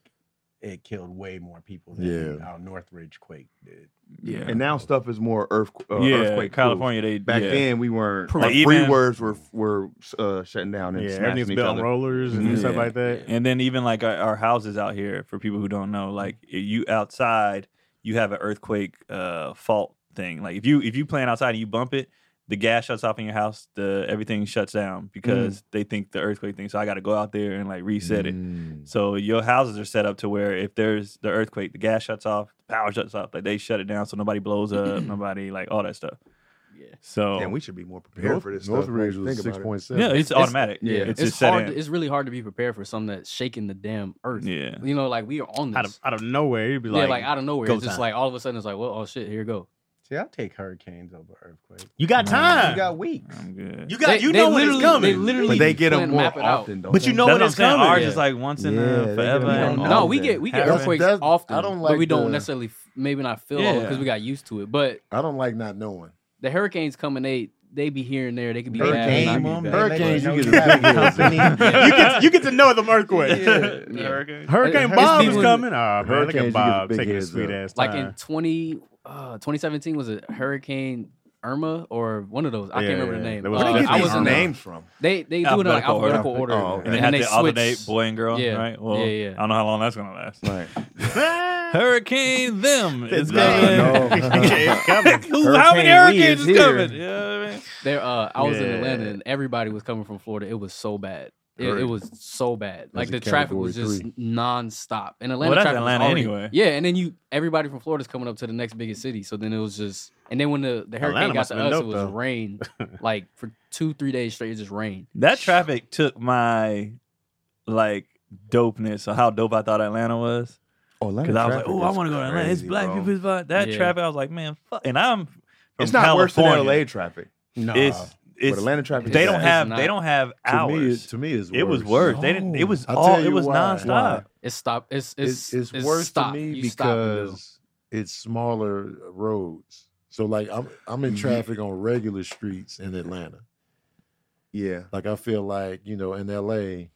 Speaker 3: it killed way more people than
Speaker 5: Yeah.
Speaker 3: our Northridge quake did.
Speaker 4: yeah,
Speaker 2: And now stuff is more earth, uh,
Speaker 4: yeah,
Speaker 2: earthquake.
Speaker 4: California. They
Speaker 2: Proof. Back
Speaker 4: yeah.
Speaker 2: then we weren't.
Speaker 4: Like
Speaker 2: Like free
Speaker 4: even-
Speaker 2: words were were uh, shutting down and
Speaker 1: Yeah,
Speaker 2: smashing
Speaker 1: everything's
Speaker 2: each
Speaker 1: built on
Speaker 2: other.
Speaker 1: rollers and
Speaker 4: Mhm.
Speaker 1: stuff
Speaker 4: Yeah.
Speaker 1: like that.
Speaker 4: and then even like our, our houses out here for people who don't know, like you outside, you have an earthquake uh, fault thing. Like if you if you playing outside and you bump it, the gas shuts off in your house, the everything shuts down because they think the earthquake thing. So I got to go out there and like reset it.
Speaker 5: Mm.
Speaker 4: So your houses are set up to where if there's the earthquake, the gas shuts off, the power shuts off, like they shut it down so nobody blows up, nobody like all that stuff.
Speaker 7: Yeah.
Speaker 4: So
Speaker 2: Damn, we should be more prepared for this stuff.
Speaker 5: Northridge
Speaker 2: Like,
Speaker 5: was
Speaker 2: think about
Speaker 5: six
Speaker 2: it.
Speaker 5: point seven.
Speaker 4: yeah, it's, automatic.
Speaker 2: yeah.
Speaker 4: it's,
Speaker 7: It's,
Speaker 4: just set
Speaker 7: hard.
Speaker 4: in.
Speaker 7: to- it's really hard to be prepared for something that's shaking the damn earth.
Speaker 4: yeah.
Speaker 7: You know, like we are on
Speaker 1: Out
Speaker 7: this.
Speaker 1: of out of nowhere, you'd be
Speaker 7: yeah,
Speaker 1: like,
Speaker 7: like out of nowhere,
Speaker 1: go
Speaker 7: it's just
Speaker 1: time.
Speaker 7: like all of a sudden it's like, well, oh shit, here you go.
Speaker 3: See, I'll take hurricanes over earthquakes.
Speaker 1: you got time.
Speaker 3: You
Speaker 6: [LAUGHS]
Speaker 3: got weeks.
Speaker 4: I'm good.
Speaker 1: You
Speaker 7: They-
Speaker 1: got you
Speaker 7: they
Speaker 1: know when it's
Speaker 7: literally- They
Speaker 1: coming.
Speaker 7: literally
Speaker 2: But they get
Speaker 7: plan
Speaker 2: them
Speaker 7: to
Speaker 2: more
Speaker 7: map it out.
Speaker 2: often, though.
Speaker 1: But you know
Speaker 4: That's
Speaker 1: when
Speaker 4: what I'm
Speaker 1: it's
Speaker 4: saying.
Speaker 1: coming.
Speaker 4: Ours
Speaker 1: Yeah.
Speaker 4: is like once in
Speaker 2: Yeah, they
Speaker 4: a
Speaker 2: get
Speaker 4: forever.
Speaker 2: more
Speaker 4: and
Speaker 2: often.
Speaker 4: all
Speaker 7: No, we
Speaker 2: that.
Speaker 7: get we get
Speaker 4: That's-
Speaker 7: earthquakes
Speaker 5: that's- I
Speaker 7: often.
Speaker 5: don't
Speaker 7: but
Speaker 5: like
Speaker 7: we don't
Speaker 5: the-
Speaker 7: necessarily f- maybe not feel all because
Speaker 4: Yeah.
Speaker 7: we got used to it. But
Speaker 5: I don't like not knowing.
Speaker 7: the hurricanes coming, they they be here and there. They could be bad.
Speaker 3: Hurricane,
Speaker 7: and not
Speaker 3: mom,
Speaker 7: be bad.
Speaker 5: Hurricanes,
Speaker 3: They
Speaker 5: you
Speaker 3: let
Speaker 5: get a
Speaker 3: know
Speaker 5: big
Speaker 3: you have
Speaker 5: company.
Speaker 3: company.
Speaker 5: Yeah.
Speaker 1: you get you get to know the
Speaker 6: [LAUGHS]
Speaker 1: earthquake.
Speaker 4: [LAUGHS] Yeah.
Speaker 7: Yeah.
Speaker 4: Hurricane.
Speaker 1: Hurricane
Speaker 5: It's
Speaker 1: Bob is
Speaker 7: people-
Speaker 1: coming. Oh, man, look
Speaker 5: Hurricanes, you
Speaker 1: at
Speaker 5: get
Speaker 1: Bob
Speaker 5: big
Speaker 1: taking his
Speaker 5: heads up.
Speaker 1: sweet ass
Speaker 7: like
Speaker 1: time.
Speaker 7: in 20, uh, 2017 was it Hurricane Irma or one of those? I
Speaker 1: Yeah,
Speaker 7: can't remember
Speaker 1: yeah,
Speaker 7: the
Speaker 1: yeah.
Speaker 7: name.
Speaker 1: There was
Speaker 2: Where
Speaker 7: Uh,
Speaker 2: they get
Speaker 7: I
Speaker 2: these
Speaker 7: was in the-
Speaker 2: names from?
Speaker 7: They they do it in like
Speaker 4: Alphabetical order.
Speaker 7: alphabetical order,
Speaker 2: Oh, okay.
Speaker 4: And they
Speaker 7: and
Speaker 4: have
Speaker 7: then they
Speaker 4: to alternate
Speaker 7: switch.
Speaker 4: boy and girl,
Speaker 7: Yeah.
Speaker 4: right? Well,
Speaker 7: Yeah, yeah.
Speaker 4: I don't know how long that's gonna last.
Speaker 2: Right.
Speaker 4: [LAUGHS] Hurricane them. It's
Speaker 1: No,
Speaker 4: coming. [LAUGHS]
Speaker 2: [LAUGHS]
Speaker 1: it's coming.
Speaker 4: Who- How many
Speaker 7: Hurricane we
Speaker 4: hurricanes is
Speaker 7: is here.
Speaker 4: coming? You know what I mean?
Speaker 7: There, uh, I was in
Speaker 1: Yeah.
Speaker 7: Atlanta, and everybody was coming from Florida. It was so bad. It, it
Speaker 5: Right.
Speaker 7: was so bad. Like
Speaker 5: a
Speaker 7: the traffic was
Speaker 5: category
Speaker 7: just nonstop, and Atlanta
Speaker 4: Well, that's
Speaker 7: traffic
Speaker 4: Atlanta
Speaker 7: was already,
Speaker 4: anyway.
Speaker 7: Yeah, and then you everybody from Florida's coming up to the next biggest city. So then it was just, and then when the, the hurricane
Speaker 1: Atlanta
Speaker 7: got
Speaker 1: must
Speaker 7: to
Speaker 1: have been
Speaker 7: us,
Speaker 1: dope,
Speaker 7: it was
Speaker 1: though. [LAUGHS]
Speaker 7: rain. like for two three days straight, it just rained.
Speaker 4: That traffic took my like dopeness or how dope I thought Atlanta was.
Speaker 2: Oh,
Speaker 4: Because I was like, oh, I want to go to Atlanta. It's black people. It's black. That
Speaker 7: Yeah.
Speaker 4: traffic, I was like, man, fuck. And I'm from
Speaker 2: It's not worse than
Speaker 4: California.
Speaker 2: LA traffic.
Speaker 3: No.
Speaker 4: It's
Speaker 2: But
Speaker 4: it's
Speaker 2: Atlanta traffic.
Speaker 4: they
Speaker 2: is
Speaker 4: don't
Speaker 2: bad.
Speaker 7: It's
Speaker 4: have
Speaker 7: not-
Speaker 4: they don't have
Speaker 5: To
Speaker 4: hours.
Speaker 5: me, it- to me, it's
Speaker 4: It was worse. They didn't. It was
Speaker 5: No. I'll
Speaker 4: all.
Speaker 5: tell
Speaker 4: It
Speaker 5: you
Speaker 4: was
Speaker 5: why.
Speaker 4: nonstop.
Speaker 5: Why?
Speaker 7: It stopped. It's
Speaker 5: It's
Speaker 7: it's
Speaker 5: it's, worse
Speaker 7: stopped.
Speaker 5: to me
Speaker 7: You stopped in the middle.
Speaker 5: because it's smaller roads. So like I'm I'm
Speaker 4: Mm-hmm.
Speaker 5: in traffic on regular streets in Atlanta.
Speaker 2: Yeah.
Speaker 5: Like I feel like you know in L.A.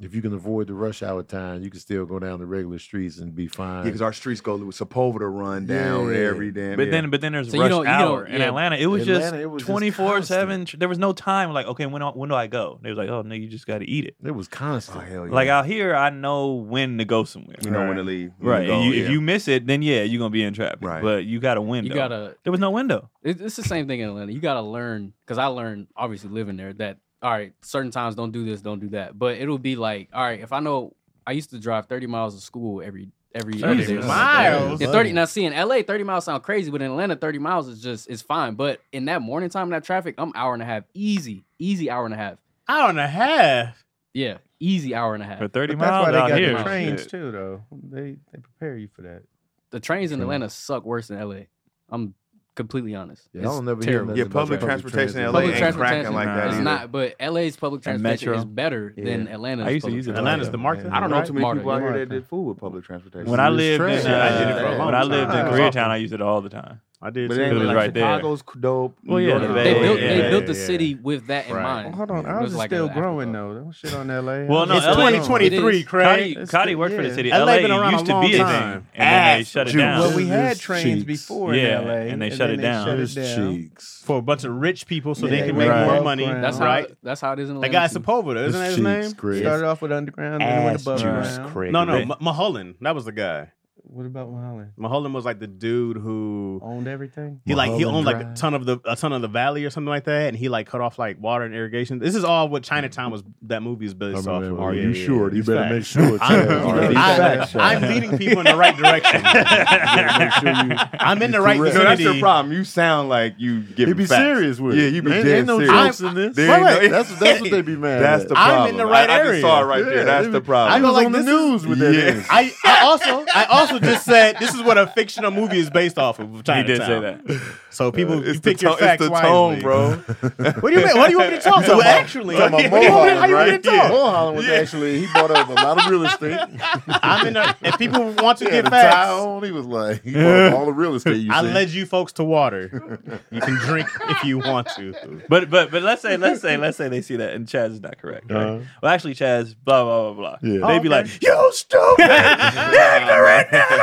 Speaker 5: If you can avoid the rush hour time, you can still go down the regular streets and be fine.
Speaker 2: because our streets go with Sepulveda run down
Speaker 5: Yeah.
Speaker 2: every damn.
Speaker 4: But
Speaker 2: yeah.
Speaker 4: then, but then there's
Speaker 7: So you
Speaker 4: rush
Speaker 7: don't- you
Speaker 4: hour
Speaker 7: don't-
Speaker 4: in
Speaker 7: yeah.
Speaker 4: Atlanta. It was
Speaker 5: Atlanta,
Speaker 4: just
Speaker 5: it was just
Speaker 4: twenty four seven. There was no time. Like, okay, when when do I go? They was like, oh no, you just got to eat it.
Speaker 5: it was
Speaker 2: oh,
Speaker 5: constant.
Speaker 2: hell yeah.
Speaker 4: Like out here, I know when to go somewhere.
Speaker 2: you know when to leave, when
Speaker 4: Right.
Speaker 2: to go,
Speaker 4: And you-
Speaker 2: yeah.
Speaker 4: If you miss it, then yeah, you're gonna be in traffic.
Speaker 2: Right.
Speaker 4: But you got a window.
Speaker 7: You gotta.
Speaker 4: There was no window.
Speaker 7: It, it's the same thing in Atlanta. You gotta learn because I learned obviously living there that all right, certain times don't do this, don't do that. But it'll be like all right, if I know I used to drive thirty miles to school every every
Speaker 4: 30
Speaker 7: every day.
Speaker 6: miles?
Speaker 7: Yeah, thirty. Now, see, in LA, thirty miles sound crazy, but in Atlanta, thirty miles is just is fine. But in that morning time, that traffic, I'm hour and a half, easy, easy hour and a half.
Speaker 6: Hour and a half.
Speaker 7: Yeah, easy hour and a half.
Speaker 4: For thirty
Speaker 3: But
Speaker 4: miles
Speaker 3: that's why they
Speaker 4: out
Speaker 3: got
Speaker 4: here,
Speaker 3: the trains
Speaker 4: shit.
Speaker 3: too, though. They they prepare you for that.
Speaker 7: The trains in Atlanta suck worse than LA. I'm completely honest.
Speaker 5: Yeah, I
Speaker 7: It's
Speaker 5: don't never hear
Speaker 7: terrible.
Speaker 5: nothing
Speaker 2: yeah,
Speaker 5: about
Speaker 2: public
Speaker 5: that.
Speaker 2: transportation in LA
Speaker 7: Public
Speaker 2: ain't cracking
Speaker 7: transportation
Speaker 2: like that
Speaker 4: nah.
Speaker 7: is
Speaker 2: either.
Speaker 7: not, but LA's public
Speaker 4: And
Speaker 7: transportation
Speaker 4: metro.
Speaker 7: is better than
Speaker 5: Yeah.
Speaker 7: Atlanta's.
Speaker 4: I used to
Speaker 7: public
Speaker 4: use it.
Speaker 7: transportation.
Speaker 6: Atlanta's the market.
Speaker 5: Yeah.
Speaker 2: I don't know too many
Speaker 7: Marta,
Speaker 2: people out here
Speaker 3: Marta.
Speaker 2: that did fold with public transportation.
Speaker 4: When I
Speaker 5: It's
Speaker 4: lived in,
Speaker 5: trash.
Speaker 4: uh,
Speaker 5: I did it for a
Speaker 4: when I
Speaker 6: long
Speaker 4: lived in
Speaker 6: time.
Speaker 4: Koreatown, I used it all the time.
Speaker 6: I did.
Speaker 2: But
Speaker 6: too.
Speaker 2: it ain't
Speaker 4: It was
Speaker 2: like
Speaker 4: right there.
Speaker 2: Chicago's dope.
Speaker 4: Well, yeah,
Speaker 2: Northern
Speaker 4: the
Speaker 2: dope.
Speaker 4: Bay
Speaker 7: They built,
Speaker 4: Yeah,
Speaker 7: they
Speaker 4: yeah,
Speaker 7: built the
Speaker 3: yeah.
Speaker 7: city with that in
Speaker 3: Right.
Speaker 7: mind.
Speaker 3: hold on,
Speaker 7: It
Speaker 3: I was
Speaker 7: like
Speaker 3: still
Speaker 7: a-
Speaker 3: growing though. Don't shit on LA.
Speaker 4: Well, no,
Speaker 3: It's
Speaker 4: LA
Speaker 7: It
Speaker 6: 2023,
Speaker 7: is.
Speaker 6: Craig.
Speaker 4: Cotty,
Speaker 3: It's
Speaker 4: Cotty
Speaker 3: the-
Speaker 4: worked for the
Speaker 3: yeah.
Speaker 4: city.
Speaker 6: LA
Speaker 4: LA
Speaker 6: been around
Speaker 4: used
Speaker 6: a
Speaker 4: to
Speaker 6: long
Speaker 4: be a thing,
Speaker 6: time.
Speaker 4: and then they
Speaker 6: Ass
Speaker 4: shut it
Speaker 5: juice.
Speaker 4: down.
Speaker 3: Well, we had
Speaker 5: Just
Speaker 3: trains
Speaker 5: cheeks.
Speaker 3: before
Speaker 4: Yeah,
Speaker 3: in LA,
Speaker 4: and they shut
Speaker 3: then
Speaker 4: it down.
Speaker 3: shut
Speaker 5: Just
Speaker 3: it down.
Speaker 5: cheeks.
Speaker 6: For a bunch of rich people, so
Speaker 3: Yeah,
Speaker 6: they can make
Speaker 4: right.
Speaker 6: more money.
Speaker 3: That's
Speaker 7: That's how.
Speaker 6: right.
Speaker 7: That's how it is in
Speaker 6: That guy
Speaker 7: Atlanta. too.
Speaker 6: Sepulveda, isn't that his
Speaker 5: Just
Speaker 6: name?
Speaker 5: cheeks, Chris.
Speaker 3: Started off with underground, then went above ground.
Speaker 5: Chris.
Speaker 6: No, no,
Speaker 4: They-
Speaker 6: Ma- Mulholland. That was the guy.
Speaker 3: What about Holland?
Speaker 6: Mulholland was like the dude who
Speaker 3: Owned everything.
Speaker 6: he like he
Speaker 5: Mulholland
Speaker 6: owned like a
Speaker 5: Drive.
Speaker 6: ton of the a ton of the valley or something like that, and he like cut off like water and irrigation. This is all what Chinatown was. That movie is
Speaker 5: I
Speaker 6: based off.
Speaker 5: remember
Speaker 6: of.
Speaker 5: that. Are
Speaker 6: Yeah,
Speaker 5: you
Speaker 6: yeah,
Speaker 5: sure?
Speaker 6: yeah.
Speaker 5: You
Speaker 6: It's
Speaker 5: better
Speaker 6: fact.
Speaker 5: make sure. it's
Speaker 6: I'm,
Speaker 5: there. You better
Speaker 6: I'm-
Speaker 5: fact check.
Speaker 6: I'm leading people in the right direction.
Speaker 5: You better make sure you-
Speaker 6: I'm in the right
Speaker 5: Correct.
Speaker 2: No, that's your
Speaker 6: vicinity.
Speaker 2: problem. You sound like you give
Speaker 5: He be
Speaker 2: facts.
Speaker 5: serious with it.
Speaker 2: Yeah, you be
Speaker 5: ain't,
Speaker 2: dead
Speaker 5: ain't no
Speaker 2: serious.
Speaker 5: jokes in this.
Speaker 2: There ain't no-
Speaker 5: that's, that's what they be mad
Speaker 2: That's
Speaker 5: at.
Speaker 2: the
Speaker 6: I'm
Speaker 2: problem.
Speaker 6: in the right
Speaker 2: I, I just saw it
Speaker 6: area.
Speaker 2: right
Speaker 5: Yeah,
Speaker 2: there. That's
Speaker 5: it
Speaker 2: the
Speaker 5: was-
Speaker 2: problem.
Speaker 5: I
Speaker 6: go
Speaker 5: was
Speaker 6: like,
Speaker 5: on the
Speaker 6: this
Speaker 5: news with that.
Speaker 2: Yeah.
Speaker 5: energy.
Speaker 6: I, I also I also just said this is what a fictional movie is based off of.
Speaker 4: He
Speaker 6: Chinatown.
Speaker 4: did say that.
Speaker 6: So people,
Speaker 2: it's
Speaker 6: you
Speaker 2: the
Speaker 6: pick your
Speaker 2: tone- it's
Speaker 6: facts
Speaker 2: the
Speaker 6: wisely.
Speaker 2: tone, bro.
Speaker 6: What do you mean? What do you want me to talk to? Well, actually,
Speaker 5: [LAUGHS] Talking about
Speaker 6: what do you want me-
Speaker 5: Mulholland,
Speaker 6: how you want me
Speaker 5: right?
Speaker 6: to talk?
Speaker 5: Mulholland was actually, he brought up a lot of real estate.
Speaker 6: I'm in. A, if people want to
Speaker 5: He had
Speaker 6: get
Speaker 5: a tie
Speaker 6: facts,
Speaker 5: on. He was like, he bought all the real estate you
Speaker 6: I
Speaker 5: see.
Speaker 6: led you folks to water. You can drink if you want to.
Speaker 4: But but but let's say let's say let's say they see that and Chaz is not correct. Right?
Speaker 5: Uh-huh.
Speaker 4: Well, actually, Chaz, blah blah blah blah.
Speaker 5: Yeah.
Speaker 4: They'd be
Speaker 3: Okay.
Speaker 4: like, "You stupid!"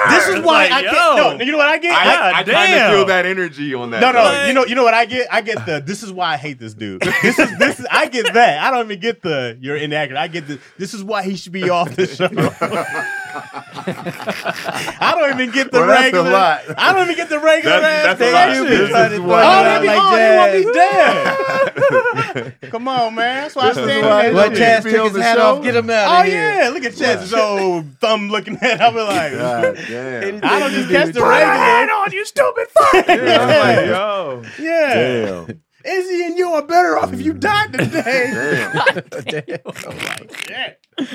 Speaker 6: This is why
Speaker 4: Like,
Speaker 6: I
Speaker 4: yo.
Speaker 6: get. No, you know what I get?
Speaker 4: I-
Speaker 2: I kind of
Speaker 4: Damn.
Speaker 2: feel that energy on
Speaker 6: [LAUGHS]
Speaker 2: that.
Speaker 6: no, no.
Speaker 4: Like-
Speaker 6: you know, you know what I get? I get the. This is why I hate this dude. This is this. Is, I get that. I don't even get the. You're inaccurate. I get the. This is why he should be off the show. I don't even get the
Speaker 5: Well, that's a
Speaker 6: regular.
Speaker 5: lot.
Speaker 6: I don't even get the regular.
Speaker 2: That's-
Speaker 6: ass
Speaker 2: that's a lot.
Speaker 6: thing.
Speaker 2: This is
Speaker 6: Try to
Speaker 2: why-
Speaker 6: throw it out
Speaker 5: Oh,
Speaker 6: like that. Come on, man. That's why I'm standing there.
Speaker 3: Let
Speaker 5: Let
Speaker 3: Chaz
Speaker 5: Chaz
Speaker 3: take
Speaker 5: on
Speaker 3: his
Speaker 5: the
Speaker 3: hat
Speaker 5: show?
Speaker 3: off. Get him out
Speaker 6: Oh
Speaker 3: of here.
Speaker 6: yeah, look at Chaz's old thumb looking at. I be like,
Speaker 5: God damn.
Speaker 6: I don't just catch the regular.
Speaker 4: on you, stupid fuck.
Speaker 6: Yeah.
Speaker 2: Yo.
Speaker 6: Yeah.
Speaker 5: Damn.
Speaker 6: Izzy and you are better off if you died today.
Speaker 5: Damn.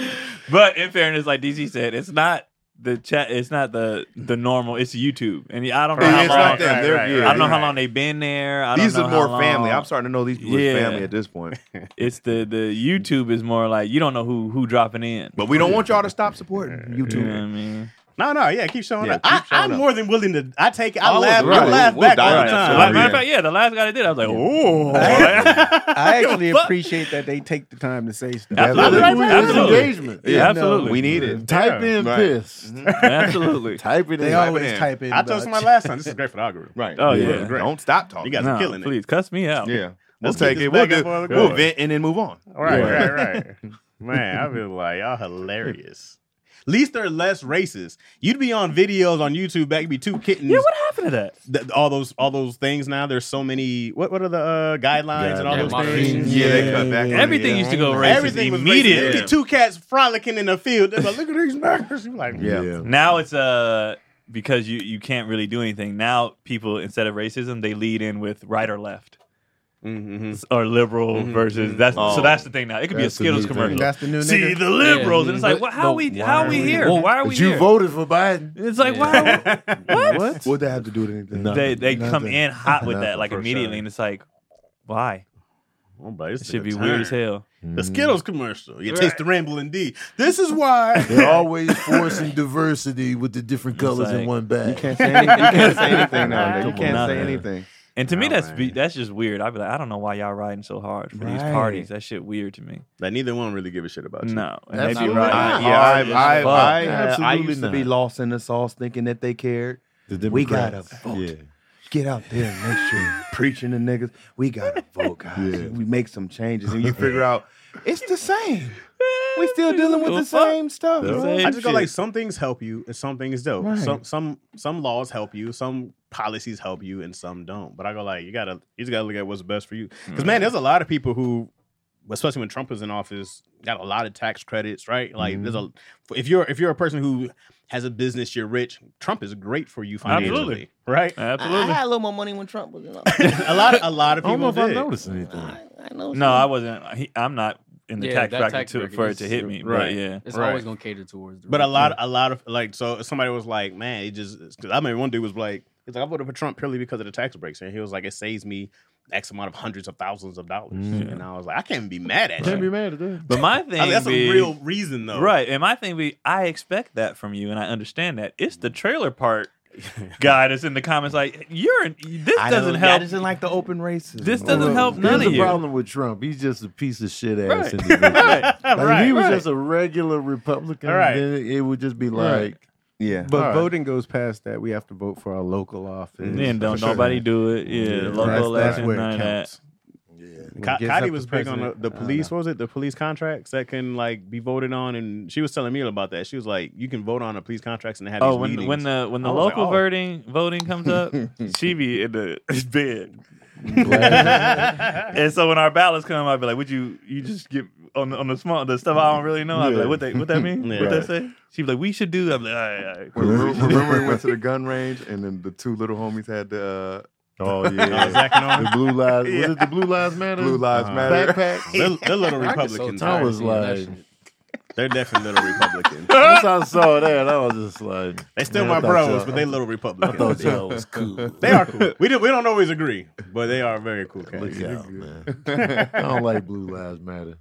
Speaker 4: But in fairness, like DC said, it's not the chat. It's not the the normal. It's YouTube, and I don't know
Speaker 2: Yeah,
Speaker 4: how
Speaker 2: it's
Speaker 4: long.
Speaker 2: not them. They're-
Speaker 4: I don't know
Speaker 2: yeah.
Speaker 4: how long they've been there. I don't
Speaker 2: These
Speaker 4: know
Speaker 2: are more
Speaker 4: how
Speaker 2: family.
Speaker 4: long.
Speaker 2: I'm starting to know these people
Speaker 4: Yeah.
Speaker 2: as family at this point.
Speaker 4: It's the the YouTube is more like you don't know who who dropping in.
Speaker 2: But we don't want y'all to stop supporting YouTube.
Speaker 4: You
Speaker 2: [LAUGHS]
Speaker 4: know what I mean?
Speaker 6: no, no, yeah, keep showing
Speaker 2: Yeah,
Speaker 6: up.
Speaker 2: keep
Speaker 6: I,
Speaker 2: showing
Speaker 6: I'm
Speaker 2: up.
Speaker 6: more than willing to. I take it. I
Speaker 2: Always
Speaker 6: laugh. I
Speaker 2: right.
Speaker 6: laugh
Speaker 2: We'll
Speaker 6: back all
Speaker 2: die
Speaker 6: the
Speaker 2: on
Speaker 4: So,
Speaker 2: that
Speaker 4: like,
Speaker 6: time.
Speaker 2: story.
Speaker 4: matter of fact, yeah, the last guy that did, I was like,
Speaker 6: [LAUGHS]
Speaker 4: oh,
Speaker 3: I actually
Speaker 4: fuck?
Speaker 3: appreciate that they take the time to say stuff.
Speaker 4: Absolutely.
Speaker 5: That's
Speaker 4: Right, right,
Speaker 5: Absolutely.
Speaker 4: absolutely.
Speaker 5: engagement.
Speaker 4: Yeah, absolutely.
Speaker 2: We need it.
Speaker 5: Type in
Speaker 2: Right.
Speaker 5: piss.
Speaker 4: absolutely.
Speaker 5: Mm-hmm. Type it
Speaker 3: They
Speaker 5: in.
Speaker 3: always
Speaker 2: in.
Speaker 3: type in.
Speaker 6: I told somebody
Speaker 3: about-
Speaker 6: last time this is great for the algorithm.
Speaker 2: Right.
Speaker 4: Oh, yeah.
Speaker 2: Don't stop talking.
Speaker 6: You guys are
Speaker 4: No,
Speaker 6: killing it.
Speaker 4: please cuss me out.
Speaker 2: Yeah. We'll
Speaker 6: Let's
Speaker 2: take
Speaker 6: get
Speaker 2: it.
Speaker 6: this
Speaker 2: We'll,
Speaker 6: back
Speaker 2: do,
Speaker 6: up on the
Speaker 2: we'll
Speaker 6: board.
Speaker 2: vent and then move on.
Speaker 6: Right,
Speaker 5: Yeah.
Speaker 6: right, right. Man, I feel like y'all hilarious. Least they're less racist. You'd be on videos on YouTube back, you'd be two kittens.
Speaker 4: Yeah, what happened to that?
Speaker 6: th- all those all those things now. There's so many. What what are the uh, guidelines and all
Speaker 7: Yeah,
Speaker 6: those
Speaker 7: moderation.
Speaker 6: things?
Speaker 2: Yeah, they cut
Speaker 5: Oh,
Speaker 2: back. on it.
Speaker 4: Everything
Speaker 2: Yeah.
Speaker 4: used to go racist
Speaker 6: Everything was
Speaker 4: immediately.
Speaker 6: immediately. Two cats frolicking in the field. They're like, look at these murders. You're like,
Speaker 5: Yeah.
Speaker 2: Yeah.
Speaker 4: Now it's uh because you you can't really do anything. Now people instead of racism, they lead in with right or left
Speaker 6: mm-hmm.
Speaker 4: or liberal
Speaker 6: Mhm.
Speaker 4: versus that's so
Speaker 2: Oh.
Speaker 4: that's the thing now. It could be a
Speaker 5: That's the
Speaker 4: Skittles
Speaker 5: new thing.
Speaker 4: commercial.
Speaker 3: That's the new
Speaker 4: See
Speaker 3: nigga.
Speaker 4: the liberals, and it's like,
Speaker 7: But-
Speaker 4: well, how
Speaker 7: but
Speaker 4: we
Speaker 7: why
Speaker 4: how
Speaker 7: are
Speaker 4: we
Speaker 7: we
Speaker 4: here?
Speaker 7: woke?
Speaker 4: Why are we
Speaker 5: But you
Speaker 4: here?
Speaker 5: voted for Biden.
Speaker 4: It's like
Speaker 7: Yeah.
Speaker 4: why what?
Speaker 5: What'd that have to do with anything?
Speaker 4: They they
Speaker 5: Nothing.
Speaker 4: come in hot with that
Speaker 5: Nothing
Speaker 4: like
Speaker 5: for
Speaker 4: immediately,
Speaker 5: sure.
Speaker 4: and it's like, why?
Speaker 6: oh, but
Speaker 4: It should be weird as hell.
Speaker 5: Mm.
Speaker 6: The Skittles commercial. You taste the ramble indeed. This is why.
Speaker 5: [LAUGHS] They're always forcing diversity with the different colors
Speaker 4: like-
Speaker 5: in one bag.
Speaker 2: Can't say anything, you can't say anything nowadays. You
Speaker 4: Couple
Speaker 2: can't say
Speaker 4: nothing.
Speaker 2: anything.
Speaker 4: And to me,
Speaker 2: Oh,
Speaker 4: that's be-
Speaker 2: man.
Speaker 4: that's just weird. I'd be like, I don't know why y'all riding so hard for these
Speaker 2: Right.
Speaker 4: parties. That shit weird to me.
Speaker 1: Like neither one really give a shit about you.
Speaker 4: No, and
Speaker 5: That's
Speaker 4: they be
Speaker 5: not
Speaker 4: riding
Speaker 5: right.
Speaker 4: hard
Speaker 2: yeah,
Speaker 4: as
Speaker 2: I, I,
Speaker 4: fuck.
Speaker 2: I, I,
Speaker 5: Absolutely
Speaker 2: used to be
Speaker 5: not.
Speaker 2: lost in the sauce thinking that they cared.
Speaker 5: [LAUGHS] The
Speaker 2: We gotta
Speaker 5: Democrats.
Speaker 2: vote.
Speaker 5: Yeah.
Speaker 2: Get out there and make sure you're preaching to niggas.
Speaker 4: [LAUGHS]
Speaker 2: We gotta vote, guys.
Speaker 5: Yeah.
Speaker 2: We make some changes, and you figure out it's the same.
Speaker 4: [LAUGHS]
Speaker 2: We still dealing with
Speaker 4: Well,
Speaker 2: the
Speaker 4: fuck.
Speaker 2: same stuff.
Speaker 4: The
Speaker 2: bro.
Speaker 4: same
Speaker 1: I just go
Speaker 4: shit.
Speaker 1: like some things help you and some things don't.
Speaker 2: Right.
Speaker 1: Some some some laws help you, some policies help you, and some don't. But I go like you gotta you just gotta look at what's best for you. Because man, there's a lot of people who, especially when Trump was in office, got a lot of tax credits, right? Like there's a if you're if you're a person who has a business, you're rich. Trump is great for you financially,
Speaker 4: Absolutely.
Speaker 1: right?
Speaker 4: Absolutely.
Speaker 8: a little more money when Trump was in
Speaker 1: [LAUGHS] a lot of a lot of
Speaker 5: I don't know
Speaker 1: people
Speaker 5: if
Speaker 1: did.
Speaker 5: I noticed anything.
Speaker 8: know.
Speaker 4: no, I wasn't. He, I'm not in the
Speaker 7: Yeah,
Speaker 4: tax
Speaker 7: that
Speaker 4: bracket
Speaker 7: tax
Speaker 4: to,
Speaker 7: bracket
Speaker 4: for it
Speaker 7: is-
Speaker 4: to hit me.
Speaker 1: right.
Speaker 4: But yeah,
Speaker 7: It's
Speaker 1: Right.
Speaker 7: always gonna cater towards. The
Speaker 1: But a
Speaker 7: rich.
Speaker 1: lot, a lot of like, so somebody was like, "Man, [LAUGHS] it just." Cause I remember one dude was like, "It's like I voted for Trump purely because of the tax breaks," and he was like, "It saves me X amount of hundreds of thousands of dollars,"
Speaker 5: Mm.
Speaker 1: and I was like, "I can't be mad at
Speaker 5: Can't be
Speaker 1: you."
Speaker 5: mad at that.
Speaker 4: but my
Speaker 1: I
Speaker 4: thing
Speaker 1: mean, that's
Speaker 4: be,
Speaker 1: a real reason, though,
Speaker 4: Right. And my thing be, I expect that from you, and I understand that. It's the trailer part guy that's in the comments like, you're this
Speaker 2: I
Speaker 4: doesn't
Speaker 2: don't- I
Speaker 4: help.
Speaker 2: doesn't like the open racism.
Speaker 4: This doesn't
Speaker 5: Well,
Speaker 4: help
Speaker 5: here's
Speaker 4: none of
Speaker 5: the
Speaker 4: you.
Speaker 5: problem with Trump. He's just a piece of shit ass
Speaker 4: Right. [LAUGHS]
Speaker 5: individual.
Speaker 4: Right.
Speaker 5: Like, if he was
Speaker 4: Right.
Speaker 5: just a regular Republican,
Speaker 1: Right.
Speaker 5: then it would just be like,
Speaker 3: Right.
Speaker 2: Yeah,
Speaker 3: But
Speaker 5: Alright.
Speaker 3: voting goes past that. We have to vote for our local office.
Speaker 4: Then don't
Speaker 3: For sure.
Speaker 4: nobody do it. Yeah,
Speaker 5: Yeah.
Speaker 4: local
Speaker 3: That's- that's
Speaker 4: election,
Speaker 3: where it
Speaker 4: none of that.
Speaker 3: counts.
Speaker 5: yeah.
Speaker 3: When
Speaker 1: Ka-
Speaker 3: it gets up
Speaker 1: Cotty
Speaker 3: to
Speaker 1: was big on the,
Speaker 3: president,
Speaker 1: the
Speaker 3: I don't
Speaker 1: police.
Speaker 3: know.
Speaker 1: What was it? The police contracts that can like be voted on, and she was telling me about that. She was like, "You can vote on the police contracts and they have
Speaker 4: Oh,
Speaker 1: these
Speaker 4: when
Speaker 1: meetings."
Speaker 4: when the when the
Speaker 1: I was like,
Speaker 4: local
Speaker 1: oh.
Speaker 4: voting voting comes up, she be in the [LAUGHS] bed. [LAUGHS] and so when our ballots come, I'd be like, "Would you you just get on the, on the small the stuff I don't really know?" I'd be
Speaker 5: Yeah.
Speaker 4: like, "What they what that mean?
Speaker 1: Yeah.
Speaker 4: What that
Speaker 1: Right.
Speaker 4: say?" She'd be like, "We should do." I'd be like, "All right, all right."
Speaker 6: Remember, remember we went to
Speaker 5: [LAUGHS]
Speaker 6: the gun range and then the two little homies had the uh,
Speaker 5: Oh yeah.
Speaker 6: [LAUGHS]
Speaker 1: Oh, Zach and
Speaker 4: [LAUGHS]
Speaker 1: Owen?
Speaker 5: the blue lives.
Speaker 4: Yeah.
Speaker 5: Was it the blue lives matter?
Speaker 6: Blue Lives
Speaker 4: Uh-huh.
Speaker 6: Matter.
Speaker 5: Backpack.
Speaker 1: they're, they're little
Speaker 7: I get so
Speaker 1: Republicans.
Speaker 7: tired
Speaker 5: I
Speaker 7: of
Speaker 5: was
Speaker 7: seeing that
Speaker 5: like-
Speaker 7: shit.
Speaker 1: They're definitely little Republicans.
Speaker 5: Once I saw that, I was
Speaker 4: [LAUGHS]
Speaker 5: just like,
Speaker 1: They still
Speaker 5: man, I
Speaker 1: my
Speaker 5: thought
Speaker 1: bros,
Speaker 5: y'all-
Speaker 1: but [LAUGHS] they little
Speaker 5: I thought
Speaker 1: Republicans.
Speaker 5: y'all was cool.
Speaker 1: They are cool. We don't, we don't always agree, but they are very cool cats.
Speaker 5: Look out, man.
Speaker 4: [LAUGHS]
Speaker 5: I don't like Blue Lives Matter.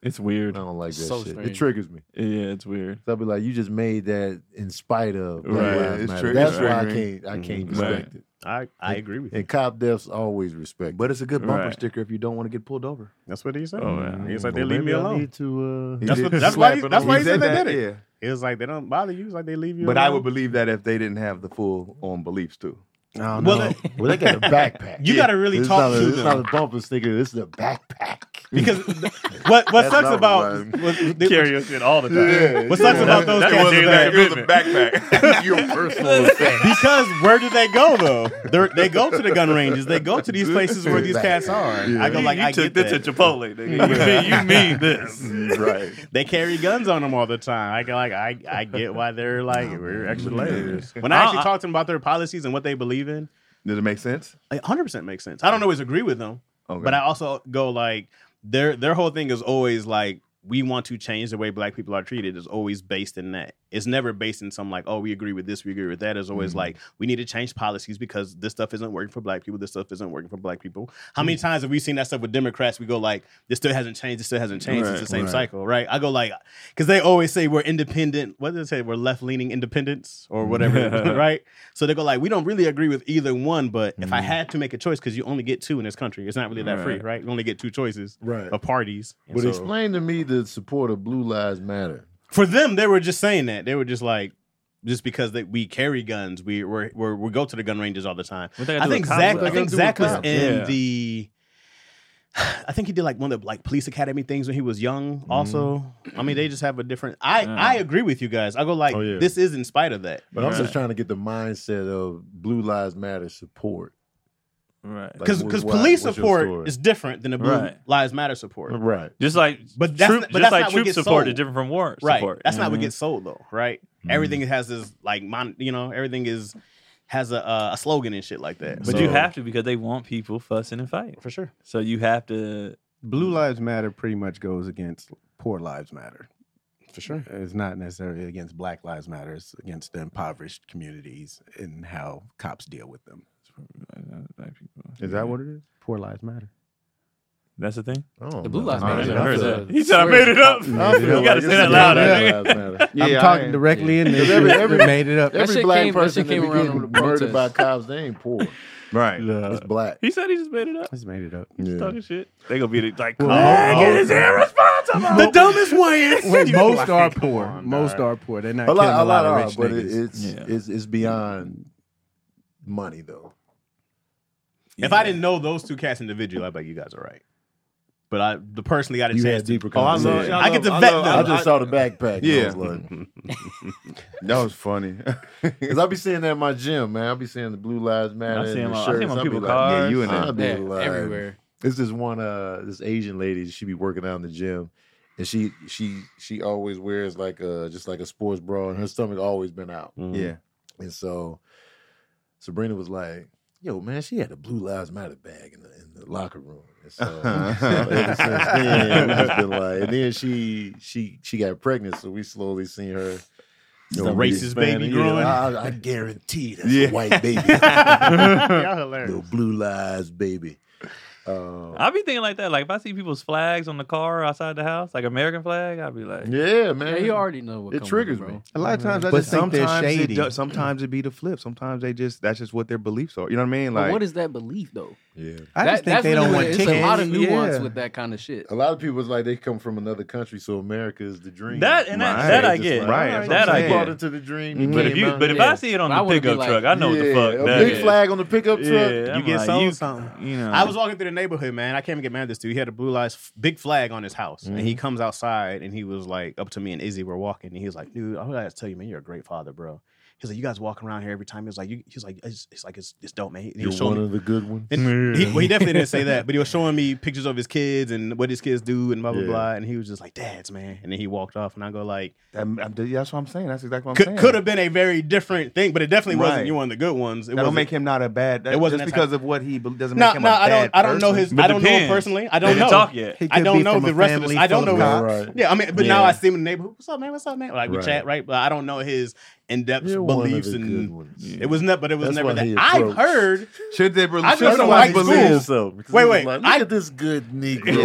Speaker 4: It's
Speaker 5: I
Speaker 4: weird.
Speaker 5: don't like that
Speaker 7: So
Speaker 5: shit. It
Speaker 7: strange.
Speaker 5: triggers me.
Speaker 4: Yeah, it's weird.
Speaker 5: So I'll be like, you just made that in spite of Blue
Speaker 4: Right.
Speaker 5: Lives
Speaker 6: It's
Speaker 5: Matter.
Speaker 6: trigger-
Speaker 5: That's
Speaker 6: it's
Speaker 5: why I
Speaker 6: triggering.
Speaker 5: can't I can't
Speaker 1: Mhm.
Speaker 5: respect
Speaker 4: Right.
Speaker 5: it.
Speaker 1: I, I agree with you.
Speaker 5: And cop deaths always respect.
Speaker 2: but it's a good bumper
Speaker 4: Right.
Speaker 2: sticker if you don't want to get pulled over.
Speaker 1: That's what he said.
Speaker 4: Oh, yeah.
Speaker 1: He was like,
Speaker 5: Well,
Speaker 1: they leave me
Speaker 5: maybe I
Speaker 1: alone.
Speaker 5: Need to, uh,
Speaker 1: That's
Speaker 5: [LAUGHS]
Speaker 6: did
Speaker 1: what- that's why he-
Speaker 6: slap it
Speaker 1: that's
Speaker 6: on.
Speaker 1: why he said they did
Speaker 6: Yeah.
Speaker 1: He was like, they don't bother you. It's like, they leave you
Speaker 2: But I
Speaker 1: alone.
Speaker 2: would believe that if they didn't have the full on beliefs too.
Speaker 3: No, no.
Speaker 1: Well,
Speaker 3: no.
Speaker 1: they-
Speaker 5: well, they got a backpack.
Speaker 1: You gotta really
Speaker 5: This is
Speaker 1: talk
Speaker 5: not a,
Speaker 1: to
Speaker 5: this is not
Speaker 1: them.
Speaker 5: a bumper sticker. This is a backpack.
Speaker 1: Because th- what, what
Speaker 6: That's
Speaker 1: sucks
Speaker 6: not
Speaker 1: about. [LAUGHS]
Speaker 6: right.
Speaker 1: What, what,
Speaker 4: Curious shit all
Speaker 1: [LAUGHS]
Speaker 4: the time.
Speaker 1: what sucks about those
Speaker 4: That
Speaker 1: cats
Speaker 4: wasn't
Speaker 1: is that-
Speaker 4: that good.
Speaker 6: It was a
Speaker 5: [LAUGHS]
Speaker 6: backpack. Your
Speaker 1: [LAUGHS]
Speaker 6: personal effect.
Speaker 1: because where do they go though? They're, they go to the gun ranges. They go to these places where these cats are. I go
Speaker 4: You-
Speaker 1: like
Speaker 4: you
Speaker 1: I
Speaker 4: took
Speaker 1: get
Speaker 4: this
Speaker 1: that.
Speaker 4: to Chipotle. Nigga. You mean- you mean this?
Speaker 6: right.
Speaker 1: They carry guns on them all the time. I go like I, I get why they're like we're extra layers. When I
Speaker 4: I-
Speaker 1: actually
Speaker 4: I-
Speaker 1: talk to them about their policies and what they believe in,
Speaker 6: Did it make sense?
Speaker 1: It 100% makes sense. I don't always agree with them,
Speaker 6: Okay.
Speaker 1: but I also go like their their whole thing is always like we want to change the way black people are treated is always based in that. It's never based in some like oh we agree with this, we agree with that. It's
Speaker 6: Mm-hmm.
Speaker 1: always like we need to change policies because this stuff isn't working for black people, this stuff isn't working for black people. How
Speaker 6: Mm.
Speaker 1: many times have we seen that stuff with Democrats? We go like this still hasn't changed, this still hasn't changed. it's the same cycle, right? I go like because they always say we're independent. What did they say? We're left leaning independents or
Speaker 6: [LAUGHS]
Speaker 1: whatever, right? So they go like, we don't really agree with either one, but if I had to make a choice, because you only get two in this country, it's not really that free,
Speaker 4: Right.
Speaker 1: right? You only get two choices
Speaker 5: Right.
Speaker 1: of parties. And
Speaker 5: But
Speaker 1: so-
Speaker 5: explain to me the support of Blue Lives Matter.
Speaker 1: for them, they were just saying that they were just like, just because that we carry guns, we we're, we're, we go to the gun ranges all the time.
Speaker 4: What they gotta
Speaker 1: I
Speaker 4: do with
Speaker 1: think
Speaker 4: cops?
Speaker 1: Zach.
Speaker 4: What they
Speaker 1: I think
Speaker 5: gotta do
Speaker 1: Zach
Speaker 5: with
Speaker 1: was
Speaker 5: cops?
Speaker 1: in
Speaker 4: Yeah.
Speaker 1: the. [SIGHS] I think he did like one of the like police academy things when he was young. Also, I mean, they just have a different. I
Speaker 4: Yeah.
Speaker 1: I agree with you guys. I go like
Speaker 5: Oh, yeah.
Speaker 1: this is in spite of that
Speaker 5: But I'm
Speaker 4: Right.
Speaker 5: just trying to get the mindset of Blue Lives Matter support.
Speaker 4: Right.
Speaker 5: Like,
Speaker 1: because
Speaker 5: what-
Speaker 1: because
Speaker 5: why-
Speaker 1: police
Speaker 5: what's your
Speaker 1: support
Speaker 5: story?
Speaker 1: is different than the Blue
Speaker 4: Right.
Speaker 1: Lives Matter support.
Speaker 5: right.
Speaker 4: Just like
Speaker 1: But that's
Speaker 4: troop,
Speaker 1: not- but
Speaker 4: just
Speaker 1: that's
Speaker 4: like
Speaker 1: not what
Speaker 4: troop
Speaker 1: gets
Speaker 4: support is
Speaker 1: sold.
Speaker 4: different from war
Speaker 1: Right.
Speaker 4: support.
Speaker 1: That's
Speaker 4: you know
Speaker 1: not
Speaker 4: what
Speaker 1: what
Speaker 4: I mean?
Speaker 1: gets sold though, right?
Speaker 3: Mm-hmm.
Speaker 1: Everything has this like mon, you know, everything is has a uh, a slogan and shit like that.
Speaker 4: But you have to because they want people fussing and fighting.
Speaker 1: for sure.
Speaker 4: So you have to.
Speaker 2: Mm.
Speaker 3: Blue Lives Matter pretty much goes against Poor Lives Matter.
Speaker 1: For sure.
Speaker 3: It's not necessarily against Black Lives Matter. It's against the impoverished communities and how cops deal with them.
Speaker 4: Black people.
Speaker 6: Is that what it is?
Speaker 3: Poor Lives Matter.
Speaker 4: That's the thing.
Speaker 5: Oh,
Speaker 7: The Blue Lives
Speaker 4: I
Speaker 7: Matter.
Speaker 4: didn't
Speaker 7: That's
Speaker 4: heard
Speaker 7: a-
Speaker 4: that. [LAUGHS] He said I made it
Speaker 5: [LAUGHS]
Speaker 4: up. You gotta say that louder.
Speaker 3: I'm
Speaker 2: Yeah, I
Speaker 3: talking
Speaker 2: ain't-
Speaker 3: directly in this.
Speaker 5: Every-
Speaker 3: Every,
Speaker 5: every-
Speaker 3: made it up.
Speaker 7: That
Speaker 5: Every
Speaker 7: shit
Speaker 5: black
Speaker 7: came- that
Speaker 5: person
Speaker 7: shit
Speaker 5: that
Speaker 7: came
Speaker 5: be
Speaker 7: around
Speaker 5: getting
Speaker 7: with the
Speaker 5: murdered by
Speaker 7: protest.
Speaker 5: cops, they ain't poor.
Speaker 2: Right.
Speaker 5: It's black.
Speaker 4: He said he just made it up.
Speaker 3: Just made it up.
Speaker 4: He's talking shit. They gonna be like,
Speaker 3: Well,
Speaker 4: Craig
Speaker 3: oh,
Speaker 4: is irresponsible.
Speaker 1: The dumbest one.
Speaker 3: Well, most
Speaker 1: Like,
Speaker 3: are
Speaker 1: come
Speaker 3: poor.
Speaker 1: on,
Speaker 3: most
Speaker 1: dog.
Speaker 3: are poor. They're not
Speaker 5: A lot,
Speaker 3: killing
Speaker 5: a lot
Speaker 3: of
Speaker 5: are,
Speaker 3: rich
Speaker 5: but it,
Speaker 3: niggas.
Speaker 5: it's,
Speaker 4: Yeah.
Speaker 5: it's it's beyond money though.
Speaker 1: If I didn't know those two cats individually, I'd be like, you guys are right. But I, the personally, I didn't
Speaker 5: You
Speaker 1: say
Speaker 5: had deeper
Speaker 2: Oh, I
Speaker 5: conversation.
Speaker 2: love.
Speaker 1: I get to
Speaker 2: love-
Speaker 1: vet
Speaker 2: love-
Speaker 1: them.
Speaker 5: I just saw the backpack. Yeah, I
Speaker 2: Yeah.
Speaker 5: was like, [LAUGHS]
Speaker 2: That was funny.
Speaker 5: Cause I be seeing that in my gym, man. I be seeing the blue lives matter.
Speaker 4: I see
Speaker 5: and
Speaker 4: him.
Speaker 5: the
Speaker 4: on- I see
Speaker 5: shirts.
Speaker 4: him on
Speaker 5: I be
Speaker 4: people's
Speaker 5: like,
Speaker 4: cars.
Speaker 2: yeah, you and
Speaker 5: I'll
Speaker 2: that.
Speaker 5: be
Speaker 7: Yeah,
Speaker 5: lying.
Speaker 7: everywhere.
Speaker 5: It's this one, uh, this Asian lady. She be working out in the gym, and she she she always wears like a just like a sports bra, and her stomach always been out.
Speaker 2: Yeah.
Speaker 5: And so Sabrina was like, "Yo, man, she had a Blue Lives Matter bag in the in the locker room." And so, so ever since then, we just been like, and then she she she got pregnant, so we slowly seen her.
Speaker 1: The
Speaker 5: stomach
Speaker 1: racist
Speaker 5: expanding.
Speaker 1: baby
Speaker 5: Yeah,
Speaker 1: growing.
Speaker 5: I, I guarantee that's
Speaker 2: Yeah.
Speaker 5: a white baby,
Speaker 1: Y'all
Speaker 5: [LAUGHS] little
Speaker 1: hilarious.
Speaker 5: blue lives baby. Um,
Speaker 4: I be thinking like that. Like if I see people's flags on the car outside the house, like American flag, I'd be like,
Speaker 5: yeah, man.
Speaker 7: Yeah, you already know what
Speaker 5: It
Speaker 7: come with
Speaker 5: triggers
Speaker 7: bro.
Speaker 5: me.
Speaker 2: A
Speaker 1: Mm.
Speaker 2: lot of times, I
Speaker 3: But
Speaker 2: just think they're
Speaker 3: sometimes it
Speaker 2: shady.
Speaker 3: do-
Speaker 2: sometimes it be the flip. Sometimes they just that's just what their beliefs are. You know what I mean?
Speaker 7: But
Speaker 2: Like
Speaker 7: what is that belief though?
Speaker 5: Yeah.
Speaker 3: I
Speaker 7: That-
Speaker 3: just think they don't want
Speaker 7: really what it is.
Speaker 3: tickets.
Speaker 7: It's a lot of nuance
Speaker 3: Yeah.
Speaker 7: with that kind of shit.
Speaker 5: A lot of people is like they come from another country, so America is the dream.
Speaker 4: That- and
Speaker 2: that- that
Speaker 4: I
Speaker 5: Just
Speaker 4: get.
Speaker 2: Right,
Speaker 5: alright,
Speaker 4: that
Speaker 5: you
Speaker 4: I get.
Speaker 5: brought into the dream.
Speaker 4: But if
Speaker 5: came
Speaker 4: you,
Speaker 5: out
Speaker 4: but if
Speaker 7: Yeah.
Speaker 4: I see it on
Speaker 7: But I
Speaker 4: the
Speaker 7: wouldn't be
Speaker 4: pickup
Speaker 7: like-
Speaker 4: truck, I know
Speaker 5: Yeah,
Speaker 4: what the
Speaker 5: A
Speaker 4: fuck that
Speaker 5: big
Speaker 4: is.
Speaker 5: flag on the pickup
Speaker 4: Yeah,
Speaker 5: truck.
Speaker 4: I'm
Speaker 1: You get
Speaker 4: like,
Speaker 1: sold
Speaker 4: you-
Speaker 1: something.
Speaker 4: You know,
Speaker 1: I was walking through the neighborhood, man. I can't even get mad at this dude. He had a blue lights f- big flag on his house, and
Speaker 4: Mm-hmm.
Speaker 1: he comes outside, and he was like up to me and Izzy were walking, and he was like, "Dude, I gotta tell you, man, you're a great father, bro." He's like, "You guys walking around here every time." He was like, you, "He's like, it's, it's like it's, it's dope, man." He, he was showing me-
Speaker 5: the good ones.
Speaker 4: [LAUGHS]
Speaker 1: and he, well, he definitely didn't say that, but he was showing me pictures of his kids and what his kids do and blah blah
Speaker 5: Yeah.
Speaker 1: blah, and he was just like, "Dads, man," and then he walked off, and I go like,
Speaker 2: that, I'm- that's what I'm saying. That's exactly what I'm
Speaker 1: could
Speaker 2: saying.
Speaker 1: could have been a very different thing, but it definitely
Speaker 2: Right.
Speaker 1: wasn't. You one of the good ones. It
Speaker 2: That don't
Speaker 1: wasn't-
Speaker 2: make him not a bad. That,
Speaker 1: It
Speaker 2: it
Speaker 1: wasn't
Speaker 2: wasn't
Speaker 1: that
Speaker 2: just because of what he be- doesn't
Speaker 1: No,
Speaker 2: make him
Speaker 1: no,
Speaker 2: a
Speaker 1: I
Speaker 2: bad
Speaker 1: don't. I don't know
Speaker 2: person.
Speaker 1: his.
Speaker 4: But
Speaker 1: I don't know him
Speaker 4: depends.
Speaker 1: personally. I
Speaker 4: They
Speaker 1: don't
Speaker 4: didn't
Speaker 1: know.
Speaker 4: talk yet.
Speaker 3: He
Speaker 1: I
Speaker 3: could
Speaker 1: don't
Speaker 3: be
Speaker 1: know
Speaker 3: from
Speaker 1: the
Speaker 3: a
Speaker 1: rest of this.
Speaker 3: family
Speaker 1: I don't
Speaker 3: full
Speaker 1: know
Speaker 3: of
Speaker 1: his.
Speaker 3: cops.
Speaker 5: Right.
Speaker 1: Yeah, I mean, but now
Speaker 4: Yeah.
Speaker 1: I see him in the neighborhood. What's up, man? What's up, man? Like we
Speaker 5: Right.
Speaker 1: chat, right? But I don't know his in depth
Speaker 5: You're one of
Speaker 1: beliefs
Speaker 5: the good
Speaker 1: and.
Speaker 5: ones.
Speaker 1: It was never, but it was
Speaker 5: That's
Speaker 1: never
Speaker 5: why
Speaker 1: that.
Speaker 5: he
Speaker 1: I've
Speaker 5: approached.
Speaker 1: heard.
Speaker 2: Should they believe?
Speaker 1: I
Speaker 2: Should
Speaker 1: go to white
Speaker 2: somebody believe?
Speaker 1: school.
Speaker 5: So, because
Speaker 1: Wait,
Speaker 5: he was
Speaker 1: wait,
Speaker 5: Like, Look
Speaker 1: I-
Speaker 5: at this good Negro.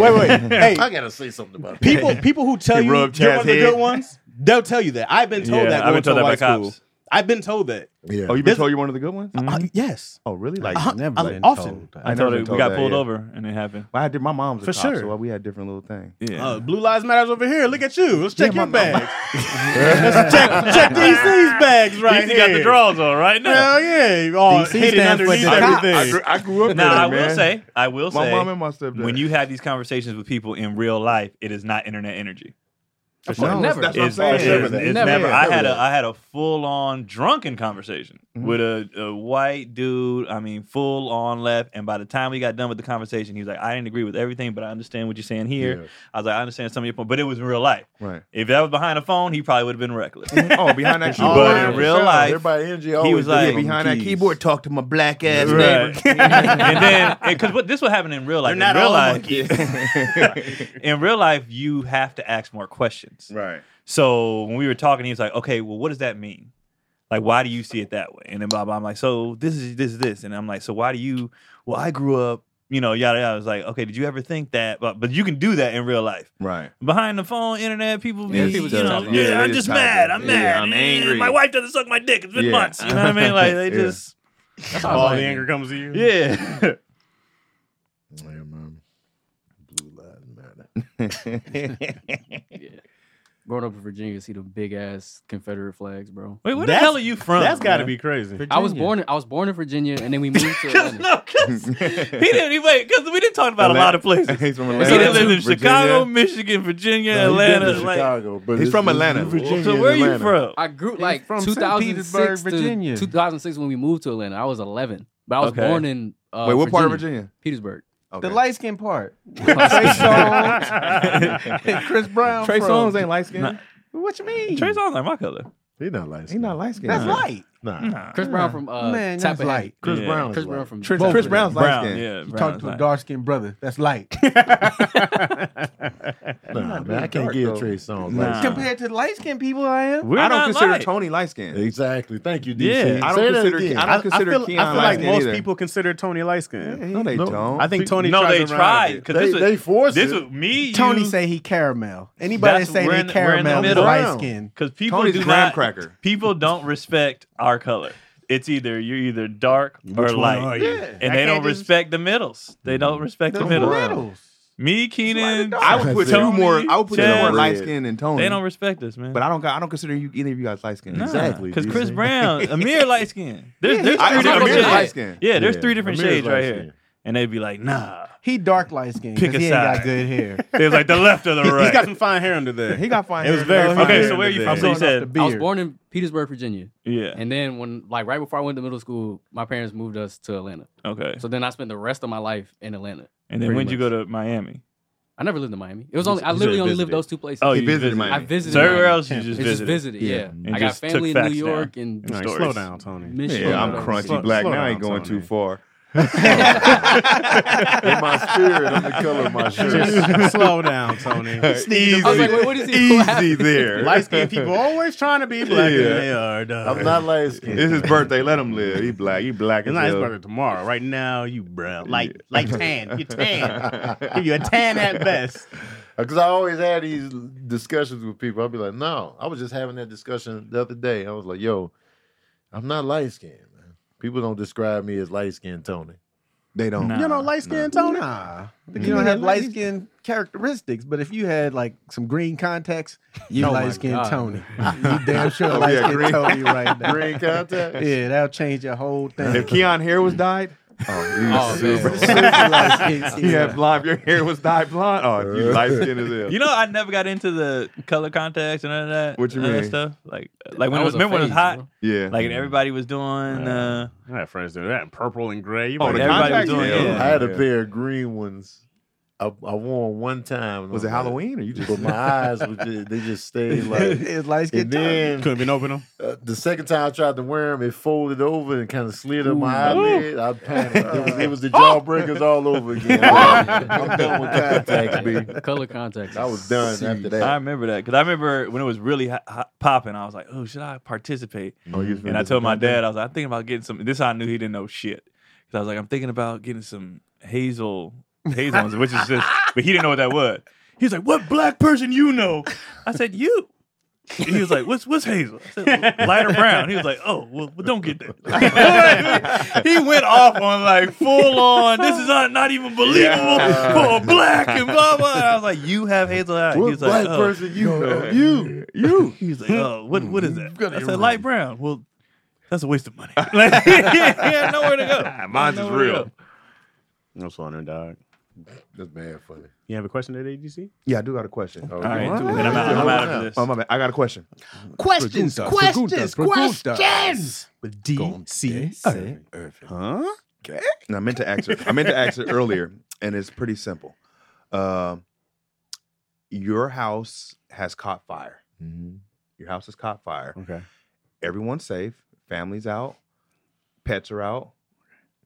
Speaker 1: [LAUGHS] Wait, wait, hey, [LAUGHS]
Speaker 5: I gotta say something about that.
Speaker 1: people people who tell
Speaker 2: He
Speaker 1: you you're one of
Speaker 2: rubbed
Speaker 1: the
Speaker 2: Chad's
Speaker 1: good
Speaker 2: head.
Speaker 1: ones, they'll tell you that. I've been told
Speaker 4: Yeah,
Speaker 1: that
Speaker 4: I've
Speaker 1: going
Speaker 4: been told
Speaker 1: to
Speaker 4: that by
Speaker 1: white school.
Speaker 4: cops.
Speaker 1: I've been told that.
Speaker 5: Yeah.
Speaker 2: Oh, you've
Speaker 1: This-
Speaker 2: been told you're one of the good ones.
Speaker 1: Uh, yes,
Speaker 2: Oh, really?
Speaker 3: Like,
Speaker 2: Like,
Speaker 1: Uh-huh.
Speaker 3: never
Speaker 1: I-
Speaker 3: been
Speaker 1: often.
Speaker 3: told that.
Speaker 4: I
Speaker 2: never
Speaker 4: told
Speaker 2: been
Speaker 4: it. We
Speaker 2: told
Speaker 4: got
Speaker 2: that,
Speaker 4: pulled
Speaker 2: yeah.
Speaker 4: over, and it happened.
Speaker 2: well, I did. My mom's a
Speaker 1: For
Speaker 2: cop,
Speaker 1: sure.
Speaker 2: so uh, we had different little things.
Speaker 4: Yeah.
Speaker 1: uh, blue lives matters over here. Look at you. Let's check
Speaker 2: Yeah,
Speaker 1: your
Speaker 2: my- my-
Speaker 1: [LAUGHS] bags. Let's check
Speaker 4: [LAUGHS]
Speaker 1: check DC's [LAUGHS] bags right
Speaker 4: DC
Speaker 1: here.
Speaker 4: got the draws on right now.
Speaker 1: Hell yeah! All
Speaker 3: DC
Speaker 1: Oh, hidden
Speaker 3: stands for
Speaker 1: underneath
Speaker 3: the cop.
Speaker 2: I
Speaker 1: everything.
Speaker 2: grew, I grew up.
Speaker 4: Now
Speaker 2: there,
Speaker 4: I
Speaker 2: man.
Speaker 4: will say, I will
Speaker 2: my mom
Speaker 4: say,
Speaker 2: and my stepdad.
Speaker 4: when you have these conversations with people in real life, it is not internet energy.
Speaker 2: For
Speaker 7: course,
Speaker 2: sure.
Speaker 7: never.
Speaker 2: That's what I'm
Speaker 4: It's,
Speaker 2: saying.
Speaker 4: it's,
Speaker 5: Never
Speaker 4: it's
Speaker 5: that.
Speaker 4: never.
Speaker 7: Never that.
Speaker 4: I had
Speaker 5: Never
Speaker 4: a
Speaker 5: that.
Speaker 4: I had a full on drunken conversation
Speaker 2: Mhm.
Speaker 4: with a, a white dude. I mean, full on left. And by the time we got done with the conversation, he was like, "I didn't agree with everything, but I understand what you're saying here."
Speaker 5: Yeah.
Speaker 4: I was like, "I understand some of your point, but it was in real life.
Speaker 2: Right.
Speaker 4: If that was behind a phone, he probably would have been reckless."
Speaker 2: Oh, behind
Speaker 4: [LAUGHS]
Speaker 2: that
Speaker 4: But
Speaker 2: keyboard.
Speaker 4: in real life,
Speaker 5: everybody energy
Speaker 4: he was like,
Speaker 2: yeah, behind that keyboard, talk to my black ass
Speaker 4: Right. [LAUGHS] and then because what this would happen in real life.
Speaker 1: They're not
Speaker 4: in real
Speaker 1: all
Speaker 4: life, [LAUGHS]
Speaker 2: neighbor.
Speaker 4: in real life, you have to ask more questions.
Speaker 2: right.
Speaker 4: So when we were talking, he was like, "Okay, well, what does that mean? Like, why do you see it that way?" And then blah blah. I'm like, "So this is this is this," and I'm like, "So why do you? Well, I grew up, you know, yada yada." I was like, "Okay, did you ever think that?" But but you can do that in real life.
Speaker 2: Right.
Speaker 4: Behind the phone, internet, people be,
Speaker 2: Yeah,
Speaker 4: you
Speaker 2: people just
Speaker 4: know,
Speaker 2: talk.
Speaker 4: yeah,
Speaker 2: Yeah, they
Speaker 4: I'm
Speaker 2: just
Speaker 4: just
Speaker 2: talk.
Speaker 4: mad. I'm
Speaker 2: Yeah,
Speaker 4: mad.
Speaker 2: I'm
Speaker 4: Yeah,
Speaker 2: angry.
Speaker 4: My wife doesn't suck my dick. It's been
Speaker 2: Yeah.
Speaker 4: months. You know what I mean? Like they
Speaker 2: [LAUGHS] Yeah.
Speaker 4: just,
Speaker 7: That's
Speaker 1: All
Speaker 7: all
Speaker 1: the
Speaker 7: I
Speaker 1: anger comes to you.
Speaker 4: yeah.
Speaker 5: Yeah, man. Blue lives matter.
Speaker 7: Yeah. Growing up in Virginia, see the big ass Confederate flags, bro.
Speaker 4: Wait, where
Speaker 1: That's-
Speaker 4: the hell are you from?
Speaker 1: That's got to
Speaker 4: man?
Speaker 1: be crazy.
Speaker 7: I was born. I was born in Virginia, and then we moved to [LAUGHS]
Speaker 4: Cause,
Speaker 7: Atlanta.
Speaker 4: [LAUGHS] no, cause he didn't. He, wait, because we didn't talk about a lot of
Speaker 2: [LAUGHS]
Speaker 4: places.
Speaker 2: [LAUGHS] He's from
Speaker 4: He
Speaker 2: Atlanta.
Speaker 4: done lived in
Speaker 2: Virginia.
Speaker 4: Chicago, Michigan, Virginia,
Speaker 5: No, he's been to
Speaker 4: Atlanta. Like,
Speaker 5: Chicago, but
Speaker 2: He's
Speaker 5: it's-
Speaker 2: from
Speaker 5: it's
Speaker 2: Atlanta.
Speaker 5: in Virginia
Speaker 4: so
Speaker 5: and
Speaker 4: where are you
Speaker 5: Atlanta.
Speaker 4: from?
Speaker 7: I grew
Speaker 3: He's
Speaker 7: like
Speaker 3: from St.
Speaker 7: 2006
Speaker 3: Petersburg, Virginia.
Speaker 7: to 2006 when we moved to Atlanta. I was 11, but I was
Speaker 4: Okay.
Speaker 7: born in uh,
Speaker 2: Wait, what part of Virginia?
Speaker 7: Petersburg.
Speaker 2: Okay.
Speaker 3: The light skin part. Trey
Speaker 2: [LAUGHS]
Speaker 3: Songz [LAUGHS] and Chris Brown.
Speaker 2: Trey
Speaker 3: from-
Speaker 2: Songz ain't light skinned.
Speaker 3: What you mean?
Speaker 4: Trey Songz like my color.
Speaker 5: He not light.
Speaker 2: He's not light skinned.
Speaker 3: That's light.
Speaker 5: Nah.
Speaker 4: Nah.
Speaker 7: Chris Brown from uh,
Speaker 3: Man,
Speaker 7: Tap
Speaker 3: that's
Speaker 7: Ahead.
Speaker 3: light.
Speaker 5: Chris
Speaker 4: Yeah.
Speaker 5: Brown. is
Speaker 7: Chris
Speaker 5: like-
Speaker 7: Brown from
Speaker 4: Chris,
Speaker 7: Tap
Speaker 3: Chris
Speaker 7: Ahead.
Speaker 3: Brown's light
Speaker 4: Brown,
Speaker 3: skinned.
Speaker 4: yeah,
Speaker 3: You
Speaker 4: Brown's
Speaker 3: talk to a
Speaker 4: light.
Speaker 3: dark skinned brother. That's light.
Speaker 5: Nah, man, I can't get Trey songs.
Speaker 4: Nah.
Speaker 5: Like that.
Speaker 3: Compared to light skinned people, I am.
Speaker 4: We're
Speaker 2: I don't
Speaker 4: not
Speaker 2: consider
Speaker 4: light.
Speaker 2: Tony light skinned.
Speaker 5: Exactly. Thank you, DC.
Speaker 4: Yeah.
Speaker 2: I don't
Speaker 5: Say that
Speaker 2: consider-
Speaker 5: again.
Speaker 2: I don't consider
Speaker 1: I feel,
Speaker 2: Keon
Speaker 1: I feel like
Speaker 2: light-skinned
Speaker 1: most
Speaker 2: either.
Speaker 1: people consider Tony light skin.
Speaker 2: No, they
Speaker 5: No,
Speaker 2: don't.
Speaker 1: I think Tony.
Speaker 4: No,
Speaker 1: tries
Speaker 4: they
Speaker 1: to round
Speaker 4: tried
Speaker 1: it.
Speaker 4: because
Speaker 5: They,
Speaker 4: this
Speaker 5: they
Speaker 4: was
Speaker 5: forced
Speaker 4: this
Speaker 5: this
Speaker 4: was me.
Speaker 3: Tony
Speaker 4: you,
Speaker 3: say he caramel. Anybody
Speaker 4: That's-
Speaker 3: that say
Speaker 4: we're in-
Speaker 3: they
Speaker 4: we're in the
Speaker 3: caramel is
Speaker 4: middle.
Speaker 3: light skinned.
Speaker 4: because people
Speaker 2: Tony's
Speaker 4: do
Speaker 2: graham
Speaker 4: not
Speaker 2: cracker.
Speaker 4: people don't respect our color. It's either you're either dark or light, and
Speaker 3: I
Speaker 4: they don't
Speaker 3: can't just-
Speaker 4: respect the middles. They don't respect the, middle. Me, Keenan,
Speaker 2: I would put you
Speaker 4: Tony,
Speaker 2: more. I would put you
Speaker 4: Chaz,
Speaker 2: more
Speaker 5: Chad.
Speaker 2: light skinned than Tony.
Speaker 4: They don't respect us, man.
Speaker 2: but I don't. got- I don't consider you either of you guys light skinned.
Speaker 5: Exactly,
Speaker 4: Because
Speaker 5: DC.
Speaker 4: Chris Brown, Amir light skin. There's, there's
Speaker 2: I-
Speaker 4: three
Speaker 2: I'm
Speaker 4: different
Speaker 2: Amir's
Speaker 4: shades.
Speaker 2: light skin.
Speaker 4: Yeah, there's
Speaker 5: Yeah,
Speaker 4: three different
Speaker 5: Amir's
Speaker 4: shades right
Speaker 5: light
Speaker 4: here.
Speaker 5: skin.
Speaker 4: And they'd be like, nah.
Speaker 3: He dark light skinned
Speaker 4: Pick
Speaker 3: because
Speaker 4: a
Speaker 3: he ain't got
Speaker 4: side.
Speaker 3: good hair.
Speaker 4: It was like the left or the right.
Speaker 1: He's got some fine hair under there.
Speaker 2: He got fine.
Speaker 1: It was
Speaker 2: hair.
Speaker 1: very
Speaker 2: No, he
Speaker 1: fine.
Speaker 2: got-
Speaker 4: okay, so where are you
Speaker 1: I'm
Speaker 4: from? So you
Speaker 3: Going off the
Speaker 4: said,
Speaker 7: I was
Speaker 3: beard.
Speaker 7: born in Petersburg, Virginia,
Speaker 4: yeah.
Speaker 7: and then when like right before I went to middle school, my parents moved us to Atlanta.
Speaker 4: Okay.
Speaker 7: So then I spent the rest of my life in Atlanta.
Speaker 4: And then
Speaker 7: pretty
Speaker 4: when'd you go
Speaker 7: much.
Speaker 4: to Miami?
Speaker 7: I never lived in Miami. It was only I
Speaker 5: said
Speaker 7: literally only
Speaker 5: visited.
Speaker 7: lived those two places.
Speaker 4: Oh,
Speaker 2: He
Speaker 4: you
Speaker 2: visited
Speaker 4: visited.
Speaker 2: Miami.
Speaker 7: I visited.
Speaker 4: So everywhere
Speaker 7: Miami.
Speaker 4: else you just
Speaker 7: It's just
Speaker 4: visited.
Speaker 7: visited.
Speaker 5: Yeah.
Speaker 7: Yeah,
Speaker 5: And
Speaker 4: And
Speaker 7: I got
Speaker 4: just took
Speaker 7: family in New
Speaker 4: facts down.
Speaker 7: York and
Speaker 4: All right,
Speaker 1: Slow
Speaker 4: stories.
Speaker 1: down, Tony.
Speaker 7: Michigan.
Speaker 6: Yeah, I'm
Speaker 7: and all that
Speaker 6: crunchy
Speaker 7: shit.
Speaker 6: black
Speaker 1: slow
Speaker 6: now. I
Speaker 1: down,
Speaker 6: ain't going
Speaker 1: Tony.
Speaker 6: too far.
Speaker 5: In my spirit, I'm the
Speaker 4: [LAUGHS]
Speaker 5: color of my
Speaker 1: [LAUGHS] [LAUGHS]
Speaker 5: shirt.
Speaker 1: Just slow down, Tony.
Speaker 6: Easy,
Speaker 7: I was like, wait, what is
Speaker 4: E
Speaker 7: he? What
Speaker 6: easy
Speaker 7: happened?
Speaker 6: there.
Speaker 1: Light skinned people
Speaker 2: [LAUGHS]
Speaker 1: always trying to be black.
Speaker 6: Yeah.
Speaker 1: and They are. dog.
Speaker 5: I'm not light skinned.
Speaker 6: It's his birthday. Let him live. He black. He black
Speaker 1: It's
Speaker 6: as
Speaker 1: not his
Speaker 6: hell.
Speaker 1: brother tomorrow. Right now, you brown, like like tan. You tan. Give you a tan at best.
Speaker 5: Because I always had these discussions with people. I'd be like, no, I was just having that discussion the other day. I was like, yo, I'm not light skinned, man. People don't describe me as light skinned Tony.
Speaker 2: They don't.
Speaker 4: Nah.
Speaker 1: You know, light skinned Tony.
Speaker 3: Nah, you don't have light skin characteristics. But if you had like some green contacts, you
Speaker 7: Oh my
Speaker 3: light skin
Speaker 7: God.
Speaker 3: Tony. You damn sure
Speaker 6: Oh,
Speaker 3: light
Speaker 6: yeah,
Speaker 3: skin
Speaker 6: green-
Speaker 3: Tony right [LAUGHS] now.
Speaker 5: Green contact?
Speaker 3: Yeah, that'll change your whole
Speaker 2: If
Speaker 3: thing.
Speaker 2: Keon hair was dyed,
Speaker 7: Oh, man.
Speaker 3: [LAUGHS]
Speaker 2: you had blonde. If your hair was dyed blonde, oh, you light skinned as hell.
Speaker 4: You know, I never got into the color contacts and all that.
Speaker 6: What you
Speaker 4: none of that
Speaker 6: mean?
Speaker 4: Stuff like, like when
Speaker 7: That
Speaker 4: it was,
Speaker 7: a
Speaker 4: remember when it was
Speaker 7: phase,
Speaker 4: hot,
Speaker 7: bro.
Speaker 6: Yeah.
Speaker 4: like and everybody was doing. Uh,
Speaker 1: I had friends doing that in purple and gray. You
Speaker 2: Oh,
Speaker 1: might-
Speaker 2: the
Speaker 4: everybody
Speaker 2: contract?
Speaker 4: was doing it.
Speaker 5: I had a
Speaker 6: Yeah.
Speaker 5: pair of green ones. I, I wore them one time. and
Speaker 2: Was
Speaker 5: I'm
Speaker 2: it
Speaker 5: like-
Speaker 2: Halloween or you just?
Speaker 5: But my eyes, was just, they just
Speaker 3: [LAUGHS]
Speaker 5: stayed like.
Speaker 3: it's light skin
Speaker 5: And
Speaker 3: Tony.
Speaker 5: then
Speaker 1: couldn't even open them.
Speaker 5: uh, the second time I tried to wear them, it folded over and kind of slid up my eyelid. I panicked. It was, it was the jawbreakers all over again. I'm done with contacts, B.
Speaker 7: [LAUGHS] Color contacts.
Speaker 5: I was done after that.
Speaker 4: I remember that because I remember when it was really hot, hot, popping. I was like, "Oh, should I participate?"
Speaker 5: Oh,
Speaker 4: And I told my dad, I was like, I'm thinking about getting some. This how I knew he didn't know shit. Because I was like, I'm thinking about getting some hazel hazels, which is just, but he didn't know what that was. He was like, What black person you know? I said, You. He was like, "What's what's hazel?" I said, Lighter brown. He was like, "Oh, well, well, don't get that." [LAUGHS] he went off on like full on. This is not, not even believable for a black and blah blah. And I was like, "You have hazel eyes." He
Speaker 5: What
Speaker 4: was like, "Oh."
Speaker 5: black person you know?
Speaker 4: [LAUGHS]
Speaker 5: You, you.
Speaker 4: He was like, "Oh, what what is that?" I said, "Light brown." Well, that's a waste of [LAUGHS] money. Like, he had nowhere to [LAUGHS] go.
Speaker 6: Mine's is
Speaker 4: Nowhere to
Speaker 6: real.
Speaker 4: go.
Speaker 1: That's funny, dog.
Speaker 5: That's bad funny.
Speaker 1: You have a question at AGC?
Speaker 2: Yeah, I do got a question.
Speaker 4: All right, and I'm out,
Speaker 1: [LAUGHS]
Speaker 4: I'm out of this.
Speaker 2: Oh my bad. I got a question.
Speaker 3: Questions, questions, questions.
Speaker 1: With
Speaker 3: DC.
Speaker 2: Huh? Okay. And I meant to ask her. I meant to ask her earlier, and it's pretty simple. Um, your house has caught fire. Your house has caught fire.
Speaker 1: Mm-hmm. Okay.
Speaker 2: Everyone's safe. Family's out. Pets are out.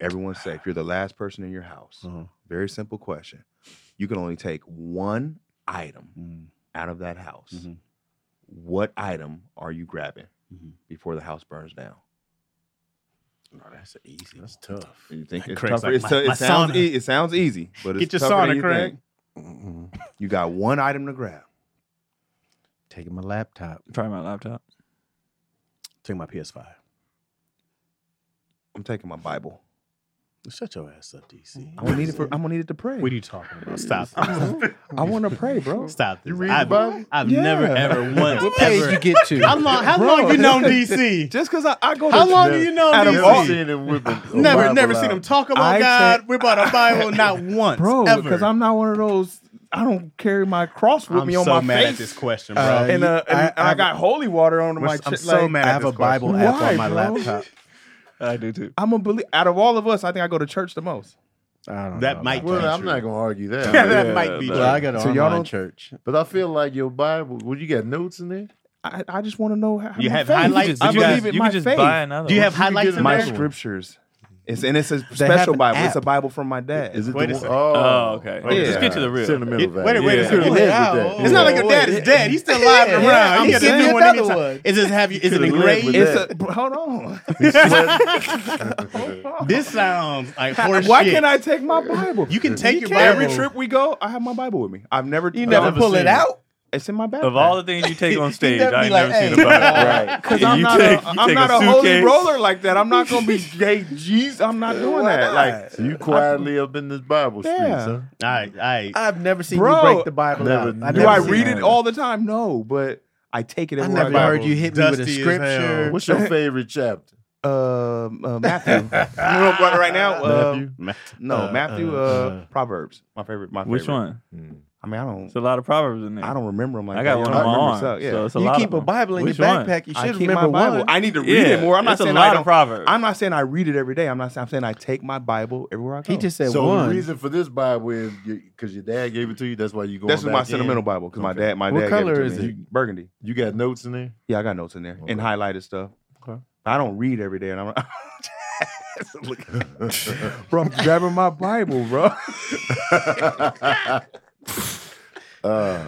Speaker 2: Everyone's safe. You're the last person in your house.
Speaker 1: Uh-huh.
Speaker 2: Very simple question. You can only take one item
Speaker 1: Mm.
Speaker 2: out of that house.
Speaker 1: Mhm.
Speaker 2: What item are you grabbing
Speaker 1: Mhm.
Speaker 2: before the house burns down?
Speaker 1: No, that's easy. That's tough.
Speaker 2: You think it's
Speaker 1: Craig's
Speaker 2: tougher?
Speaker 1: like,
Speaker 2: it's
Speaker 1: "My-
Speaker 2: tou-
Speaker 1: my
Speaker 2: it, sounds
Speaker 1: sauna."
Speaker 2: e- it sounds easy, but it's
Speaker 1: Get your
Speaker 2: tougher
Speaker 1: sauna,
Speaker 2: than you
Speaker 1: Craig.
Speaker 2: think. You got one item to grab.
Speaker 3: Taking my laptop.
Speaker 4: Try my laptop.
Speaker 1: Take my PS5.
Speaker 2: I'm taking my Bible.
Speaker 1: Shut your ass up,
Speaker 4: [LAUGHS]
Speaker 1: DC.
Speaker 2: I'm gonna need it for. I'm gonna need it to pray.
Speaker 1: What are you talking about? [LAUGHS] Stop.
Speaker 2: I want to pray, [LAUGHS] bro.
Speaker 1: Stop this.
Speaker 5: You read the
Speaker 1: I've,
Speaker 5: Bible?
Speaker 1: I've
Speaker 2: Yeah.
Speaker 1: never ever once
Speaker 3: What page
Speaker 1: ever.
Speaker 3: you get to?
Speaker 1: How long? How
Speaker 2: Bro,
Speaker 1: long you [LAUGHS] known
Speaker 2: that's-
Speaker 1: DC?
Speaker 2: Just because I, I go.
Speaker 1: How
Speaker 2: to
Speaker 1: long do you know
Speaker 2: Adam
Speaker 1: DC?
Speaker 2: Ball.
Speaker 5: seen him whip a- a
Speaker 1: Never,
Speaker 5: Bible
Speaker 1: never
Speaker 5: out.
Speaker 1: seen him talk about
Speaker 2: I
Speaker 1: God.
Speaker 2: said-
Speaker 1: We're about a Bible, not once,
Speaker 2: bro?
Speaker 1: ever.
Speaker 2: Because I'm not one of those. I don't carry my cross with
Speaker 1: I'm
Speaker 2: me on
Speaker 1: so
Speaker 2: my
Speaker 1: mad
Speaker 2: face.
Speaker 1: at this question, bro.
Speaker 3: Uh,
Speaker 2: and uh, and
Speaker 3: I-
Speaker 2: I,
Speaker 3: I-
Speaker 2: got holy water on my.
Speaker 1: I'm
Speaker 2: chest,
Speaker 1: so
Speaker 2: like,
Speaker 1: mad
Speaker 3: I
Speaker 1: at
Speaker 3: have
Speaker 1: this
Speaker 3: a Bible
Speaker 1: question.
Speaker 3: app
Speaker 2: Why,
Speaker 3: on my
Speaker 2: bro?
Speaker 3: laptop.
Speaker 4: I do too.
Speaker 2: I'm a belie Out of all of us, I think I go to church the most.
Speaker 3: I don't
Speaker 1: That
Speaker 3: know
Speaker 1: might
Speaker 3: about
Speaker 5: Well,
Speaker 1: be
Speaker 5: I'm
Speaker 1: true.
Speaker 5: not gonna argue that.
Speaker 1: that might be.
Speaker 3: that. Well, I got an
Speaker 2: So y'all
Speaker 3: online
Speaker 2: don't-
Speaker 3: church.
Speaker 5: But I feel like your Bible. Well, you got notes in there.
Speaker 2: I, I just want to know how.
Speaker 1: You
Speaker 2: my
Speaker 1: have
Speaker 2: faith.
Speaker 1: highlights
Speaker 4: You
Speaker 1: I
Speaker 4: can just, you
Speaker 1: believe
Speaker 4: guys-
Speaker 2: in
Speaker 4: you
Speaker 2: my
Speaker 4: can just
Speaker 2: faith.
Speaker 4: buy another
Speaker 1: Do you
Speaker 4: one.
Speaker 1: have highlights in
Speaker 2: my
Speaker 1: there?
Speaker 2: scriptures. It's and it's a
Speaker 3: have
Speaker 2: special
Speaker 3: an
Speaker 2: Bible. It's a
Speaker 3: app.
Speaker 2: Bible from my dad.
Speaker 5: Is it
Speaker 1: Wait a
Speaker 5: the one-
Speaker 1: second.
Speaker 4: Oh, okay.
Speaker 5: okay.
Speaker 4: Let's get to the real.
Speaker 5: Sentimental
Speaker 1: You- wait a-
Speaker 5: value.
Speaker 1: wait a
Speaker 5: Yeah.
Speaker 1: second.
Speaker 5: You live with that.
Speaker 1: It's not like
Speaker 5: Yeah.
Speaker 1: your dad is dead. He's still alive and around.
Speaker 3: I'm
Speaker 1: He can get a
Speaker 3: sending
Speaker 1: new
Speaker 3: you
Speaker 1: one
Speaker 3: another
Speaker 1: anytime.
Speaker 3: one.
Speaker 1: Is it have you? Is it
Speaker 5: Could've lived with
Speaker 1: engraved?
Speaker 5: that.
Speaker 2: It's a bro, hold on.
Speaker 1: This sounds like horse
Speaker 2: Why
Speaker 1: shit.
Speaker 2: can't I take my Bible?
Speaker 1: You can take your
Speaker 2: can. Every
Speaker 1: Bible.
Speaker 2: trip we go, I have my Bible with me. I've never. uh,
Speaker 3: You never pull it out.
Speaker 2: It's in my backpack.
Speaker 1: [LAUGHS]
Speaker 4: Of all the things you [LAUGHS] take on stage,
Speaker 3: never
Speaker 4: I
Speaker 3: be
Speaker 4: ain't
Speaker 3: like,
Speaker 4: never seen
Speaker 3: "Hey."
Speaker 4: a Bible.
Speaker 5: Right.
Speaker 2: Cause
Speaker 4: Yeah,
Speaker 2: I'm
Speaker 4: you
Speaker 2: not
Speaker 4: take-
Speaker 2: a,
Speaker 4: you
Speaker 2: I'm
Speaker 4: take
Speaker 2: not
Speaker 4: a
Speaker 2: a, holy
Speaker 4: suitcase.
Speaker 2: roller like that. I'm not gonna be gay G's. I'm not doing that. Like,
Speaker 5: So you quietly up in this Bible streets,
Speaker 2: Yeah.
Speaker 5: huh?
Speaker 1: All right, all right.
Speaker 3: I've never seen
Speaker 2: Bro,
Speaker 3: you break the Bible.
Speaker 5: never-
Speaker 3: out.
Speaker 5: do
Speaker 3: I've
Speaker 2: do
Speaker 3: never
Speaker 2: I
Speaker 3: seen
Speaker 2: read
Speaker 3: that.
Speaker 2: it all the time? No, but I take it.
Speaker 3: I
Speaker 2: everywhere
Speaker 3: never
Speaker 2: go.
Speaker 3: heard you hit me with a
Speaker 1: Dusty as hell.
Speaker 3: scripture.
Speaker 1: [LAUGHS]
Speaker 5: What's your favorite chapter?
Speaker 2: Um, uh, Matthew. [LAUGHS] you know what right now? Uh,
Speaker 5: Matthew?
Speaker 2: No,
Speaker 1: Uh,
Speaker 2: Matthew. Uh,
Speaker 1: uh, uh.
Speaker 2: Proverbs. My favorite. My
Speaker 4: Which
Speaker 2: favorite.
Speaker 4: one?
Speaker 2: I mean, I don't.
Speaker 4: It's a lot of proverbs in there.
Speaker 2: I don't remember them like
Speaker 4: I got
Speaker 2: that.
Speaker 4: one
Speaker 2: I
Speaker 4: on my
Speaker 2: remember
Speaker 4: arm.
Speaker 2: some- yeah.
Speaker 4: So it's a
Speaker 3: You
Speaker 4: lot
Speaker 3: keep
Speaker 4: of
Speaker 3: a
Speaker 4: them.
Speaker 3: Bible in
Speaker 4: Which
Speaker 3: your
Speaker 4: one?
Speaker 3: backpack. You
Speaker 2: I
Speaker 3: should
Speaker 2: keep
Speaker 3: remember
Speaker 2: my Bible.
Speaker 3: one.
Speaker 2: I need to read
Speaker 4: yeah.
Speaker 2: it more. I'm not
Speaker 4: it's
Speaker 2: saying
Speaker 4: a lot
Speaker 2: I
Speaker 4: of
Speaker 2: don't.
Speaker 4: proverbs.
Speaker 2: I'm not saying I read it every day. I'm not saying I'm saying I take my Bible everywhere I go.
Speaker 3: He just said
Speaker 5: so the
Speaker 3: one.
Speaker 5: reason for this Bible is because your dad gave it to you. That's why you go.
Speaker 2: This is my sentimental Bible because my
Speaker 5: Okay.
Speaker 2: dad, my
Speaker 3: What
Speaker 2: dad.
Speaker 3: color
Speaker 2: gave it to
Speaker 3: is
Speaker 2: me.
Speaker 3: it?
Speaker 2: Burgundy.
Speaker 5: You got notes
Speaker 1: [LAUGHS]
Speaker 5: in there.
Speaker 2: Yeah, I got notes in there and
Speaker 5: Okay.
Speaker 2: highlighted stuff.
Speaker 5: Okay.
Speaker 2: I don't read every day, and [LAUGHS] I'm. bro, I'm grabbing my Bible, bro.
Speaker 5: uh,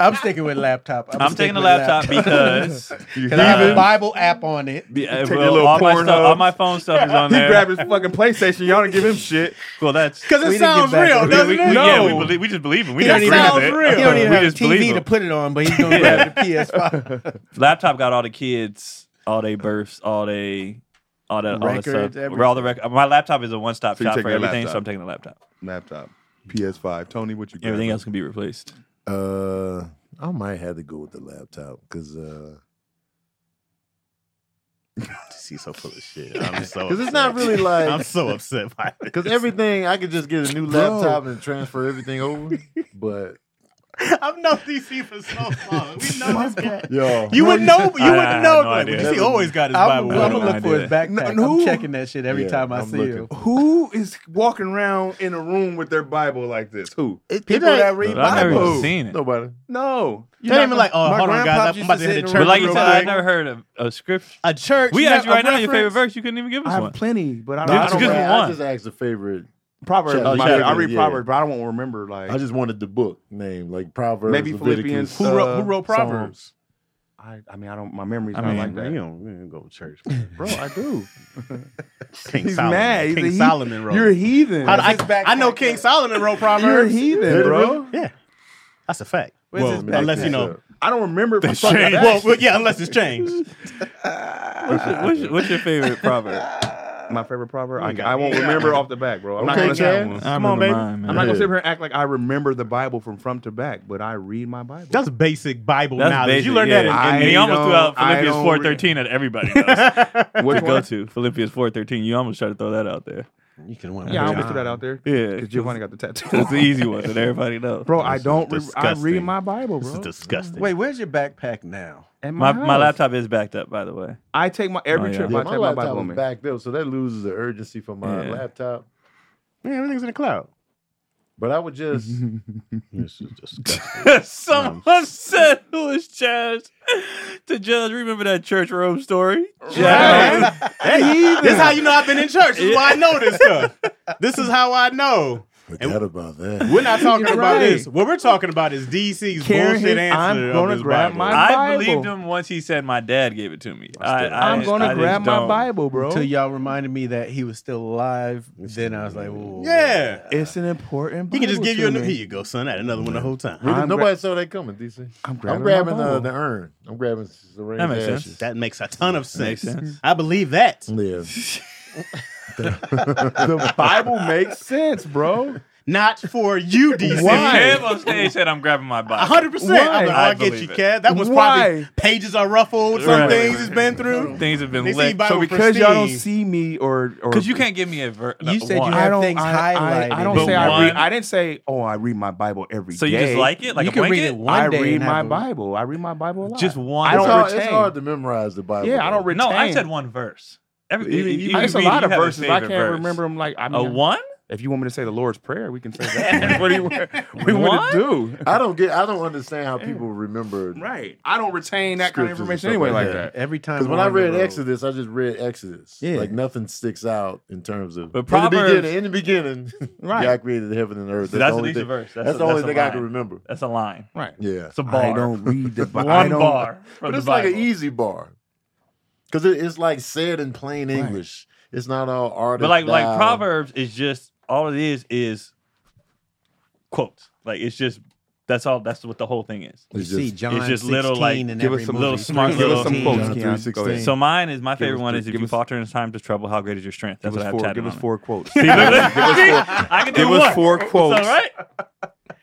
Speaker 3: I'm sticking with laptop. I'm,
Speaker 4: I'm taking the [LAUGHS] laptop
Speaker 3: [LAUGHS]
Speaker 4: because
Speaker 3: because I have a
Speaker 4: Even-
Speaker 3: Bible app on
Speaker 4: [LAUGHS]
Speaker 3: it.
Speaker 4: be- uh,
Speaker 2: your
Speaker 4: well,
Speaker 2: little
Speaker 4: all, my
Speaker 2: porn
Speaker 4: stuff,
Speaker 2: up.
Speaker 4: all my phone stuff [LAUGHS] is on
Speaker 2: he
Speaker 4: there.
Speaker 2: grabbed his fucking PlayStation. Y'all don't give him shit.
Speaker 4: well, that's
Speaker 1: Because
Speaker 3: We
Speaker 1: it
Speaker 3: didn't get
Speaker 1: sounds
Speaker 3: back
Speaker 1: real,
Speaker 3: to-
Speaker 4: we,
Speaker 1: doesn't
Speaker 4: we,
Speaker 1: it?
Speaker 4: we- yeah,
Speaker 3: No.
Speaker 4: we believe. We just believe him. We
Speaker 3: He
Speaker 4: don't
Speaker 3: don't even have
Speaker 4: it.
Speaker 1: real.
Speaker 3: He don't even
Speaker 4: we
Speaker 3: have a
Speaker 4: just believe
Speaker 3: TV to
Speaker 4: him.
Speaker 3: put it on, but he's [LAUGHS] gonna
Speaker 4: Yeah.
Speaker 3: grab the PS5
Speaker 4: Laptop got all the kids, all they births, all they. All the all the
Speaker 3: Records,
Speaker 4: stuff. All the rec- my laptop is a one stop
Speaker 2: So you
Speaker 4: shop
Speaker 2: take
Speaker 4: for
Speaker 2: your
Speaker 4: everything,
Speaker 2: laptop.
Speaker 4: so I'm taking the laptop.
Speaker 2: Laptop, PS5. Tony, what you? grabbing?
Speaker 4: Everything else can be replaced.
Speaker 5: uh, I might have to go with the laptop because uh,
Speaker 1: He's so full of shit. uh, I'm
Speaker 5: [LAUGHS]
Speaker 1: so.
Speaker 5: because it's not really
Speaker 1: upset. Oh. [LAUGHS] I'm
Speaker 5: like
Speaker 1: so upset by this.
Speaker 5: because everything I could just get a new
Speaker 3: Bro.
Speaker 5: laptop and transfer everything over.
Speaker 1: [LAUGHS]
Speaker 5: But
Speaker 1: I've known DC for so [LAUGHS] long. We know this guy.
Speaker 5: yo,
Speaker 1: You [LAUGHS] would know. You would
Speaker 4: I- I had
Speaker 1: know.
Speaker 4: no
Speaker 1: like,
Speaker 4: idea.
Speaker 1: DC always got his
Speaker 3: I'm,
Speaker 1: Bible.
Speaker 3: I'm gonna
Speaker 4: no
Speaker 3: look for his backpack.
Speaker 2: No, who-
Speaker 3: I'm checking that shit every
Speaker 5: Yeah,
Speaker 3: time I
Speaker 5: I'm
Speaker 3: see
Speaker 5: looking.
Speaker 3: him.
Speaker 2: Who is walking around in a room with their Bible like this? Who?
Speaker 3: People that read
Speaker 4: I've never
Speaker 3: Bible.
Speaker 4: even seen it.
Speaker 5: nobody.
Speaker 2: No.
Speaker 1: They ain't even like, oh,
Speaker 3: My
Speaker 1: hold on,
Speaker 3: grandpa
Speaker 1: guys. I'm
Speaker 3: used
Speaker 1: about
Speaker 3: to
Speaker 1: to hit
Speaker 3: sit
Speaker 1: the
Speaker 3: in
Speaker 1: church.
Speaker 4: But like you
Speaker 1: real
Speaker 4: said, I've
Speaker 1: quick.
Speaker 4: never heard of a scripture.
Speaker 1: a church.
Speaker 4: We
Speaker 1: you
Speaker 4: asked you
Speaker 1: know, a
Speaker 4: right now your favorite
Speaker 1: reference?
Speaker 4: verse. You couldn't even give us
Speaker 2: I have
Speaker 4: one.
Speaker 2: plenty, but I
Speaker 4: No,
Speaker 2: don't, I
Speaker 4: it's
Speaker 2: don't
Speaker 4: good.
Speaker 2: remember.
Speaker 4: one.
Speaker 5: I just asked the favorite.
Speaker 2: Proverbs.
Speaker 1: Oh,
Speaker 5: Yeah,
Speaker 2: is my
Speaker 5: yeah,
Speaker 2: favorite. I read
Speaker 5: yeah.
Speaker 2: Proverbs, but I don't remember like
Speaker 5: I just wanted the book name, like Proverbs,
Speaker 2: Maybe
Speaker 5: Leviticus,
Speaker 2: Philippians,
Speaker 1: Who wrote, who
Speaker 2: Uh,
Speaker 1: wrote Proverbs?
Speaker 5: Psalms.
Speaker 2: I, I mean I don't my memory's
Speaker 1: I
Speaker 2: not
Speaker 1: mean,
Speaker 2: like that.
Speaker 1: you don't, you don't go to church.
Speaker 2: Bro, I
Speaker 1: [LAUGHS]
Speaker 2: do.
Speaker 1: King
Speaker 2: He's
Speaker 1: Solomon.
Speaker 2: mad. He's
Speaker 1: King
Speaker 2: a heat-
Speaker 1: Solomon wrote.
Speaker 2: You're a
Speaker 1: it.
Speaker 2: heathen.
Speaker 1: How do I, I know King Solomon wrote Proverbs.
Speaker 2: You're a heathen,
Speaker 5: Did it
Speaker 2: bro.
Speaker 1: Yeah, that's a fact.
Speaker 3: Where's
Speaker 1: well,
Speaker 3: his backpack?
Speaker 1: unless you know,
Speaker 2: I don't
Speaker 1: [LAUGHS]
Speaker 2: remember if I
Speaker 1: Fuck,
Speaker 2: thought that-
Speaker 1: well, well, yeah, unless it's changed.
Speaker 4: What's your, what's your- what's your favorite proverb?
Speaker 2: my favorite proverb. I,
Speaker 1: got
Speaker 2: I won't
Speaker 1: it.
Speaker 2: remember off the back, bro. I'm not
Speaker 5: Okay,
Speaker 2: gonna say [LAUGHS]
Speaker 5: Chad.
Speaker 2: one.
Speaker 4: I
Speaker 1: Come on,
Speaker 4: remember
Speaker 1: baby.
Speaker 4: mine, man.
Speaker 2: I'm not
Speaker 5: Yeah.
Speaker 2: gonna sit here and act like I remember the Bible from front to back, but I read my Bible.
Speaker 1: That's basic Bible
Speaker 4: That's
Speaker 1: knowledge.
Speaker 4: basic,
Speaker 1: you learned
Speaker 4: yeah.
Speaker 1: that in,
Speaker 2: I
Speaker 4: and he almost threw out
Speaker 2: don't- I
Speaker 4: Philippians
Speaker 2: don't
Speaker 4: four
Speaker 2: read-
Speaker 4: thirteen at everybody knows.
Speaker 2: Which
Speaker 4: go
Speaker 2: one?
Speaker 4: to Philippians four thirteen. You almost tried to throw that out there.
Speaker 3: You can win.
Speaker 2: Yeah, I almost threw that out there.
Speaker 4: Yeah, [LAUGHS]
Speaker 2: Because Giovanni got the tattoo.
Speaker 1: [LAUGHS]
Speaker 4: that's the easy one that everybody knows.
Speaker 2: bro, I don't. Re- I
Speaker 1: disgusting.
Speaker 2: read my Bible,
Speaker 1: this is
Speaker 2: bro.
Speaker 1: disgusting.
Speaker 3: Wait, where's your backpack now?
Speaker 2: At
Speaker 4: My my
Speaker 2: house.
Speaker 4: laptop is backed up, by the way. [LAUGHS]
Speaker 2: I take my every
Speaker 4: Oh, yeah.
Speaker 2: trip.
Speaker 5: Yeah,
Speaker 2: I
Speaker 5: my
Speaker 2: take my Bible
Speaker 5: laptop
Speaker 2: with
Speaker 5: was
Speaker 2: me.
Speaker 5: backed up, so that loses the urgency for my
Speaker 4: Yeah.
Speaker 5: laptop.
Speaker 1: man, everything's in the cloud.
Speaker 5: But I would just
Speaker 1: This is disgusting.
Speaker 4: Someone said who is judged to judge. Remember that church robe story? Judge.
Speaker 1: hey, hey, this is how you know I've been in church. This is why I know
Speaker 3: [LAUGHS]
Speaker 1: this stuff. This is how I know.
Speaker 5: forget about that.
Speaker 1: We're not talking
Speaker 2: You're
Speaker 1: about
Speaker 2: right.
Speaker 1: this. What we're talking about is DC's
Speaker 2: Karen,
Speaker 1: bullshit answer.
Speaker 2: I'm
Speaker 1: of
Speaker 2: gonna
Speaker 1: his
Speaker 2: grab
Speaker 1: Bible.
Speaker 2: my-
Speaker 4: I
Speaker 2: Bible.
Speaker 4: believed him once he said my dad gave it to me. I, I,
Speaker 2: I'm gonna
Speaker 4: I just
Speaker 2: grab my
Speaker 4: don't.
Speaker 2: Bible, bro.
Speaker 3: Until y'all reminded me that he was still alive. Then I was like, Whoa.
Speaker 1: Yeah.
Speaker 2: It's an important.
Speaker 1: He can just
Speaker 2: Bible
Speaker 1: give you a
Speaker 2: to
Speaker 1: new.
Speaker 2: me.
Speaker 1: Here you go, son. I had another one the whole time.
Speaker 5: Really,
Speaker 2: I'm gra-
Speaker 5: nobody saw that coming, DC.
Speaker 2: I'm grabbing,
Speaker 5: I'm
Speaker 2: my
Speaker 5: grabbing uh,
Speaker 2: Bible.
Speaker 5: the urn. I'm grabbing Serena's
Speaker 4: That makes
Speaker 5: ashes.
Speaker 4: sense.
Speaker 1: That makes a ton of sense.
Speaker 4: Makes sense.
Speaker 1: I believe that.
Speaker 5: Yeah.
Speaker 2: the Bible makes sense, bro.
Speaker 1: Not for you, DC.
Speaker 4: If Kev on stage said I'm grabbing my
Speaker 1: A
Speaker 4: Bible,
Speaker 1: hundred percent.
Speaker 2: Why?
Speaker 1: I'm like,
Speaker 4: I
Speaker 1: I'll get
Speaker 4: believe
Speaker 1: you,
Speaker 4: it.
Speaker 1: Kev. That was probably
Speaker 2: Why?
Speaker 1: pages are ruffled. Some
Speaker 4: Right.
Speaker 1: things it's been through.
Speaker 4: things have been
Speaker 1: They see
Speaker 4: licked.
Speaker 1: Bible
Speaker 4: So
Speaker 1: for-
Speaker 4: because
Speaker 2: Because y'all don't
Speaker 1: Christine.
Speaker 2: see me or or
Speaker 4: you can't give me a ver-
Speaker 3: You said you
Speaker 4: one.
Speaker 3: had
Speaker 2: I don't.
Speaker 3: things
Speaker 2: I, I, I
Speaker 3: highlighted,
Speaker 2: don't
Speaker 4: but
Speaker 2: say I read.
Speaker 4: one-
Speaker 2: I didn't say. Oh, I read my Bible every day.
Speaker 4: So you just like it, like
Speaker 3: you
Speaker 4: a
Speaker 3: can
Speaker 4: blanket.
Speaker 3: read it one
Speaker 2: I
Speaker 3: day.
Speaker 2: read
Speaker 3: and
Speaker 2: my
Speaker 3: have a-
Speaker 2: Bible. I read my Bible a lot.
Speaker 4: Just one.
Speaker 2: I
Speaker 5: It's,
Speaker 2: don't
Speaker 5: hard, it's
Speaker 2: retain.
Speaker 5: hard to memorize the Bible.
Speaker 2: Yeah, I don't
Speaker 5: though.
Speaker 4: no,
Speaker 2: retain.
Speaker 4: I said one verse. Every,
Speaker 5: Even-
Speaker 4: you-
Speaker 5: even-
Speaker 4: you
Speaker 2: It's a
Speaker 4: read-
Speaker 2: lot
Speaker 4: you
Speaker 2: of
Speaker 4: have
Speaker 2: verses. I
Speaker 4: favorite
Speaker 2: can't
Speaker 4: verse.
Speaker 2: remember them. Like I
Speaker 4: A
Speaker 2: mean,
Speaker 4: one?
Speaker 2: If you want me to say the Lord's Prayer, we can say
Speaker 4: [LAUGHS]
Speaker 2: that. [LAUGHS] what do you what do
Speaker 4: What?
Speaker 2: you want to do?
Speaker 5: I don't get. I don't understand
Speaker 4: [LAUGHS]
Speaker 5: how people remember.
Speaker 2: Right. I don't retain that kind of information
Speaker 5: Scriptures and stuff
Speaker 2: anyway
Speaker 5: like
Speaker 2: like
Speaker 5: that.
Speaker 2: that.
Speaker 3: Every time
Speaker 5: Because when I
Speaker 3: on the
Speaker 5: read
Speaker 3: road-
Speaker 5: Exodus, I just read Exodus.
Speaker 2: Yeah.
Speaker 5: Like nothing sticks out in terms of.
Speaker 4: But
Speaker 5: in the
Speaker 4: Proverbs-
Speaker 5: beginning, in the beginning [LAUGHS]
Speaker 2: Right.
Speaker 5: God created the heaven and earth.
Speaker 4: See, that's
Speaker 5: the
Speaker 4: an
Speaker 5: only
Speaker 4: easy
Speaker 5: thing.
Speaker 4: verse. That's,
Speaker 5: That's,
Speaker 4: a-
Speaker 5: the only
Speaker 4: that's a
Speaker 5: thing I can
Speaker 4: line.
Speaker 5: remember.
Speaker 4: That's a line.
Speaker 2: Right.
Speaker 5: Yeah.
Speaker 4: It's a bar.
Speaker 2: I don't read the Bible.
Speaker 4: One
Speaker 2: I don't,
Speaker 4: bar. From
Speaker 5: But
Speaker 4: the
Speaker 5: it's like an
Speaker 4: Bible.
Speaker 5: easy bar. Because it, it's like said in plain English. It's not all art.
Speaker 4: But like like Proverbs is just all it is is quotes. Like it's just that's all that's what the whole thing is.
Speaker 3: You
Speaker 5: It's
Speaker 3: see
Speaker 5: just-
Speaker 3: John
Speaker 4: it's just
Speaker 3: 16
Speaker 4: little, like,
Speaker 3: in
Speaker 2: give us
Speaker 3: every
Speaker 2: some
Speaker 3: movie.
Speaker 4: little smart
Speaker 3: Three
Speaker 2: Give us some
Speaker 3: sixteen.
Speaker 2: quotes,
Speaker 5: John
Speaker 2: Keon. Go ahead.
Speaker 5: 3:16.
Speaker 4: So mine is my
Speaker 2: Give
Speaker 4: favorite
Speaker 2: us
Speaker 4: one
Speaker 2: three-
Speaker 4: is if
Speaker 2: give
Speaker 4: you
Speaker 2: us-
Speaker 4: falter in time to trouble, how great is your strength? That's
Speaker 2: Give
Speaker 4: what I
Speaker 2: us
Speaker 4: have
Speaker 2: four.
Speaker 4: tatted
Speaker 2: Give us
Speaker 4: on it. [LAUGHS]
Speaker 2: four quotes.
Speaker 4: See, look, look.
Speaker 2: Give us
Speaker 4: See?
Speaker 2: four-
Speaker 4: I can do
Speaker 2: Give us
Speaker 4: one.
Speaker 2: four
Speaker 4: [LAUGHS]
Speaker 2: quotes.
Speaker 4: It's all right.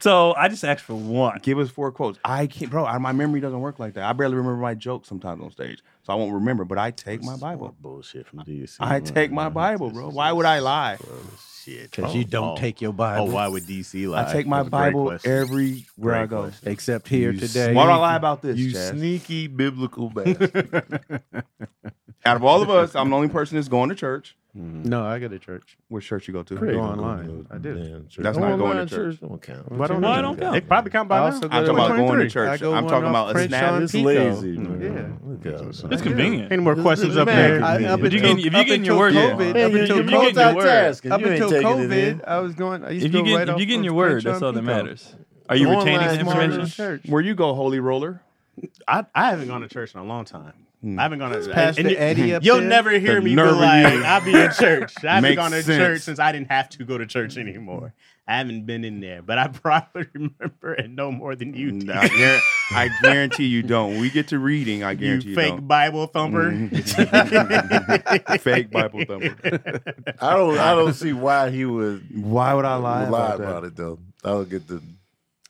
Speaker 4: So I just asked for one.
Speaker 2: Give us four quotes. I can't, bro. I, my memory doesn't work like that. I barely remember my jokes sometimes on stage, so I won't remember. But I take my Bible.
Speaker 1: Bullshit from DSC.
Speaker 2: I take my Bible, bro. Why would I lie?
Speaker 1: Shit.
Speaker 3: Because you don't take your
Speaker 1: Oh,
Speaker 3: Bible.
Speaker 1: why would DC lie?
Speaker 2: I take my
Speaker 1: That's a great
Speaker 2: Bible
Speaker 1: question.
Speaker 2: everywhere I
Speaker 1: Great
Speaker 2: go.
Speaker 1: question.
Speaker 3: Except here
Speaker 5: You
Speaker 3: today.
Speaker 2: Why do I lie about this?
Speaker 5: You
Speaker 2: Chaz?
Speaker 5: sneaky biblical bastard.
Speaker 2: Out of all of us, I'm the only person that's going to church.
Speaker 3: No, I go to church.
Speaker 2: What church you go to?
Speaker 3: Great. Go online. I did.
Speaker 2: That's not going to church.
Speaker 5: Don't count.
Speaker 3: Why don't
Speaker 4: Why
Speaker 3: you?
Speaker 4: don't
Speaker 5: count?
Speaker 4: count?
Speaker 1: They probably come by
Speaker 3: I
Speaker 1: now.
Speaker 3: also go
Speaker 2: I'm talking about going to
Speaker 3: 23. I
Speaker 2: church.
Speaker 3: go
Speaker 2: I'm
Speaker 3: one
Speaker 2: talking
Speaker 3: off
Speaker 2: about a
Speaker 3: French
Speaker 2: snap.
Speaker 3: on
Speaker 5: It's
Speaker 3: Pico.
Speaker 5: lazy,
Speaker 3: Yeah.
Speaker 5: man. Look out, son.
Speaker 4: It's convenient.
Speaker 1: Any more questions up
Speaker 5: Man,
Speaker 1: there?
Speaker 5: I- up
Speaker 4: But you
Speaker 5: until-
Speaker 4: getting if you getting your word,
Speaker 3: COVID,
Speaker 4: in.
Speaker 3: up
Speaker 5: Hey, you-
Speaker 3: until
Speaker 5: you're
Speaker 3: COVID-
Speaker 5: multitasking.
Speaker 3: Up
Speaker 5: You ain't
Speaker 3: until
Speaker 5: taking it in.
Speaker 3: COVID, I was going. I used
Speaker 4: If
Speaker 3: to
Speaker 4: you
Speaker 3: go
Speaker 4: get
Speaker 3: right
Speaker 4: if
Speaker 3: off
Speaker 4: you getting
Speaker 3: of
Speaker 4: your word,
Speaker 3: French on
Speaker 4: that's all that
Speaker 3: Pico.
Speaker 4: matters. Are you retaining
Speaker 5: Online
Speaker 4: this
Speaker 5: smarter
Speaker 4: information?
Speaker 5: than
Speaker 3: Church.
Speaker 2: Where you go, Holy Roller?
Speaker 1: I, I haven't gone to church in a long time.
Speaker 2: Hmm.
Speaker 1: I haven't gone to
Speaker 3: Pastor
Speaker 1: and you- [LAUGHS]
Speaker 3: Eddie up
Speaker 1: You'll
Speaker 3: there.
Speaker 1: never hear
Speaker 2: The
Speaker 1: me be
Speaker 2: nerve of
Speaker 1: like,
Speaker 2: you.
Speaker 1: I'll be in church. I haven't
Speaker 2: Makes
Speaker 1: gone to
Speaker 2: sense.
Speaker 1: church since I didn't have to go to church anymore. I haven't been in there, but I [LAUGHS] probably remember and know more than you
Speaker 2: [LAUGHS]
Speaker 1: do.
Speaker 2: I guar- I guarantee you don't. When we get to reading, I
Speaker 1: you
Speaker 2: guarantee you,
Speaker 1: fake Bible thumper. [LAUGHS]
Speaker 2: don't. [LAUGHS] Fake Bible thumper.
Speaker 5: I don't. I don't see why he would
Speaker 2: Why would I
Speaker 5: lie
Speaker 2: lie,
Speaker 5: about,
Speaker 2: about, that?
Speaker 5: it though. I would get the.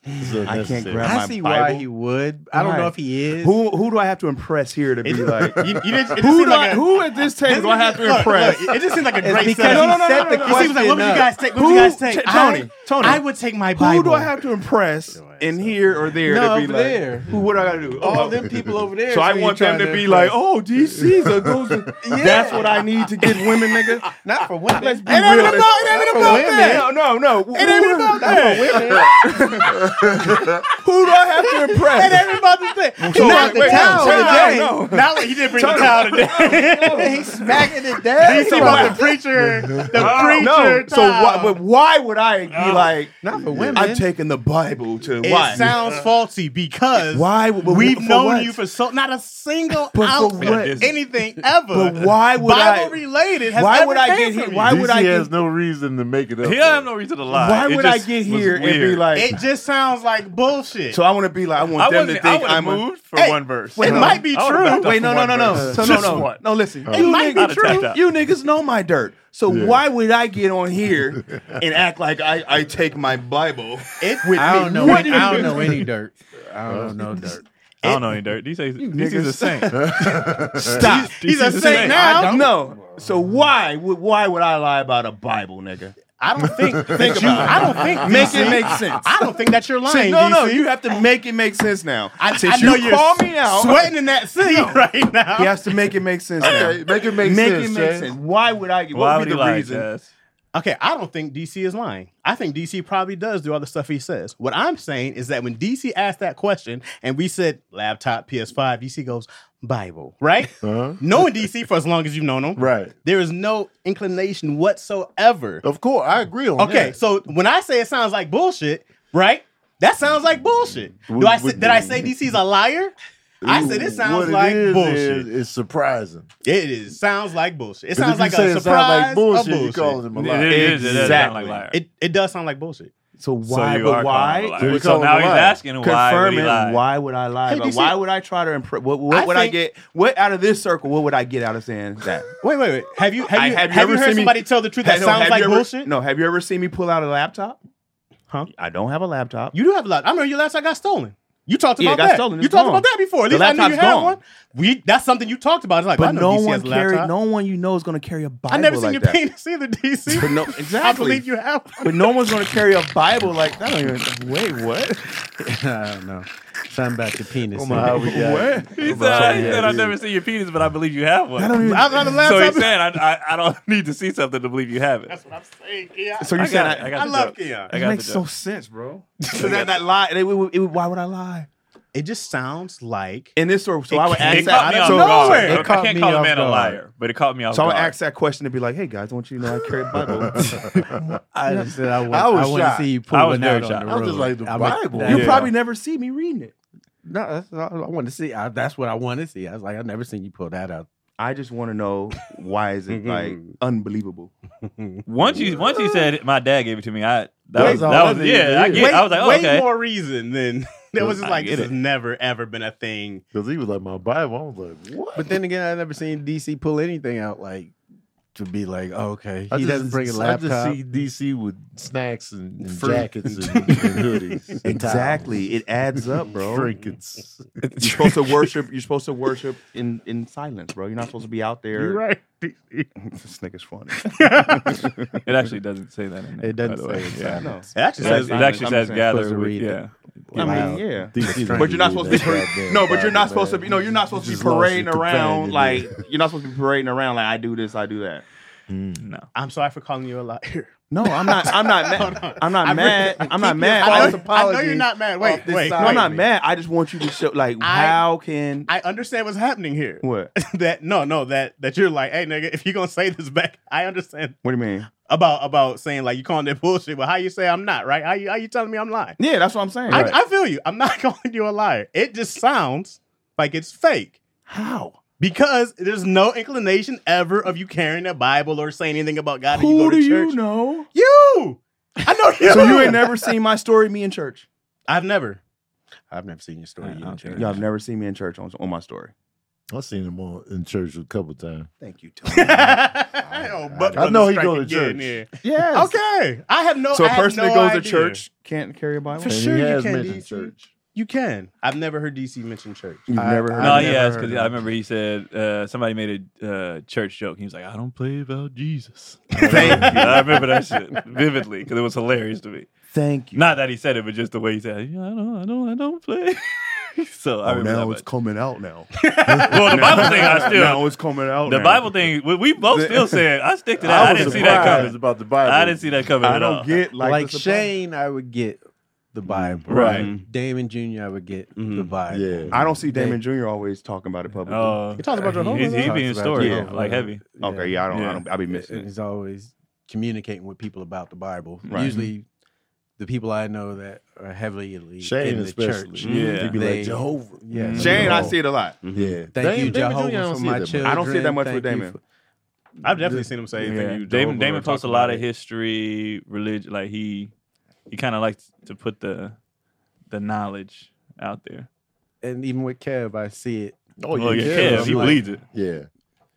Speaker 5: it's
Speaker 2: I can't
Speaker 5: unnecessary.
Speaker 2: grab
Speaker 3: I
Speaker 2: my
Speaker 3: see why
Speaker 2: Bible.
Speaker 3: he would. I don't
Speaker 2: Why?
Speaker 3: know if he is.
Speaker 2: Who who do I have to impress here to be like?
Speaker 1: you, you just, it just
Speaker 2: who
Speaker 1: seemed
Speaker 2: do
Speaker 1: like
Speaker 2: I-
Speaker 1: a-
Speaker 2: who at this table do I have to
Speaker 1: Look,
Speaker 2: impress?
Speaker 1: look, it just seems like a
Speaker 3: It's
Speaker 1: great
Speaker 3: because
Speaker 1: setup.
Speaker 3: he set the
Speaker 1: It seems like, what would you
Speaker 3: question
Speaker 1: guys
Speaker 3: up.
Speaker 1: take? What would you guys
Speaker 2: Who-
Speaker 1: take?
Speaker 2: T-
Speaker 1: I-
Speaker 2: Tony, Tony.
Speaker 1: I would take my Bible.
Speaker 2: Who do I have to impress in here or there
Speaker 3: No,
Speaker 2: to be
Speaker 3: over
Speaker 2: like?
Speaker 3: there.
Speaker 2: Who? What do I got to do?
Speaker 3: All
Speaker 2: Oh,
Speaker 3: them people over there.
Speaker 2: [LAUGHS] so I
Speaker 3: who you
Speaker 2: want them
Speaker 3: trying
Speaker 2: to be like,
Speaker 3: impress.
Speaker 2: oh, DC's a goes.
Speaker 3: [LAUGHS]
Speaker 2: That's what I need to get women, nigga.
Speaker 3: not for women.
Speaker 2: Let's be
Speaker 3: It ain't
Speaker 2: real.
Speaker 3: about- it ain't
Speaker 2: For
Speaker 3: about
Speaker 2: women.
Speaker 3: that.
Speaker 2: No, no, no. It
Speaker 3: ain't about
Speaker 2: Who do I have to impress?
Speaker 3: So not the
Speaker 2: wait,
Speaker 3: towel
Speaker 2: wait,
Speaker 3: today.
Speaker 2: no,
Speaker 1: [LAUGHS] Not like he didn't bring the towel today.
Speaker 3: He's smacking it down.
Speaker 1: [LAUGHS] He's about the preacher. The [LAUGHS] preacher.
Speaker 2: no. So why,
Speaker 1: towel.
Speaker 2: but why would I be like?
Speaker 3: Not for women.
Speaker 2: I'm taking the Bible to
Speaker 1: It
Speaker 2: why?
Speaker 1: sounds faulty because
Speaker 2: Why? But
Speaker 1: we've
Speaker 2: for
Speaker 1: known
Speaker 2: what?
Speaker 1: you for so not a single
Speaker 2: But for
Speaker 1: out
Speaker 2: what?
Speaker 1: anything ever.
Speaker 2: But why would
Speaker 1: Bible
Speaker 2: I?
Speaker 1: related? Has
Speaker 2: Why
Speaker 1: ever
Speaker 2: would I
Speaker 1: came
Speaker 2: get
Speaker 1: from
Speaker 2: hit?
Speaker 1: you.
Speaker 2: Why would
Speaker 5: DC
Speaker 2: I
Speaker 5: has
Speaker 2: get?
Speaker 5: no reason to make it up.
Speaker 4: He
Speaker 5: though.
Speaker 4: don't have no reason to lie.
Speaker 2: Why
Speaker 4: It
Speaker 2: would I
Speaker 4: just
Speaker 2: get
Speaker 4: was
Speaker 2: here and be
Speaker 4: weird.
Speaker 2: like?
Speaker 1: It just sounds like bullshit.
Speaker 2: So I want to be like I
Speaker 4: I
Speaker 2: want them to
Speaker 4: wasn't. I
Speaker 2: think
Speaker 4: would have
Speaker 2: I'm a.
Speaker 4: moved for
Speaker 1: Hey,
Speaker 4: one verse.
Speaker 1: it
Speaker 4: No.
Speaker 1: might be
Speaker 4: I would've
Speaker 1: true.
Speaker 4: backed up
Speaker 2: Wait,
Speaker 4: for
Speaker 2: no, no,
Speaker 4: one
Speaker 2: no, no.
Speaker 4: verse.
Speaker 2: So, no,
Speaker 4: Just
Speaker 2: no,
Speaker 4: one.
Speaker 2: no. Listen,
Speaker 1: It
Speaker 2: you,
Speaker 1: might be
Speaker 2: niggas,
Speaker 4: true.
Speaker 2: you niggas know my dirt. So
Speaker 5: Yeah.
Speaker 2: why would I get on [LAUGHS] here and act like I, I take my Bible
Speaker 1: It-
Speaker 2: with
Speaker 3: I
Speaker 2: me?
Speaker 3: don't know.
Speaker 2: What
Speaker 3: Any,
Speaker 2: do you
Speaker 3: I don't
Speaker 2: do?
Speaker 3: know any dirt. I don't know dirt.
Speaker 4: I don't know any dirt. These days, these is a saint.
Speaker 2: [LAUGHS] Stop.
Speaker 1: He's a
Speaker 4: He's a
Speaker 1: saint
Speaker 4: saint.
Speaker 1: now.
Speaker 2: No. So why would why would I lie about a Bible, nigga?
Speaker 1: I don't
Speaker 3: [LAUGHS]
Speaker 1: think that you. I don't think
Speaker 2: Make
Speaker 1: DC
Speaker 2: it make sense.
Speaker 1: I don't think that you're lying.
Speaker 2: [LAUGHS] See, no, no,
Speaker 1: DC.
Speaker 2: you have to make it make sense now.
Speaker 1: I,
Speaker 2: Since
Speaker 1: I know
Speaker 2: you
Speaker 1: you're
Speaker 2: call me out,
Speaker 1: sweating in [LAUGHS] that city right now.
Speaker 2: he has to make it make sense
Speaker 5: Okay,
Speaker 2: now.
Speaker 5: make it make,
Speaker 2: Make
Speaker 5: sense.
Speaker 2: it make
Speaker 5: Chad.
Speaker 2: sense. Why would I? What
Speaker 4: Why
Speaker 2: would
Speaker 4: would
Speaker 2: be
Speaker 4: he
Speaker 2: the
Speaker 4: lie,
Speaker 2: reason?
Speaker 4: Jazz?
Speaker 1: Okay, I don't think DC is lying. I think DC probably does do all the stuff he says. What I'm saying is that when DC asked that question and we said laptop, PS5, DC goes Bible, right?
Speaker 5: Huh?
Speaker 1: Knowing DC for as long as you've known him,
Speaker 5: Right.
Speaker 1: there is no inclination whatsoever.
Speaker 5: Of course, I agree on that.
Speaker 1: Okay, so when I say it sounds like bullshit, right? That sounds like bullshit. Do I say, did I say DC's a liar? I said it sounds
Speaker 5: What
Speaker 1: like
Speaker 5: is,
Speaker 1: bullshit.
Speaker 5: is, it's surprising.
Speaker 1: It is sounds like bullshit. It
Speaker 5: 'Cause if
Speaker 1: sounds
Speaker 5: you
Speaker 1: like
Speaker 5: say
Speaker 1: a
Speaker 5: it sound
Speaker 1: surprise.
Speaker 5: like
Speaker 1: of
Speaker 5: bullshit,
Speaker 1: bullshit.
Speaker 5: you call him a
Speaker 4: It
Speaker 5: liar.
Speaker 4: is. It does sound
Speaker 2: Exactly.
Speaker 4: like liar.
Speaker 1: It it does sound like bullshit.
Speaker 2: So
Speaker 4: So
Speaker 2: why?
Speaker 4: you are calling him a
Speaker 2: but why?
Speaker 4: liar.
Speaker 5: We
Speaker 4: So
Speaker 5: call
Speaker 4: now
Speaker 5: him a
Speaker 4: he's
Speaker 5: liar.
Speaker 4: asking why would
Speaker 2: Confirm
Speaker 4: he
Speaker 2: it.
Speaker 4: lie?
Speaker 2: Why would I lie?
Speaker 1: Hey,
Speaker 2: about-
Speaker 1: DC.
Speaker 2: why would I try to impress? What, what
Speaker 1: I
Speaker 2: would I
Speaker 1: think-
Speaker 2: get? What out of this circle? What would I get out of saying that?
Speaker 1: [LAUGHS] Wait, wait, wait. Have you have
Speaker 2: I-
Speaker 1: you
Speaker 2: have
Speaker 1: have
Speaker 2: you
Speaker 1: you,
Speaker 2: ever seen
Speaker 1: heard
Speaker 2: me-
Speaker 1: somebody tell the truth
Speaker 2: Hey,
Speaker 1: that
Speaker 2: no,
Speaker 1: sounds
Speaker 2: have
Speaker 1: like
Speaker 2: you ever-
Speaker 1: bullshit?
Speaker 2: No, have you ever seen me pull out a laptop?
Speaker 1: Huh?
Speaker 2: I don't have a laptop.
Speaker 1: You do have a lot. I know your laptop got stolen. You talked
Speaker 2: Yeah,
Speaker 1: about
Speaker 2: it got
Speaker 1: that.
Speaker 2: stolen.
Speaker 1: You
Speaker 2: It's
Speaker 1: talked
Speaker 2: gone.
Speaker 1: about that before. At
Speaker 2: The
Speaker 1: least I knew you
Speaker 2: laptop's
Speaker 1: had
Speaker 2: gone.
Speaker 1: one. We that's something you talked about. It's like, well, I
Speaker 2: but
Speaker 1: know
Speaker 2: no
Speaker 1: DC
Speaker 2: one
Speaker 1: has a laptop. [LAUGHS]
Speaker 2: carried. No one you know is going to carry a Bible.
Speaker 1: I never seen
Speaker 2: like
Speaker 1: your
Speaker 2: that.
Speaker 1: penis either, DC.
Speaker 2: But no,
Speaker 1: [LAUGHS] I
Speaker 2: exactly.
Speaker 1: believe you have one. [LAUGHS]
Speaker 2: But no one's going to carry a Bible like that. I don't even. Wait, what?
Speaker 3: I don't know. Something about your penis.
Speaker 5: Oh my, how
Speaker 1: [LAUGHS]
Speaker 5: we got.
Speaker 4: He
Speaker 5: Oh
Speaker 4: said,
Speaker 5: my, how
Speaker 4: I,
Speaker 5: we
Speaker 4: he said
Speaker 5: got
Speaker 4: I've
Speaker 5: here.
Speaker 4: never seen your penis, but I believe you have one.
Speaker 1: I'm not the last
Speaker 4: so
Speaker 1: time.
Speaker 4: he's saying, I, I, I don't need to see something to believe you have it.
Speaker 1: That's what I'm saying. Yeah.
Speaker 2: So you
Speaker 4: I
Speaker 2: said
Speaker 4: got it. I
Speaker 2: I,
Speaker 4: got
Speaker 1: I
Speaker 4: the
Speaker 1: love
Speaker 4: joke.
Speaker 1: Keon.
Speaker 4: I
Speaker 2: it
Speaker 4: got
Speaker 2: makes
Speaker 4: the
Speaker 2: so
Speaker 4: joke.
Speaker 2: sense, [LAUGHS] bro. so that, that lie, it would- it would- why would I lie?
Speaker 1: It just sounds like
Speaker 2: In this story, so I would
Speaker 4: It
Speaker 2: ask
Speaker 4: caught
Speaker 2: that.
Speaker 4: me
Speaker 2: I
Speaker 4: off
Speaker 2: don't know
Speaker 4: guard.
Speaker 2: it.
Speaker 4: I
Speaker 2: caught
Speaker 4: can't
Speaker 2: me
Speaker 4: call a
Speaker 2: off
Speaker 4: man a
Speaker 2: guard.
Speaker 4: liar, but it caught me off
Speaker 2: So I
Speaker 4: guard.
Speaker 2: would ask that question and be like, "Hey guys, I want you to know I carry
Speaker 4: [LAUGHS]
Speaker 2: a Bible."
Speaker 3: I just
Speaker 1: [LAUGHS]
Speaker 3: said I, would,
Speaker 5: I
Speaker 3: I
Speaker 5: was
Speaker 3: want to
Speaker 5: shocked.
Speaker 3: see you
Speaker 4: I
Speaker 3: pulling
Speaker 4: was very
Speaker 3: out
Speaker 4: shocked.
Speaker 3: on the
Speaker 5: I
Speaker 3: road.
Speaker 5: was just like, the
Speaker 3: I'm
Speaker 5: Bible.
Speaker 3: that-
Speaker 2: you
Speaker 4: Yeah.
Speaker 2: probably never see me reading it.
Speaker 3: No, that's all I want to see. I, that's what I want to see. I was like, I've never seen you pull that out.
Speaker 2: I just want to know why is
Speaker 4: Mm-hmm.
Speaker 2: it like unbelievable?
Speaker 4: once you once you said my dad gave it to me, I that
Speaker 5: Wait,
Speaker 4: was
Speaker 5: no,
Speaker 4: that
Speaker 5: I
Speaker 4: was
Speaker 5: didn't
Speaker 4: yeah. I
Speaker 5: hear.
Speaker 4: get. I was like, oh,
Speaker 1: way
Speaker 4: okay.
Speaker 1: more reason than [LAUGHS] that was just
Speaker 4: I
Speaker 1: like
Speaker 4: get
Speaker 1: this has
Speaker 4: it.
Speaker 1: never ever been a thing.
Speaker 5: Because he was like, my Bible. I was like, what?
Speaker 3: But then again, I've never seen DC pull anything out like to be like, oh, okay, he
Speaker 5: I just-
Speaker 3: doesn't bring a
Speaker 5: I
Speaker 3: laptop.
Speaker 5: just see DC with snacks and, and
Speaker 3: Fruit.
Speaker 5: jackets [LAUGHS] and, and hoodies. and
Speaker 2: Exactly, it adds up,
Speaker 5: towels,
Speaker 2: bro.
Speaker 5: Trinkets.
Speaker 2: You're supposed to worship. You're supposed to worship in in silence, bro. You're not supposed to be out there.
Speaker 1: right.
Speaker 2: this nigga's funny.
Speaker 4: It actually doesn't say that. In there,
Speaker 3: It doesn't
Speaker 4: by the way.
Speaker 3: say it's
Speaker 4: yeah.
Speaker 2: No.
Speaker 1: It actually
Speaker 4: It act-
Speaker 1: says
Speaker 4: it actually
Speaker 2: I'm
Speaker 4: says
Speaker 2: saying
Speaker 4: gather
Speaker 3: supposed to
Speaker 4: with
Speaker 3: read it.
Speaker 4: yeah.
Speaker 2: I mean,
Speaker 3: Wow.
Speaker 2: yeah.
Speaker 5: DC
Speaker 2: But you're not supposed to be
Speaker 5: reading
Speaker 2: par-
Speaker 5: that
Speaker 2: no.
Speaker 5: goddamn
Speaker 2: But you're not
Speaker 5: Bible,
Speaker 2: supposed to
Speaker 5: man.
Speaker 2: be no. You're not supposed to be
Speaker 5: just lost your
Speaker 2: parading around
Speaker 5: companion
Speaker 2: like
Speaker 5: there.
Speaker 2: you're not supposed to be parading around like I do this, I do that.
Speaker 4: No.
Speaker 1: I'm sorry for calling you a liar.
Speaker 2: No, Oh, I'm not. I'm [LAUGHS] not mad. I'm not
Speaker 1: I
Speaker 2: mad.
Speaker 1: really-
Speaker 2: I'm not
Speaker 1: Keep
Speaker 2: mad.
Speaker 1: your
Speaker 2: I
Speaker 1: false
Speaker 2: just-
Speaker 1: apologies I know you're not mad. Wait,
Speaker 2: off this
Speaker 1: wait,
Speaker 2: side.
Speaker 1: wait.
Speaker 2: I'm not mad. I just want you to show like
Speaker 1: I-
Speaker 2: how can
Speaker 1: I understand what's happening here. [LAUGHS]
Speaker 2: what?
Speaker 1: that no, no, that that you're like, hey nigga, if you're gonna say this back, I understand
Speaker 2: What do you mean?
Speaker 1: about about saying like you calling that bullshit, but how you say I'm not, right? How you how you telling me I'm lying?
Speaker 2: Yeah, that's what I'm saying. Like,
Speaker 1: I, I feel you. I'm not [LAUGHS] calling you a liar. It just sounds like it's fake.
Speaker 2: how?
Speaker 1: Because there's no inclination ever of you carrying a Bible or saying anything about God. and you go to church.
Speaker 2: know?
Speaker 1: You! I know you.
Speaker 2: [LAUGHS] So you ain't never seen my story, me in church.
Speaker 1: I've never. [LAUGHS]
Speaker 3: I've never seen your
Speaker 4: Yeah,
Speaker 3: story. you
Speaker 4: I
Speaker 3: in
Speaker 4: don't
Speaker 3: church.
Speaker 4: think-
Speaker 2: Y'all have never seen me in church on, on my story.
Speaker 5: Uh, I've seen him on, in church a couple [LAUGHS] times.
Speaker 2: Thank you,
Speaker 1: oh,
Speaker 2: Tony.
Speaker 1: but
Speaker 5: I know he
Speaker 1: strike
Speaker 5: go to
Speaker 1: again,
Speaker 5: church.
Speaker 1: yeah.
Speaker 2: [LAUGHS] yes.
Speaker 1: Okay, I have no.
Speaker 2: So
Speaker 1: I
Speaker 2: a
Speaker 1: had
Speaker 2: person
Speaker 1: no
Speaker 2: that goes to
Speaker 1: idea.
Speaker 2: church can't carry a Bible.
Speaker 1: For
Speaker 5: And
Speaker 1: sure
Speaker 5: he
Speaker 1: you
Speaker 5: has
Speaker 1: can,
Speaker 5: mentioned
Speaker 1: DC.
Speaker 5: church.
Speaker 1: You can. I've never heard DC mention church.
Speaker 2: You've
Speaker 3: I-
Speaker 2: never heard.
Speaker 4: No,
Speaker 2: of
Speaker 3: I've
Speaker 4: he
Speaker 3: never
Speaker 4: asked
Speaker 3: heard
Speaker 4: because
Speaker 3: of
Speaker 4: I
Speaker 3: it.
Speaker 4: remember he said uh, somebody made a uh, church joke. He was like, "I don't play about
Speaker 3: [LAUGHS]
Speaker 4: Jesus." [LAUGHS]
Speaker 2: Thank you.
Speaker 4: I remember that shit vividly because it was hilarious to me.
Speaker 2: Thank you.
Speaker 4: Not that he said it, but just the way he said, it. "Yeah, "I don't, I don't, I don't play." [LAUGHS] so I
Speaker 5: oh,
Speaker 4: remember
Speaker 5: now
Speaker 4: that
Speaker 5: it's
Speaker 4: much.
Speaker 5: coming out now.
Speaker 4: [LAUGHS] Well, the Bible thing,
Speaker 5: [LAUGHS]
Speaker 4: I
Speaker 5: now
Speaker 4: still
Speaker 5: it's coming out.
Speaker 4: the
Speaker 5: now.
Speaker 4: Bible thing. We, we both still said I stick to that. I,
Speaker 5: [LAUGHS] I, was
Speaker 4: didn't see that
Speaker 5: surprised
Speaker 4: coming.
Speaker 5: About the Bible.
Speaker 4: I didn't see that coming.
Speaker 5: I
Speaker 4: at
Speaker 5: don't
Speaker 4: all.
Speaker 5: get like,
Speaker 3: Like,
Speaker 5: the surprise.
Speaker 3: Shane, I would get the Bible.
Speaker 4: Right.
Speaker 3: Damon Jr., I would get the
Speaker 1: Mhm.
Speaker 3: Bible.
Speaker 5: Yeah.
Speaker 2: I don't see Damon Jr. always talking about it publicly.
Speaker 4: Uh,
Speaker 1: He talks about Jehovah,
Speaker 4: He's, he
Speaker 1: though.
Speaker 4: being
Speaker 3: Talks about
Speaker 4: story
Speaker 2: Jehovah.
Speaker 4: like heavy.
Speaker 2: okay, yeah, I don't.
Speaker 4: Yeah.
Speaker 2: I don't. I be
Speaker 3: and
Speaker 2: missing. it.
Speaker 3: he's always communicating with people about the Bible.
Speaker 2: Right.
Speaker 3: Usually, the people I know that are heavily
Speaker 5: Shane
Speaker 3: in the
Speaker 5: especially.
Speaker 3: church.
Speaker 4: Yeah.
Speaker 5: He'd be
Speaker 3: They-
Speaker 5: like Jehovah.
Speaker 3: Yeah,
Speaker 2: Shane, Mm. I
Speaker 5: Mhm.
Speaker 2: see it a lot.
Speaker 5: Yeah.
Speaker 3: Mm-hmm. Thank
Speaker 5: Damon-
Speaker 3: you,
Speaker 5: Damon Jr.,
Speaker 3: Jehovah,
Speaker 5: I don't
Speaker 3: for
Speaker 5: see
Speaker 3: my
Speaker 5: that much.
Speaker 3: children.
Speaker 2: I don't see that much
Speaker 3: Thank
Speaker 2: with
Speaker 3: you
Speaker 2: Damon.
Speaker 3: for-
Speaker 1: I've definitely seen him say
Speaker 4: Yeah.
Speaker 1: anything. you
Speaker 4: Damon
Speaker 1: Jehovah
Speaker 4: Damon
Speaker 1: or
Speaker 4: posts a
Speaker 1: talk
Speaker 4: lot
Speaker 1: about
Speaker 4: of
Speaker 1: it.
Speaker 4: history, religion. Like he he kind of likes to put the the knowledge out there.
Speaker 3: and even with Kev, I see it.
Speaker 5: Oh,
Speaker 4: Well,
Speaker 5: yeah.
Speaker 4: yeah,
Speaker 5: yeah.
Speaker 4: Kev, he
Speaker 3: like-
Speaker 4: believes it.
Speaker 5: Yeah.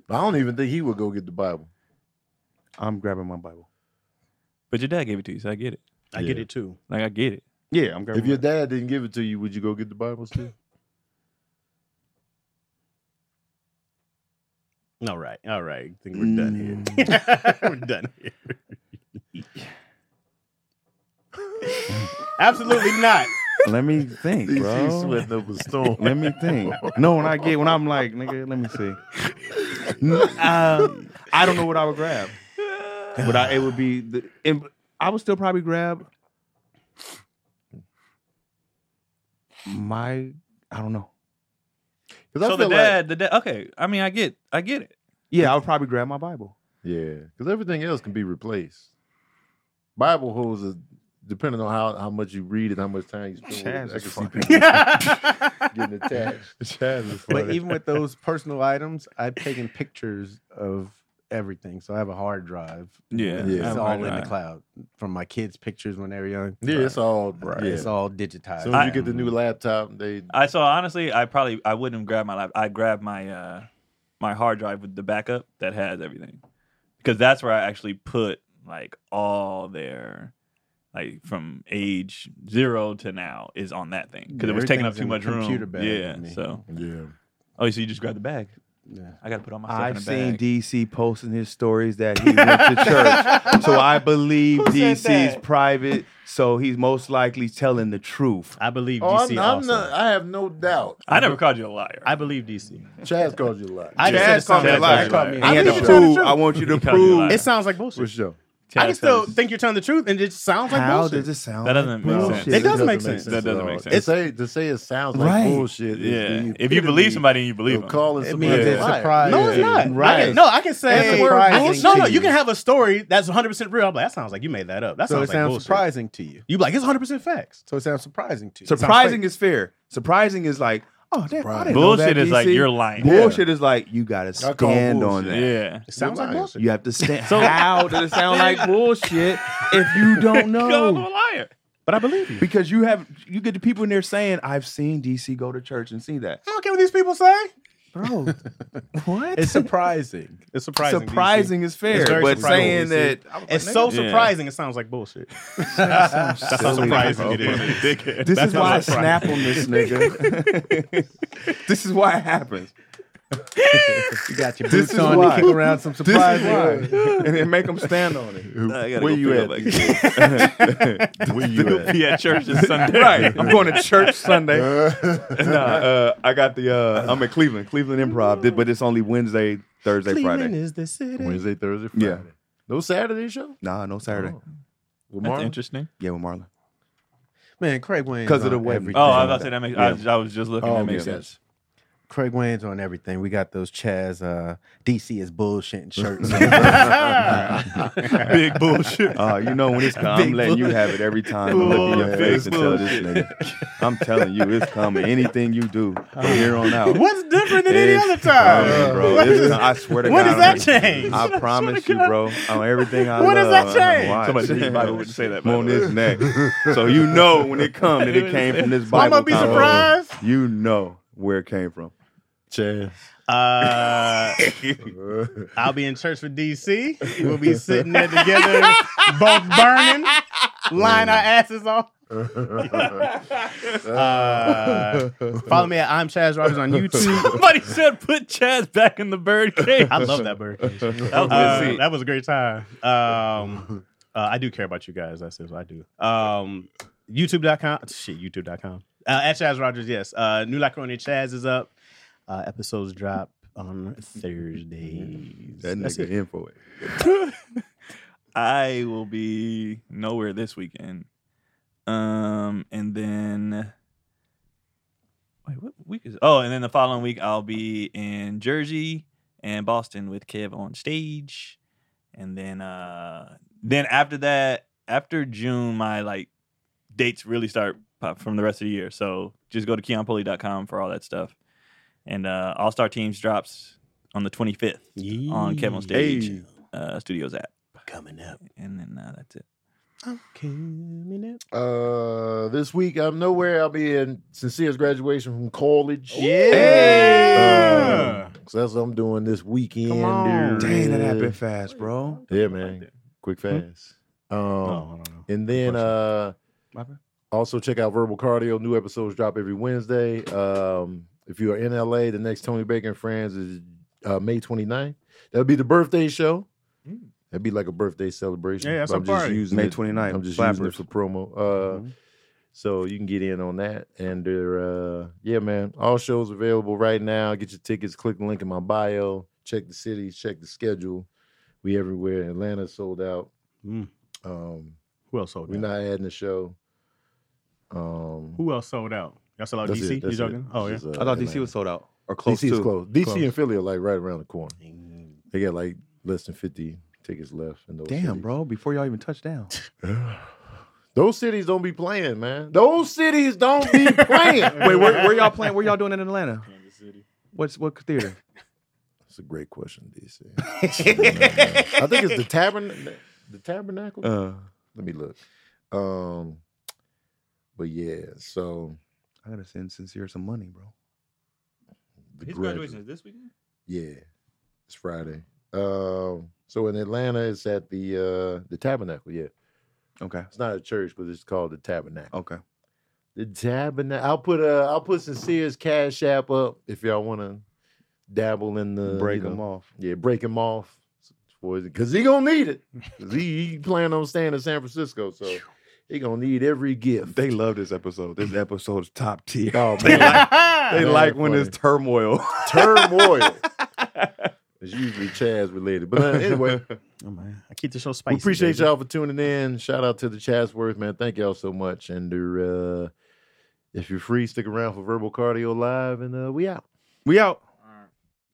Speaker 5: But I don't even think he would go get the Bible.
Speaker 2: I'm grabbing my Bible.
Speaker 4: But your dad gave it to you, so I get it.
Speaker 1: I get
Speaker 5: Yeah.
Speaker 1: it too.
Speaker 4: Like I get it.
Speaker 2: Yeah, I'm grabbing.
Speaker 5: If your dad didn't give it to you, would you go get the Bible still?
Speaker 1: All right, all right. I think we're done here. we're done here. [LAUGHS] Absolutely not.
Speaker 2: Let me think,
Speaker 5: He's
Speaker 2: bro.
Speaker 5: sweating up a storm.
Speaker 2: Let me think. No, when I get when I'm like, nigga, let me see. Um, I don't know what I would grab, but I, it would be the. and I would still probably grab my. I don't know.
Speaker 5: 'Cause I
Speaker 4: So the
Speaker 5: feel like-
Speaker 4: dad, the dad. Okay, I mean, I get, I get it.
Speaker 2: Yeah, I would probably grab my Bible.
Speaker 5: Yeah, because everything else can be replaced. Bible holds a depending on how, how much you read and how much time you spend.
Speaker 2: Chaz
Speaker 5: With it, I
Speaker 2: is
Speaker 5: can see
Speaker 2: funny.
Speaker 5: people
Speaker 1: [LAUGHS]
Speaker 5: getting attached. Chaz is
Speaker 3: But even with those personal items, I've [LAUGHS] taken pictures of everything, so I have a hard drive.
Speaker 4: Yeah,
Speaker 5: Yeah.
Speaker 4: I'm-
Speaker 3: It's all in
Speaker 4: I-
Speaker 3: the cloud from my kids' pictures when they were young.
Speaker 5: yeah, it's all Mm-hmm.
Speaker 3: Right.
Speaker 5: Yeah.
Speaker 3: It's all
Speaker 5: as
Speaker 3: digitized.
Speaker 5: soon as you get the new laptop, they
Speaker 4: I so honestly, I probably I wouldn't have grabbed my lap. I grabbed my uh my hard drive with the backup that has everything because that's where I actually put like all their like from age zero to now is on that thing because it was taking up
Speaker 3: Everything's
Speaker 4: too
Speaker 3: in
Speaker 4: much
Speaker 3: the
Speaker 4: room.
Speaker 3: computer bag
Speaker 4: yeah.
Speaker 3: with me.
Speaker 4: So
Speaker 5: yeah.
Speaker 4: oh, so you just grabbed the bag? I got to put all my stuff in
Speaker 2: I've
Speaker 4: a
Speaker 2: seen
Speaker 4: bag.
Speaker 2: DC posting his stories that he went
Speaker 4: [LAUGHS]
Speaker 2: to church. So I believe
Speaker 4: Who said
Speaker 2: DC's
Speaker 4: that?
Speaker 2: private, so he's most likely telling the truth.
Speaker 1: I believe
Speaker 5: Oh,
Speaker 1: DC
Speaker 5: I'm, I'm
Speaker 1: also.
Speaker 5: not, I have no doubt.
Speaker 4: I never called you a liar.
Speaker 1: I believe DC.
Speaker 5: Chaz called you a lot.
Speaker 1: I just said it
Speaker 2: Chaz called
Speaker 1: sounded
Speaker 2: me a
Speaker 1: like-
Speaker 2: liar.
Speaker 1: Chaz called me a
Speaker 2: He had
Speaker 1: liar.
Speaker 2: to prove, I
Speaker 4: [LAUGHS]
Speaker 2: want you to
Speaker 4: called you a liar.
Speaker 1: It
Speaker 2: prove.
Speaker 1: sounds like bullshit.
Speaker 5: For sure.
Speaker 1: I can
Speaker 4: Chaz
Speaker 1: still
Speaker 4: says-
Speaker 1: think you're telling the truth, and it just sounds like
Speaker 2: How
Speaker 1: bullshit.
Speaker 2: does it sound?
Speaker 4: That doesn't
Speaker 2: like
Speaker 4: make
Speaker 2: bullshit?
Speaker 4: sense.
Speaker 1: It doesn't
Speaker 5: doesn't
Speaker 1: make sense.
Speaker 4: That doesn't
Speaker 5: at
Speaker 4: make
Speaker 5: all.
Speaker 4: sense.
Speaker 5: To say, to say it sounds like
Speaker 2: Right.
Speaker 5: bullshit. is the
Speaker 4: Yeah. If you believe
Speaker 5: epitome
Speaker 4: somebody, you
Speaker 5: of
Speaker 4: believe them.
Speaker 5: calling
Speaker 3: It
Speaker 5: somebody
Speaker 3: means it's
Speaker 5: a liar.
Speaker 3: surprising.
Speaker 1: No, it's not. I
Speaker 3: Right.
Speaker 1: can, no, I can say
Speaker 3: That's
Speaker 1: the word
Speaker 3: surprising
Speaker 1: bullshit. No, no,
Speaker 3: to
Speaker 1: you can
Speaker 3: you.
Speaker 1: have a story that's 100 percent real. I'm like, that sounds like you made that up. That
Speaker 3: so
Speaker 1: sounds
Speaker 3: it
Speaker 1: like
Speaker 3: sounds
Speaker 1: bullshit.
Speaker 3: surprising to you.
Speaker 1: You be like it's 100 percent facts.
Speaker 3: So it sounds surprising to you.
Speaker 2: Surprising is fair. Surprising is like, oh, damn, I didn't know
Speaker 4: Bullshit
Speaker 2: that,
Speaker 4: is like
Speaker 2: DC.
Speaker 4: you're lying.
Speaker 2: Bullshit is like you gotta
Speaker 5: I call
Speaker 2: stand on
Speaker 5: bullshit.
Speaker 2: that.
Speaker 4: Yeah.
Speaker 1: It sounds like
Speaker 5: lying.
Speaker 1: bullshit.
Speaker 2: You have to stand. So how does it sound like bullshit if you don't
Speaker 4: Called him a
Speaker 2: know?
Speaker 4: liar.
Speaker 1: But I believe you.
Speaker 2: Because you have you get the people in there saying, "I've seen DC go to church and see that."
Speaker 1: I don't care what these people say.
Speaker 2: Bro,
Speaker 1: [LAUGHS]
Speaker 2: what?
Speaker 3: It's surprising.
Speaker 1: It's surprising.
Speaker 2: surprising,
Speaker 1: DC.
Speaker 2: is fair,
Speaker 1: It's very
Speaker 2: but
Speaker 1: surprising,
Speaker 2: saying that
Speaker 5: [LAUGHS]
Speaker 1: DC. It's so
Speaker 4: Yeah.
Speaker 1: surprising. It sounds like
Speaker 2: [LAUGHS]
Speaker 1: bullshit.
Speaker 2: that's
Speaker 1: That's how surprising it is. [LAUGHS]
Speaker 2: This is why I
Speaker 1: That's how
Speaker 2: snap on
Speaker 5: [LAUGHS]
Speaker 2: this nigga. this is why it happens.
Speaker 3: You got your
Speaker 2: This
Speaker 3: boots
Speaker 2: is
Speaker 3: on to
Speaker 2: why.
Speaker 3: kick around some
Speaker 2: This
Speaker 3: surprising.
Speaker 2: is
Speaker 5: [LAUGHS]
Speaker 2: why, and then make them stand on it.
Speaker 5: Where you at?
Speaker 2: [LAUGHS]
Speaker 5: Where you at?
Speaker 4: Yeah, church is Sunday.
Speaker 2: right. I'm going to church [LAUGHS] Sunday. nah, uh, I got the. Uh, I'm at Cleveland, Cleveland Improv, th- but it's only Wednesday, Thursday, Friday.
Speaker 1: is the city.
Speaker 5: Wednesday, Thursday, Friday.
Speaker 2: Yeah.
Speaker 5: No Saturday show? Oh.
Speaker 2: Nah, no Saturday.
Speaker 5: With
Speaker 4: That's
Speaker 5: Marlon?
Speaker 4: interesting.
Speaker 2: Yeah, with [LAUGHS]
Speaker 5: [LAUGHS]
Speaker 2: Marlon.
Speaker 3: Man, Craig Wayne.
Speaker 2: 'Cause of the weather.
Speaker 4: Oh, I was about to say that makes. I, I was just looking.
Speaker 5: Oh,
Speaker 4: that makes
Speaker 5: yeah.
Speaker 4: sense.
Speaker 3: Craig Wayne's on everything. We got those Chaz uh, DC is bullshit and shirts.
Speaker 4: Big bullshit.
Speaker 2: Uh, you know when it's coming, I'm letting you have it every time. I'm looking in your face and tell this nigga. I'm telling you, it's coming. Anything you do from here on out.
Speaker 1: What's different than any
Speaker 2: it's
Speaker 1: other time?
Speaker 2: coming, bro.
Speaker 1: [LAUGHS] What
Speaker 2: It's
Speaker 1: is-
Speaker 2: com- I swear to
Speaker 1: when
Speaker 2: God.
Speaker 1: does that [LAUGHS] change?
Speaker 2: I promise you, bro. On everything I
Speaker 1: When
Speaker 2: love.
Speaker 1: does that
Speaker 2: I'm
Speaker 1: change?
Speaker 2: watching.
Speaker 4: Somebody read the Bible wouldn't say that. by
Speaker 2: on
Speaker 4: the way.
Speaker 2: his neck. So you know when it comes that it came from this
Speaker 1: I'm
Speaker 2: Bible.
Speaker 1: gonna be
Speaker 2: convo.
Speaker 1: surprised.
Speaker 2: You know where it came from.
Speaker 1: Uh, I'll be in church for DC. We'll be sitting there together, both burning, lying our asses off.
Speaker 5: [LAUGHS]
Speaker 1: Uh, follow me at I'm Chaz Roberts
Speaker 3: [LAUGHS]
Speaker 1: on YouTube.
Speaker 4: [LAUGHS] Somebody said put Chaz back in the bird cage.
Speaker 1: I love that
Speaker 5: [LAUGHS]
Speaker 1: bird.
Speaker 4: That was
Speaker 1: Uh,
Speaker 4: good.
Speaker 1: that was a great time. Um, uh, I do care about you guys. That's it. I do. Um, YouTube.com. Shit, YouTube.com. Uh, at Chaz Rogers, yes. Uh, New Lacronia Chaz is up. Uh, episodes drop on Thursdays.
Speaker 5: That
Speaker 1: That's
Speaker 5: nigga
Speaker 1: it.
Speaker 5: info.
Speaker 4: [LAUGHS] I will be nowhere this weekend. Um, and then wait, what week is? Oh, and then the following week I'll be in Jersey and Boston with Kev on stage, and then uh, then after that, after June, my like dates really start pop from the rest of the year. So just go to keonpoli.com for all that stuff, and uh, All Star Teams drops on the twenty fifth on Kev on stage
Speaker 5: Hey.
Speaker 4: uh, Studios app
Speaker 1: Coming up.
Speaker 4: and then uh, that's it.
Speaker 1: I'm coming up.
Speaker 5: Uh, this week I'm nowhere. I'll be in Sincere's graduation from college.
Speaker 1: Oh, Yeah.
Speaker 5: Um, so that's what I'm doing this weekend.
Speaker 1: Come on.
Speaker 5: dude.
Speaker 2: Dang, that happened fast, bro.
Speaker 5: Yeah, man. Quick,
Speaker 1: Hmm?
Speaker 5: fast.
Speaker 1: Oh.
Speaker 5: Um, and then uh, also check out Verbal Cardio. New episodes drop every Wednesday. Um, if you are in LA, the next Tony Baker and Friends is uh, May 29th. That'll be the birthday show. That'd be like a birthday celebration.
Speaker 1: Mm. Yeah, that's Mm-hmm.
Speaker 5: but
Speaker 1: a
Speaker 5: I'm just
Speaker 1: party.
Speaker 5: using
Speaker 2: May
Speaker 5: it-
Speaker 2: 29th,
Speaker 5: I'm just using it
Speaker 2: Flappers.
Speaker 5: for promo. Uh, So you can get in on that. And there, uh, yeah, man, all shows available right now. Get your tickets. Click the link in my bio. Check the cities. Check the schedule. We everywhere. Atlanta sold out.
Speaker 1: Mm.
Speaker 5: Um,
Speaker 1: Who else sold
Speaker 5: we're
Speaker 1: out?
Speaker 5: not adding the show. Um,
Speaker 1: Who else sold out? Y'all sold out
Speaker 5: that's
Speaker 1: DC?
Speaker 5: it, that's
Speaker 1: you
Speaker 5: it.
Speaker 1: joking? Oh, yeah.
Speaker 5: This is, uh,
Speaker 2: I thought DC
Speaker 5: Atlanta.
Speaker 2: was sold out or close
Speaker 5: DC is
Speaker 2: to.
Speaker 5: close. DC
Speaker 2: Close.
Speaker 5: and Philly are like right around the corner. They got like less than fifty tickets left in those.
Speaker 2: Damn,
Speaker 5: cities.
Speaker 2: bro! Before y'all even touch down,
Speaker 5: [SIGHS] Those cities don't be playing, man. Those cities don't
Speaker 2: [LAUGHS]
Speaker 5: be playing.
Speaker 2: wait, where, where y'all playing? Where y'all doing it in Atlanta? Kansas City. What's what theater?
Speaker 5: That's a great question, DC. I think it's the tabern the tabernacle.
Speaker 2: Uh,
Speaker 5: Let me look. Um, but yeah, so
Speaker 2: I gotta send sincere some money, bro.
Speaker 5: the graduation
Speaker 4: is this weekend.
Speaker 5: Yeah, it's Friday. Um, so in Atlanta, it's at the uh the Tabernacle. Yeah,
Speaker 2: Okay,
Speaker 5: it's not a church, but it's called the Tabernacle.
Speaker 2: okay.
Speaker 5: The Tabernacle. I'll put uh I'll put Sincere's Cash App up if y'all want to dabble in the
Speaker 2: break
Speaker 5: you know,
Speaker 2: them off.
Speaker 5: Yeah, break him off because he gonna need it. 'Cause he, he plan on staying in San Francisco, so he gonna need every gift.
Speaker 2: They love this episode. This episode's top tier.
Speaker 5: oh
Speaker 2: [LAUGHS] They
Speaker 5: man,
Speaker 1: [LAUGHS]
Speaker 2: like, they
Speaker 5: Man,
Speaker 2: like when
Speaker 5: funny.
Speaker 2: there's turmoil.
Speaker 5: [LAUGHS]
Speaker 2: [LAUGHS]
Speaker 5: turmoil. It's usually Chaz related, but uh, anyway,
Speaker 1: Oh, man. I keep the show spicy.
Speaker 5: we appreciate
Speaker 1: baby.
Speaker 5: y'all for tuning in. Shout out to the Chadsworth man. Thank y'all so much, and uh, if you're free, stick around for Verbal Cardio Live, and uh, we out.
Speaker 2: we out.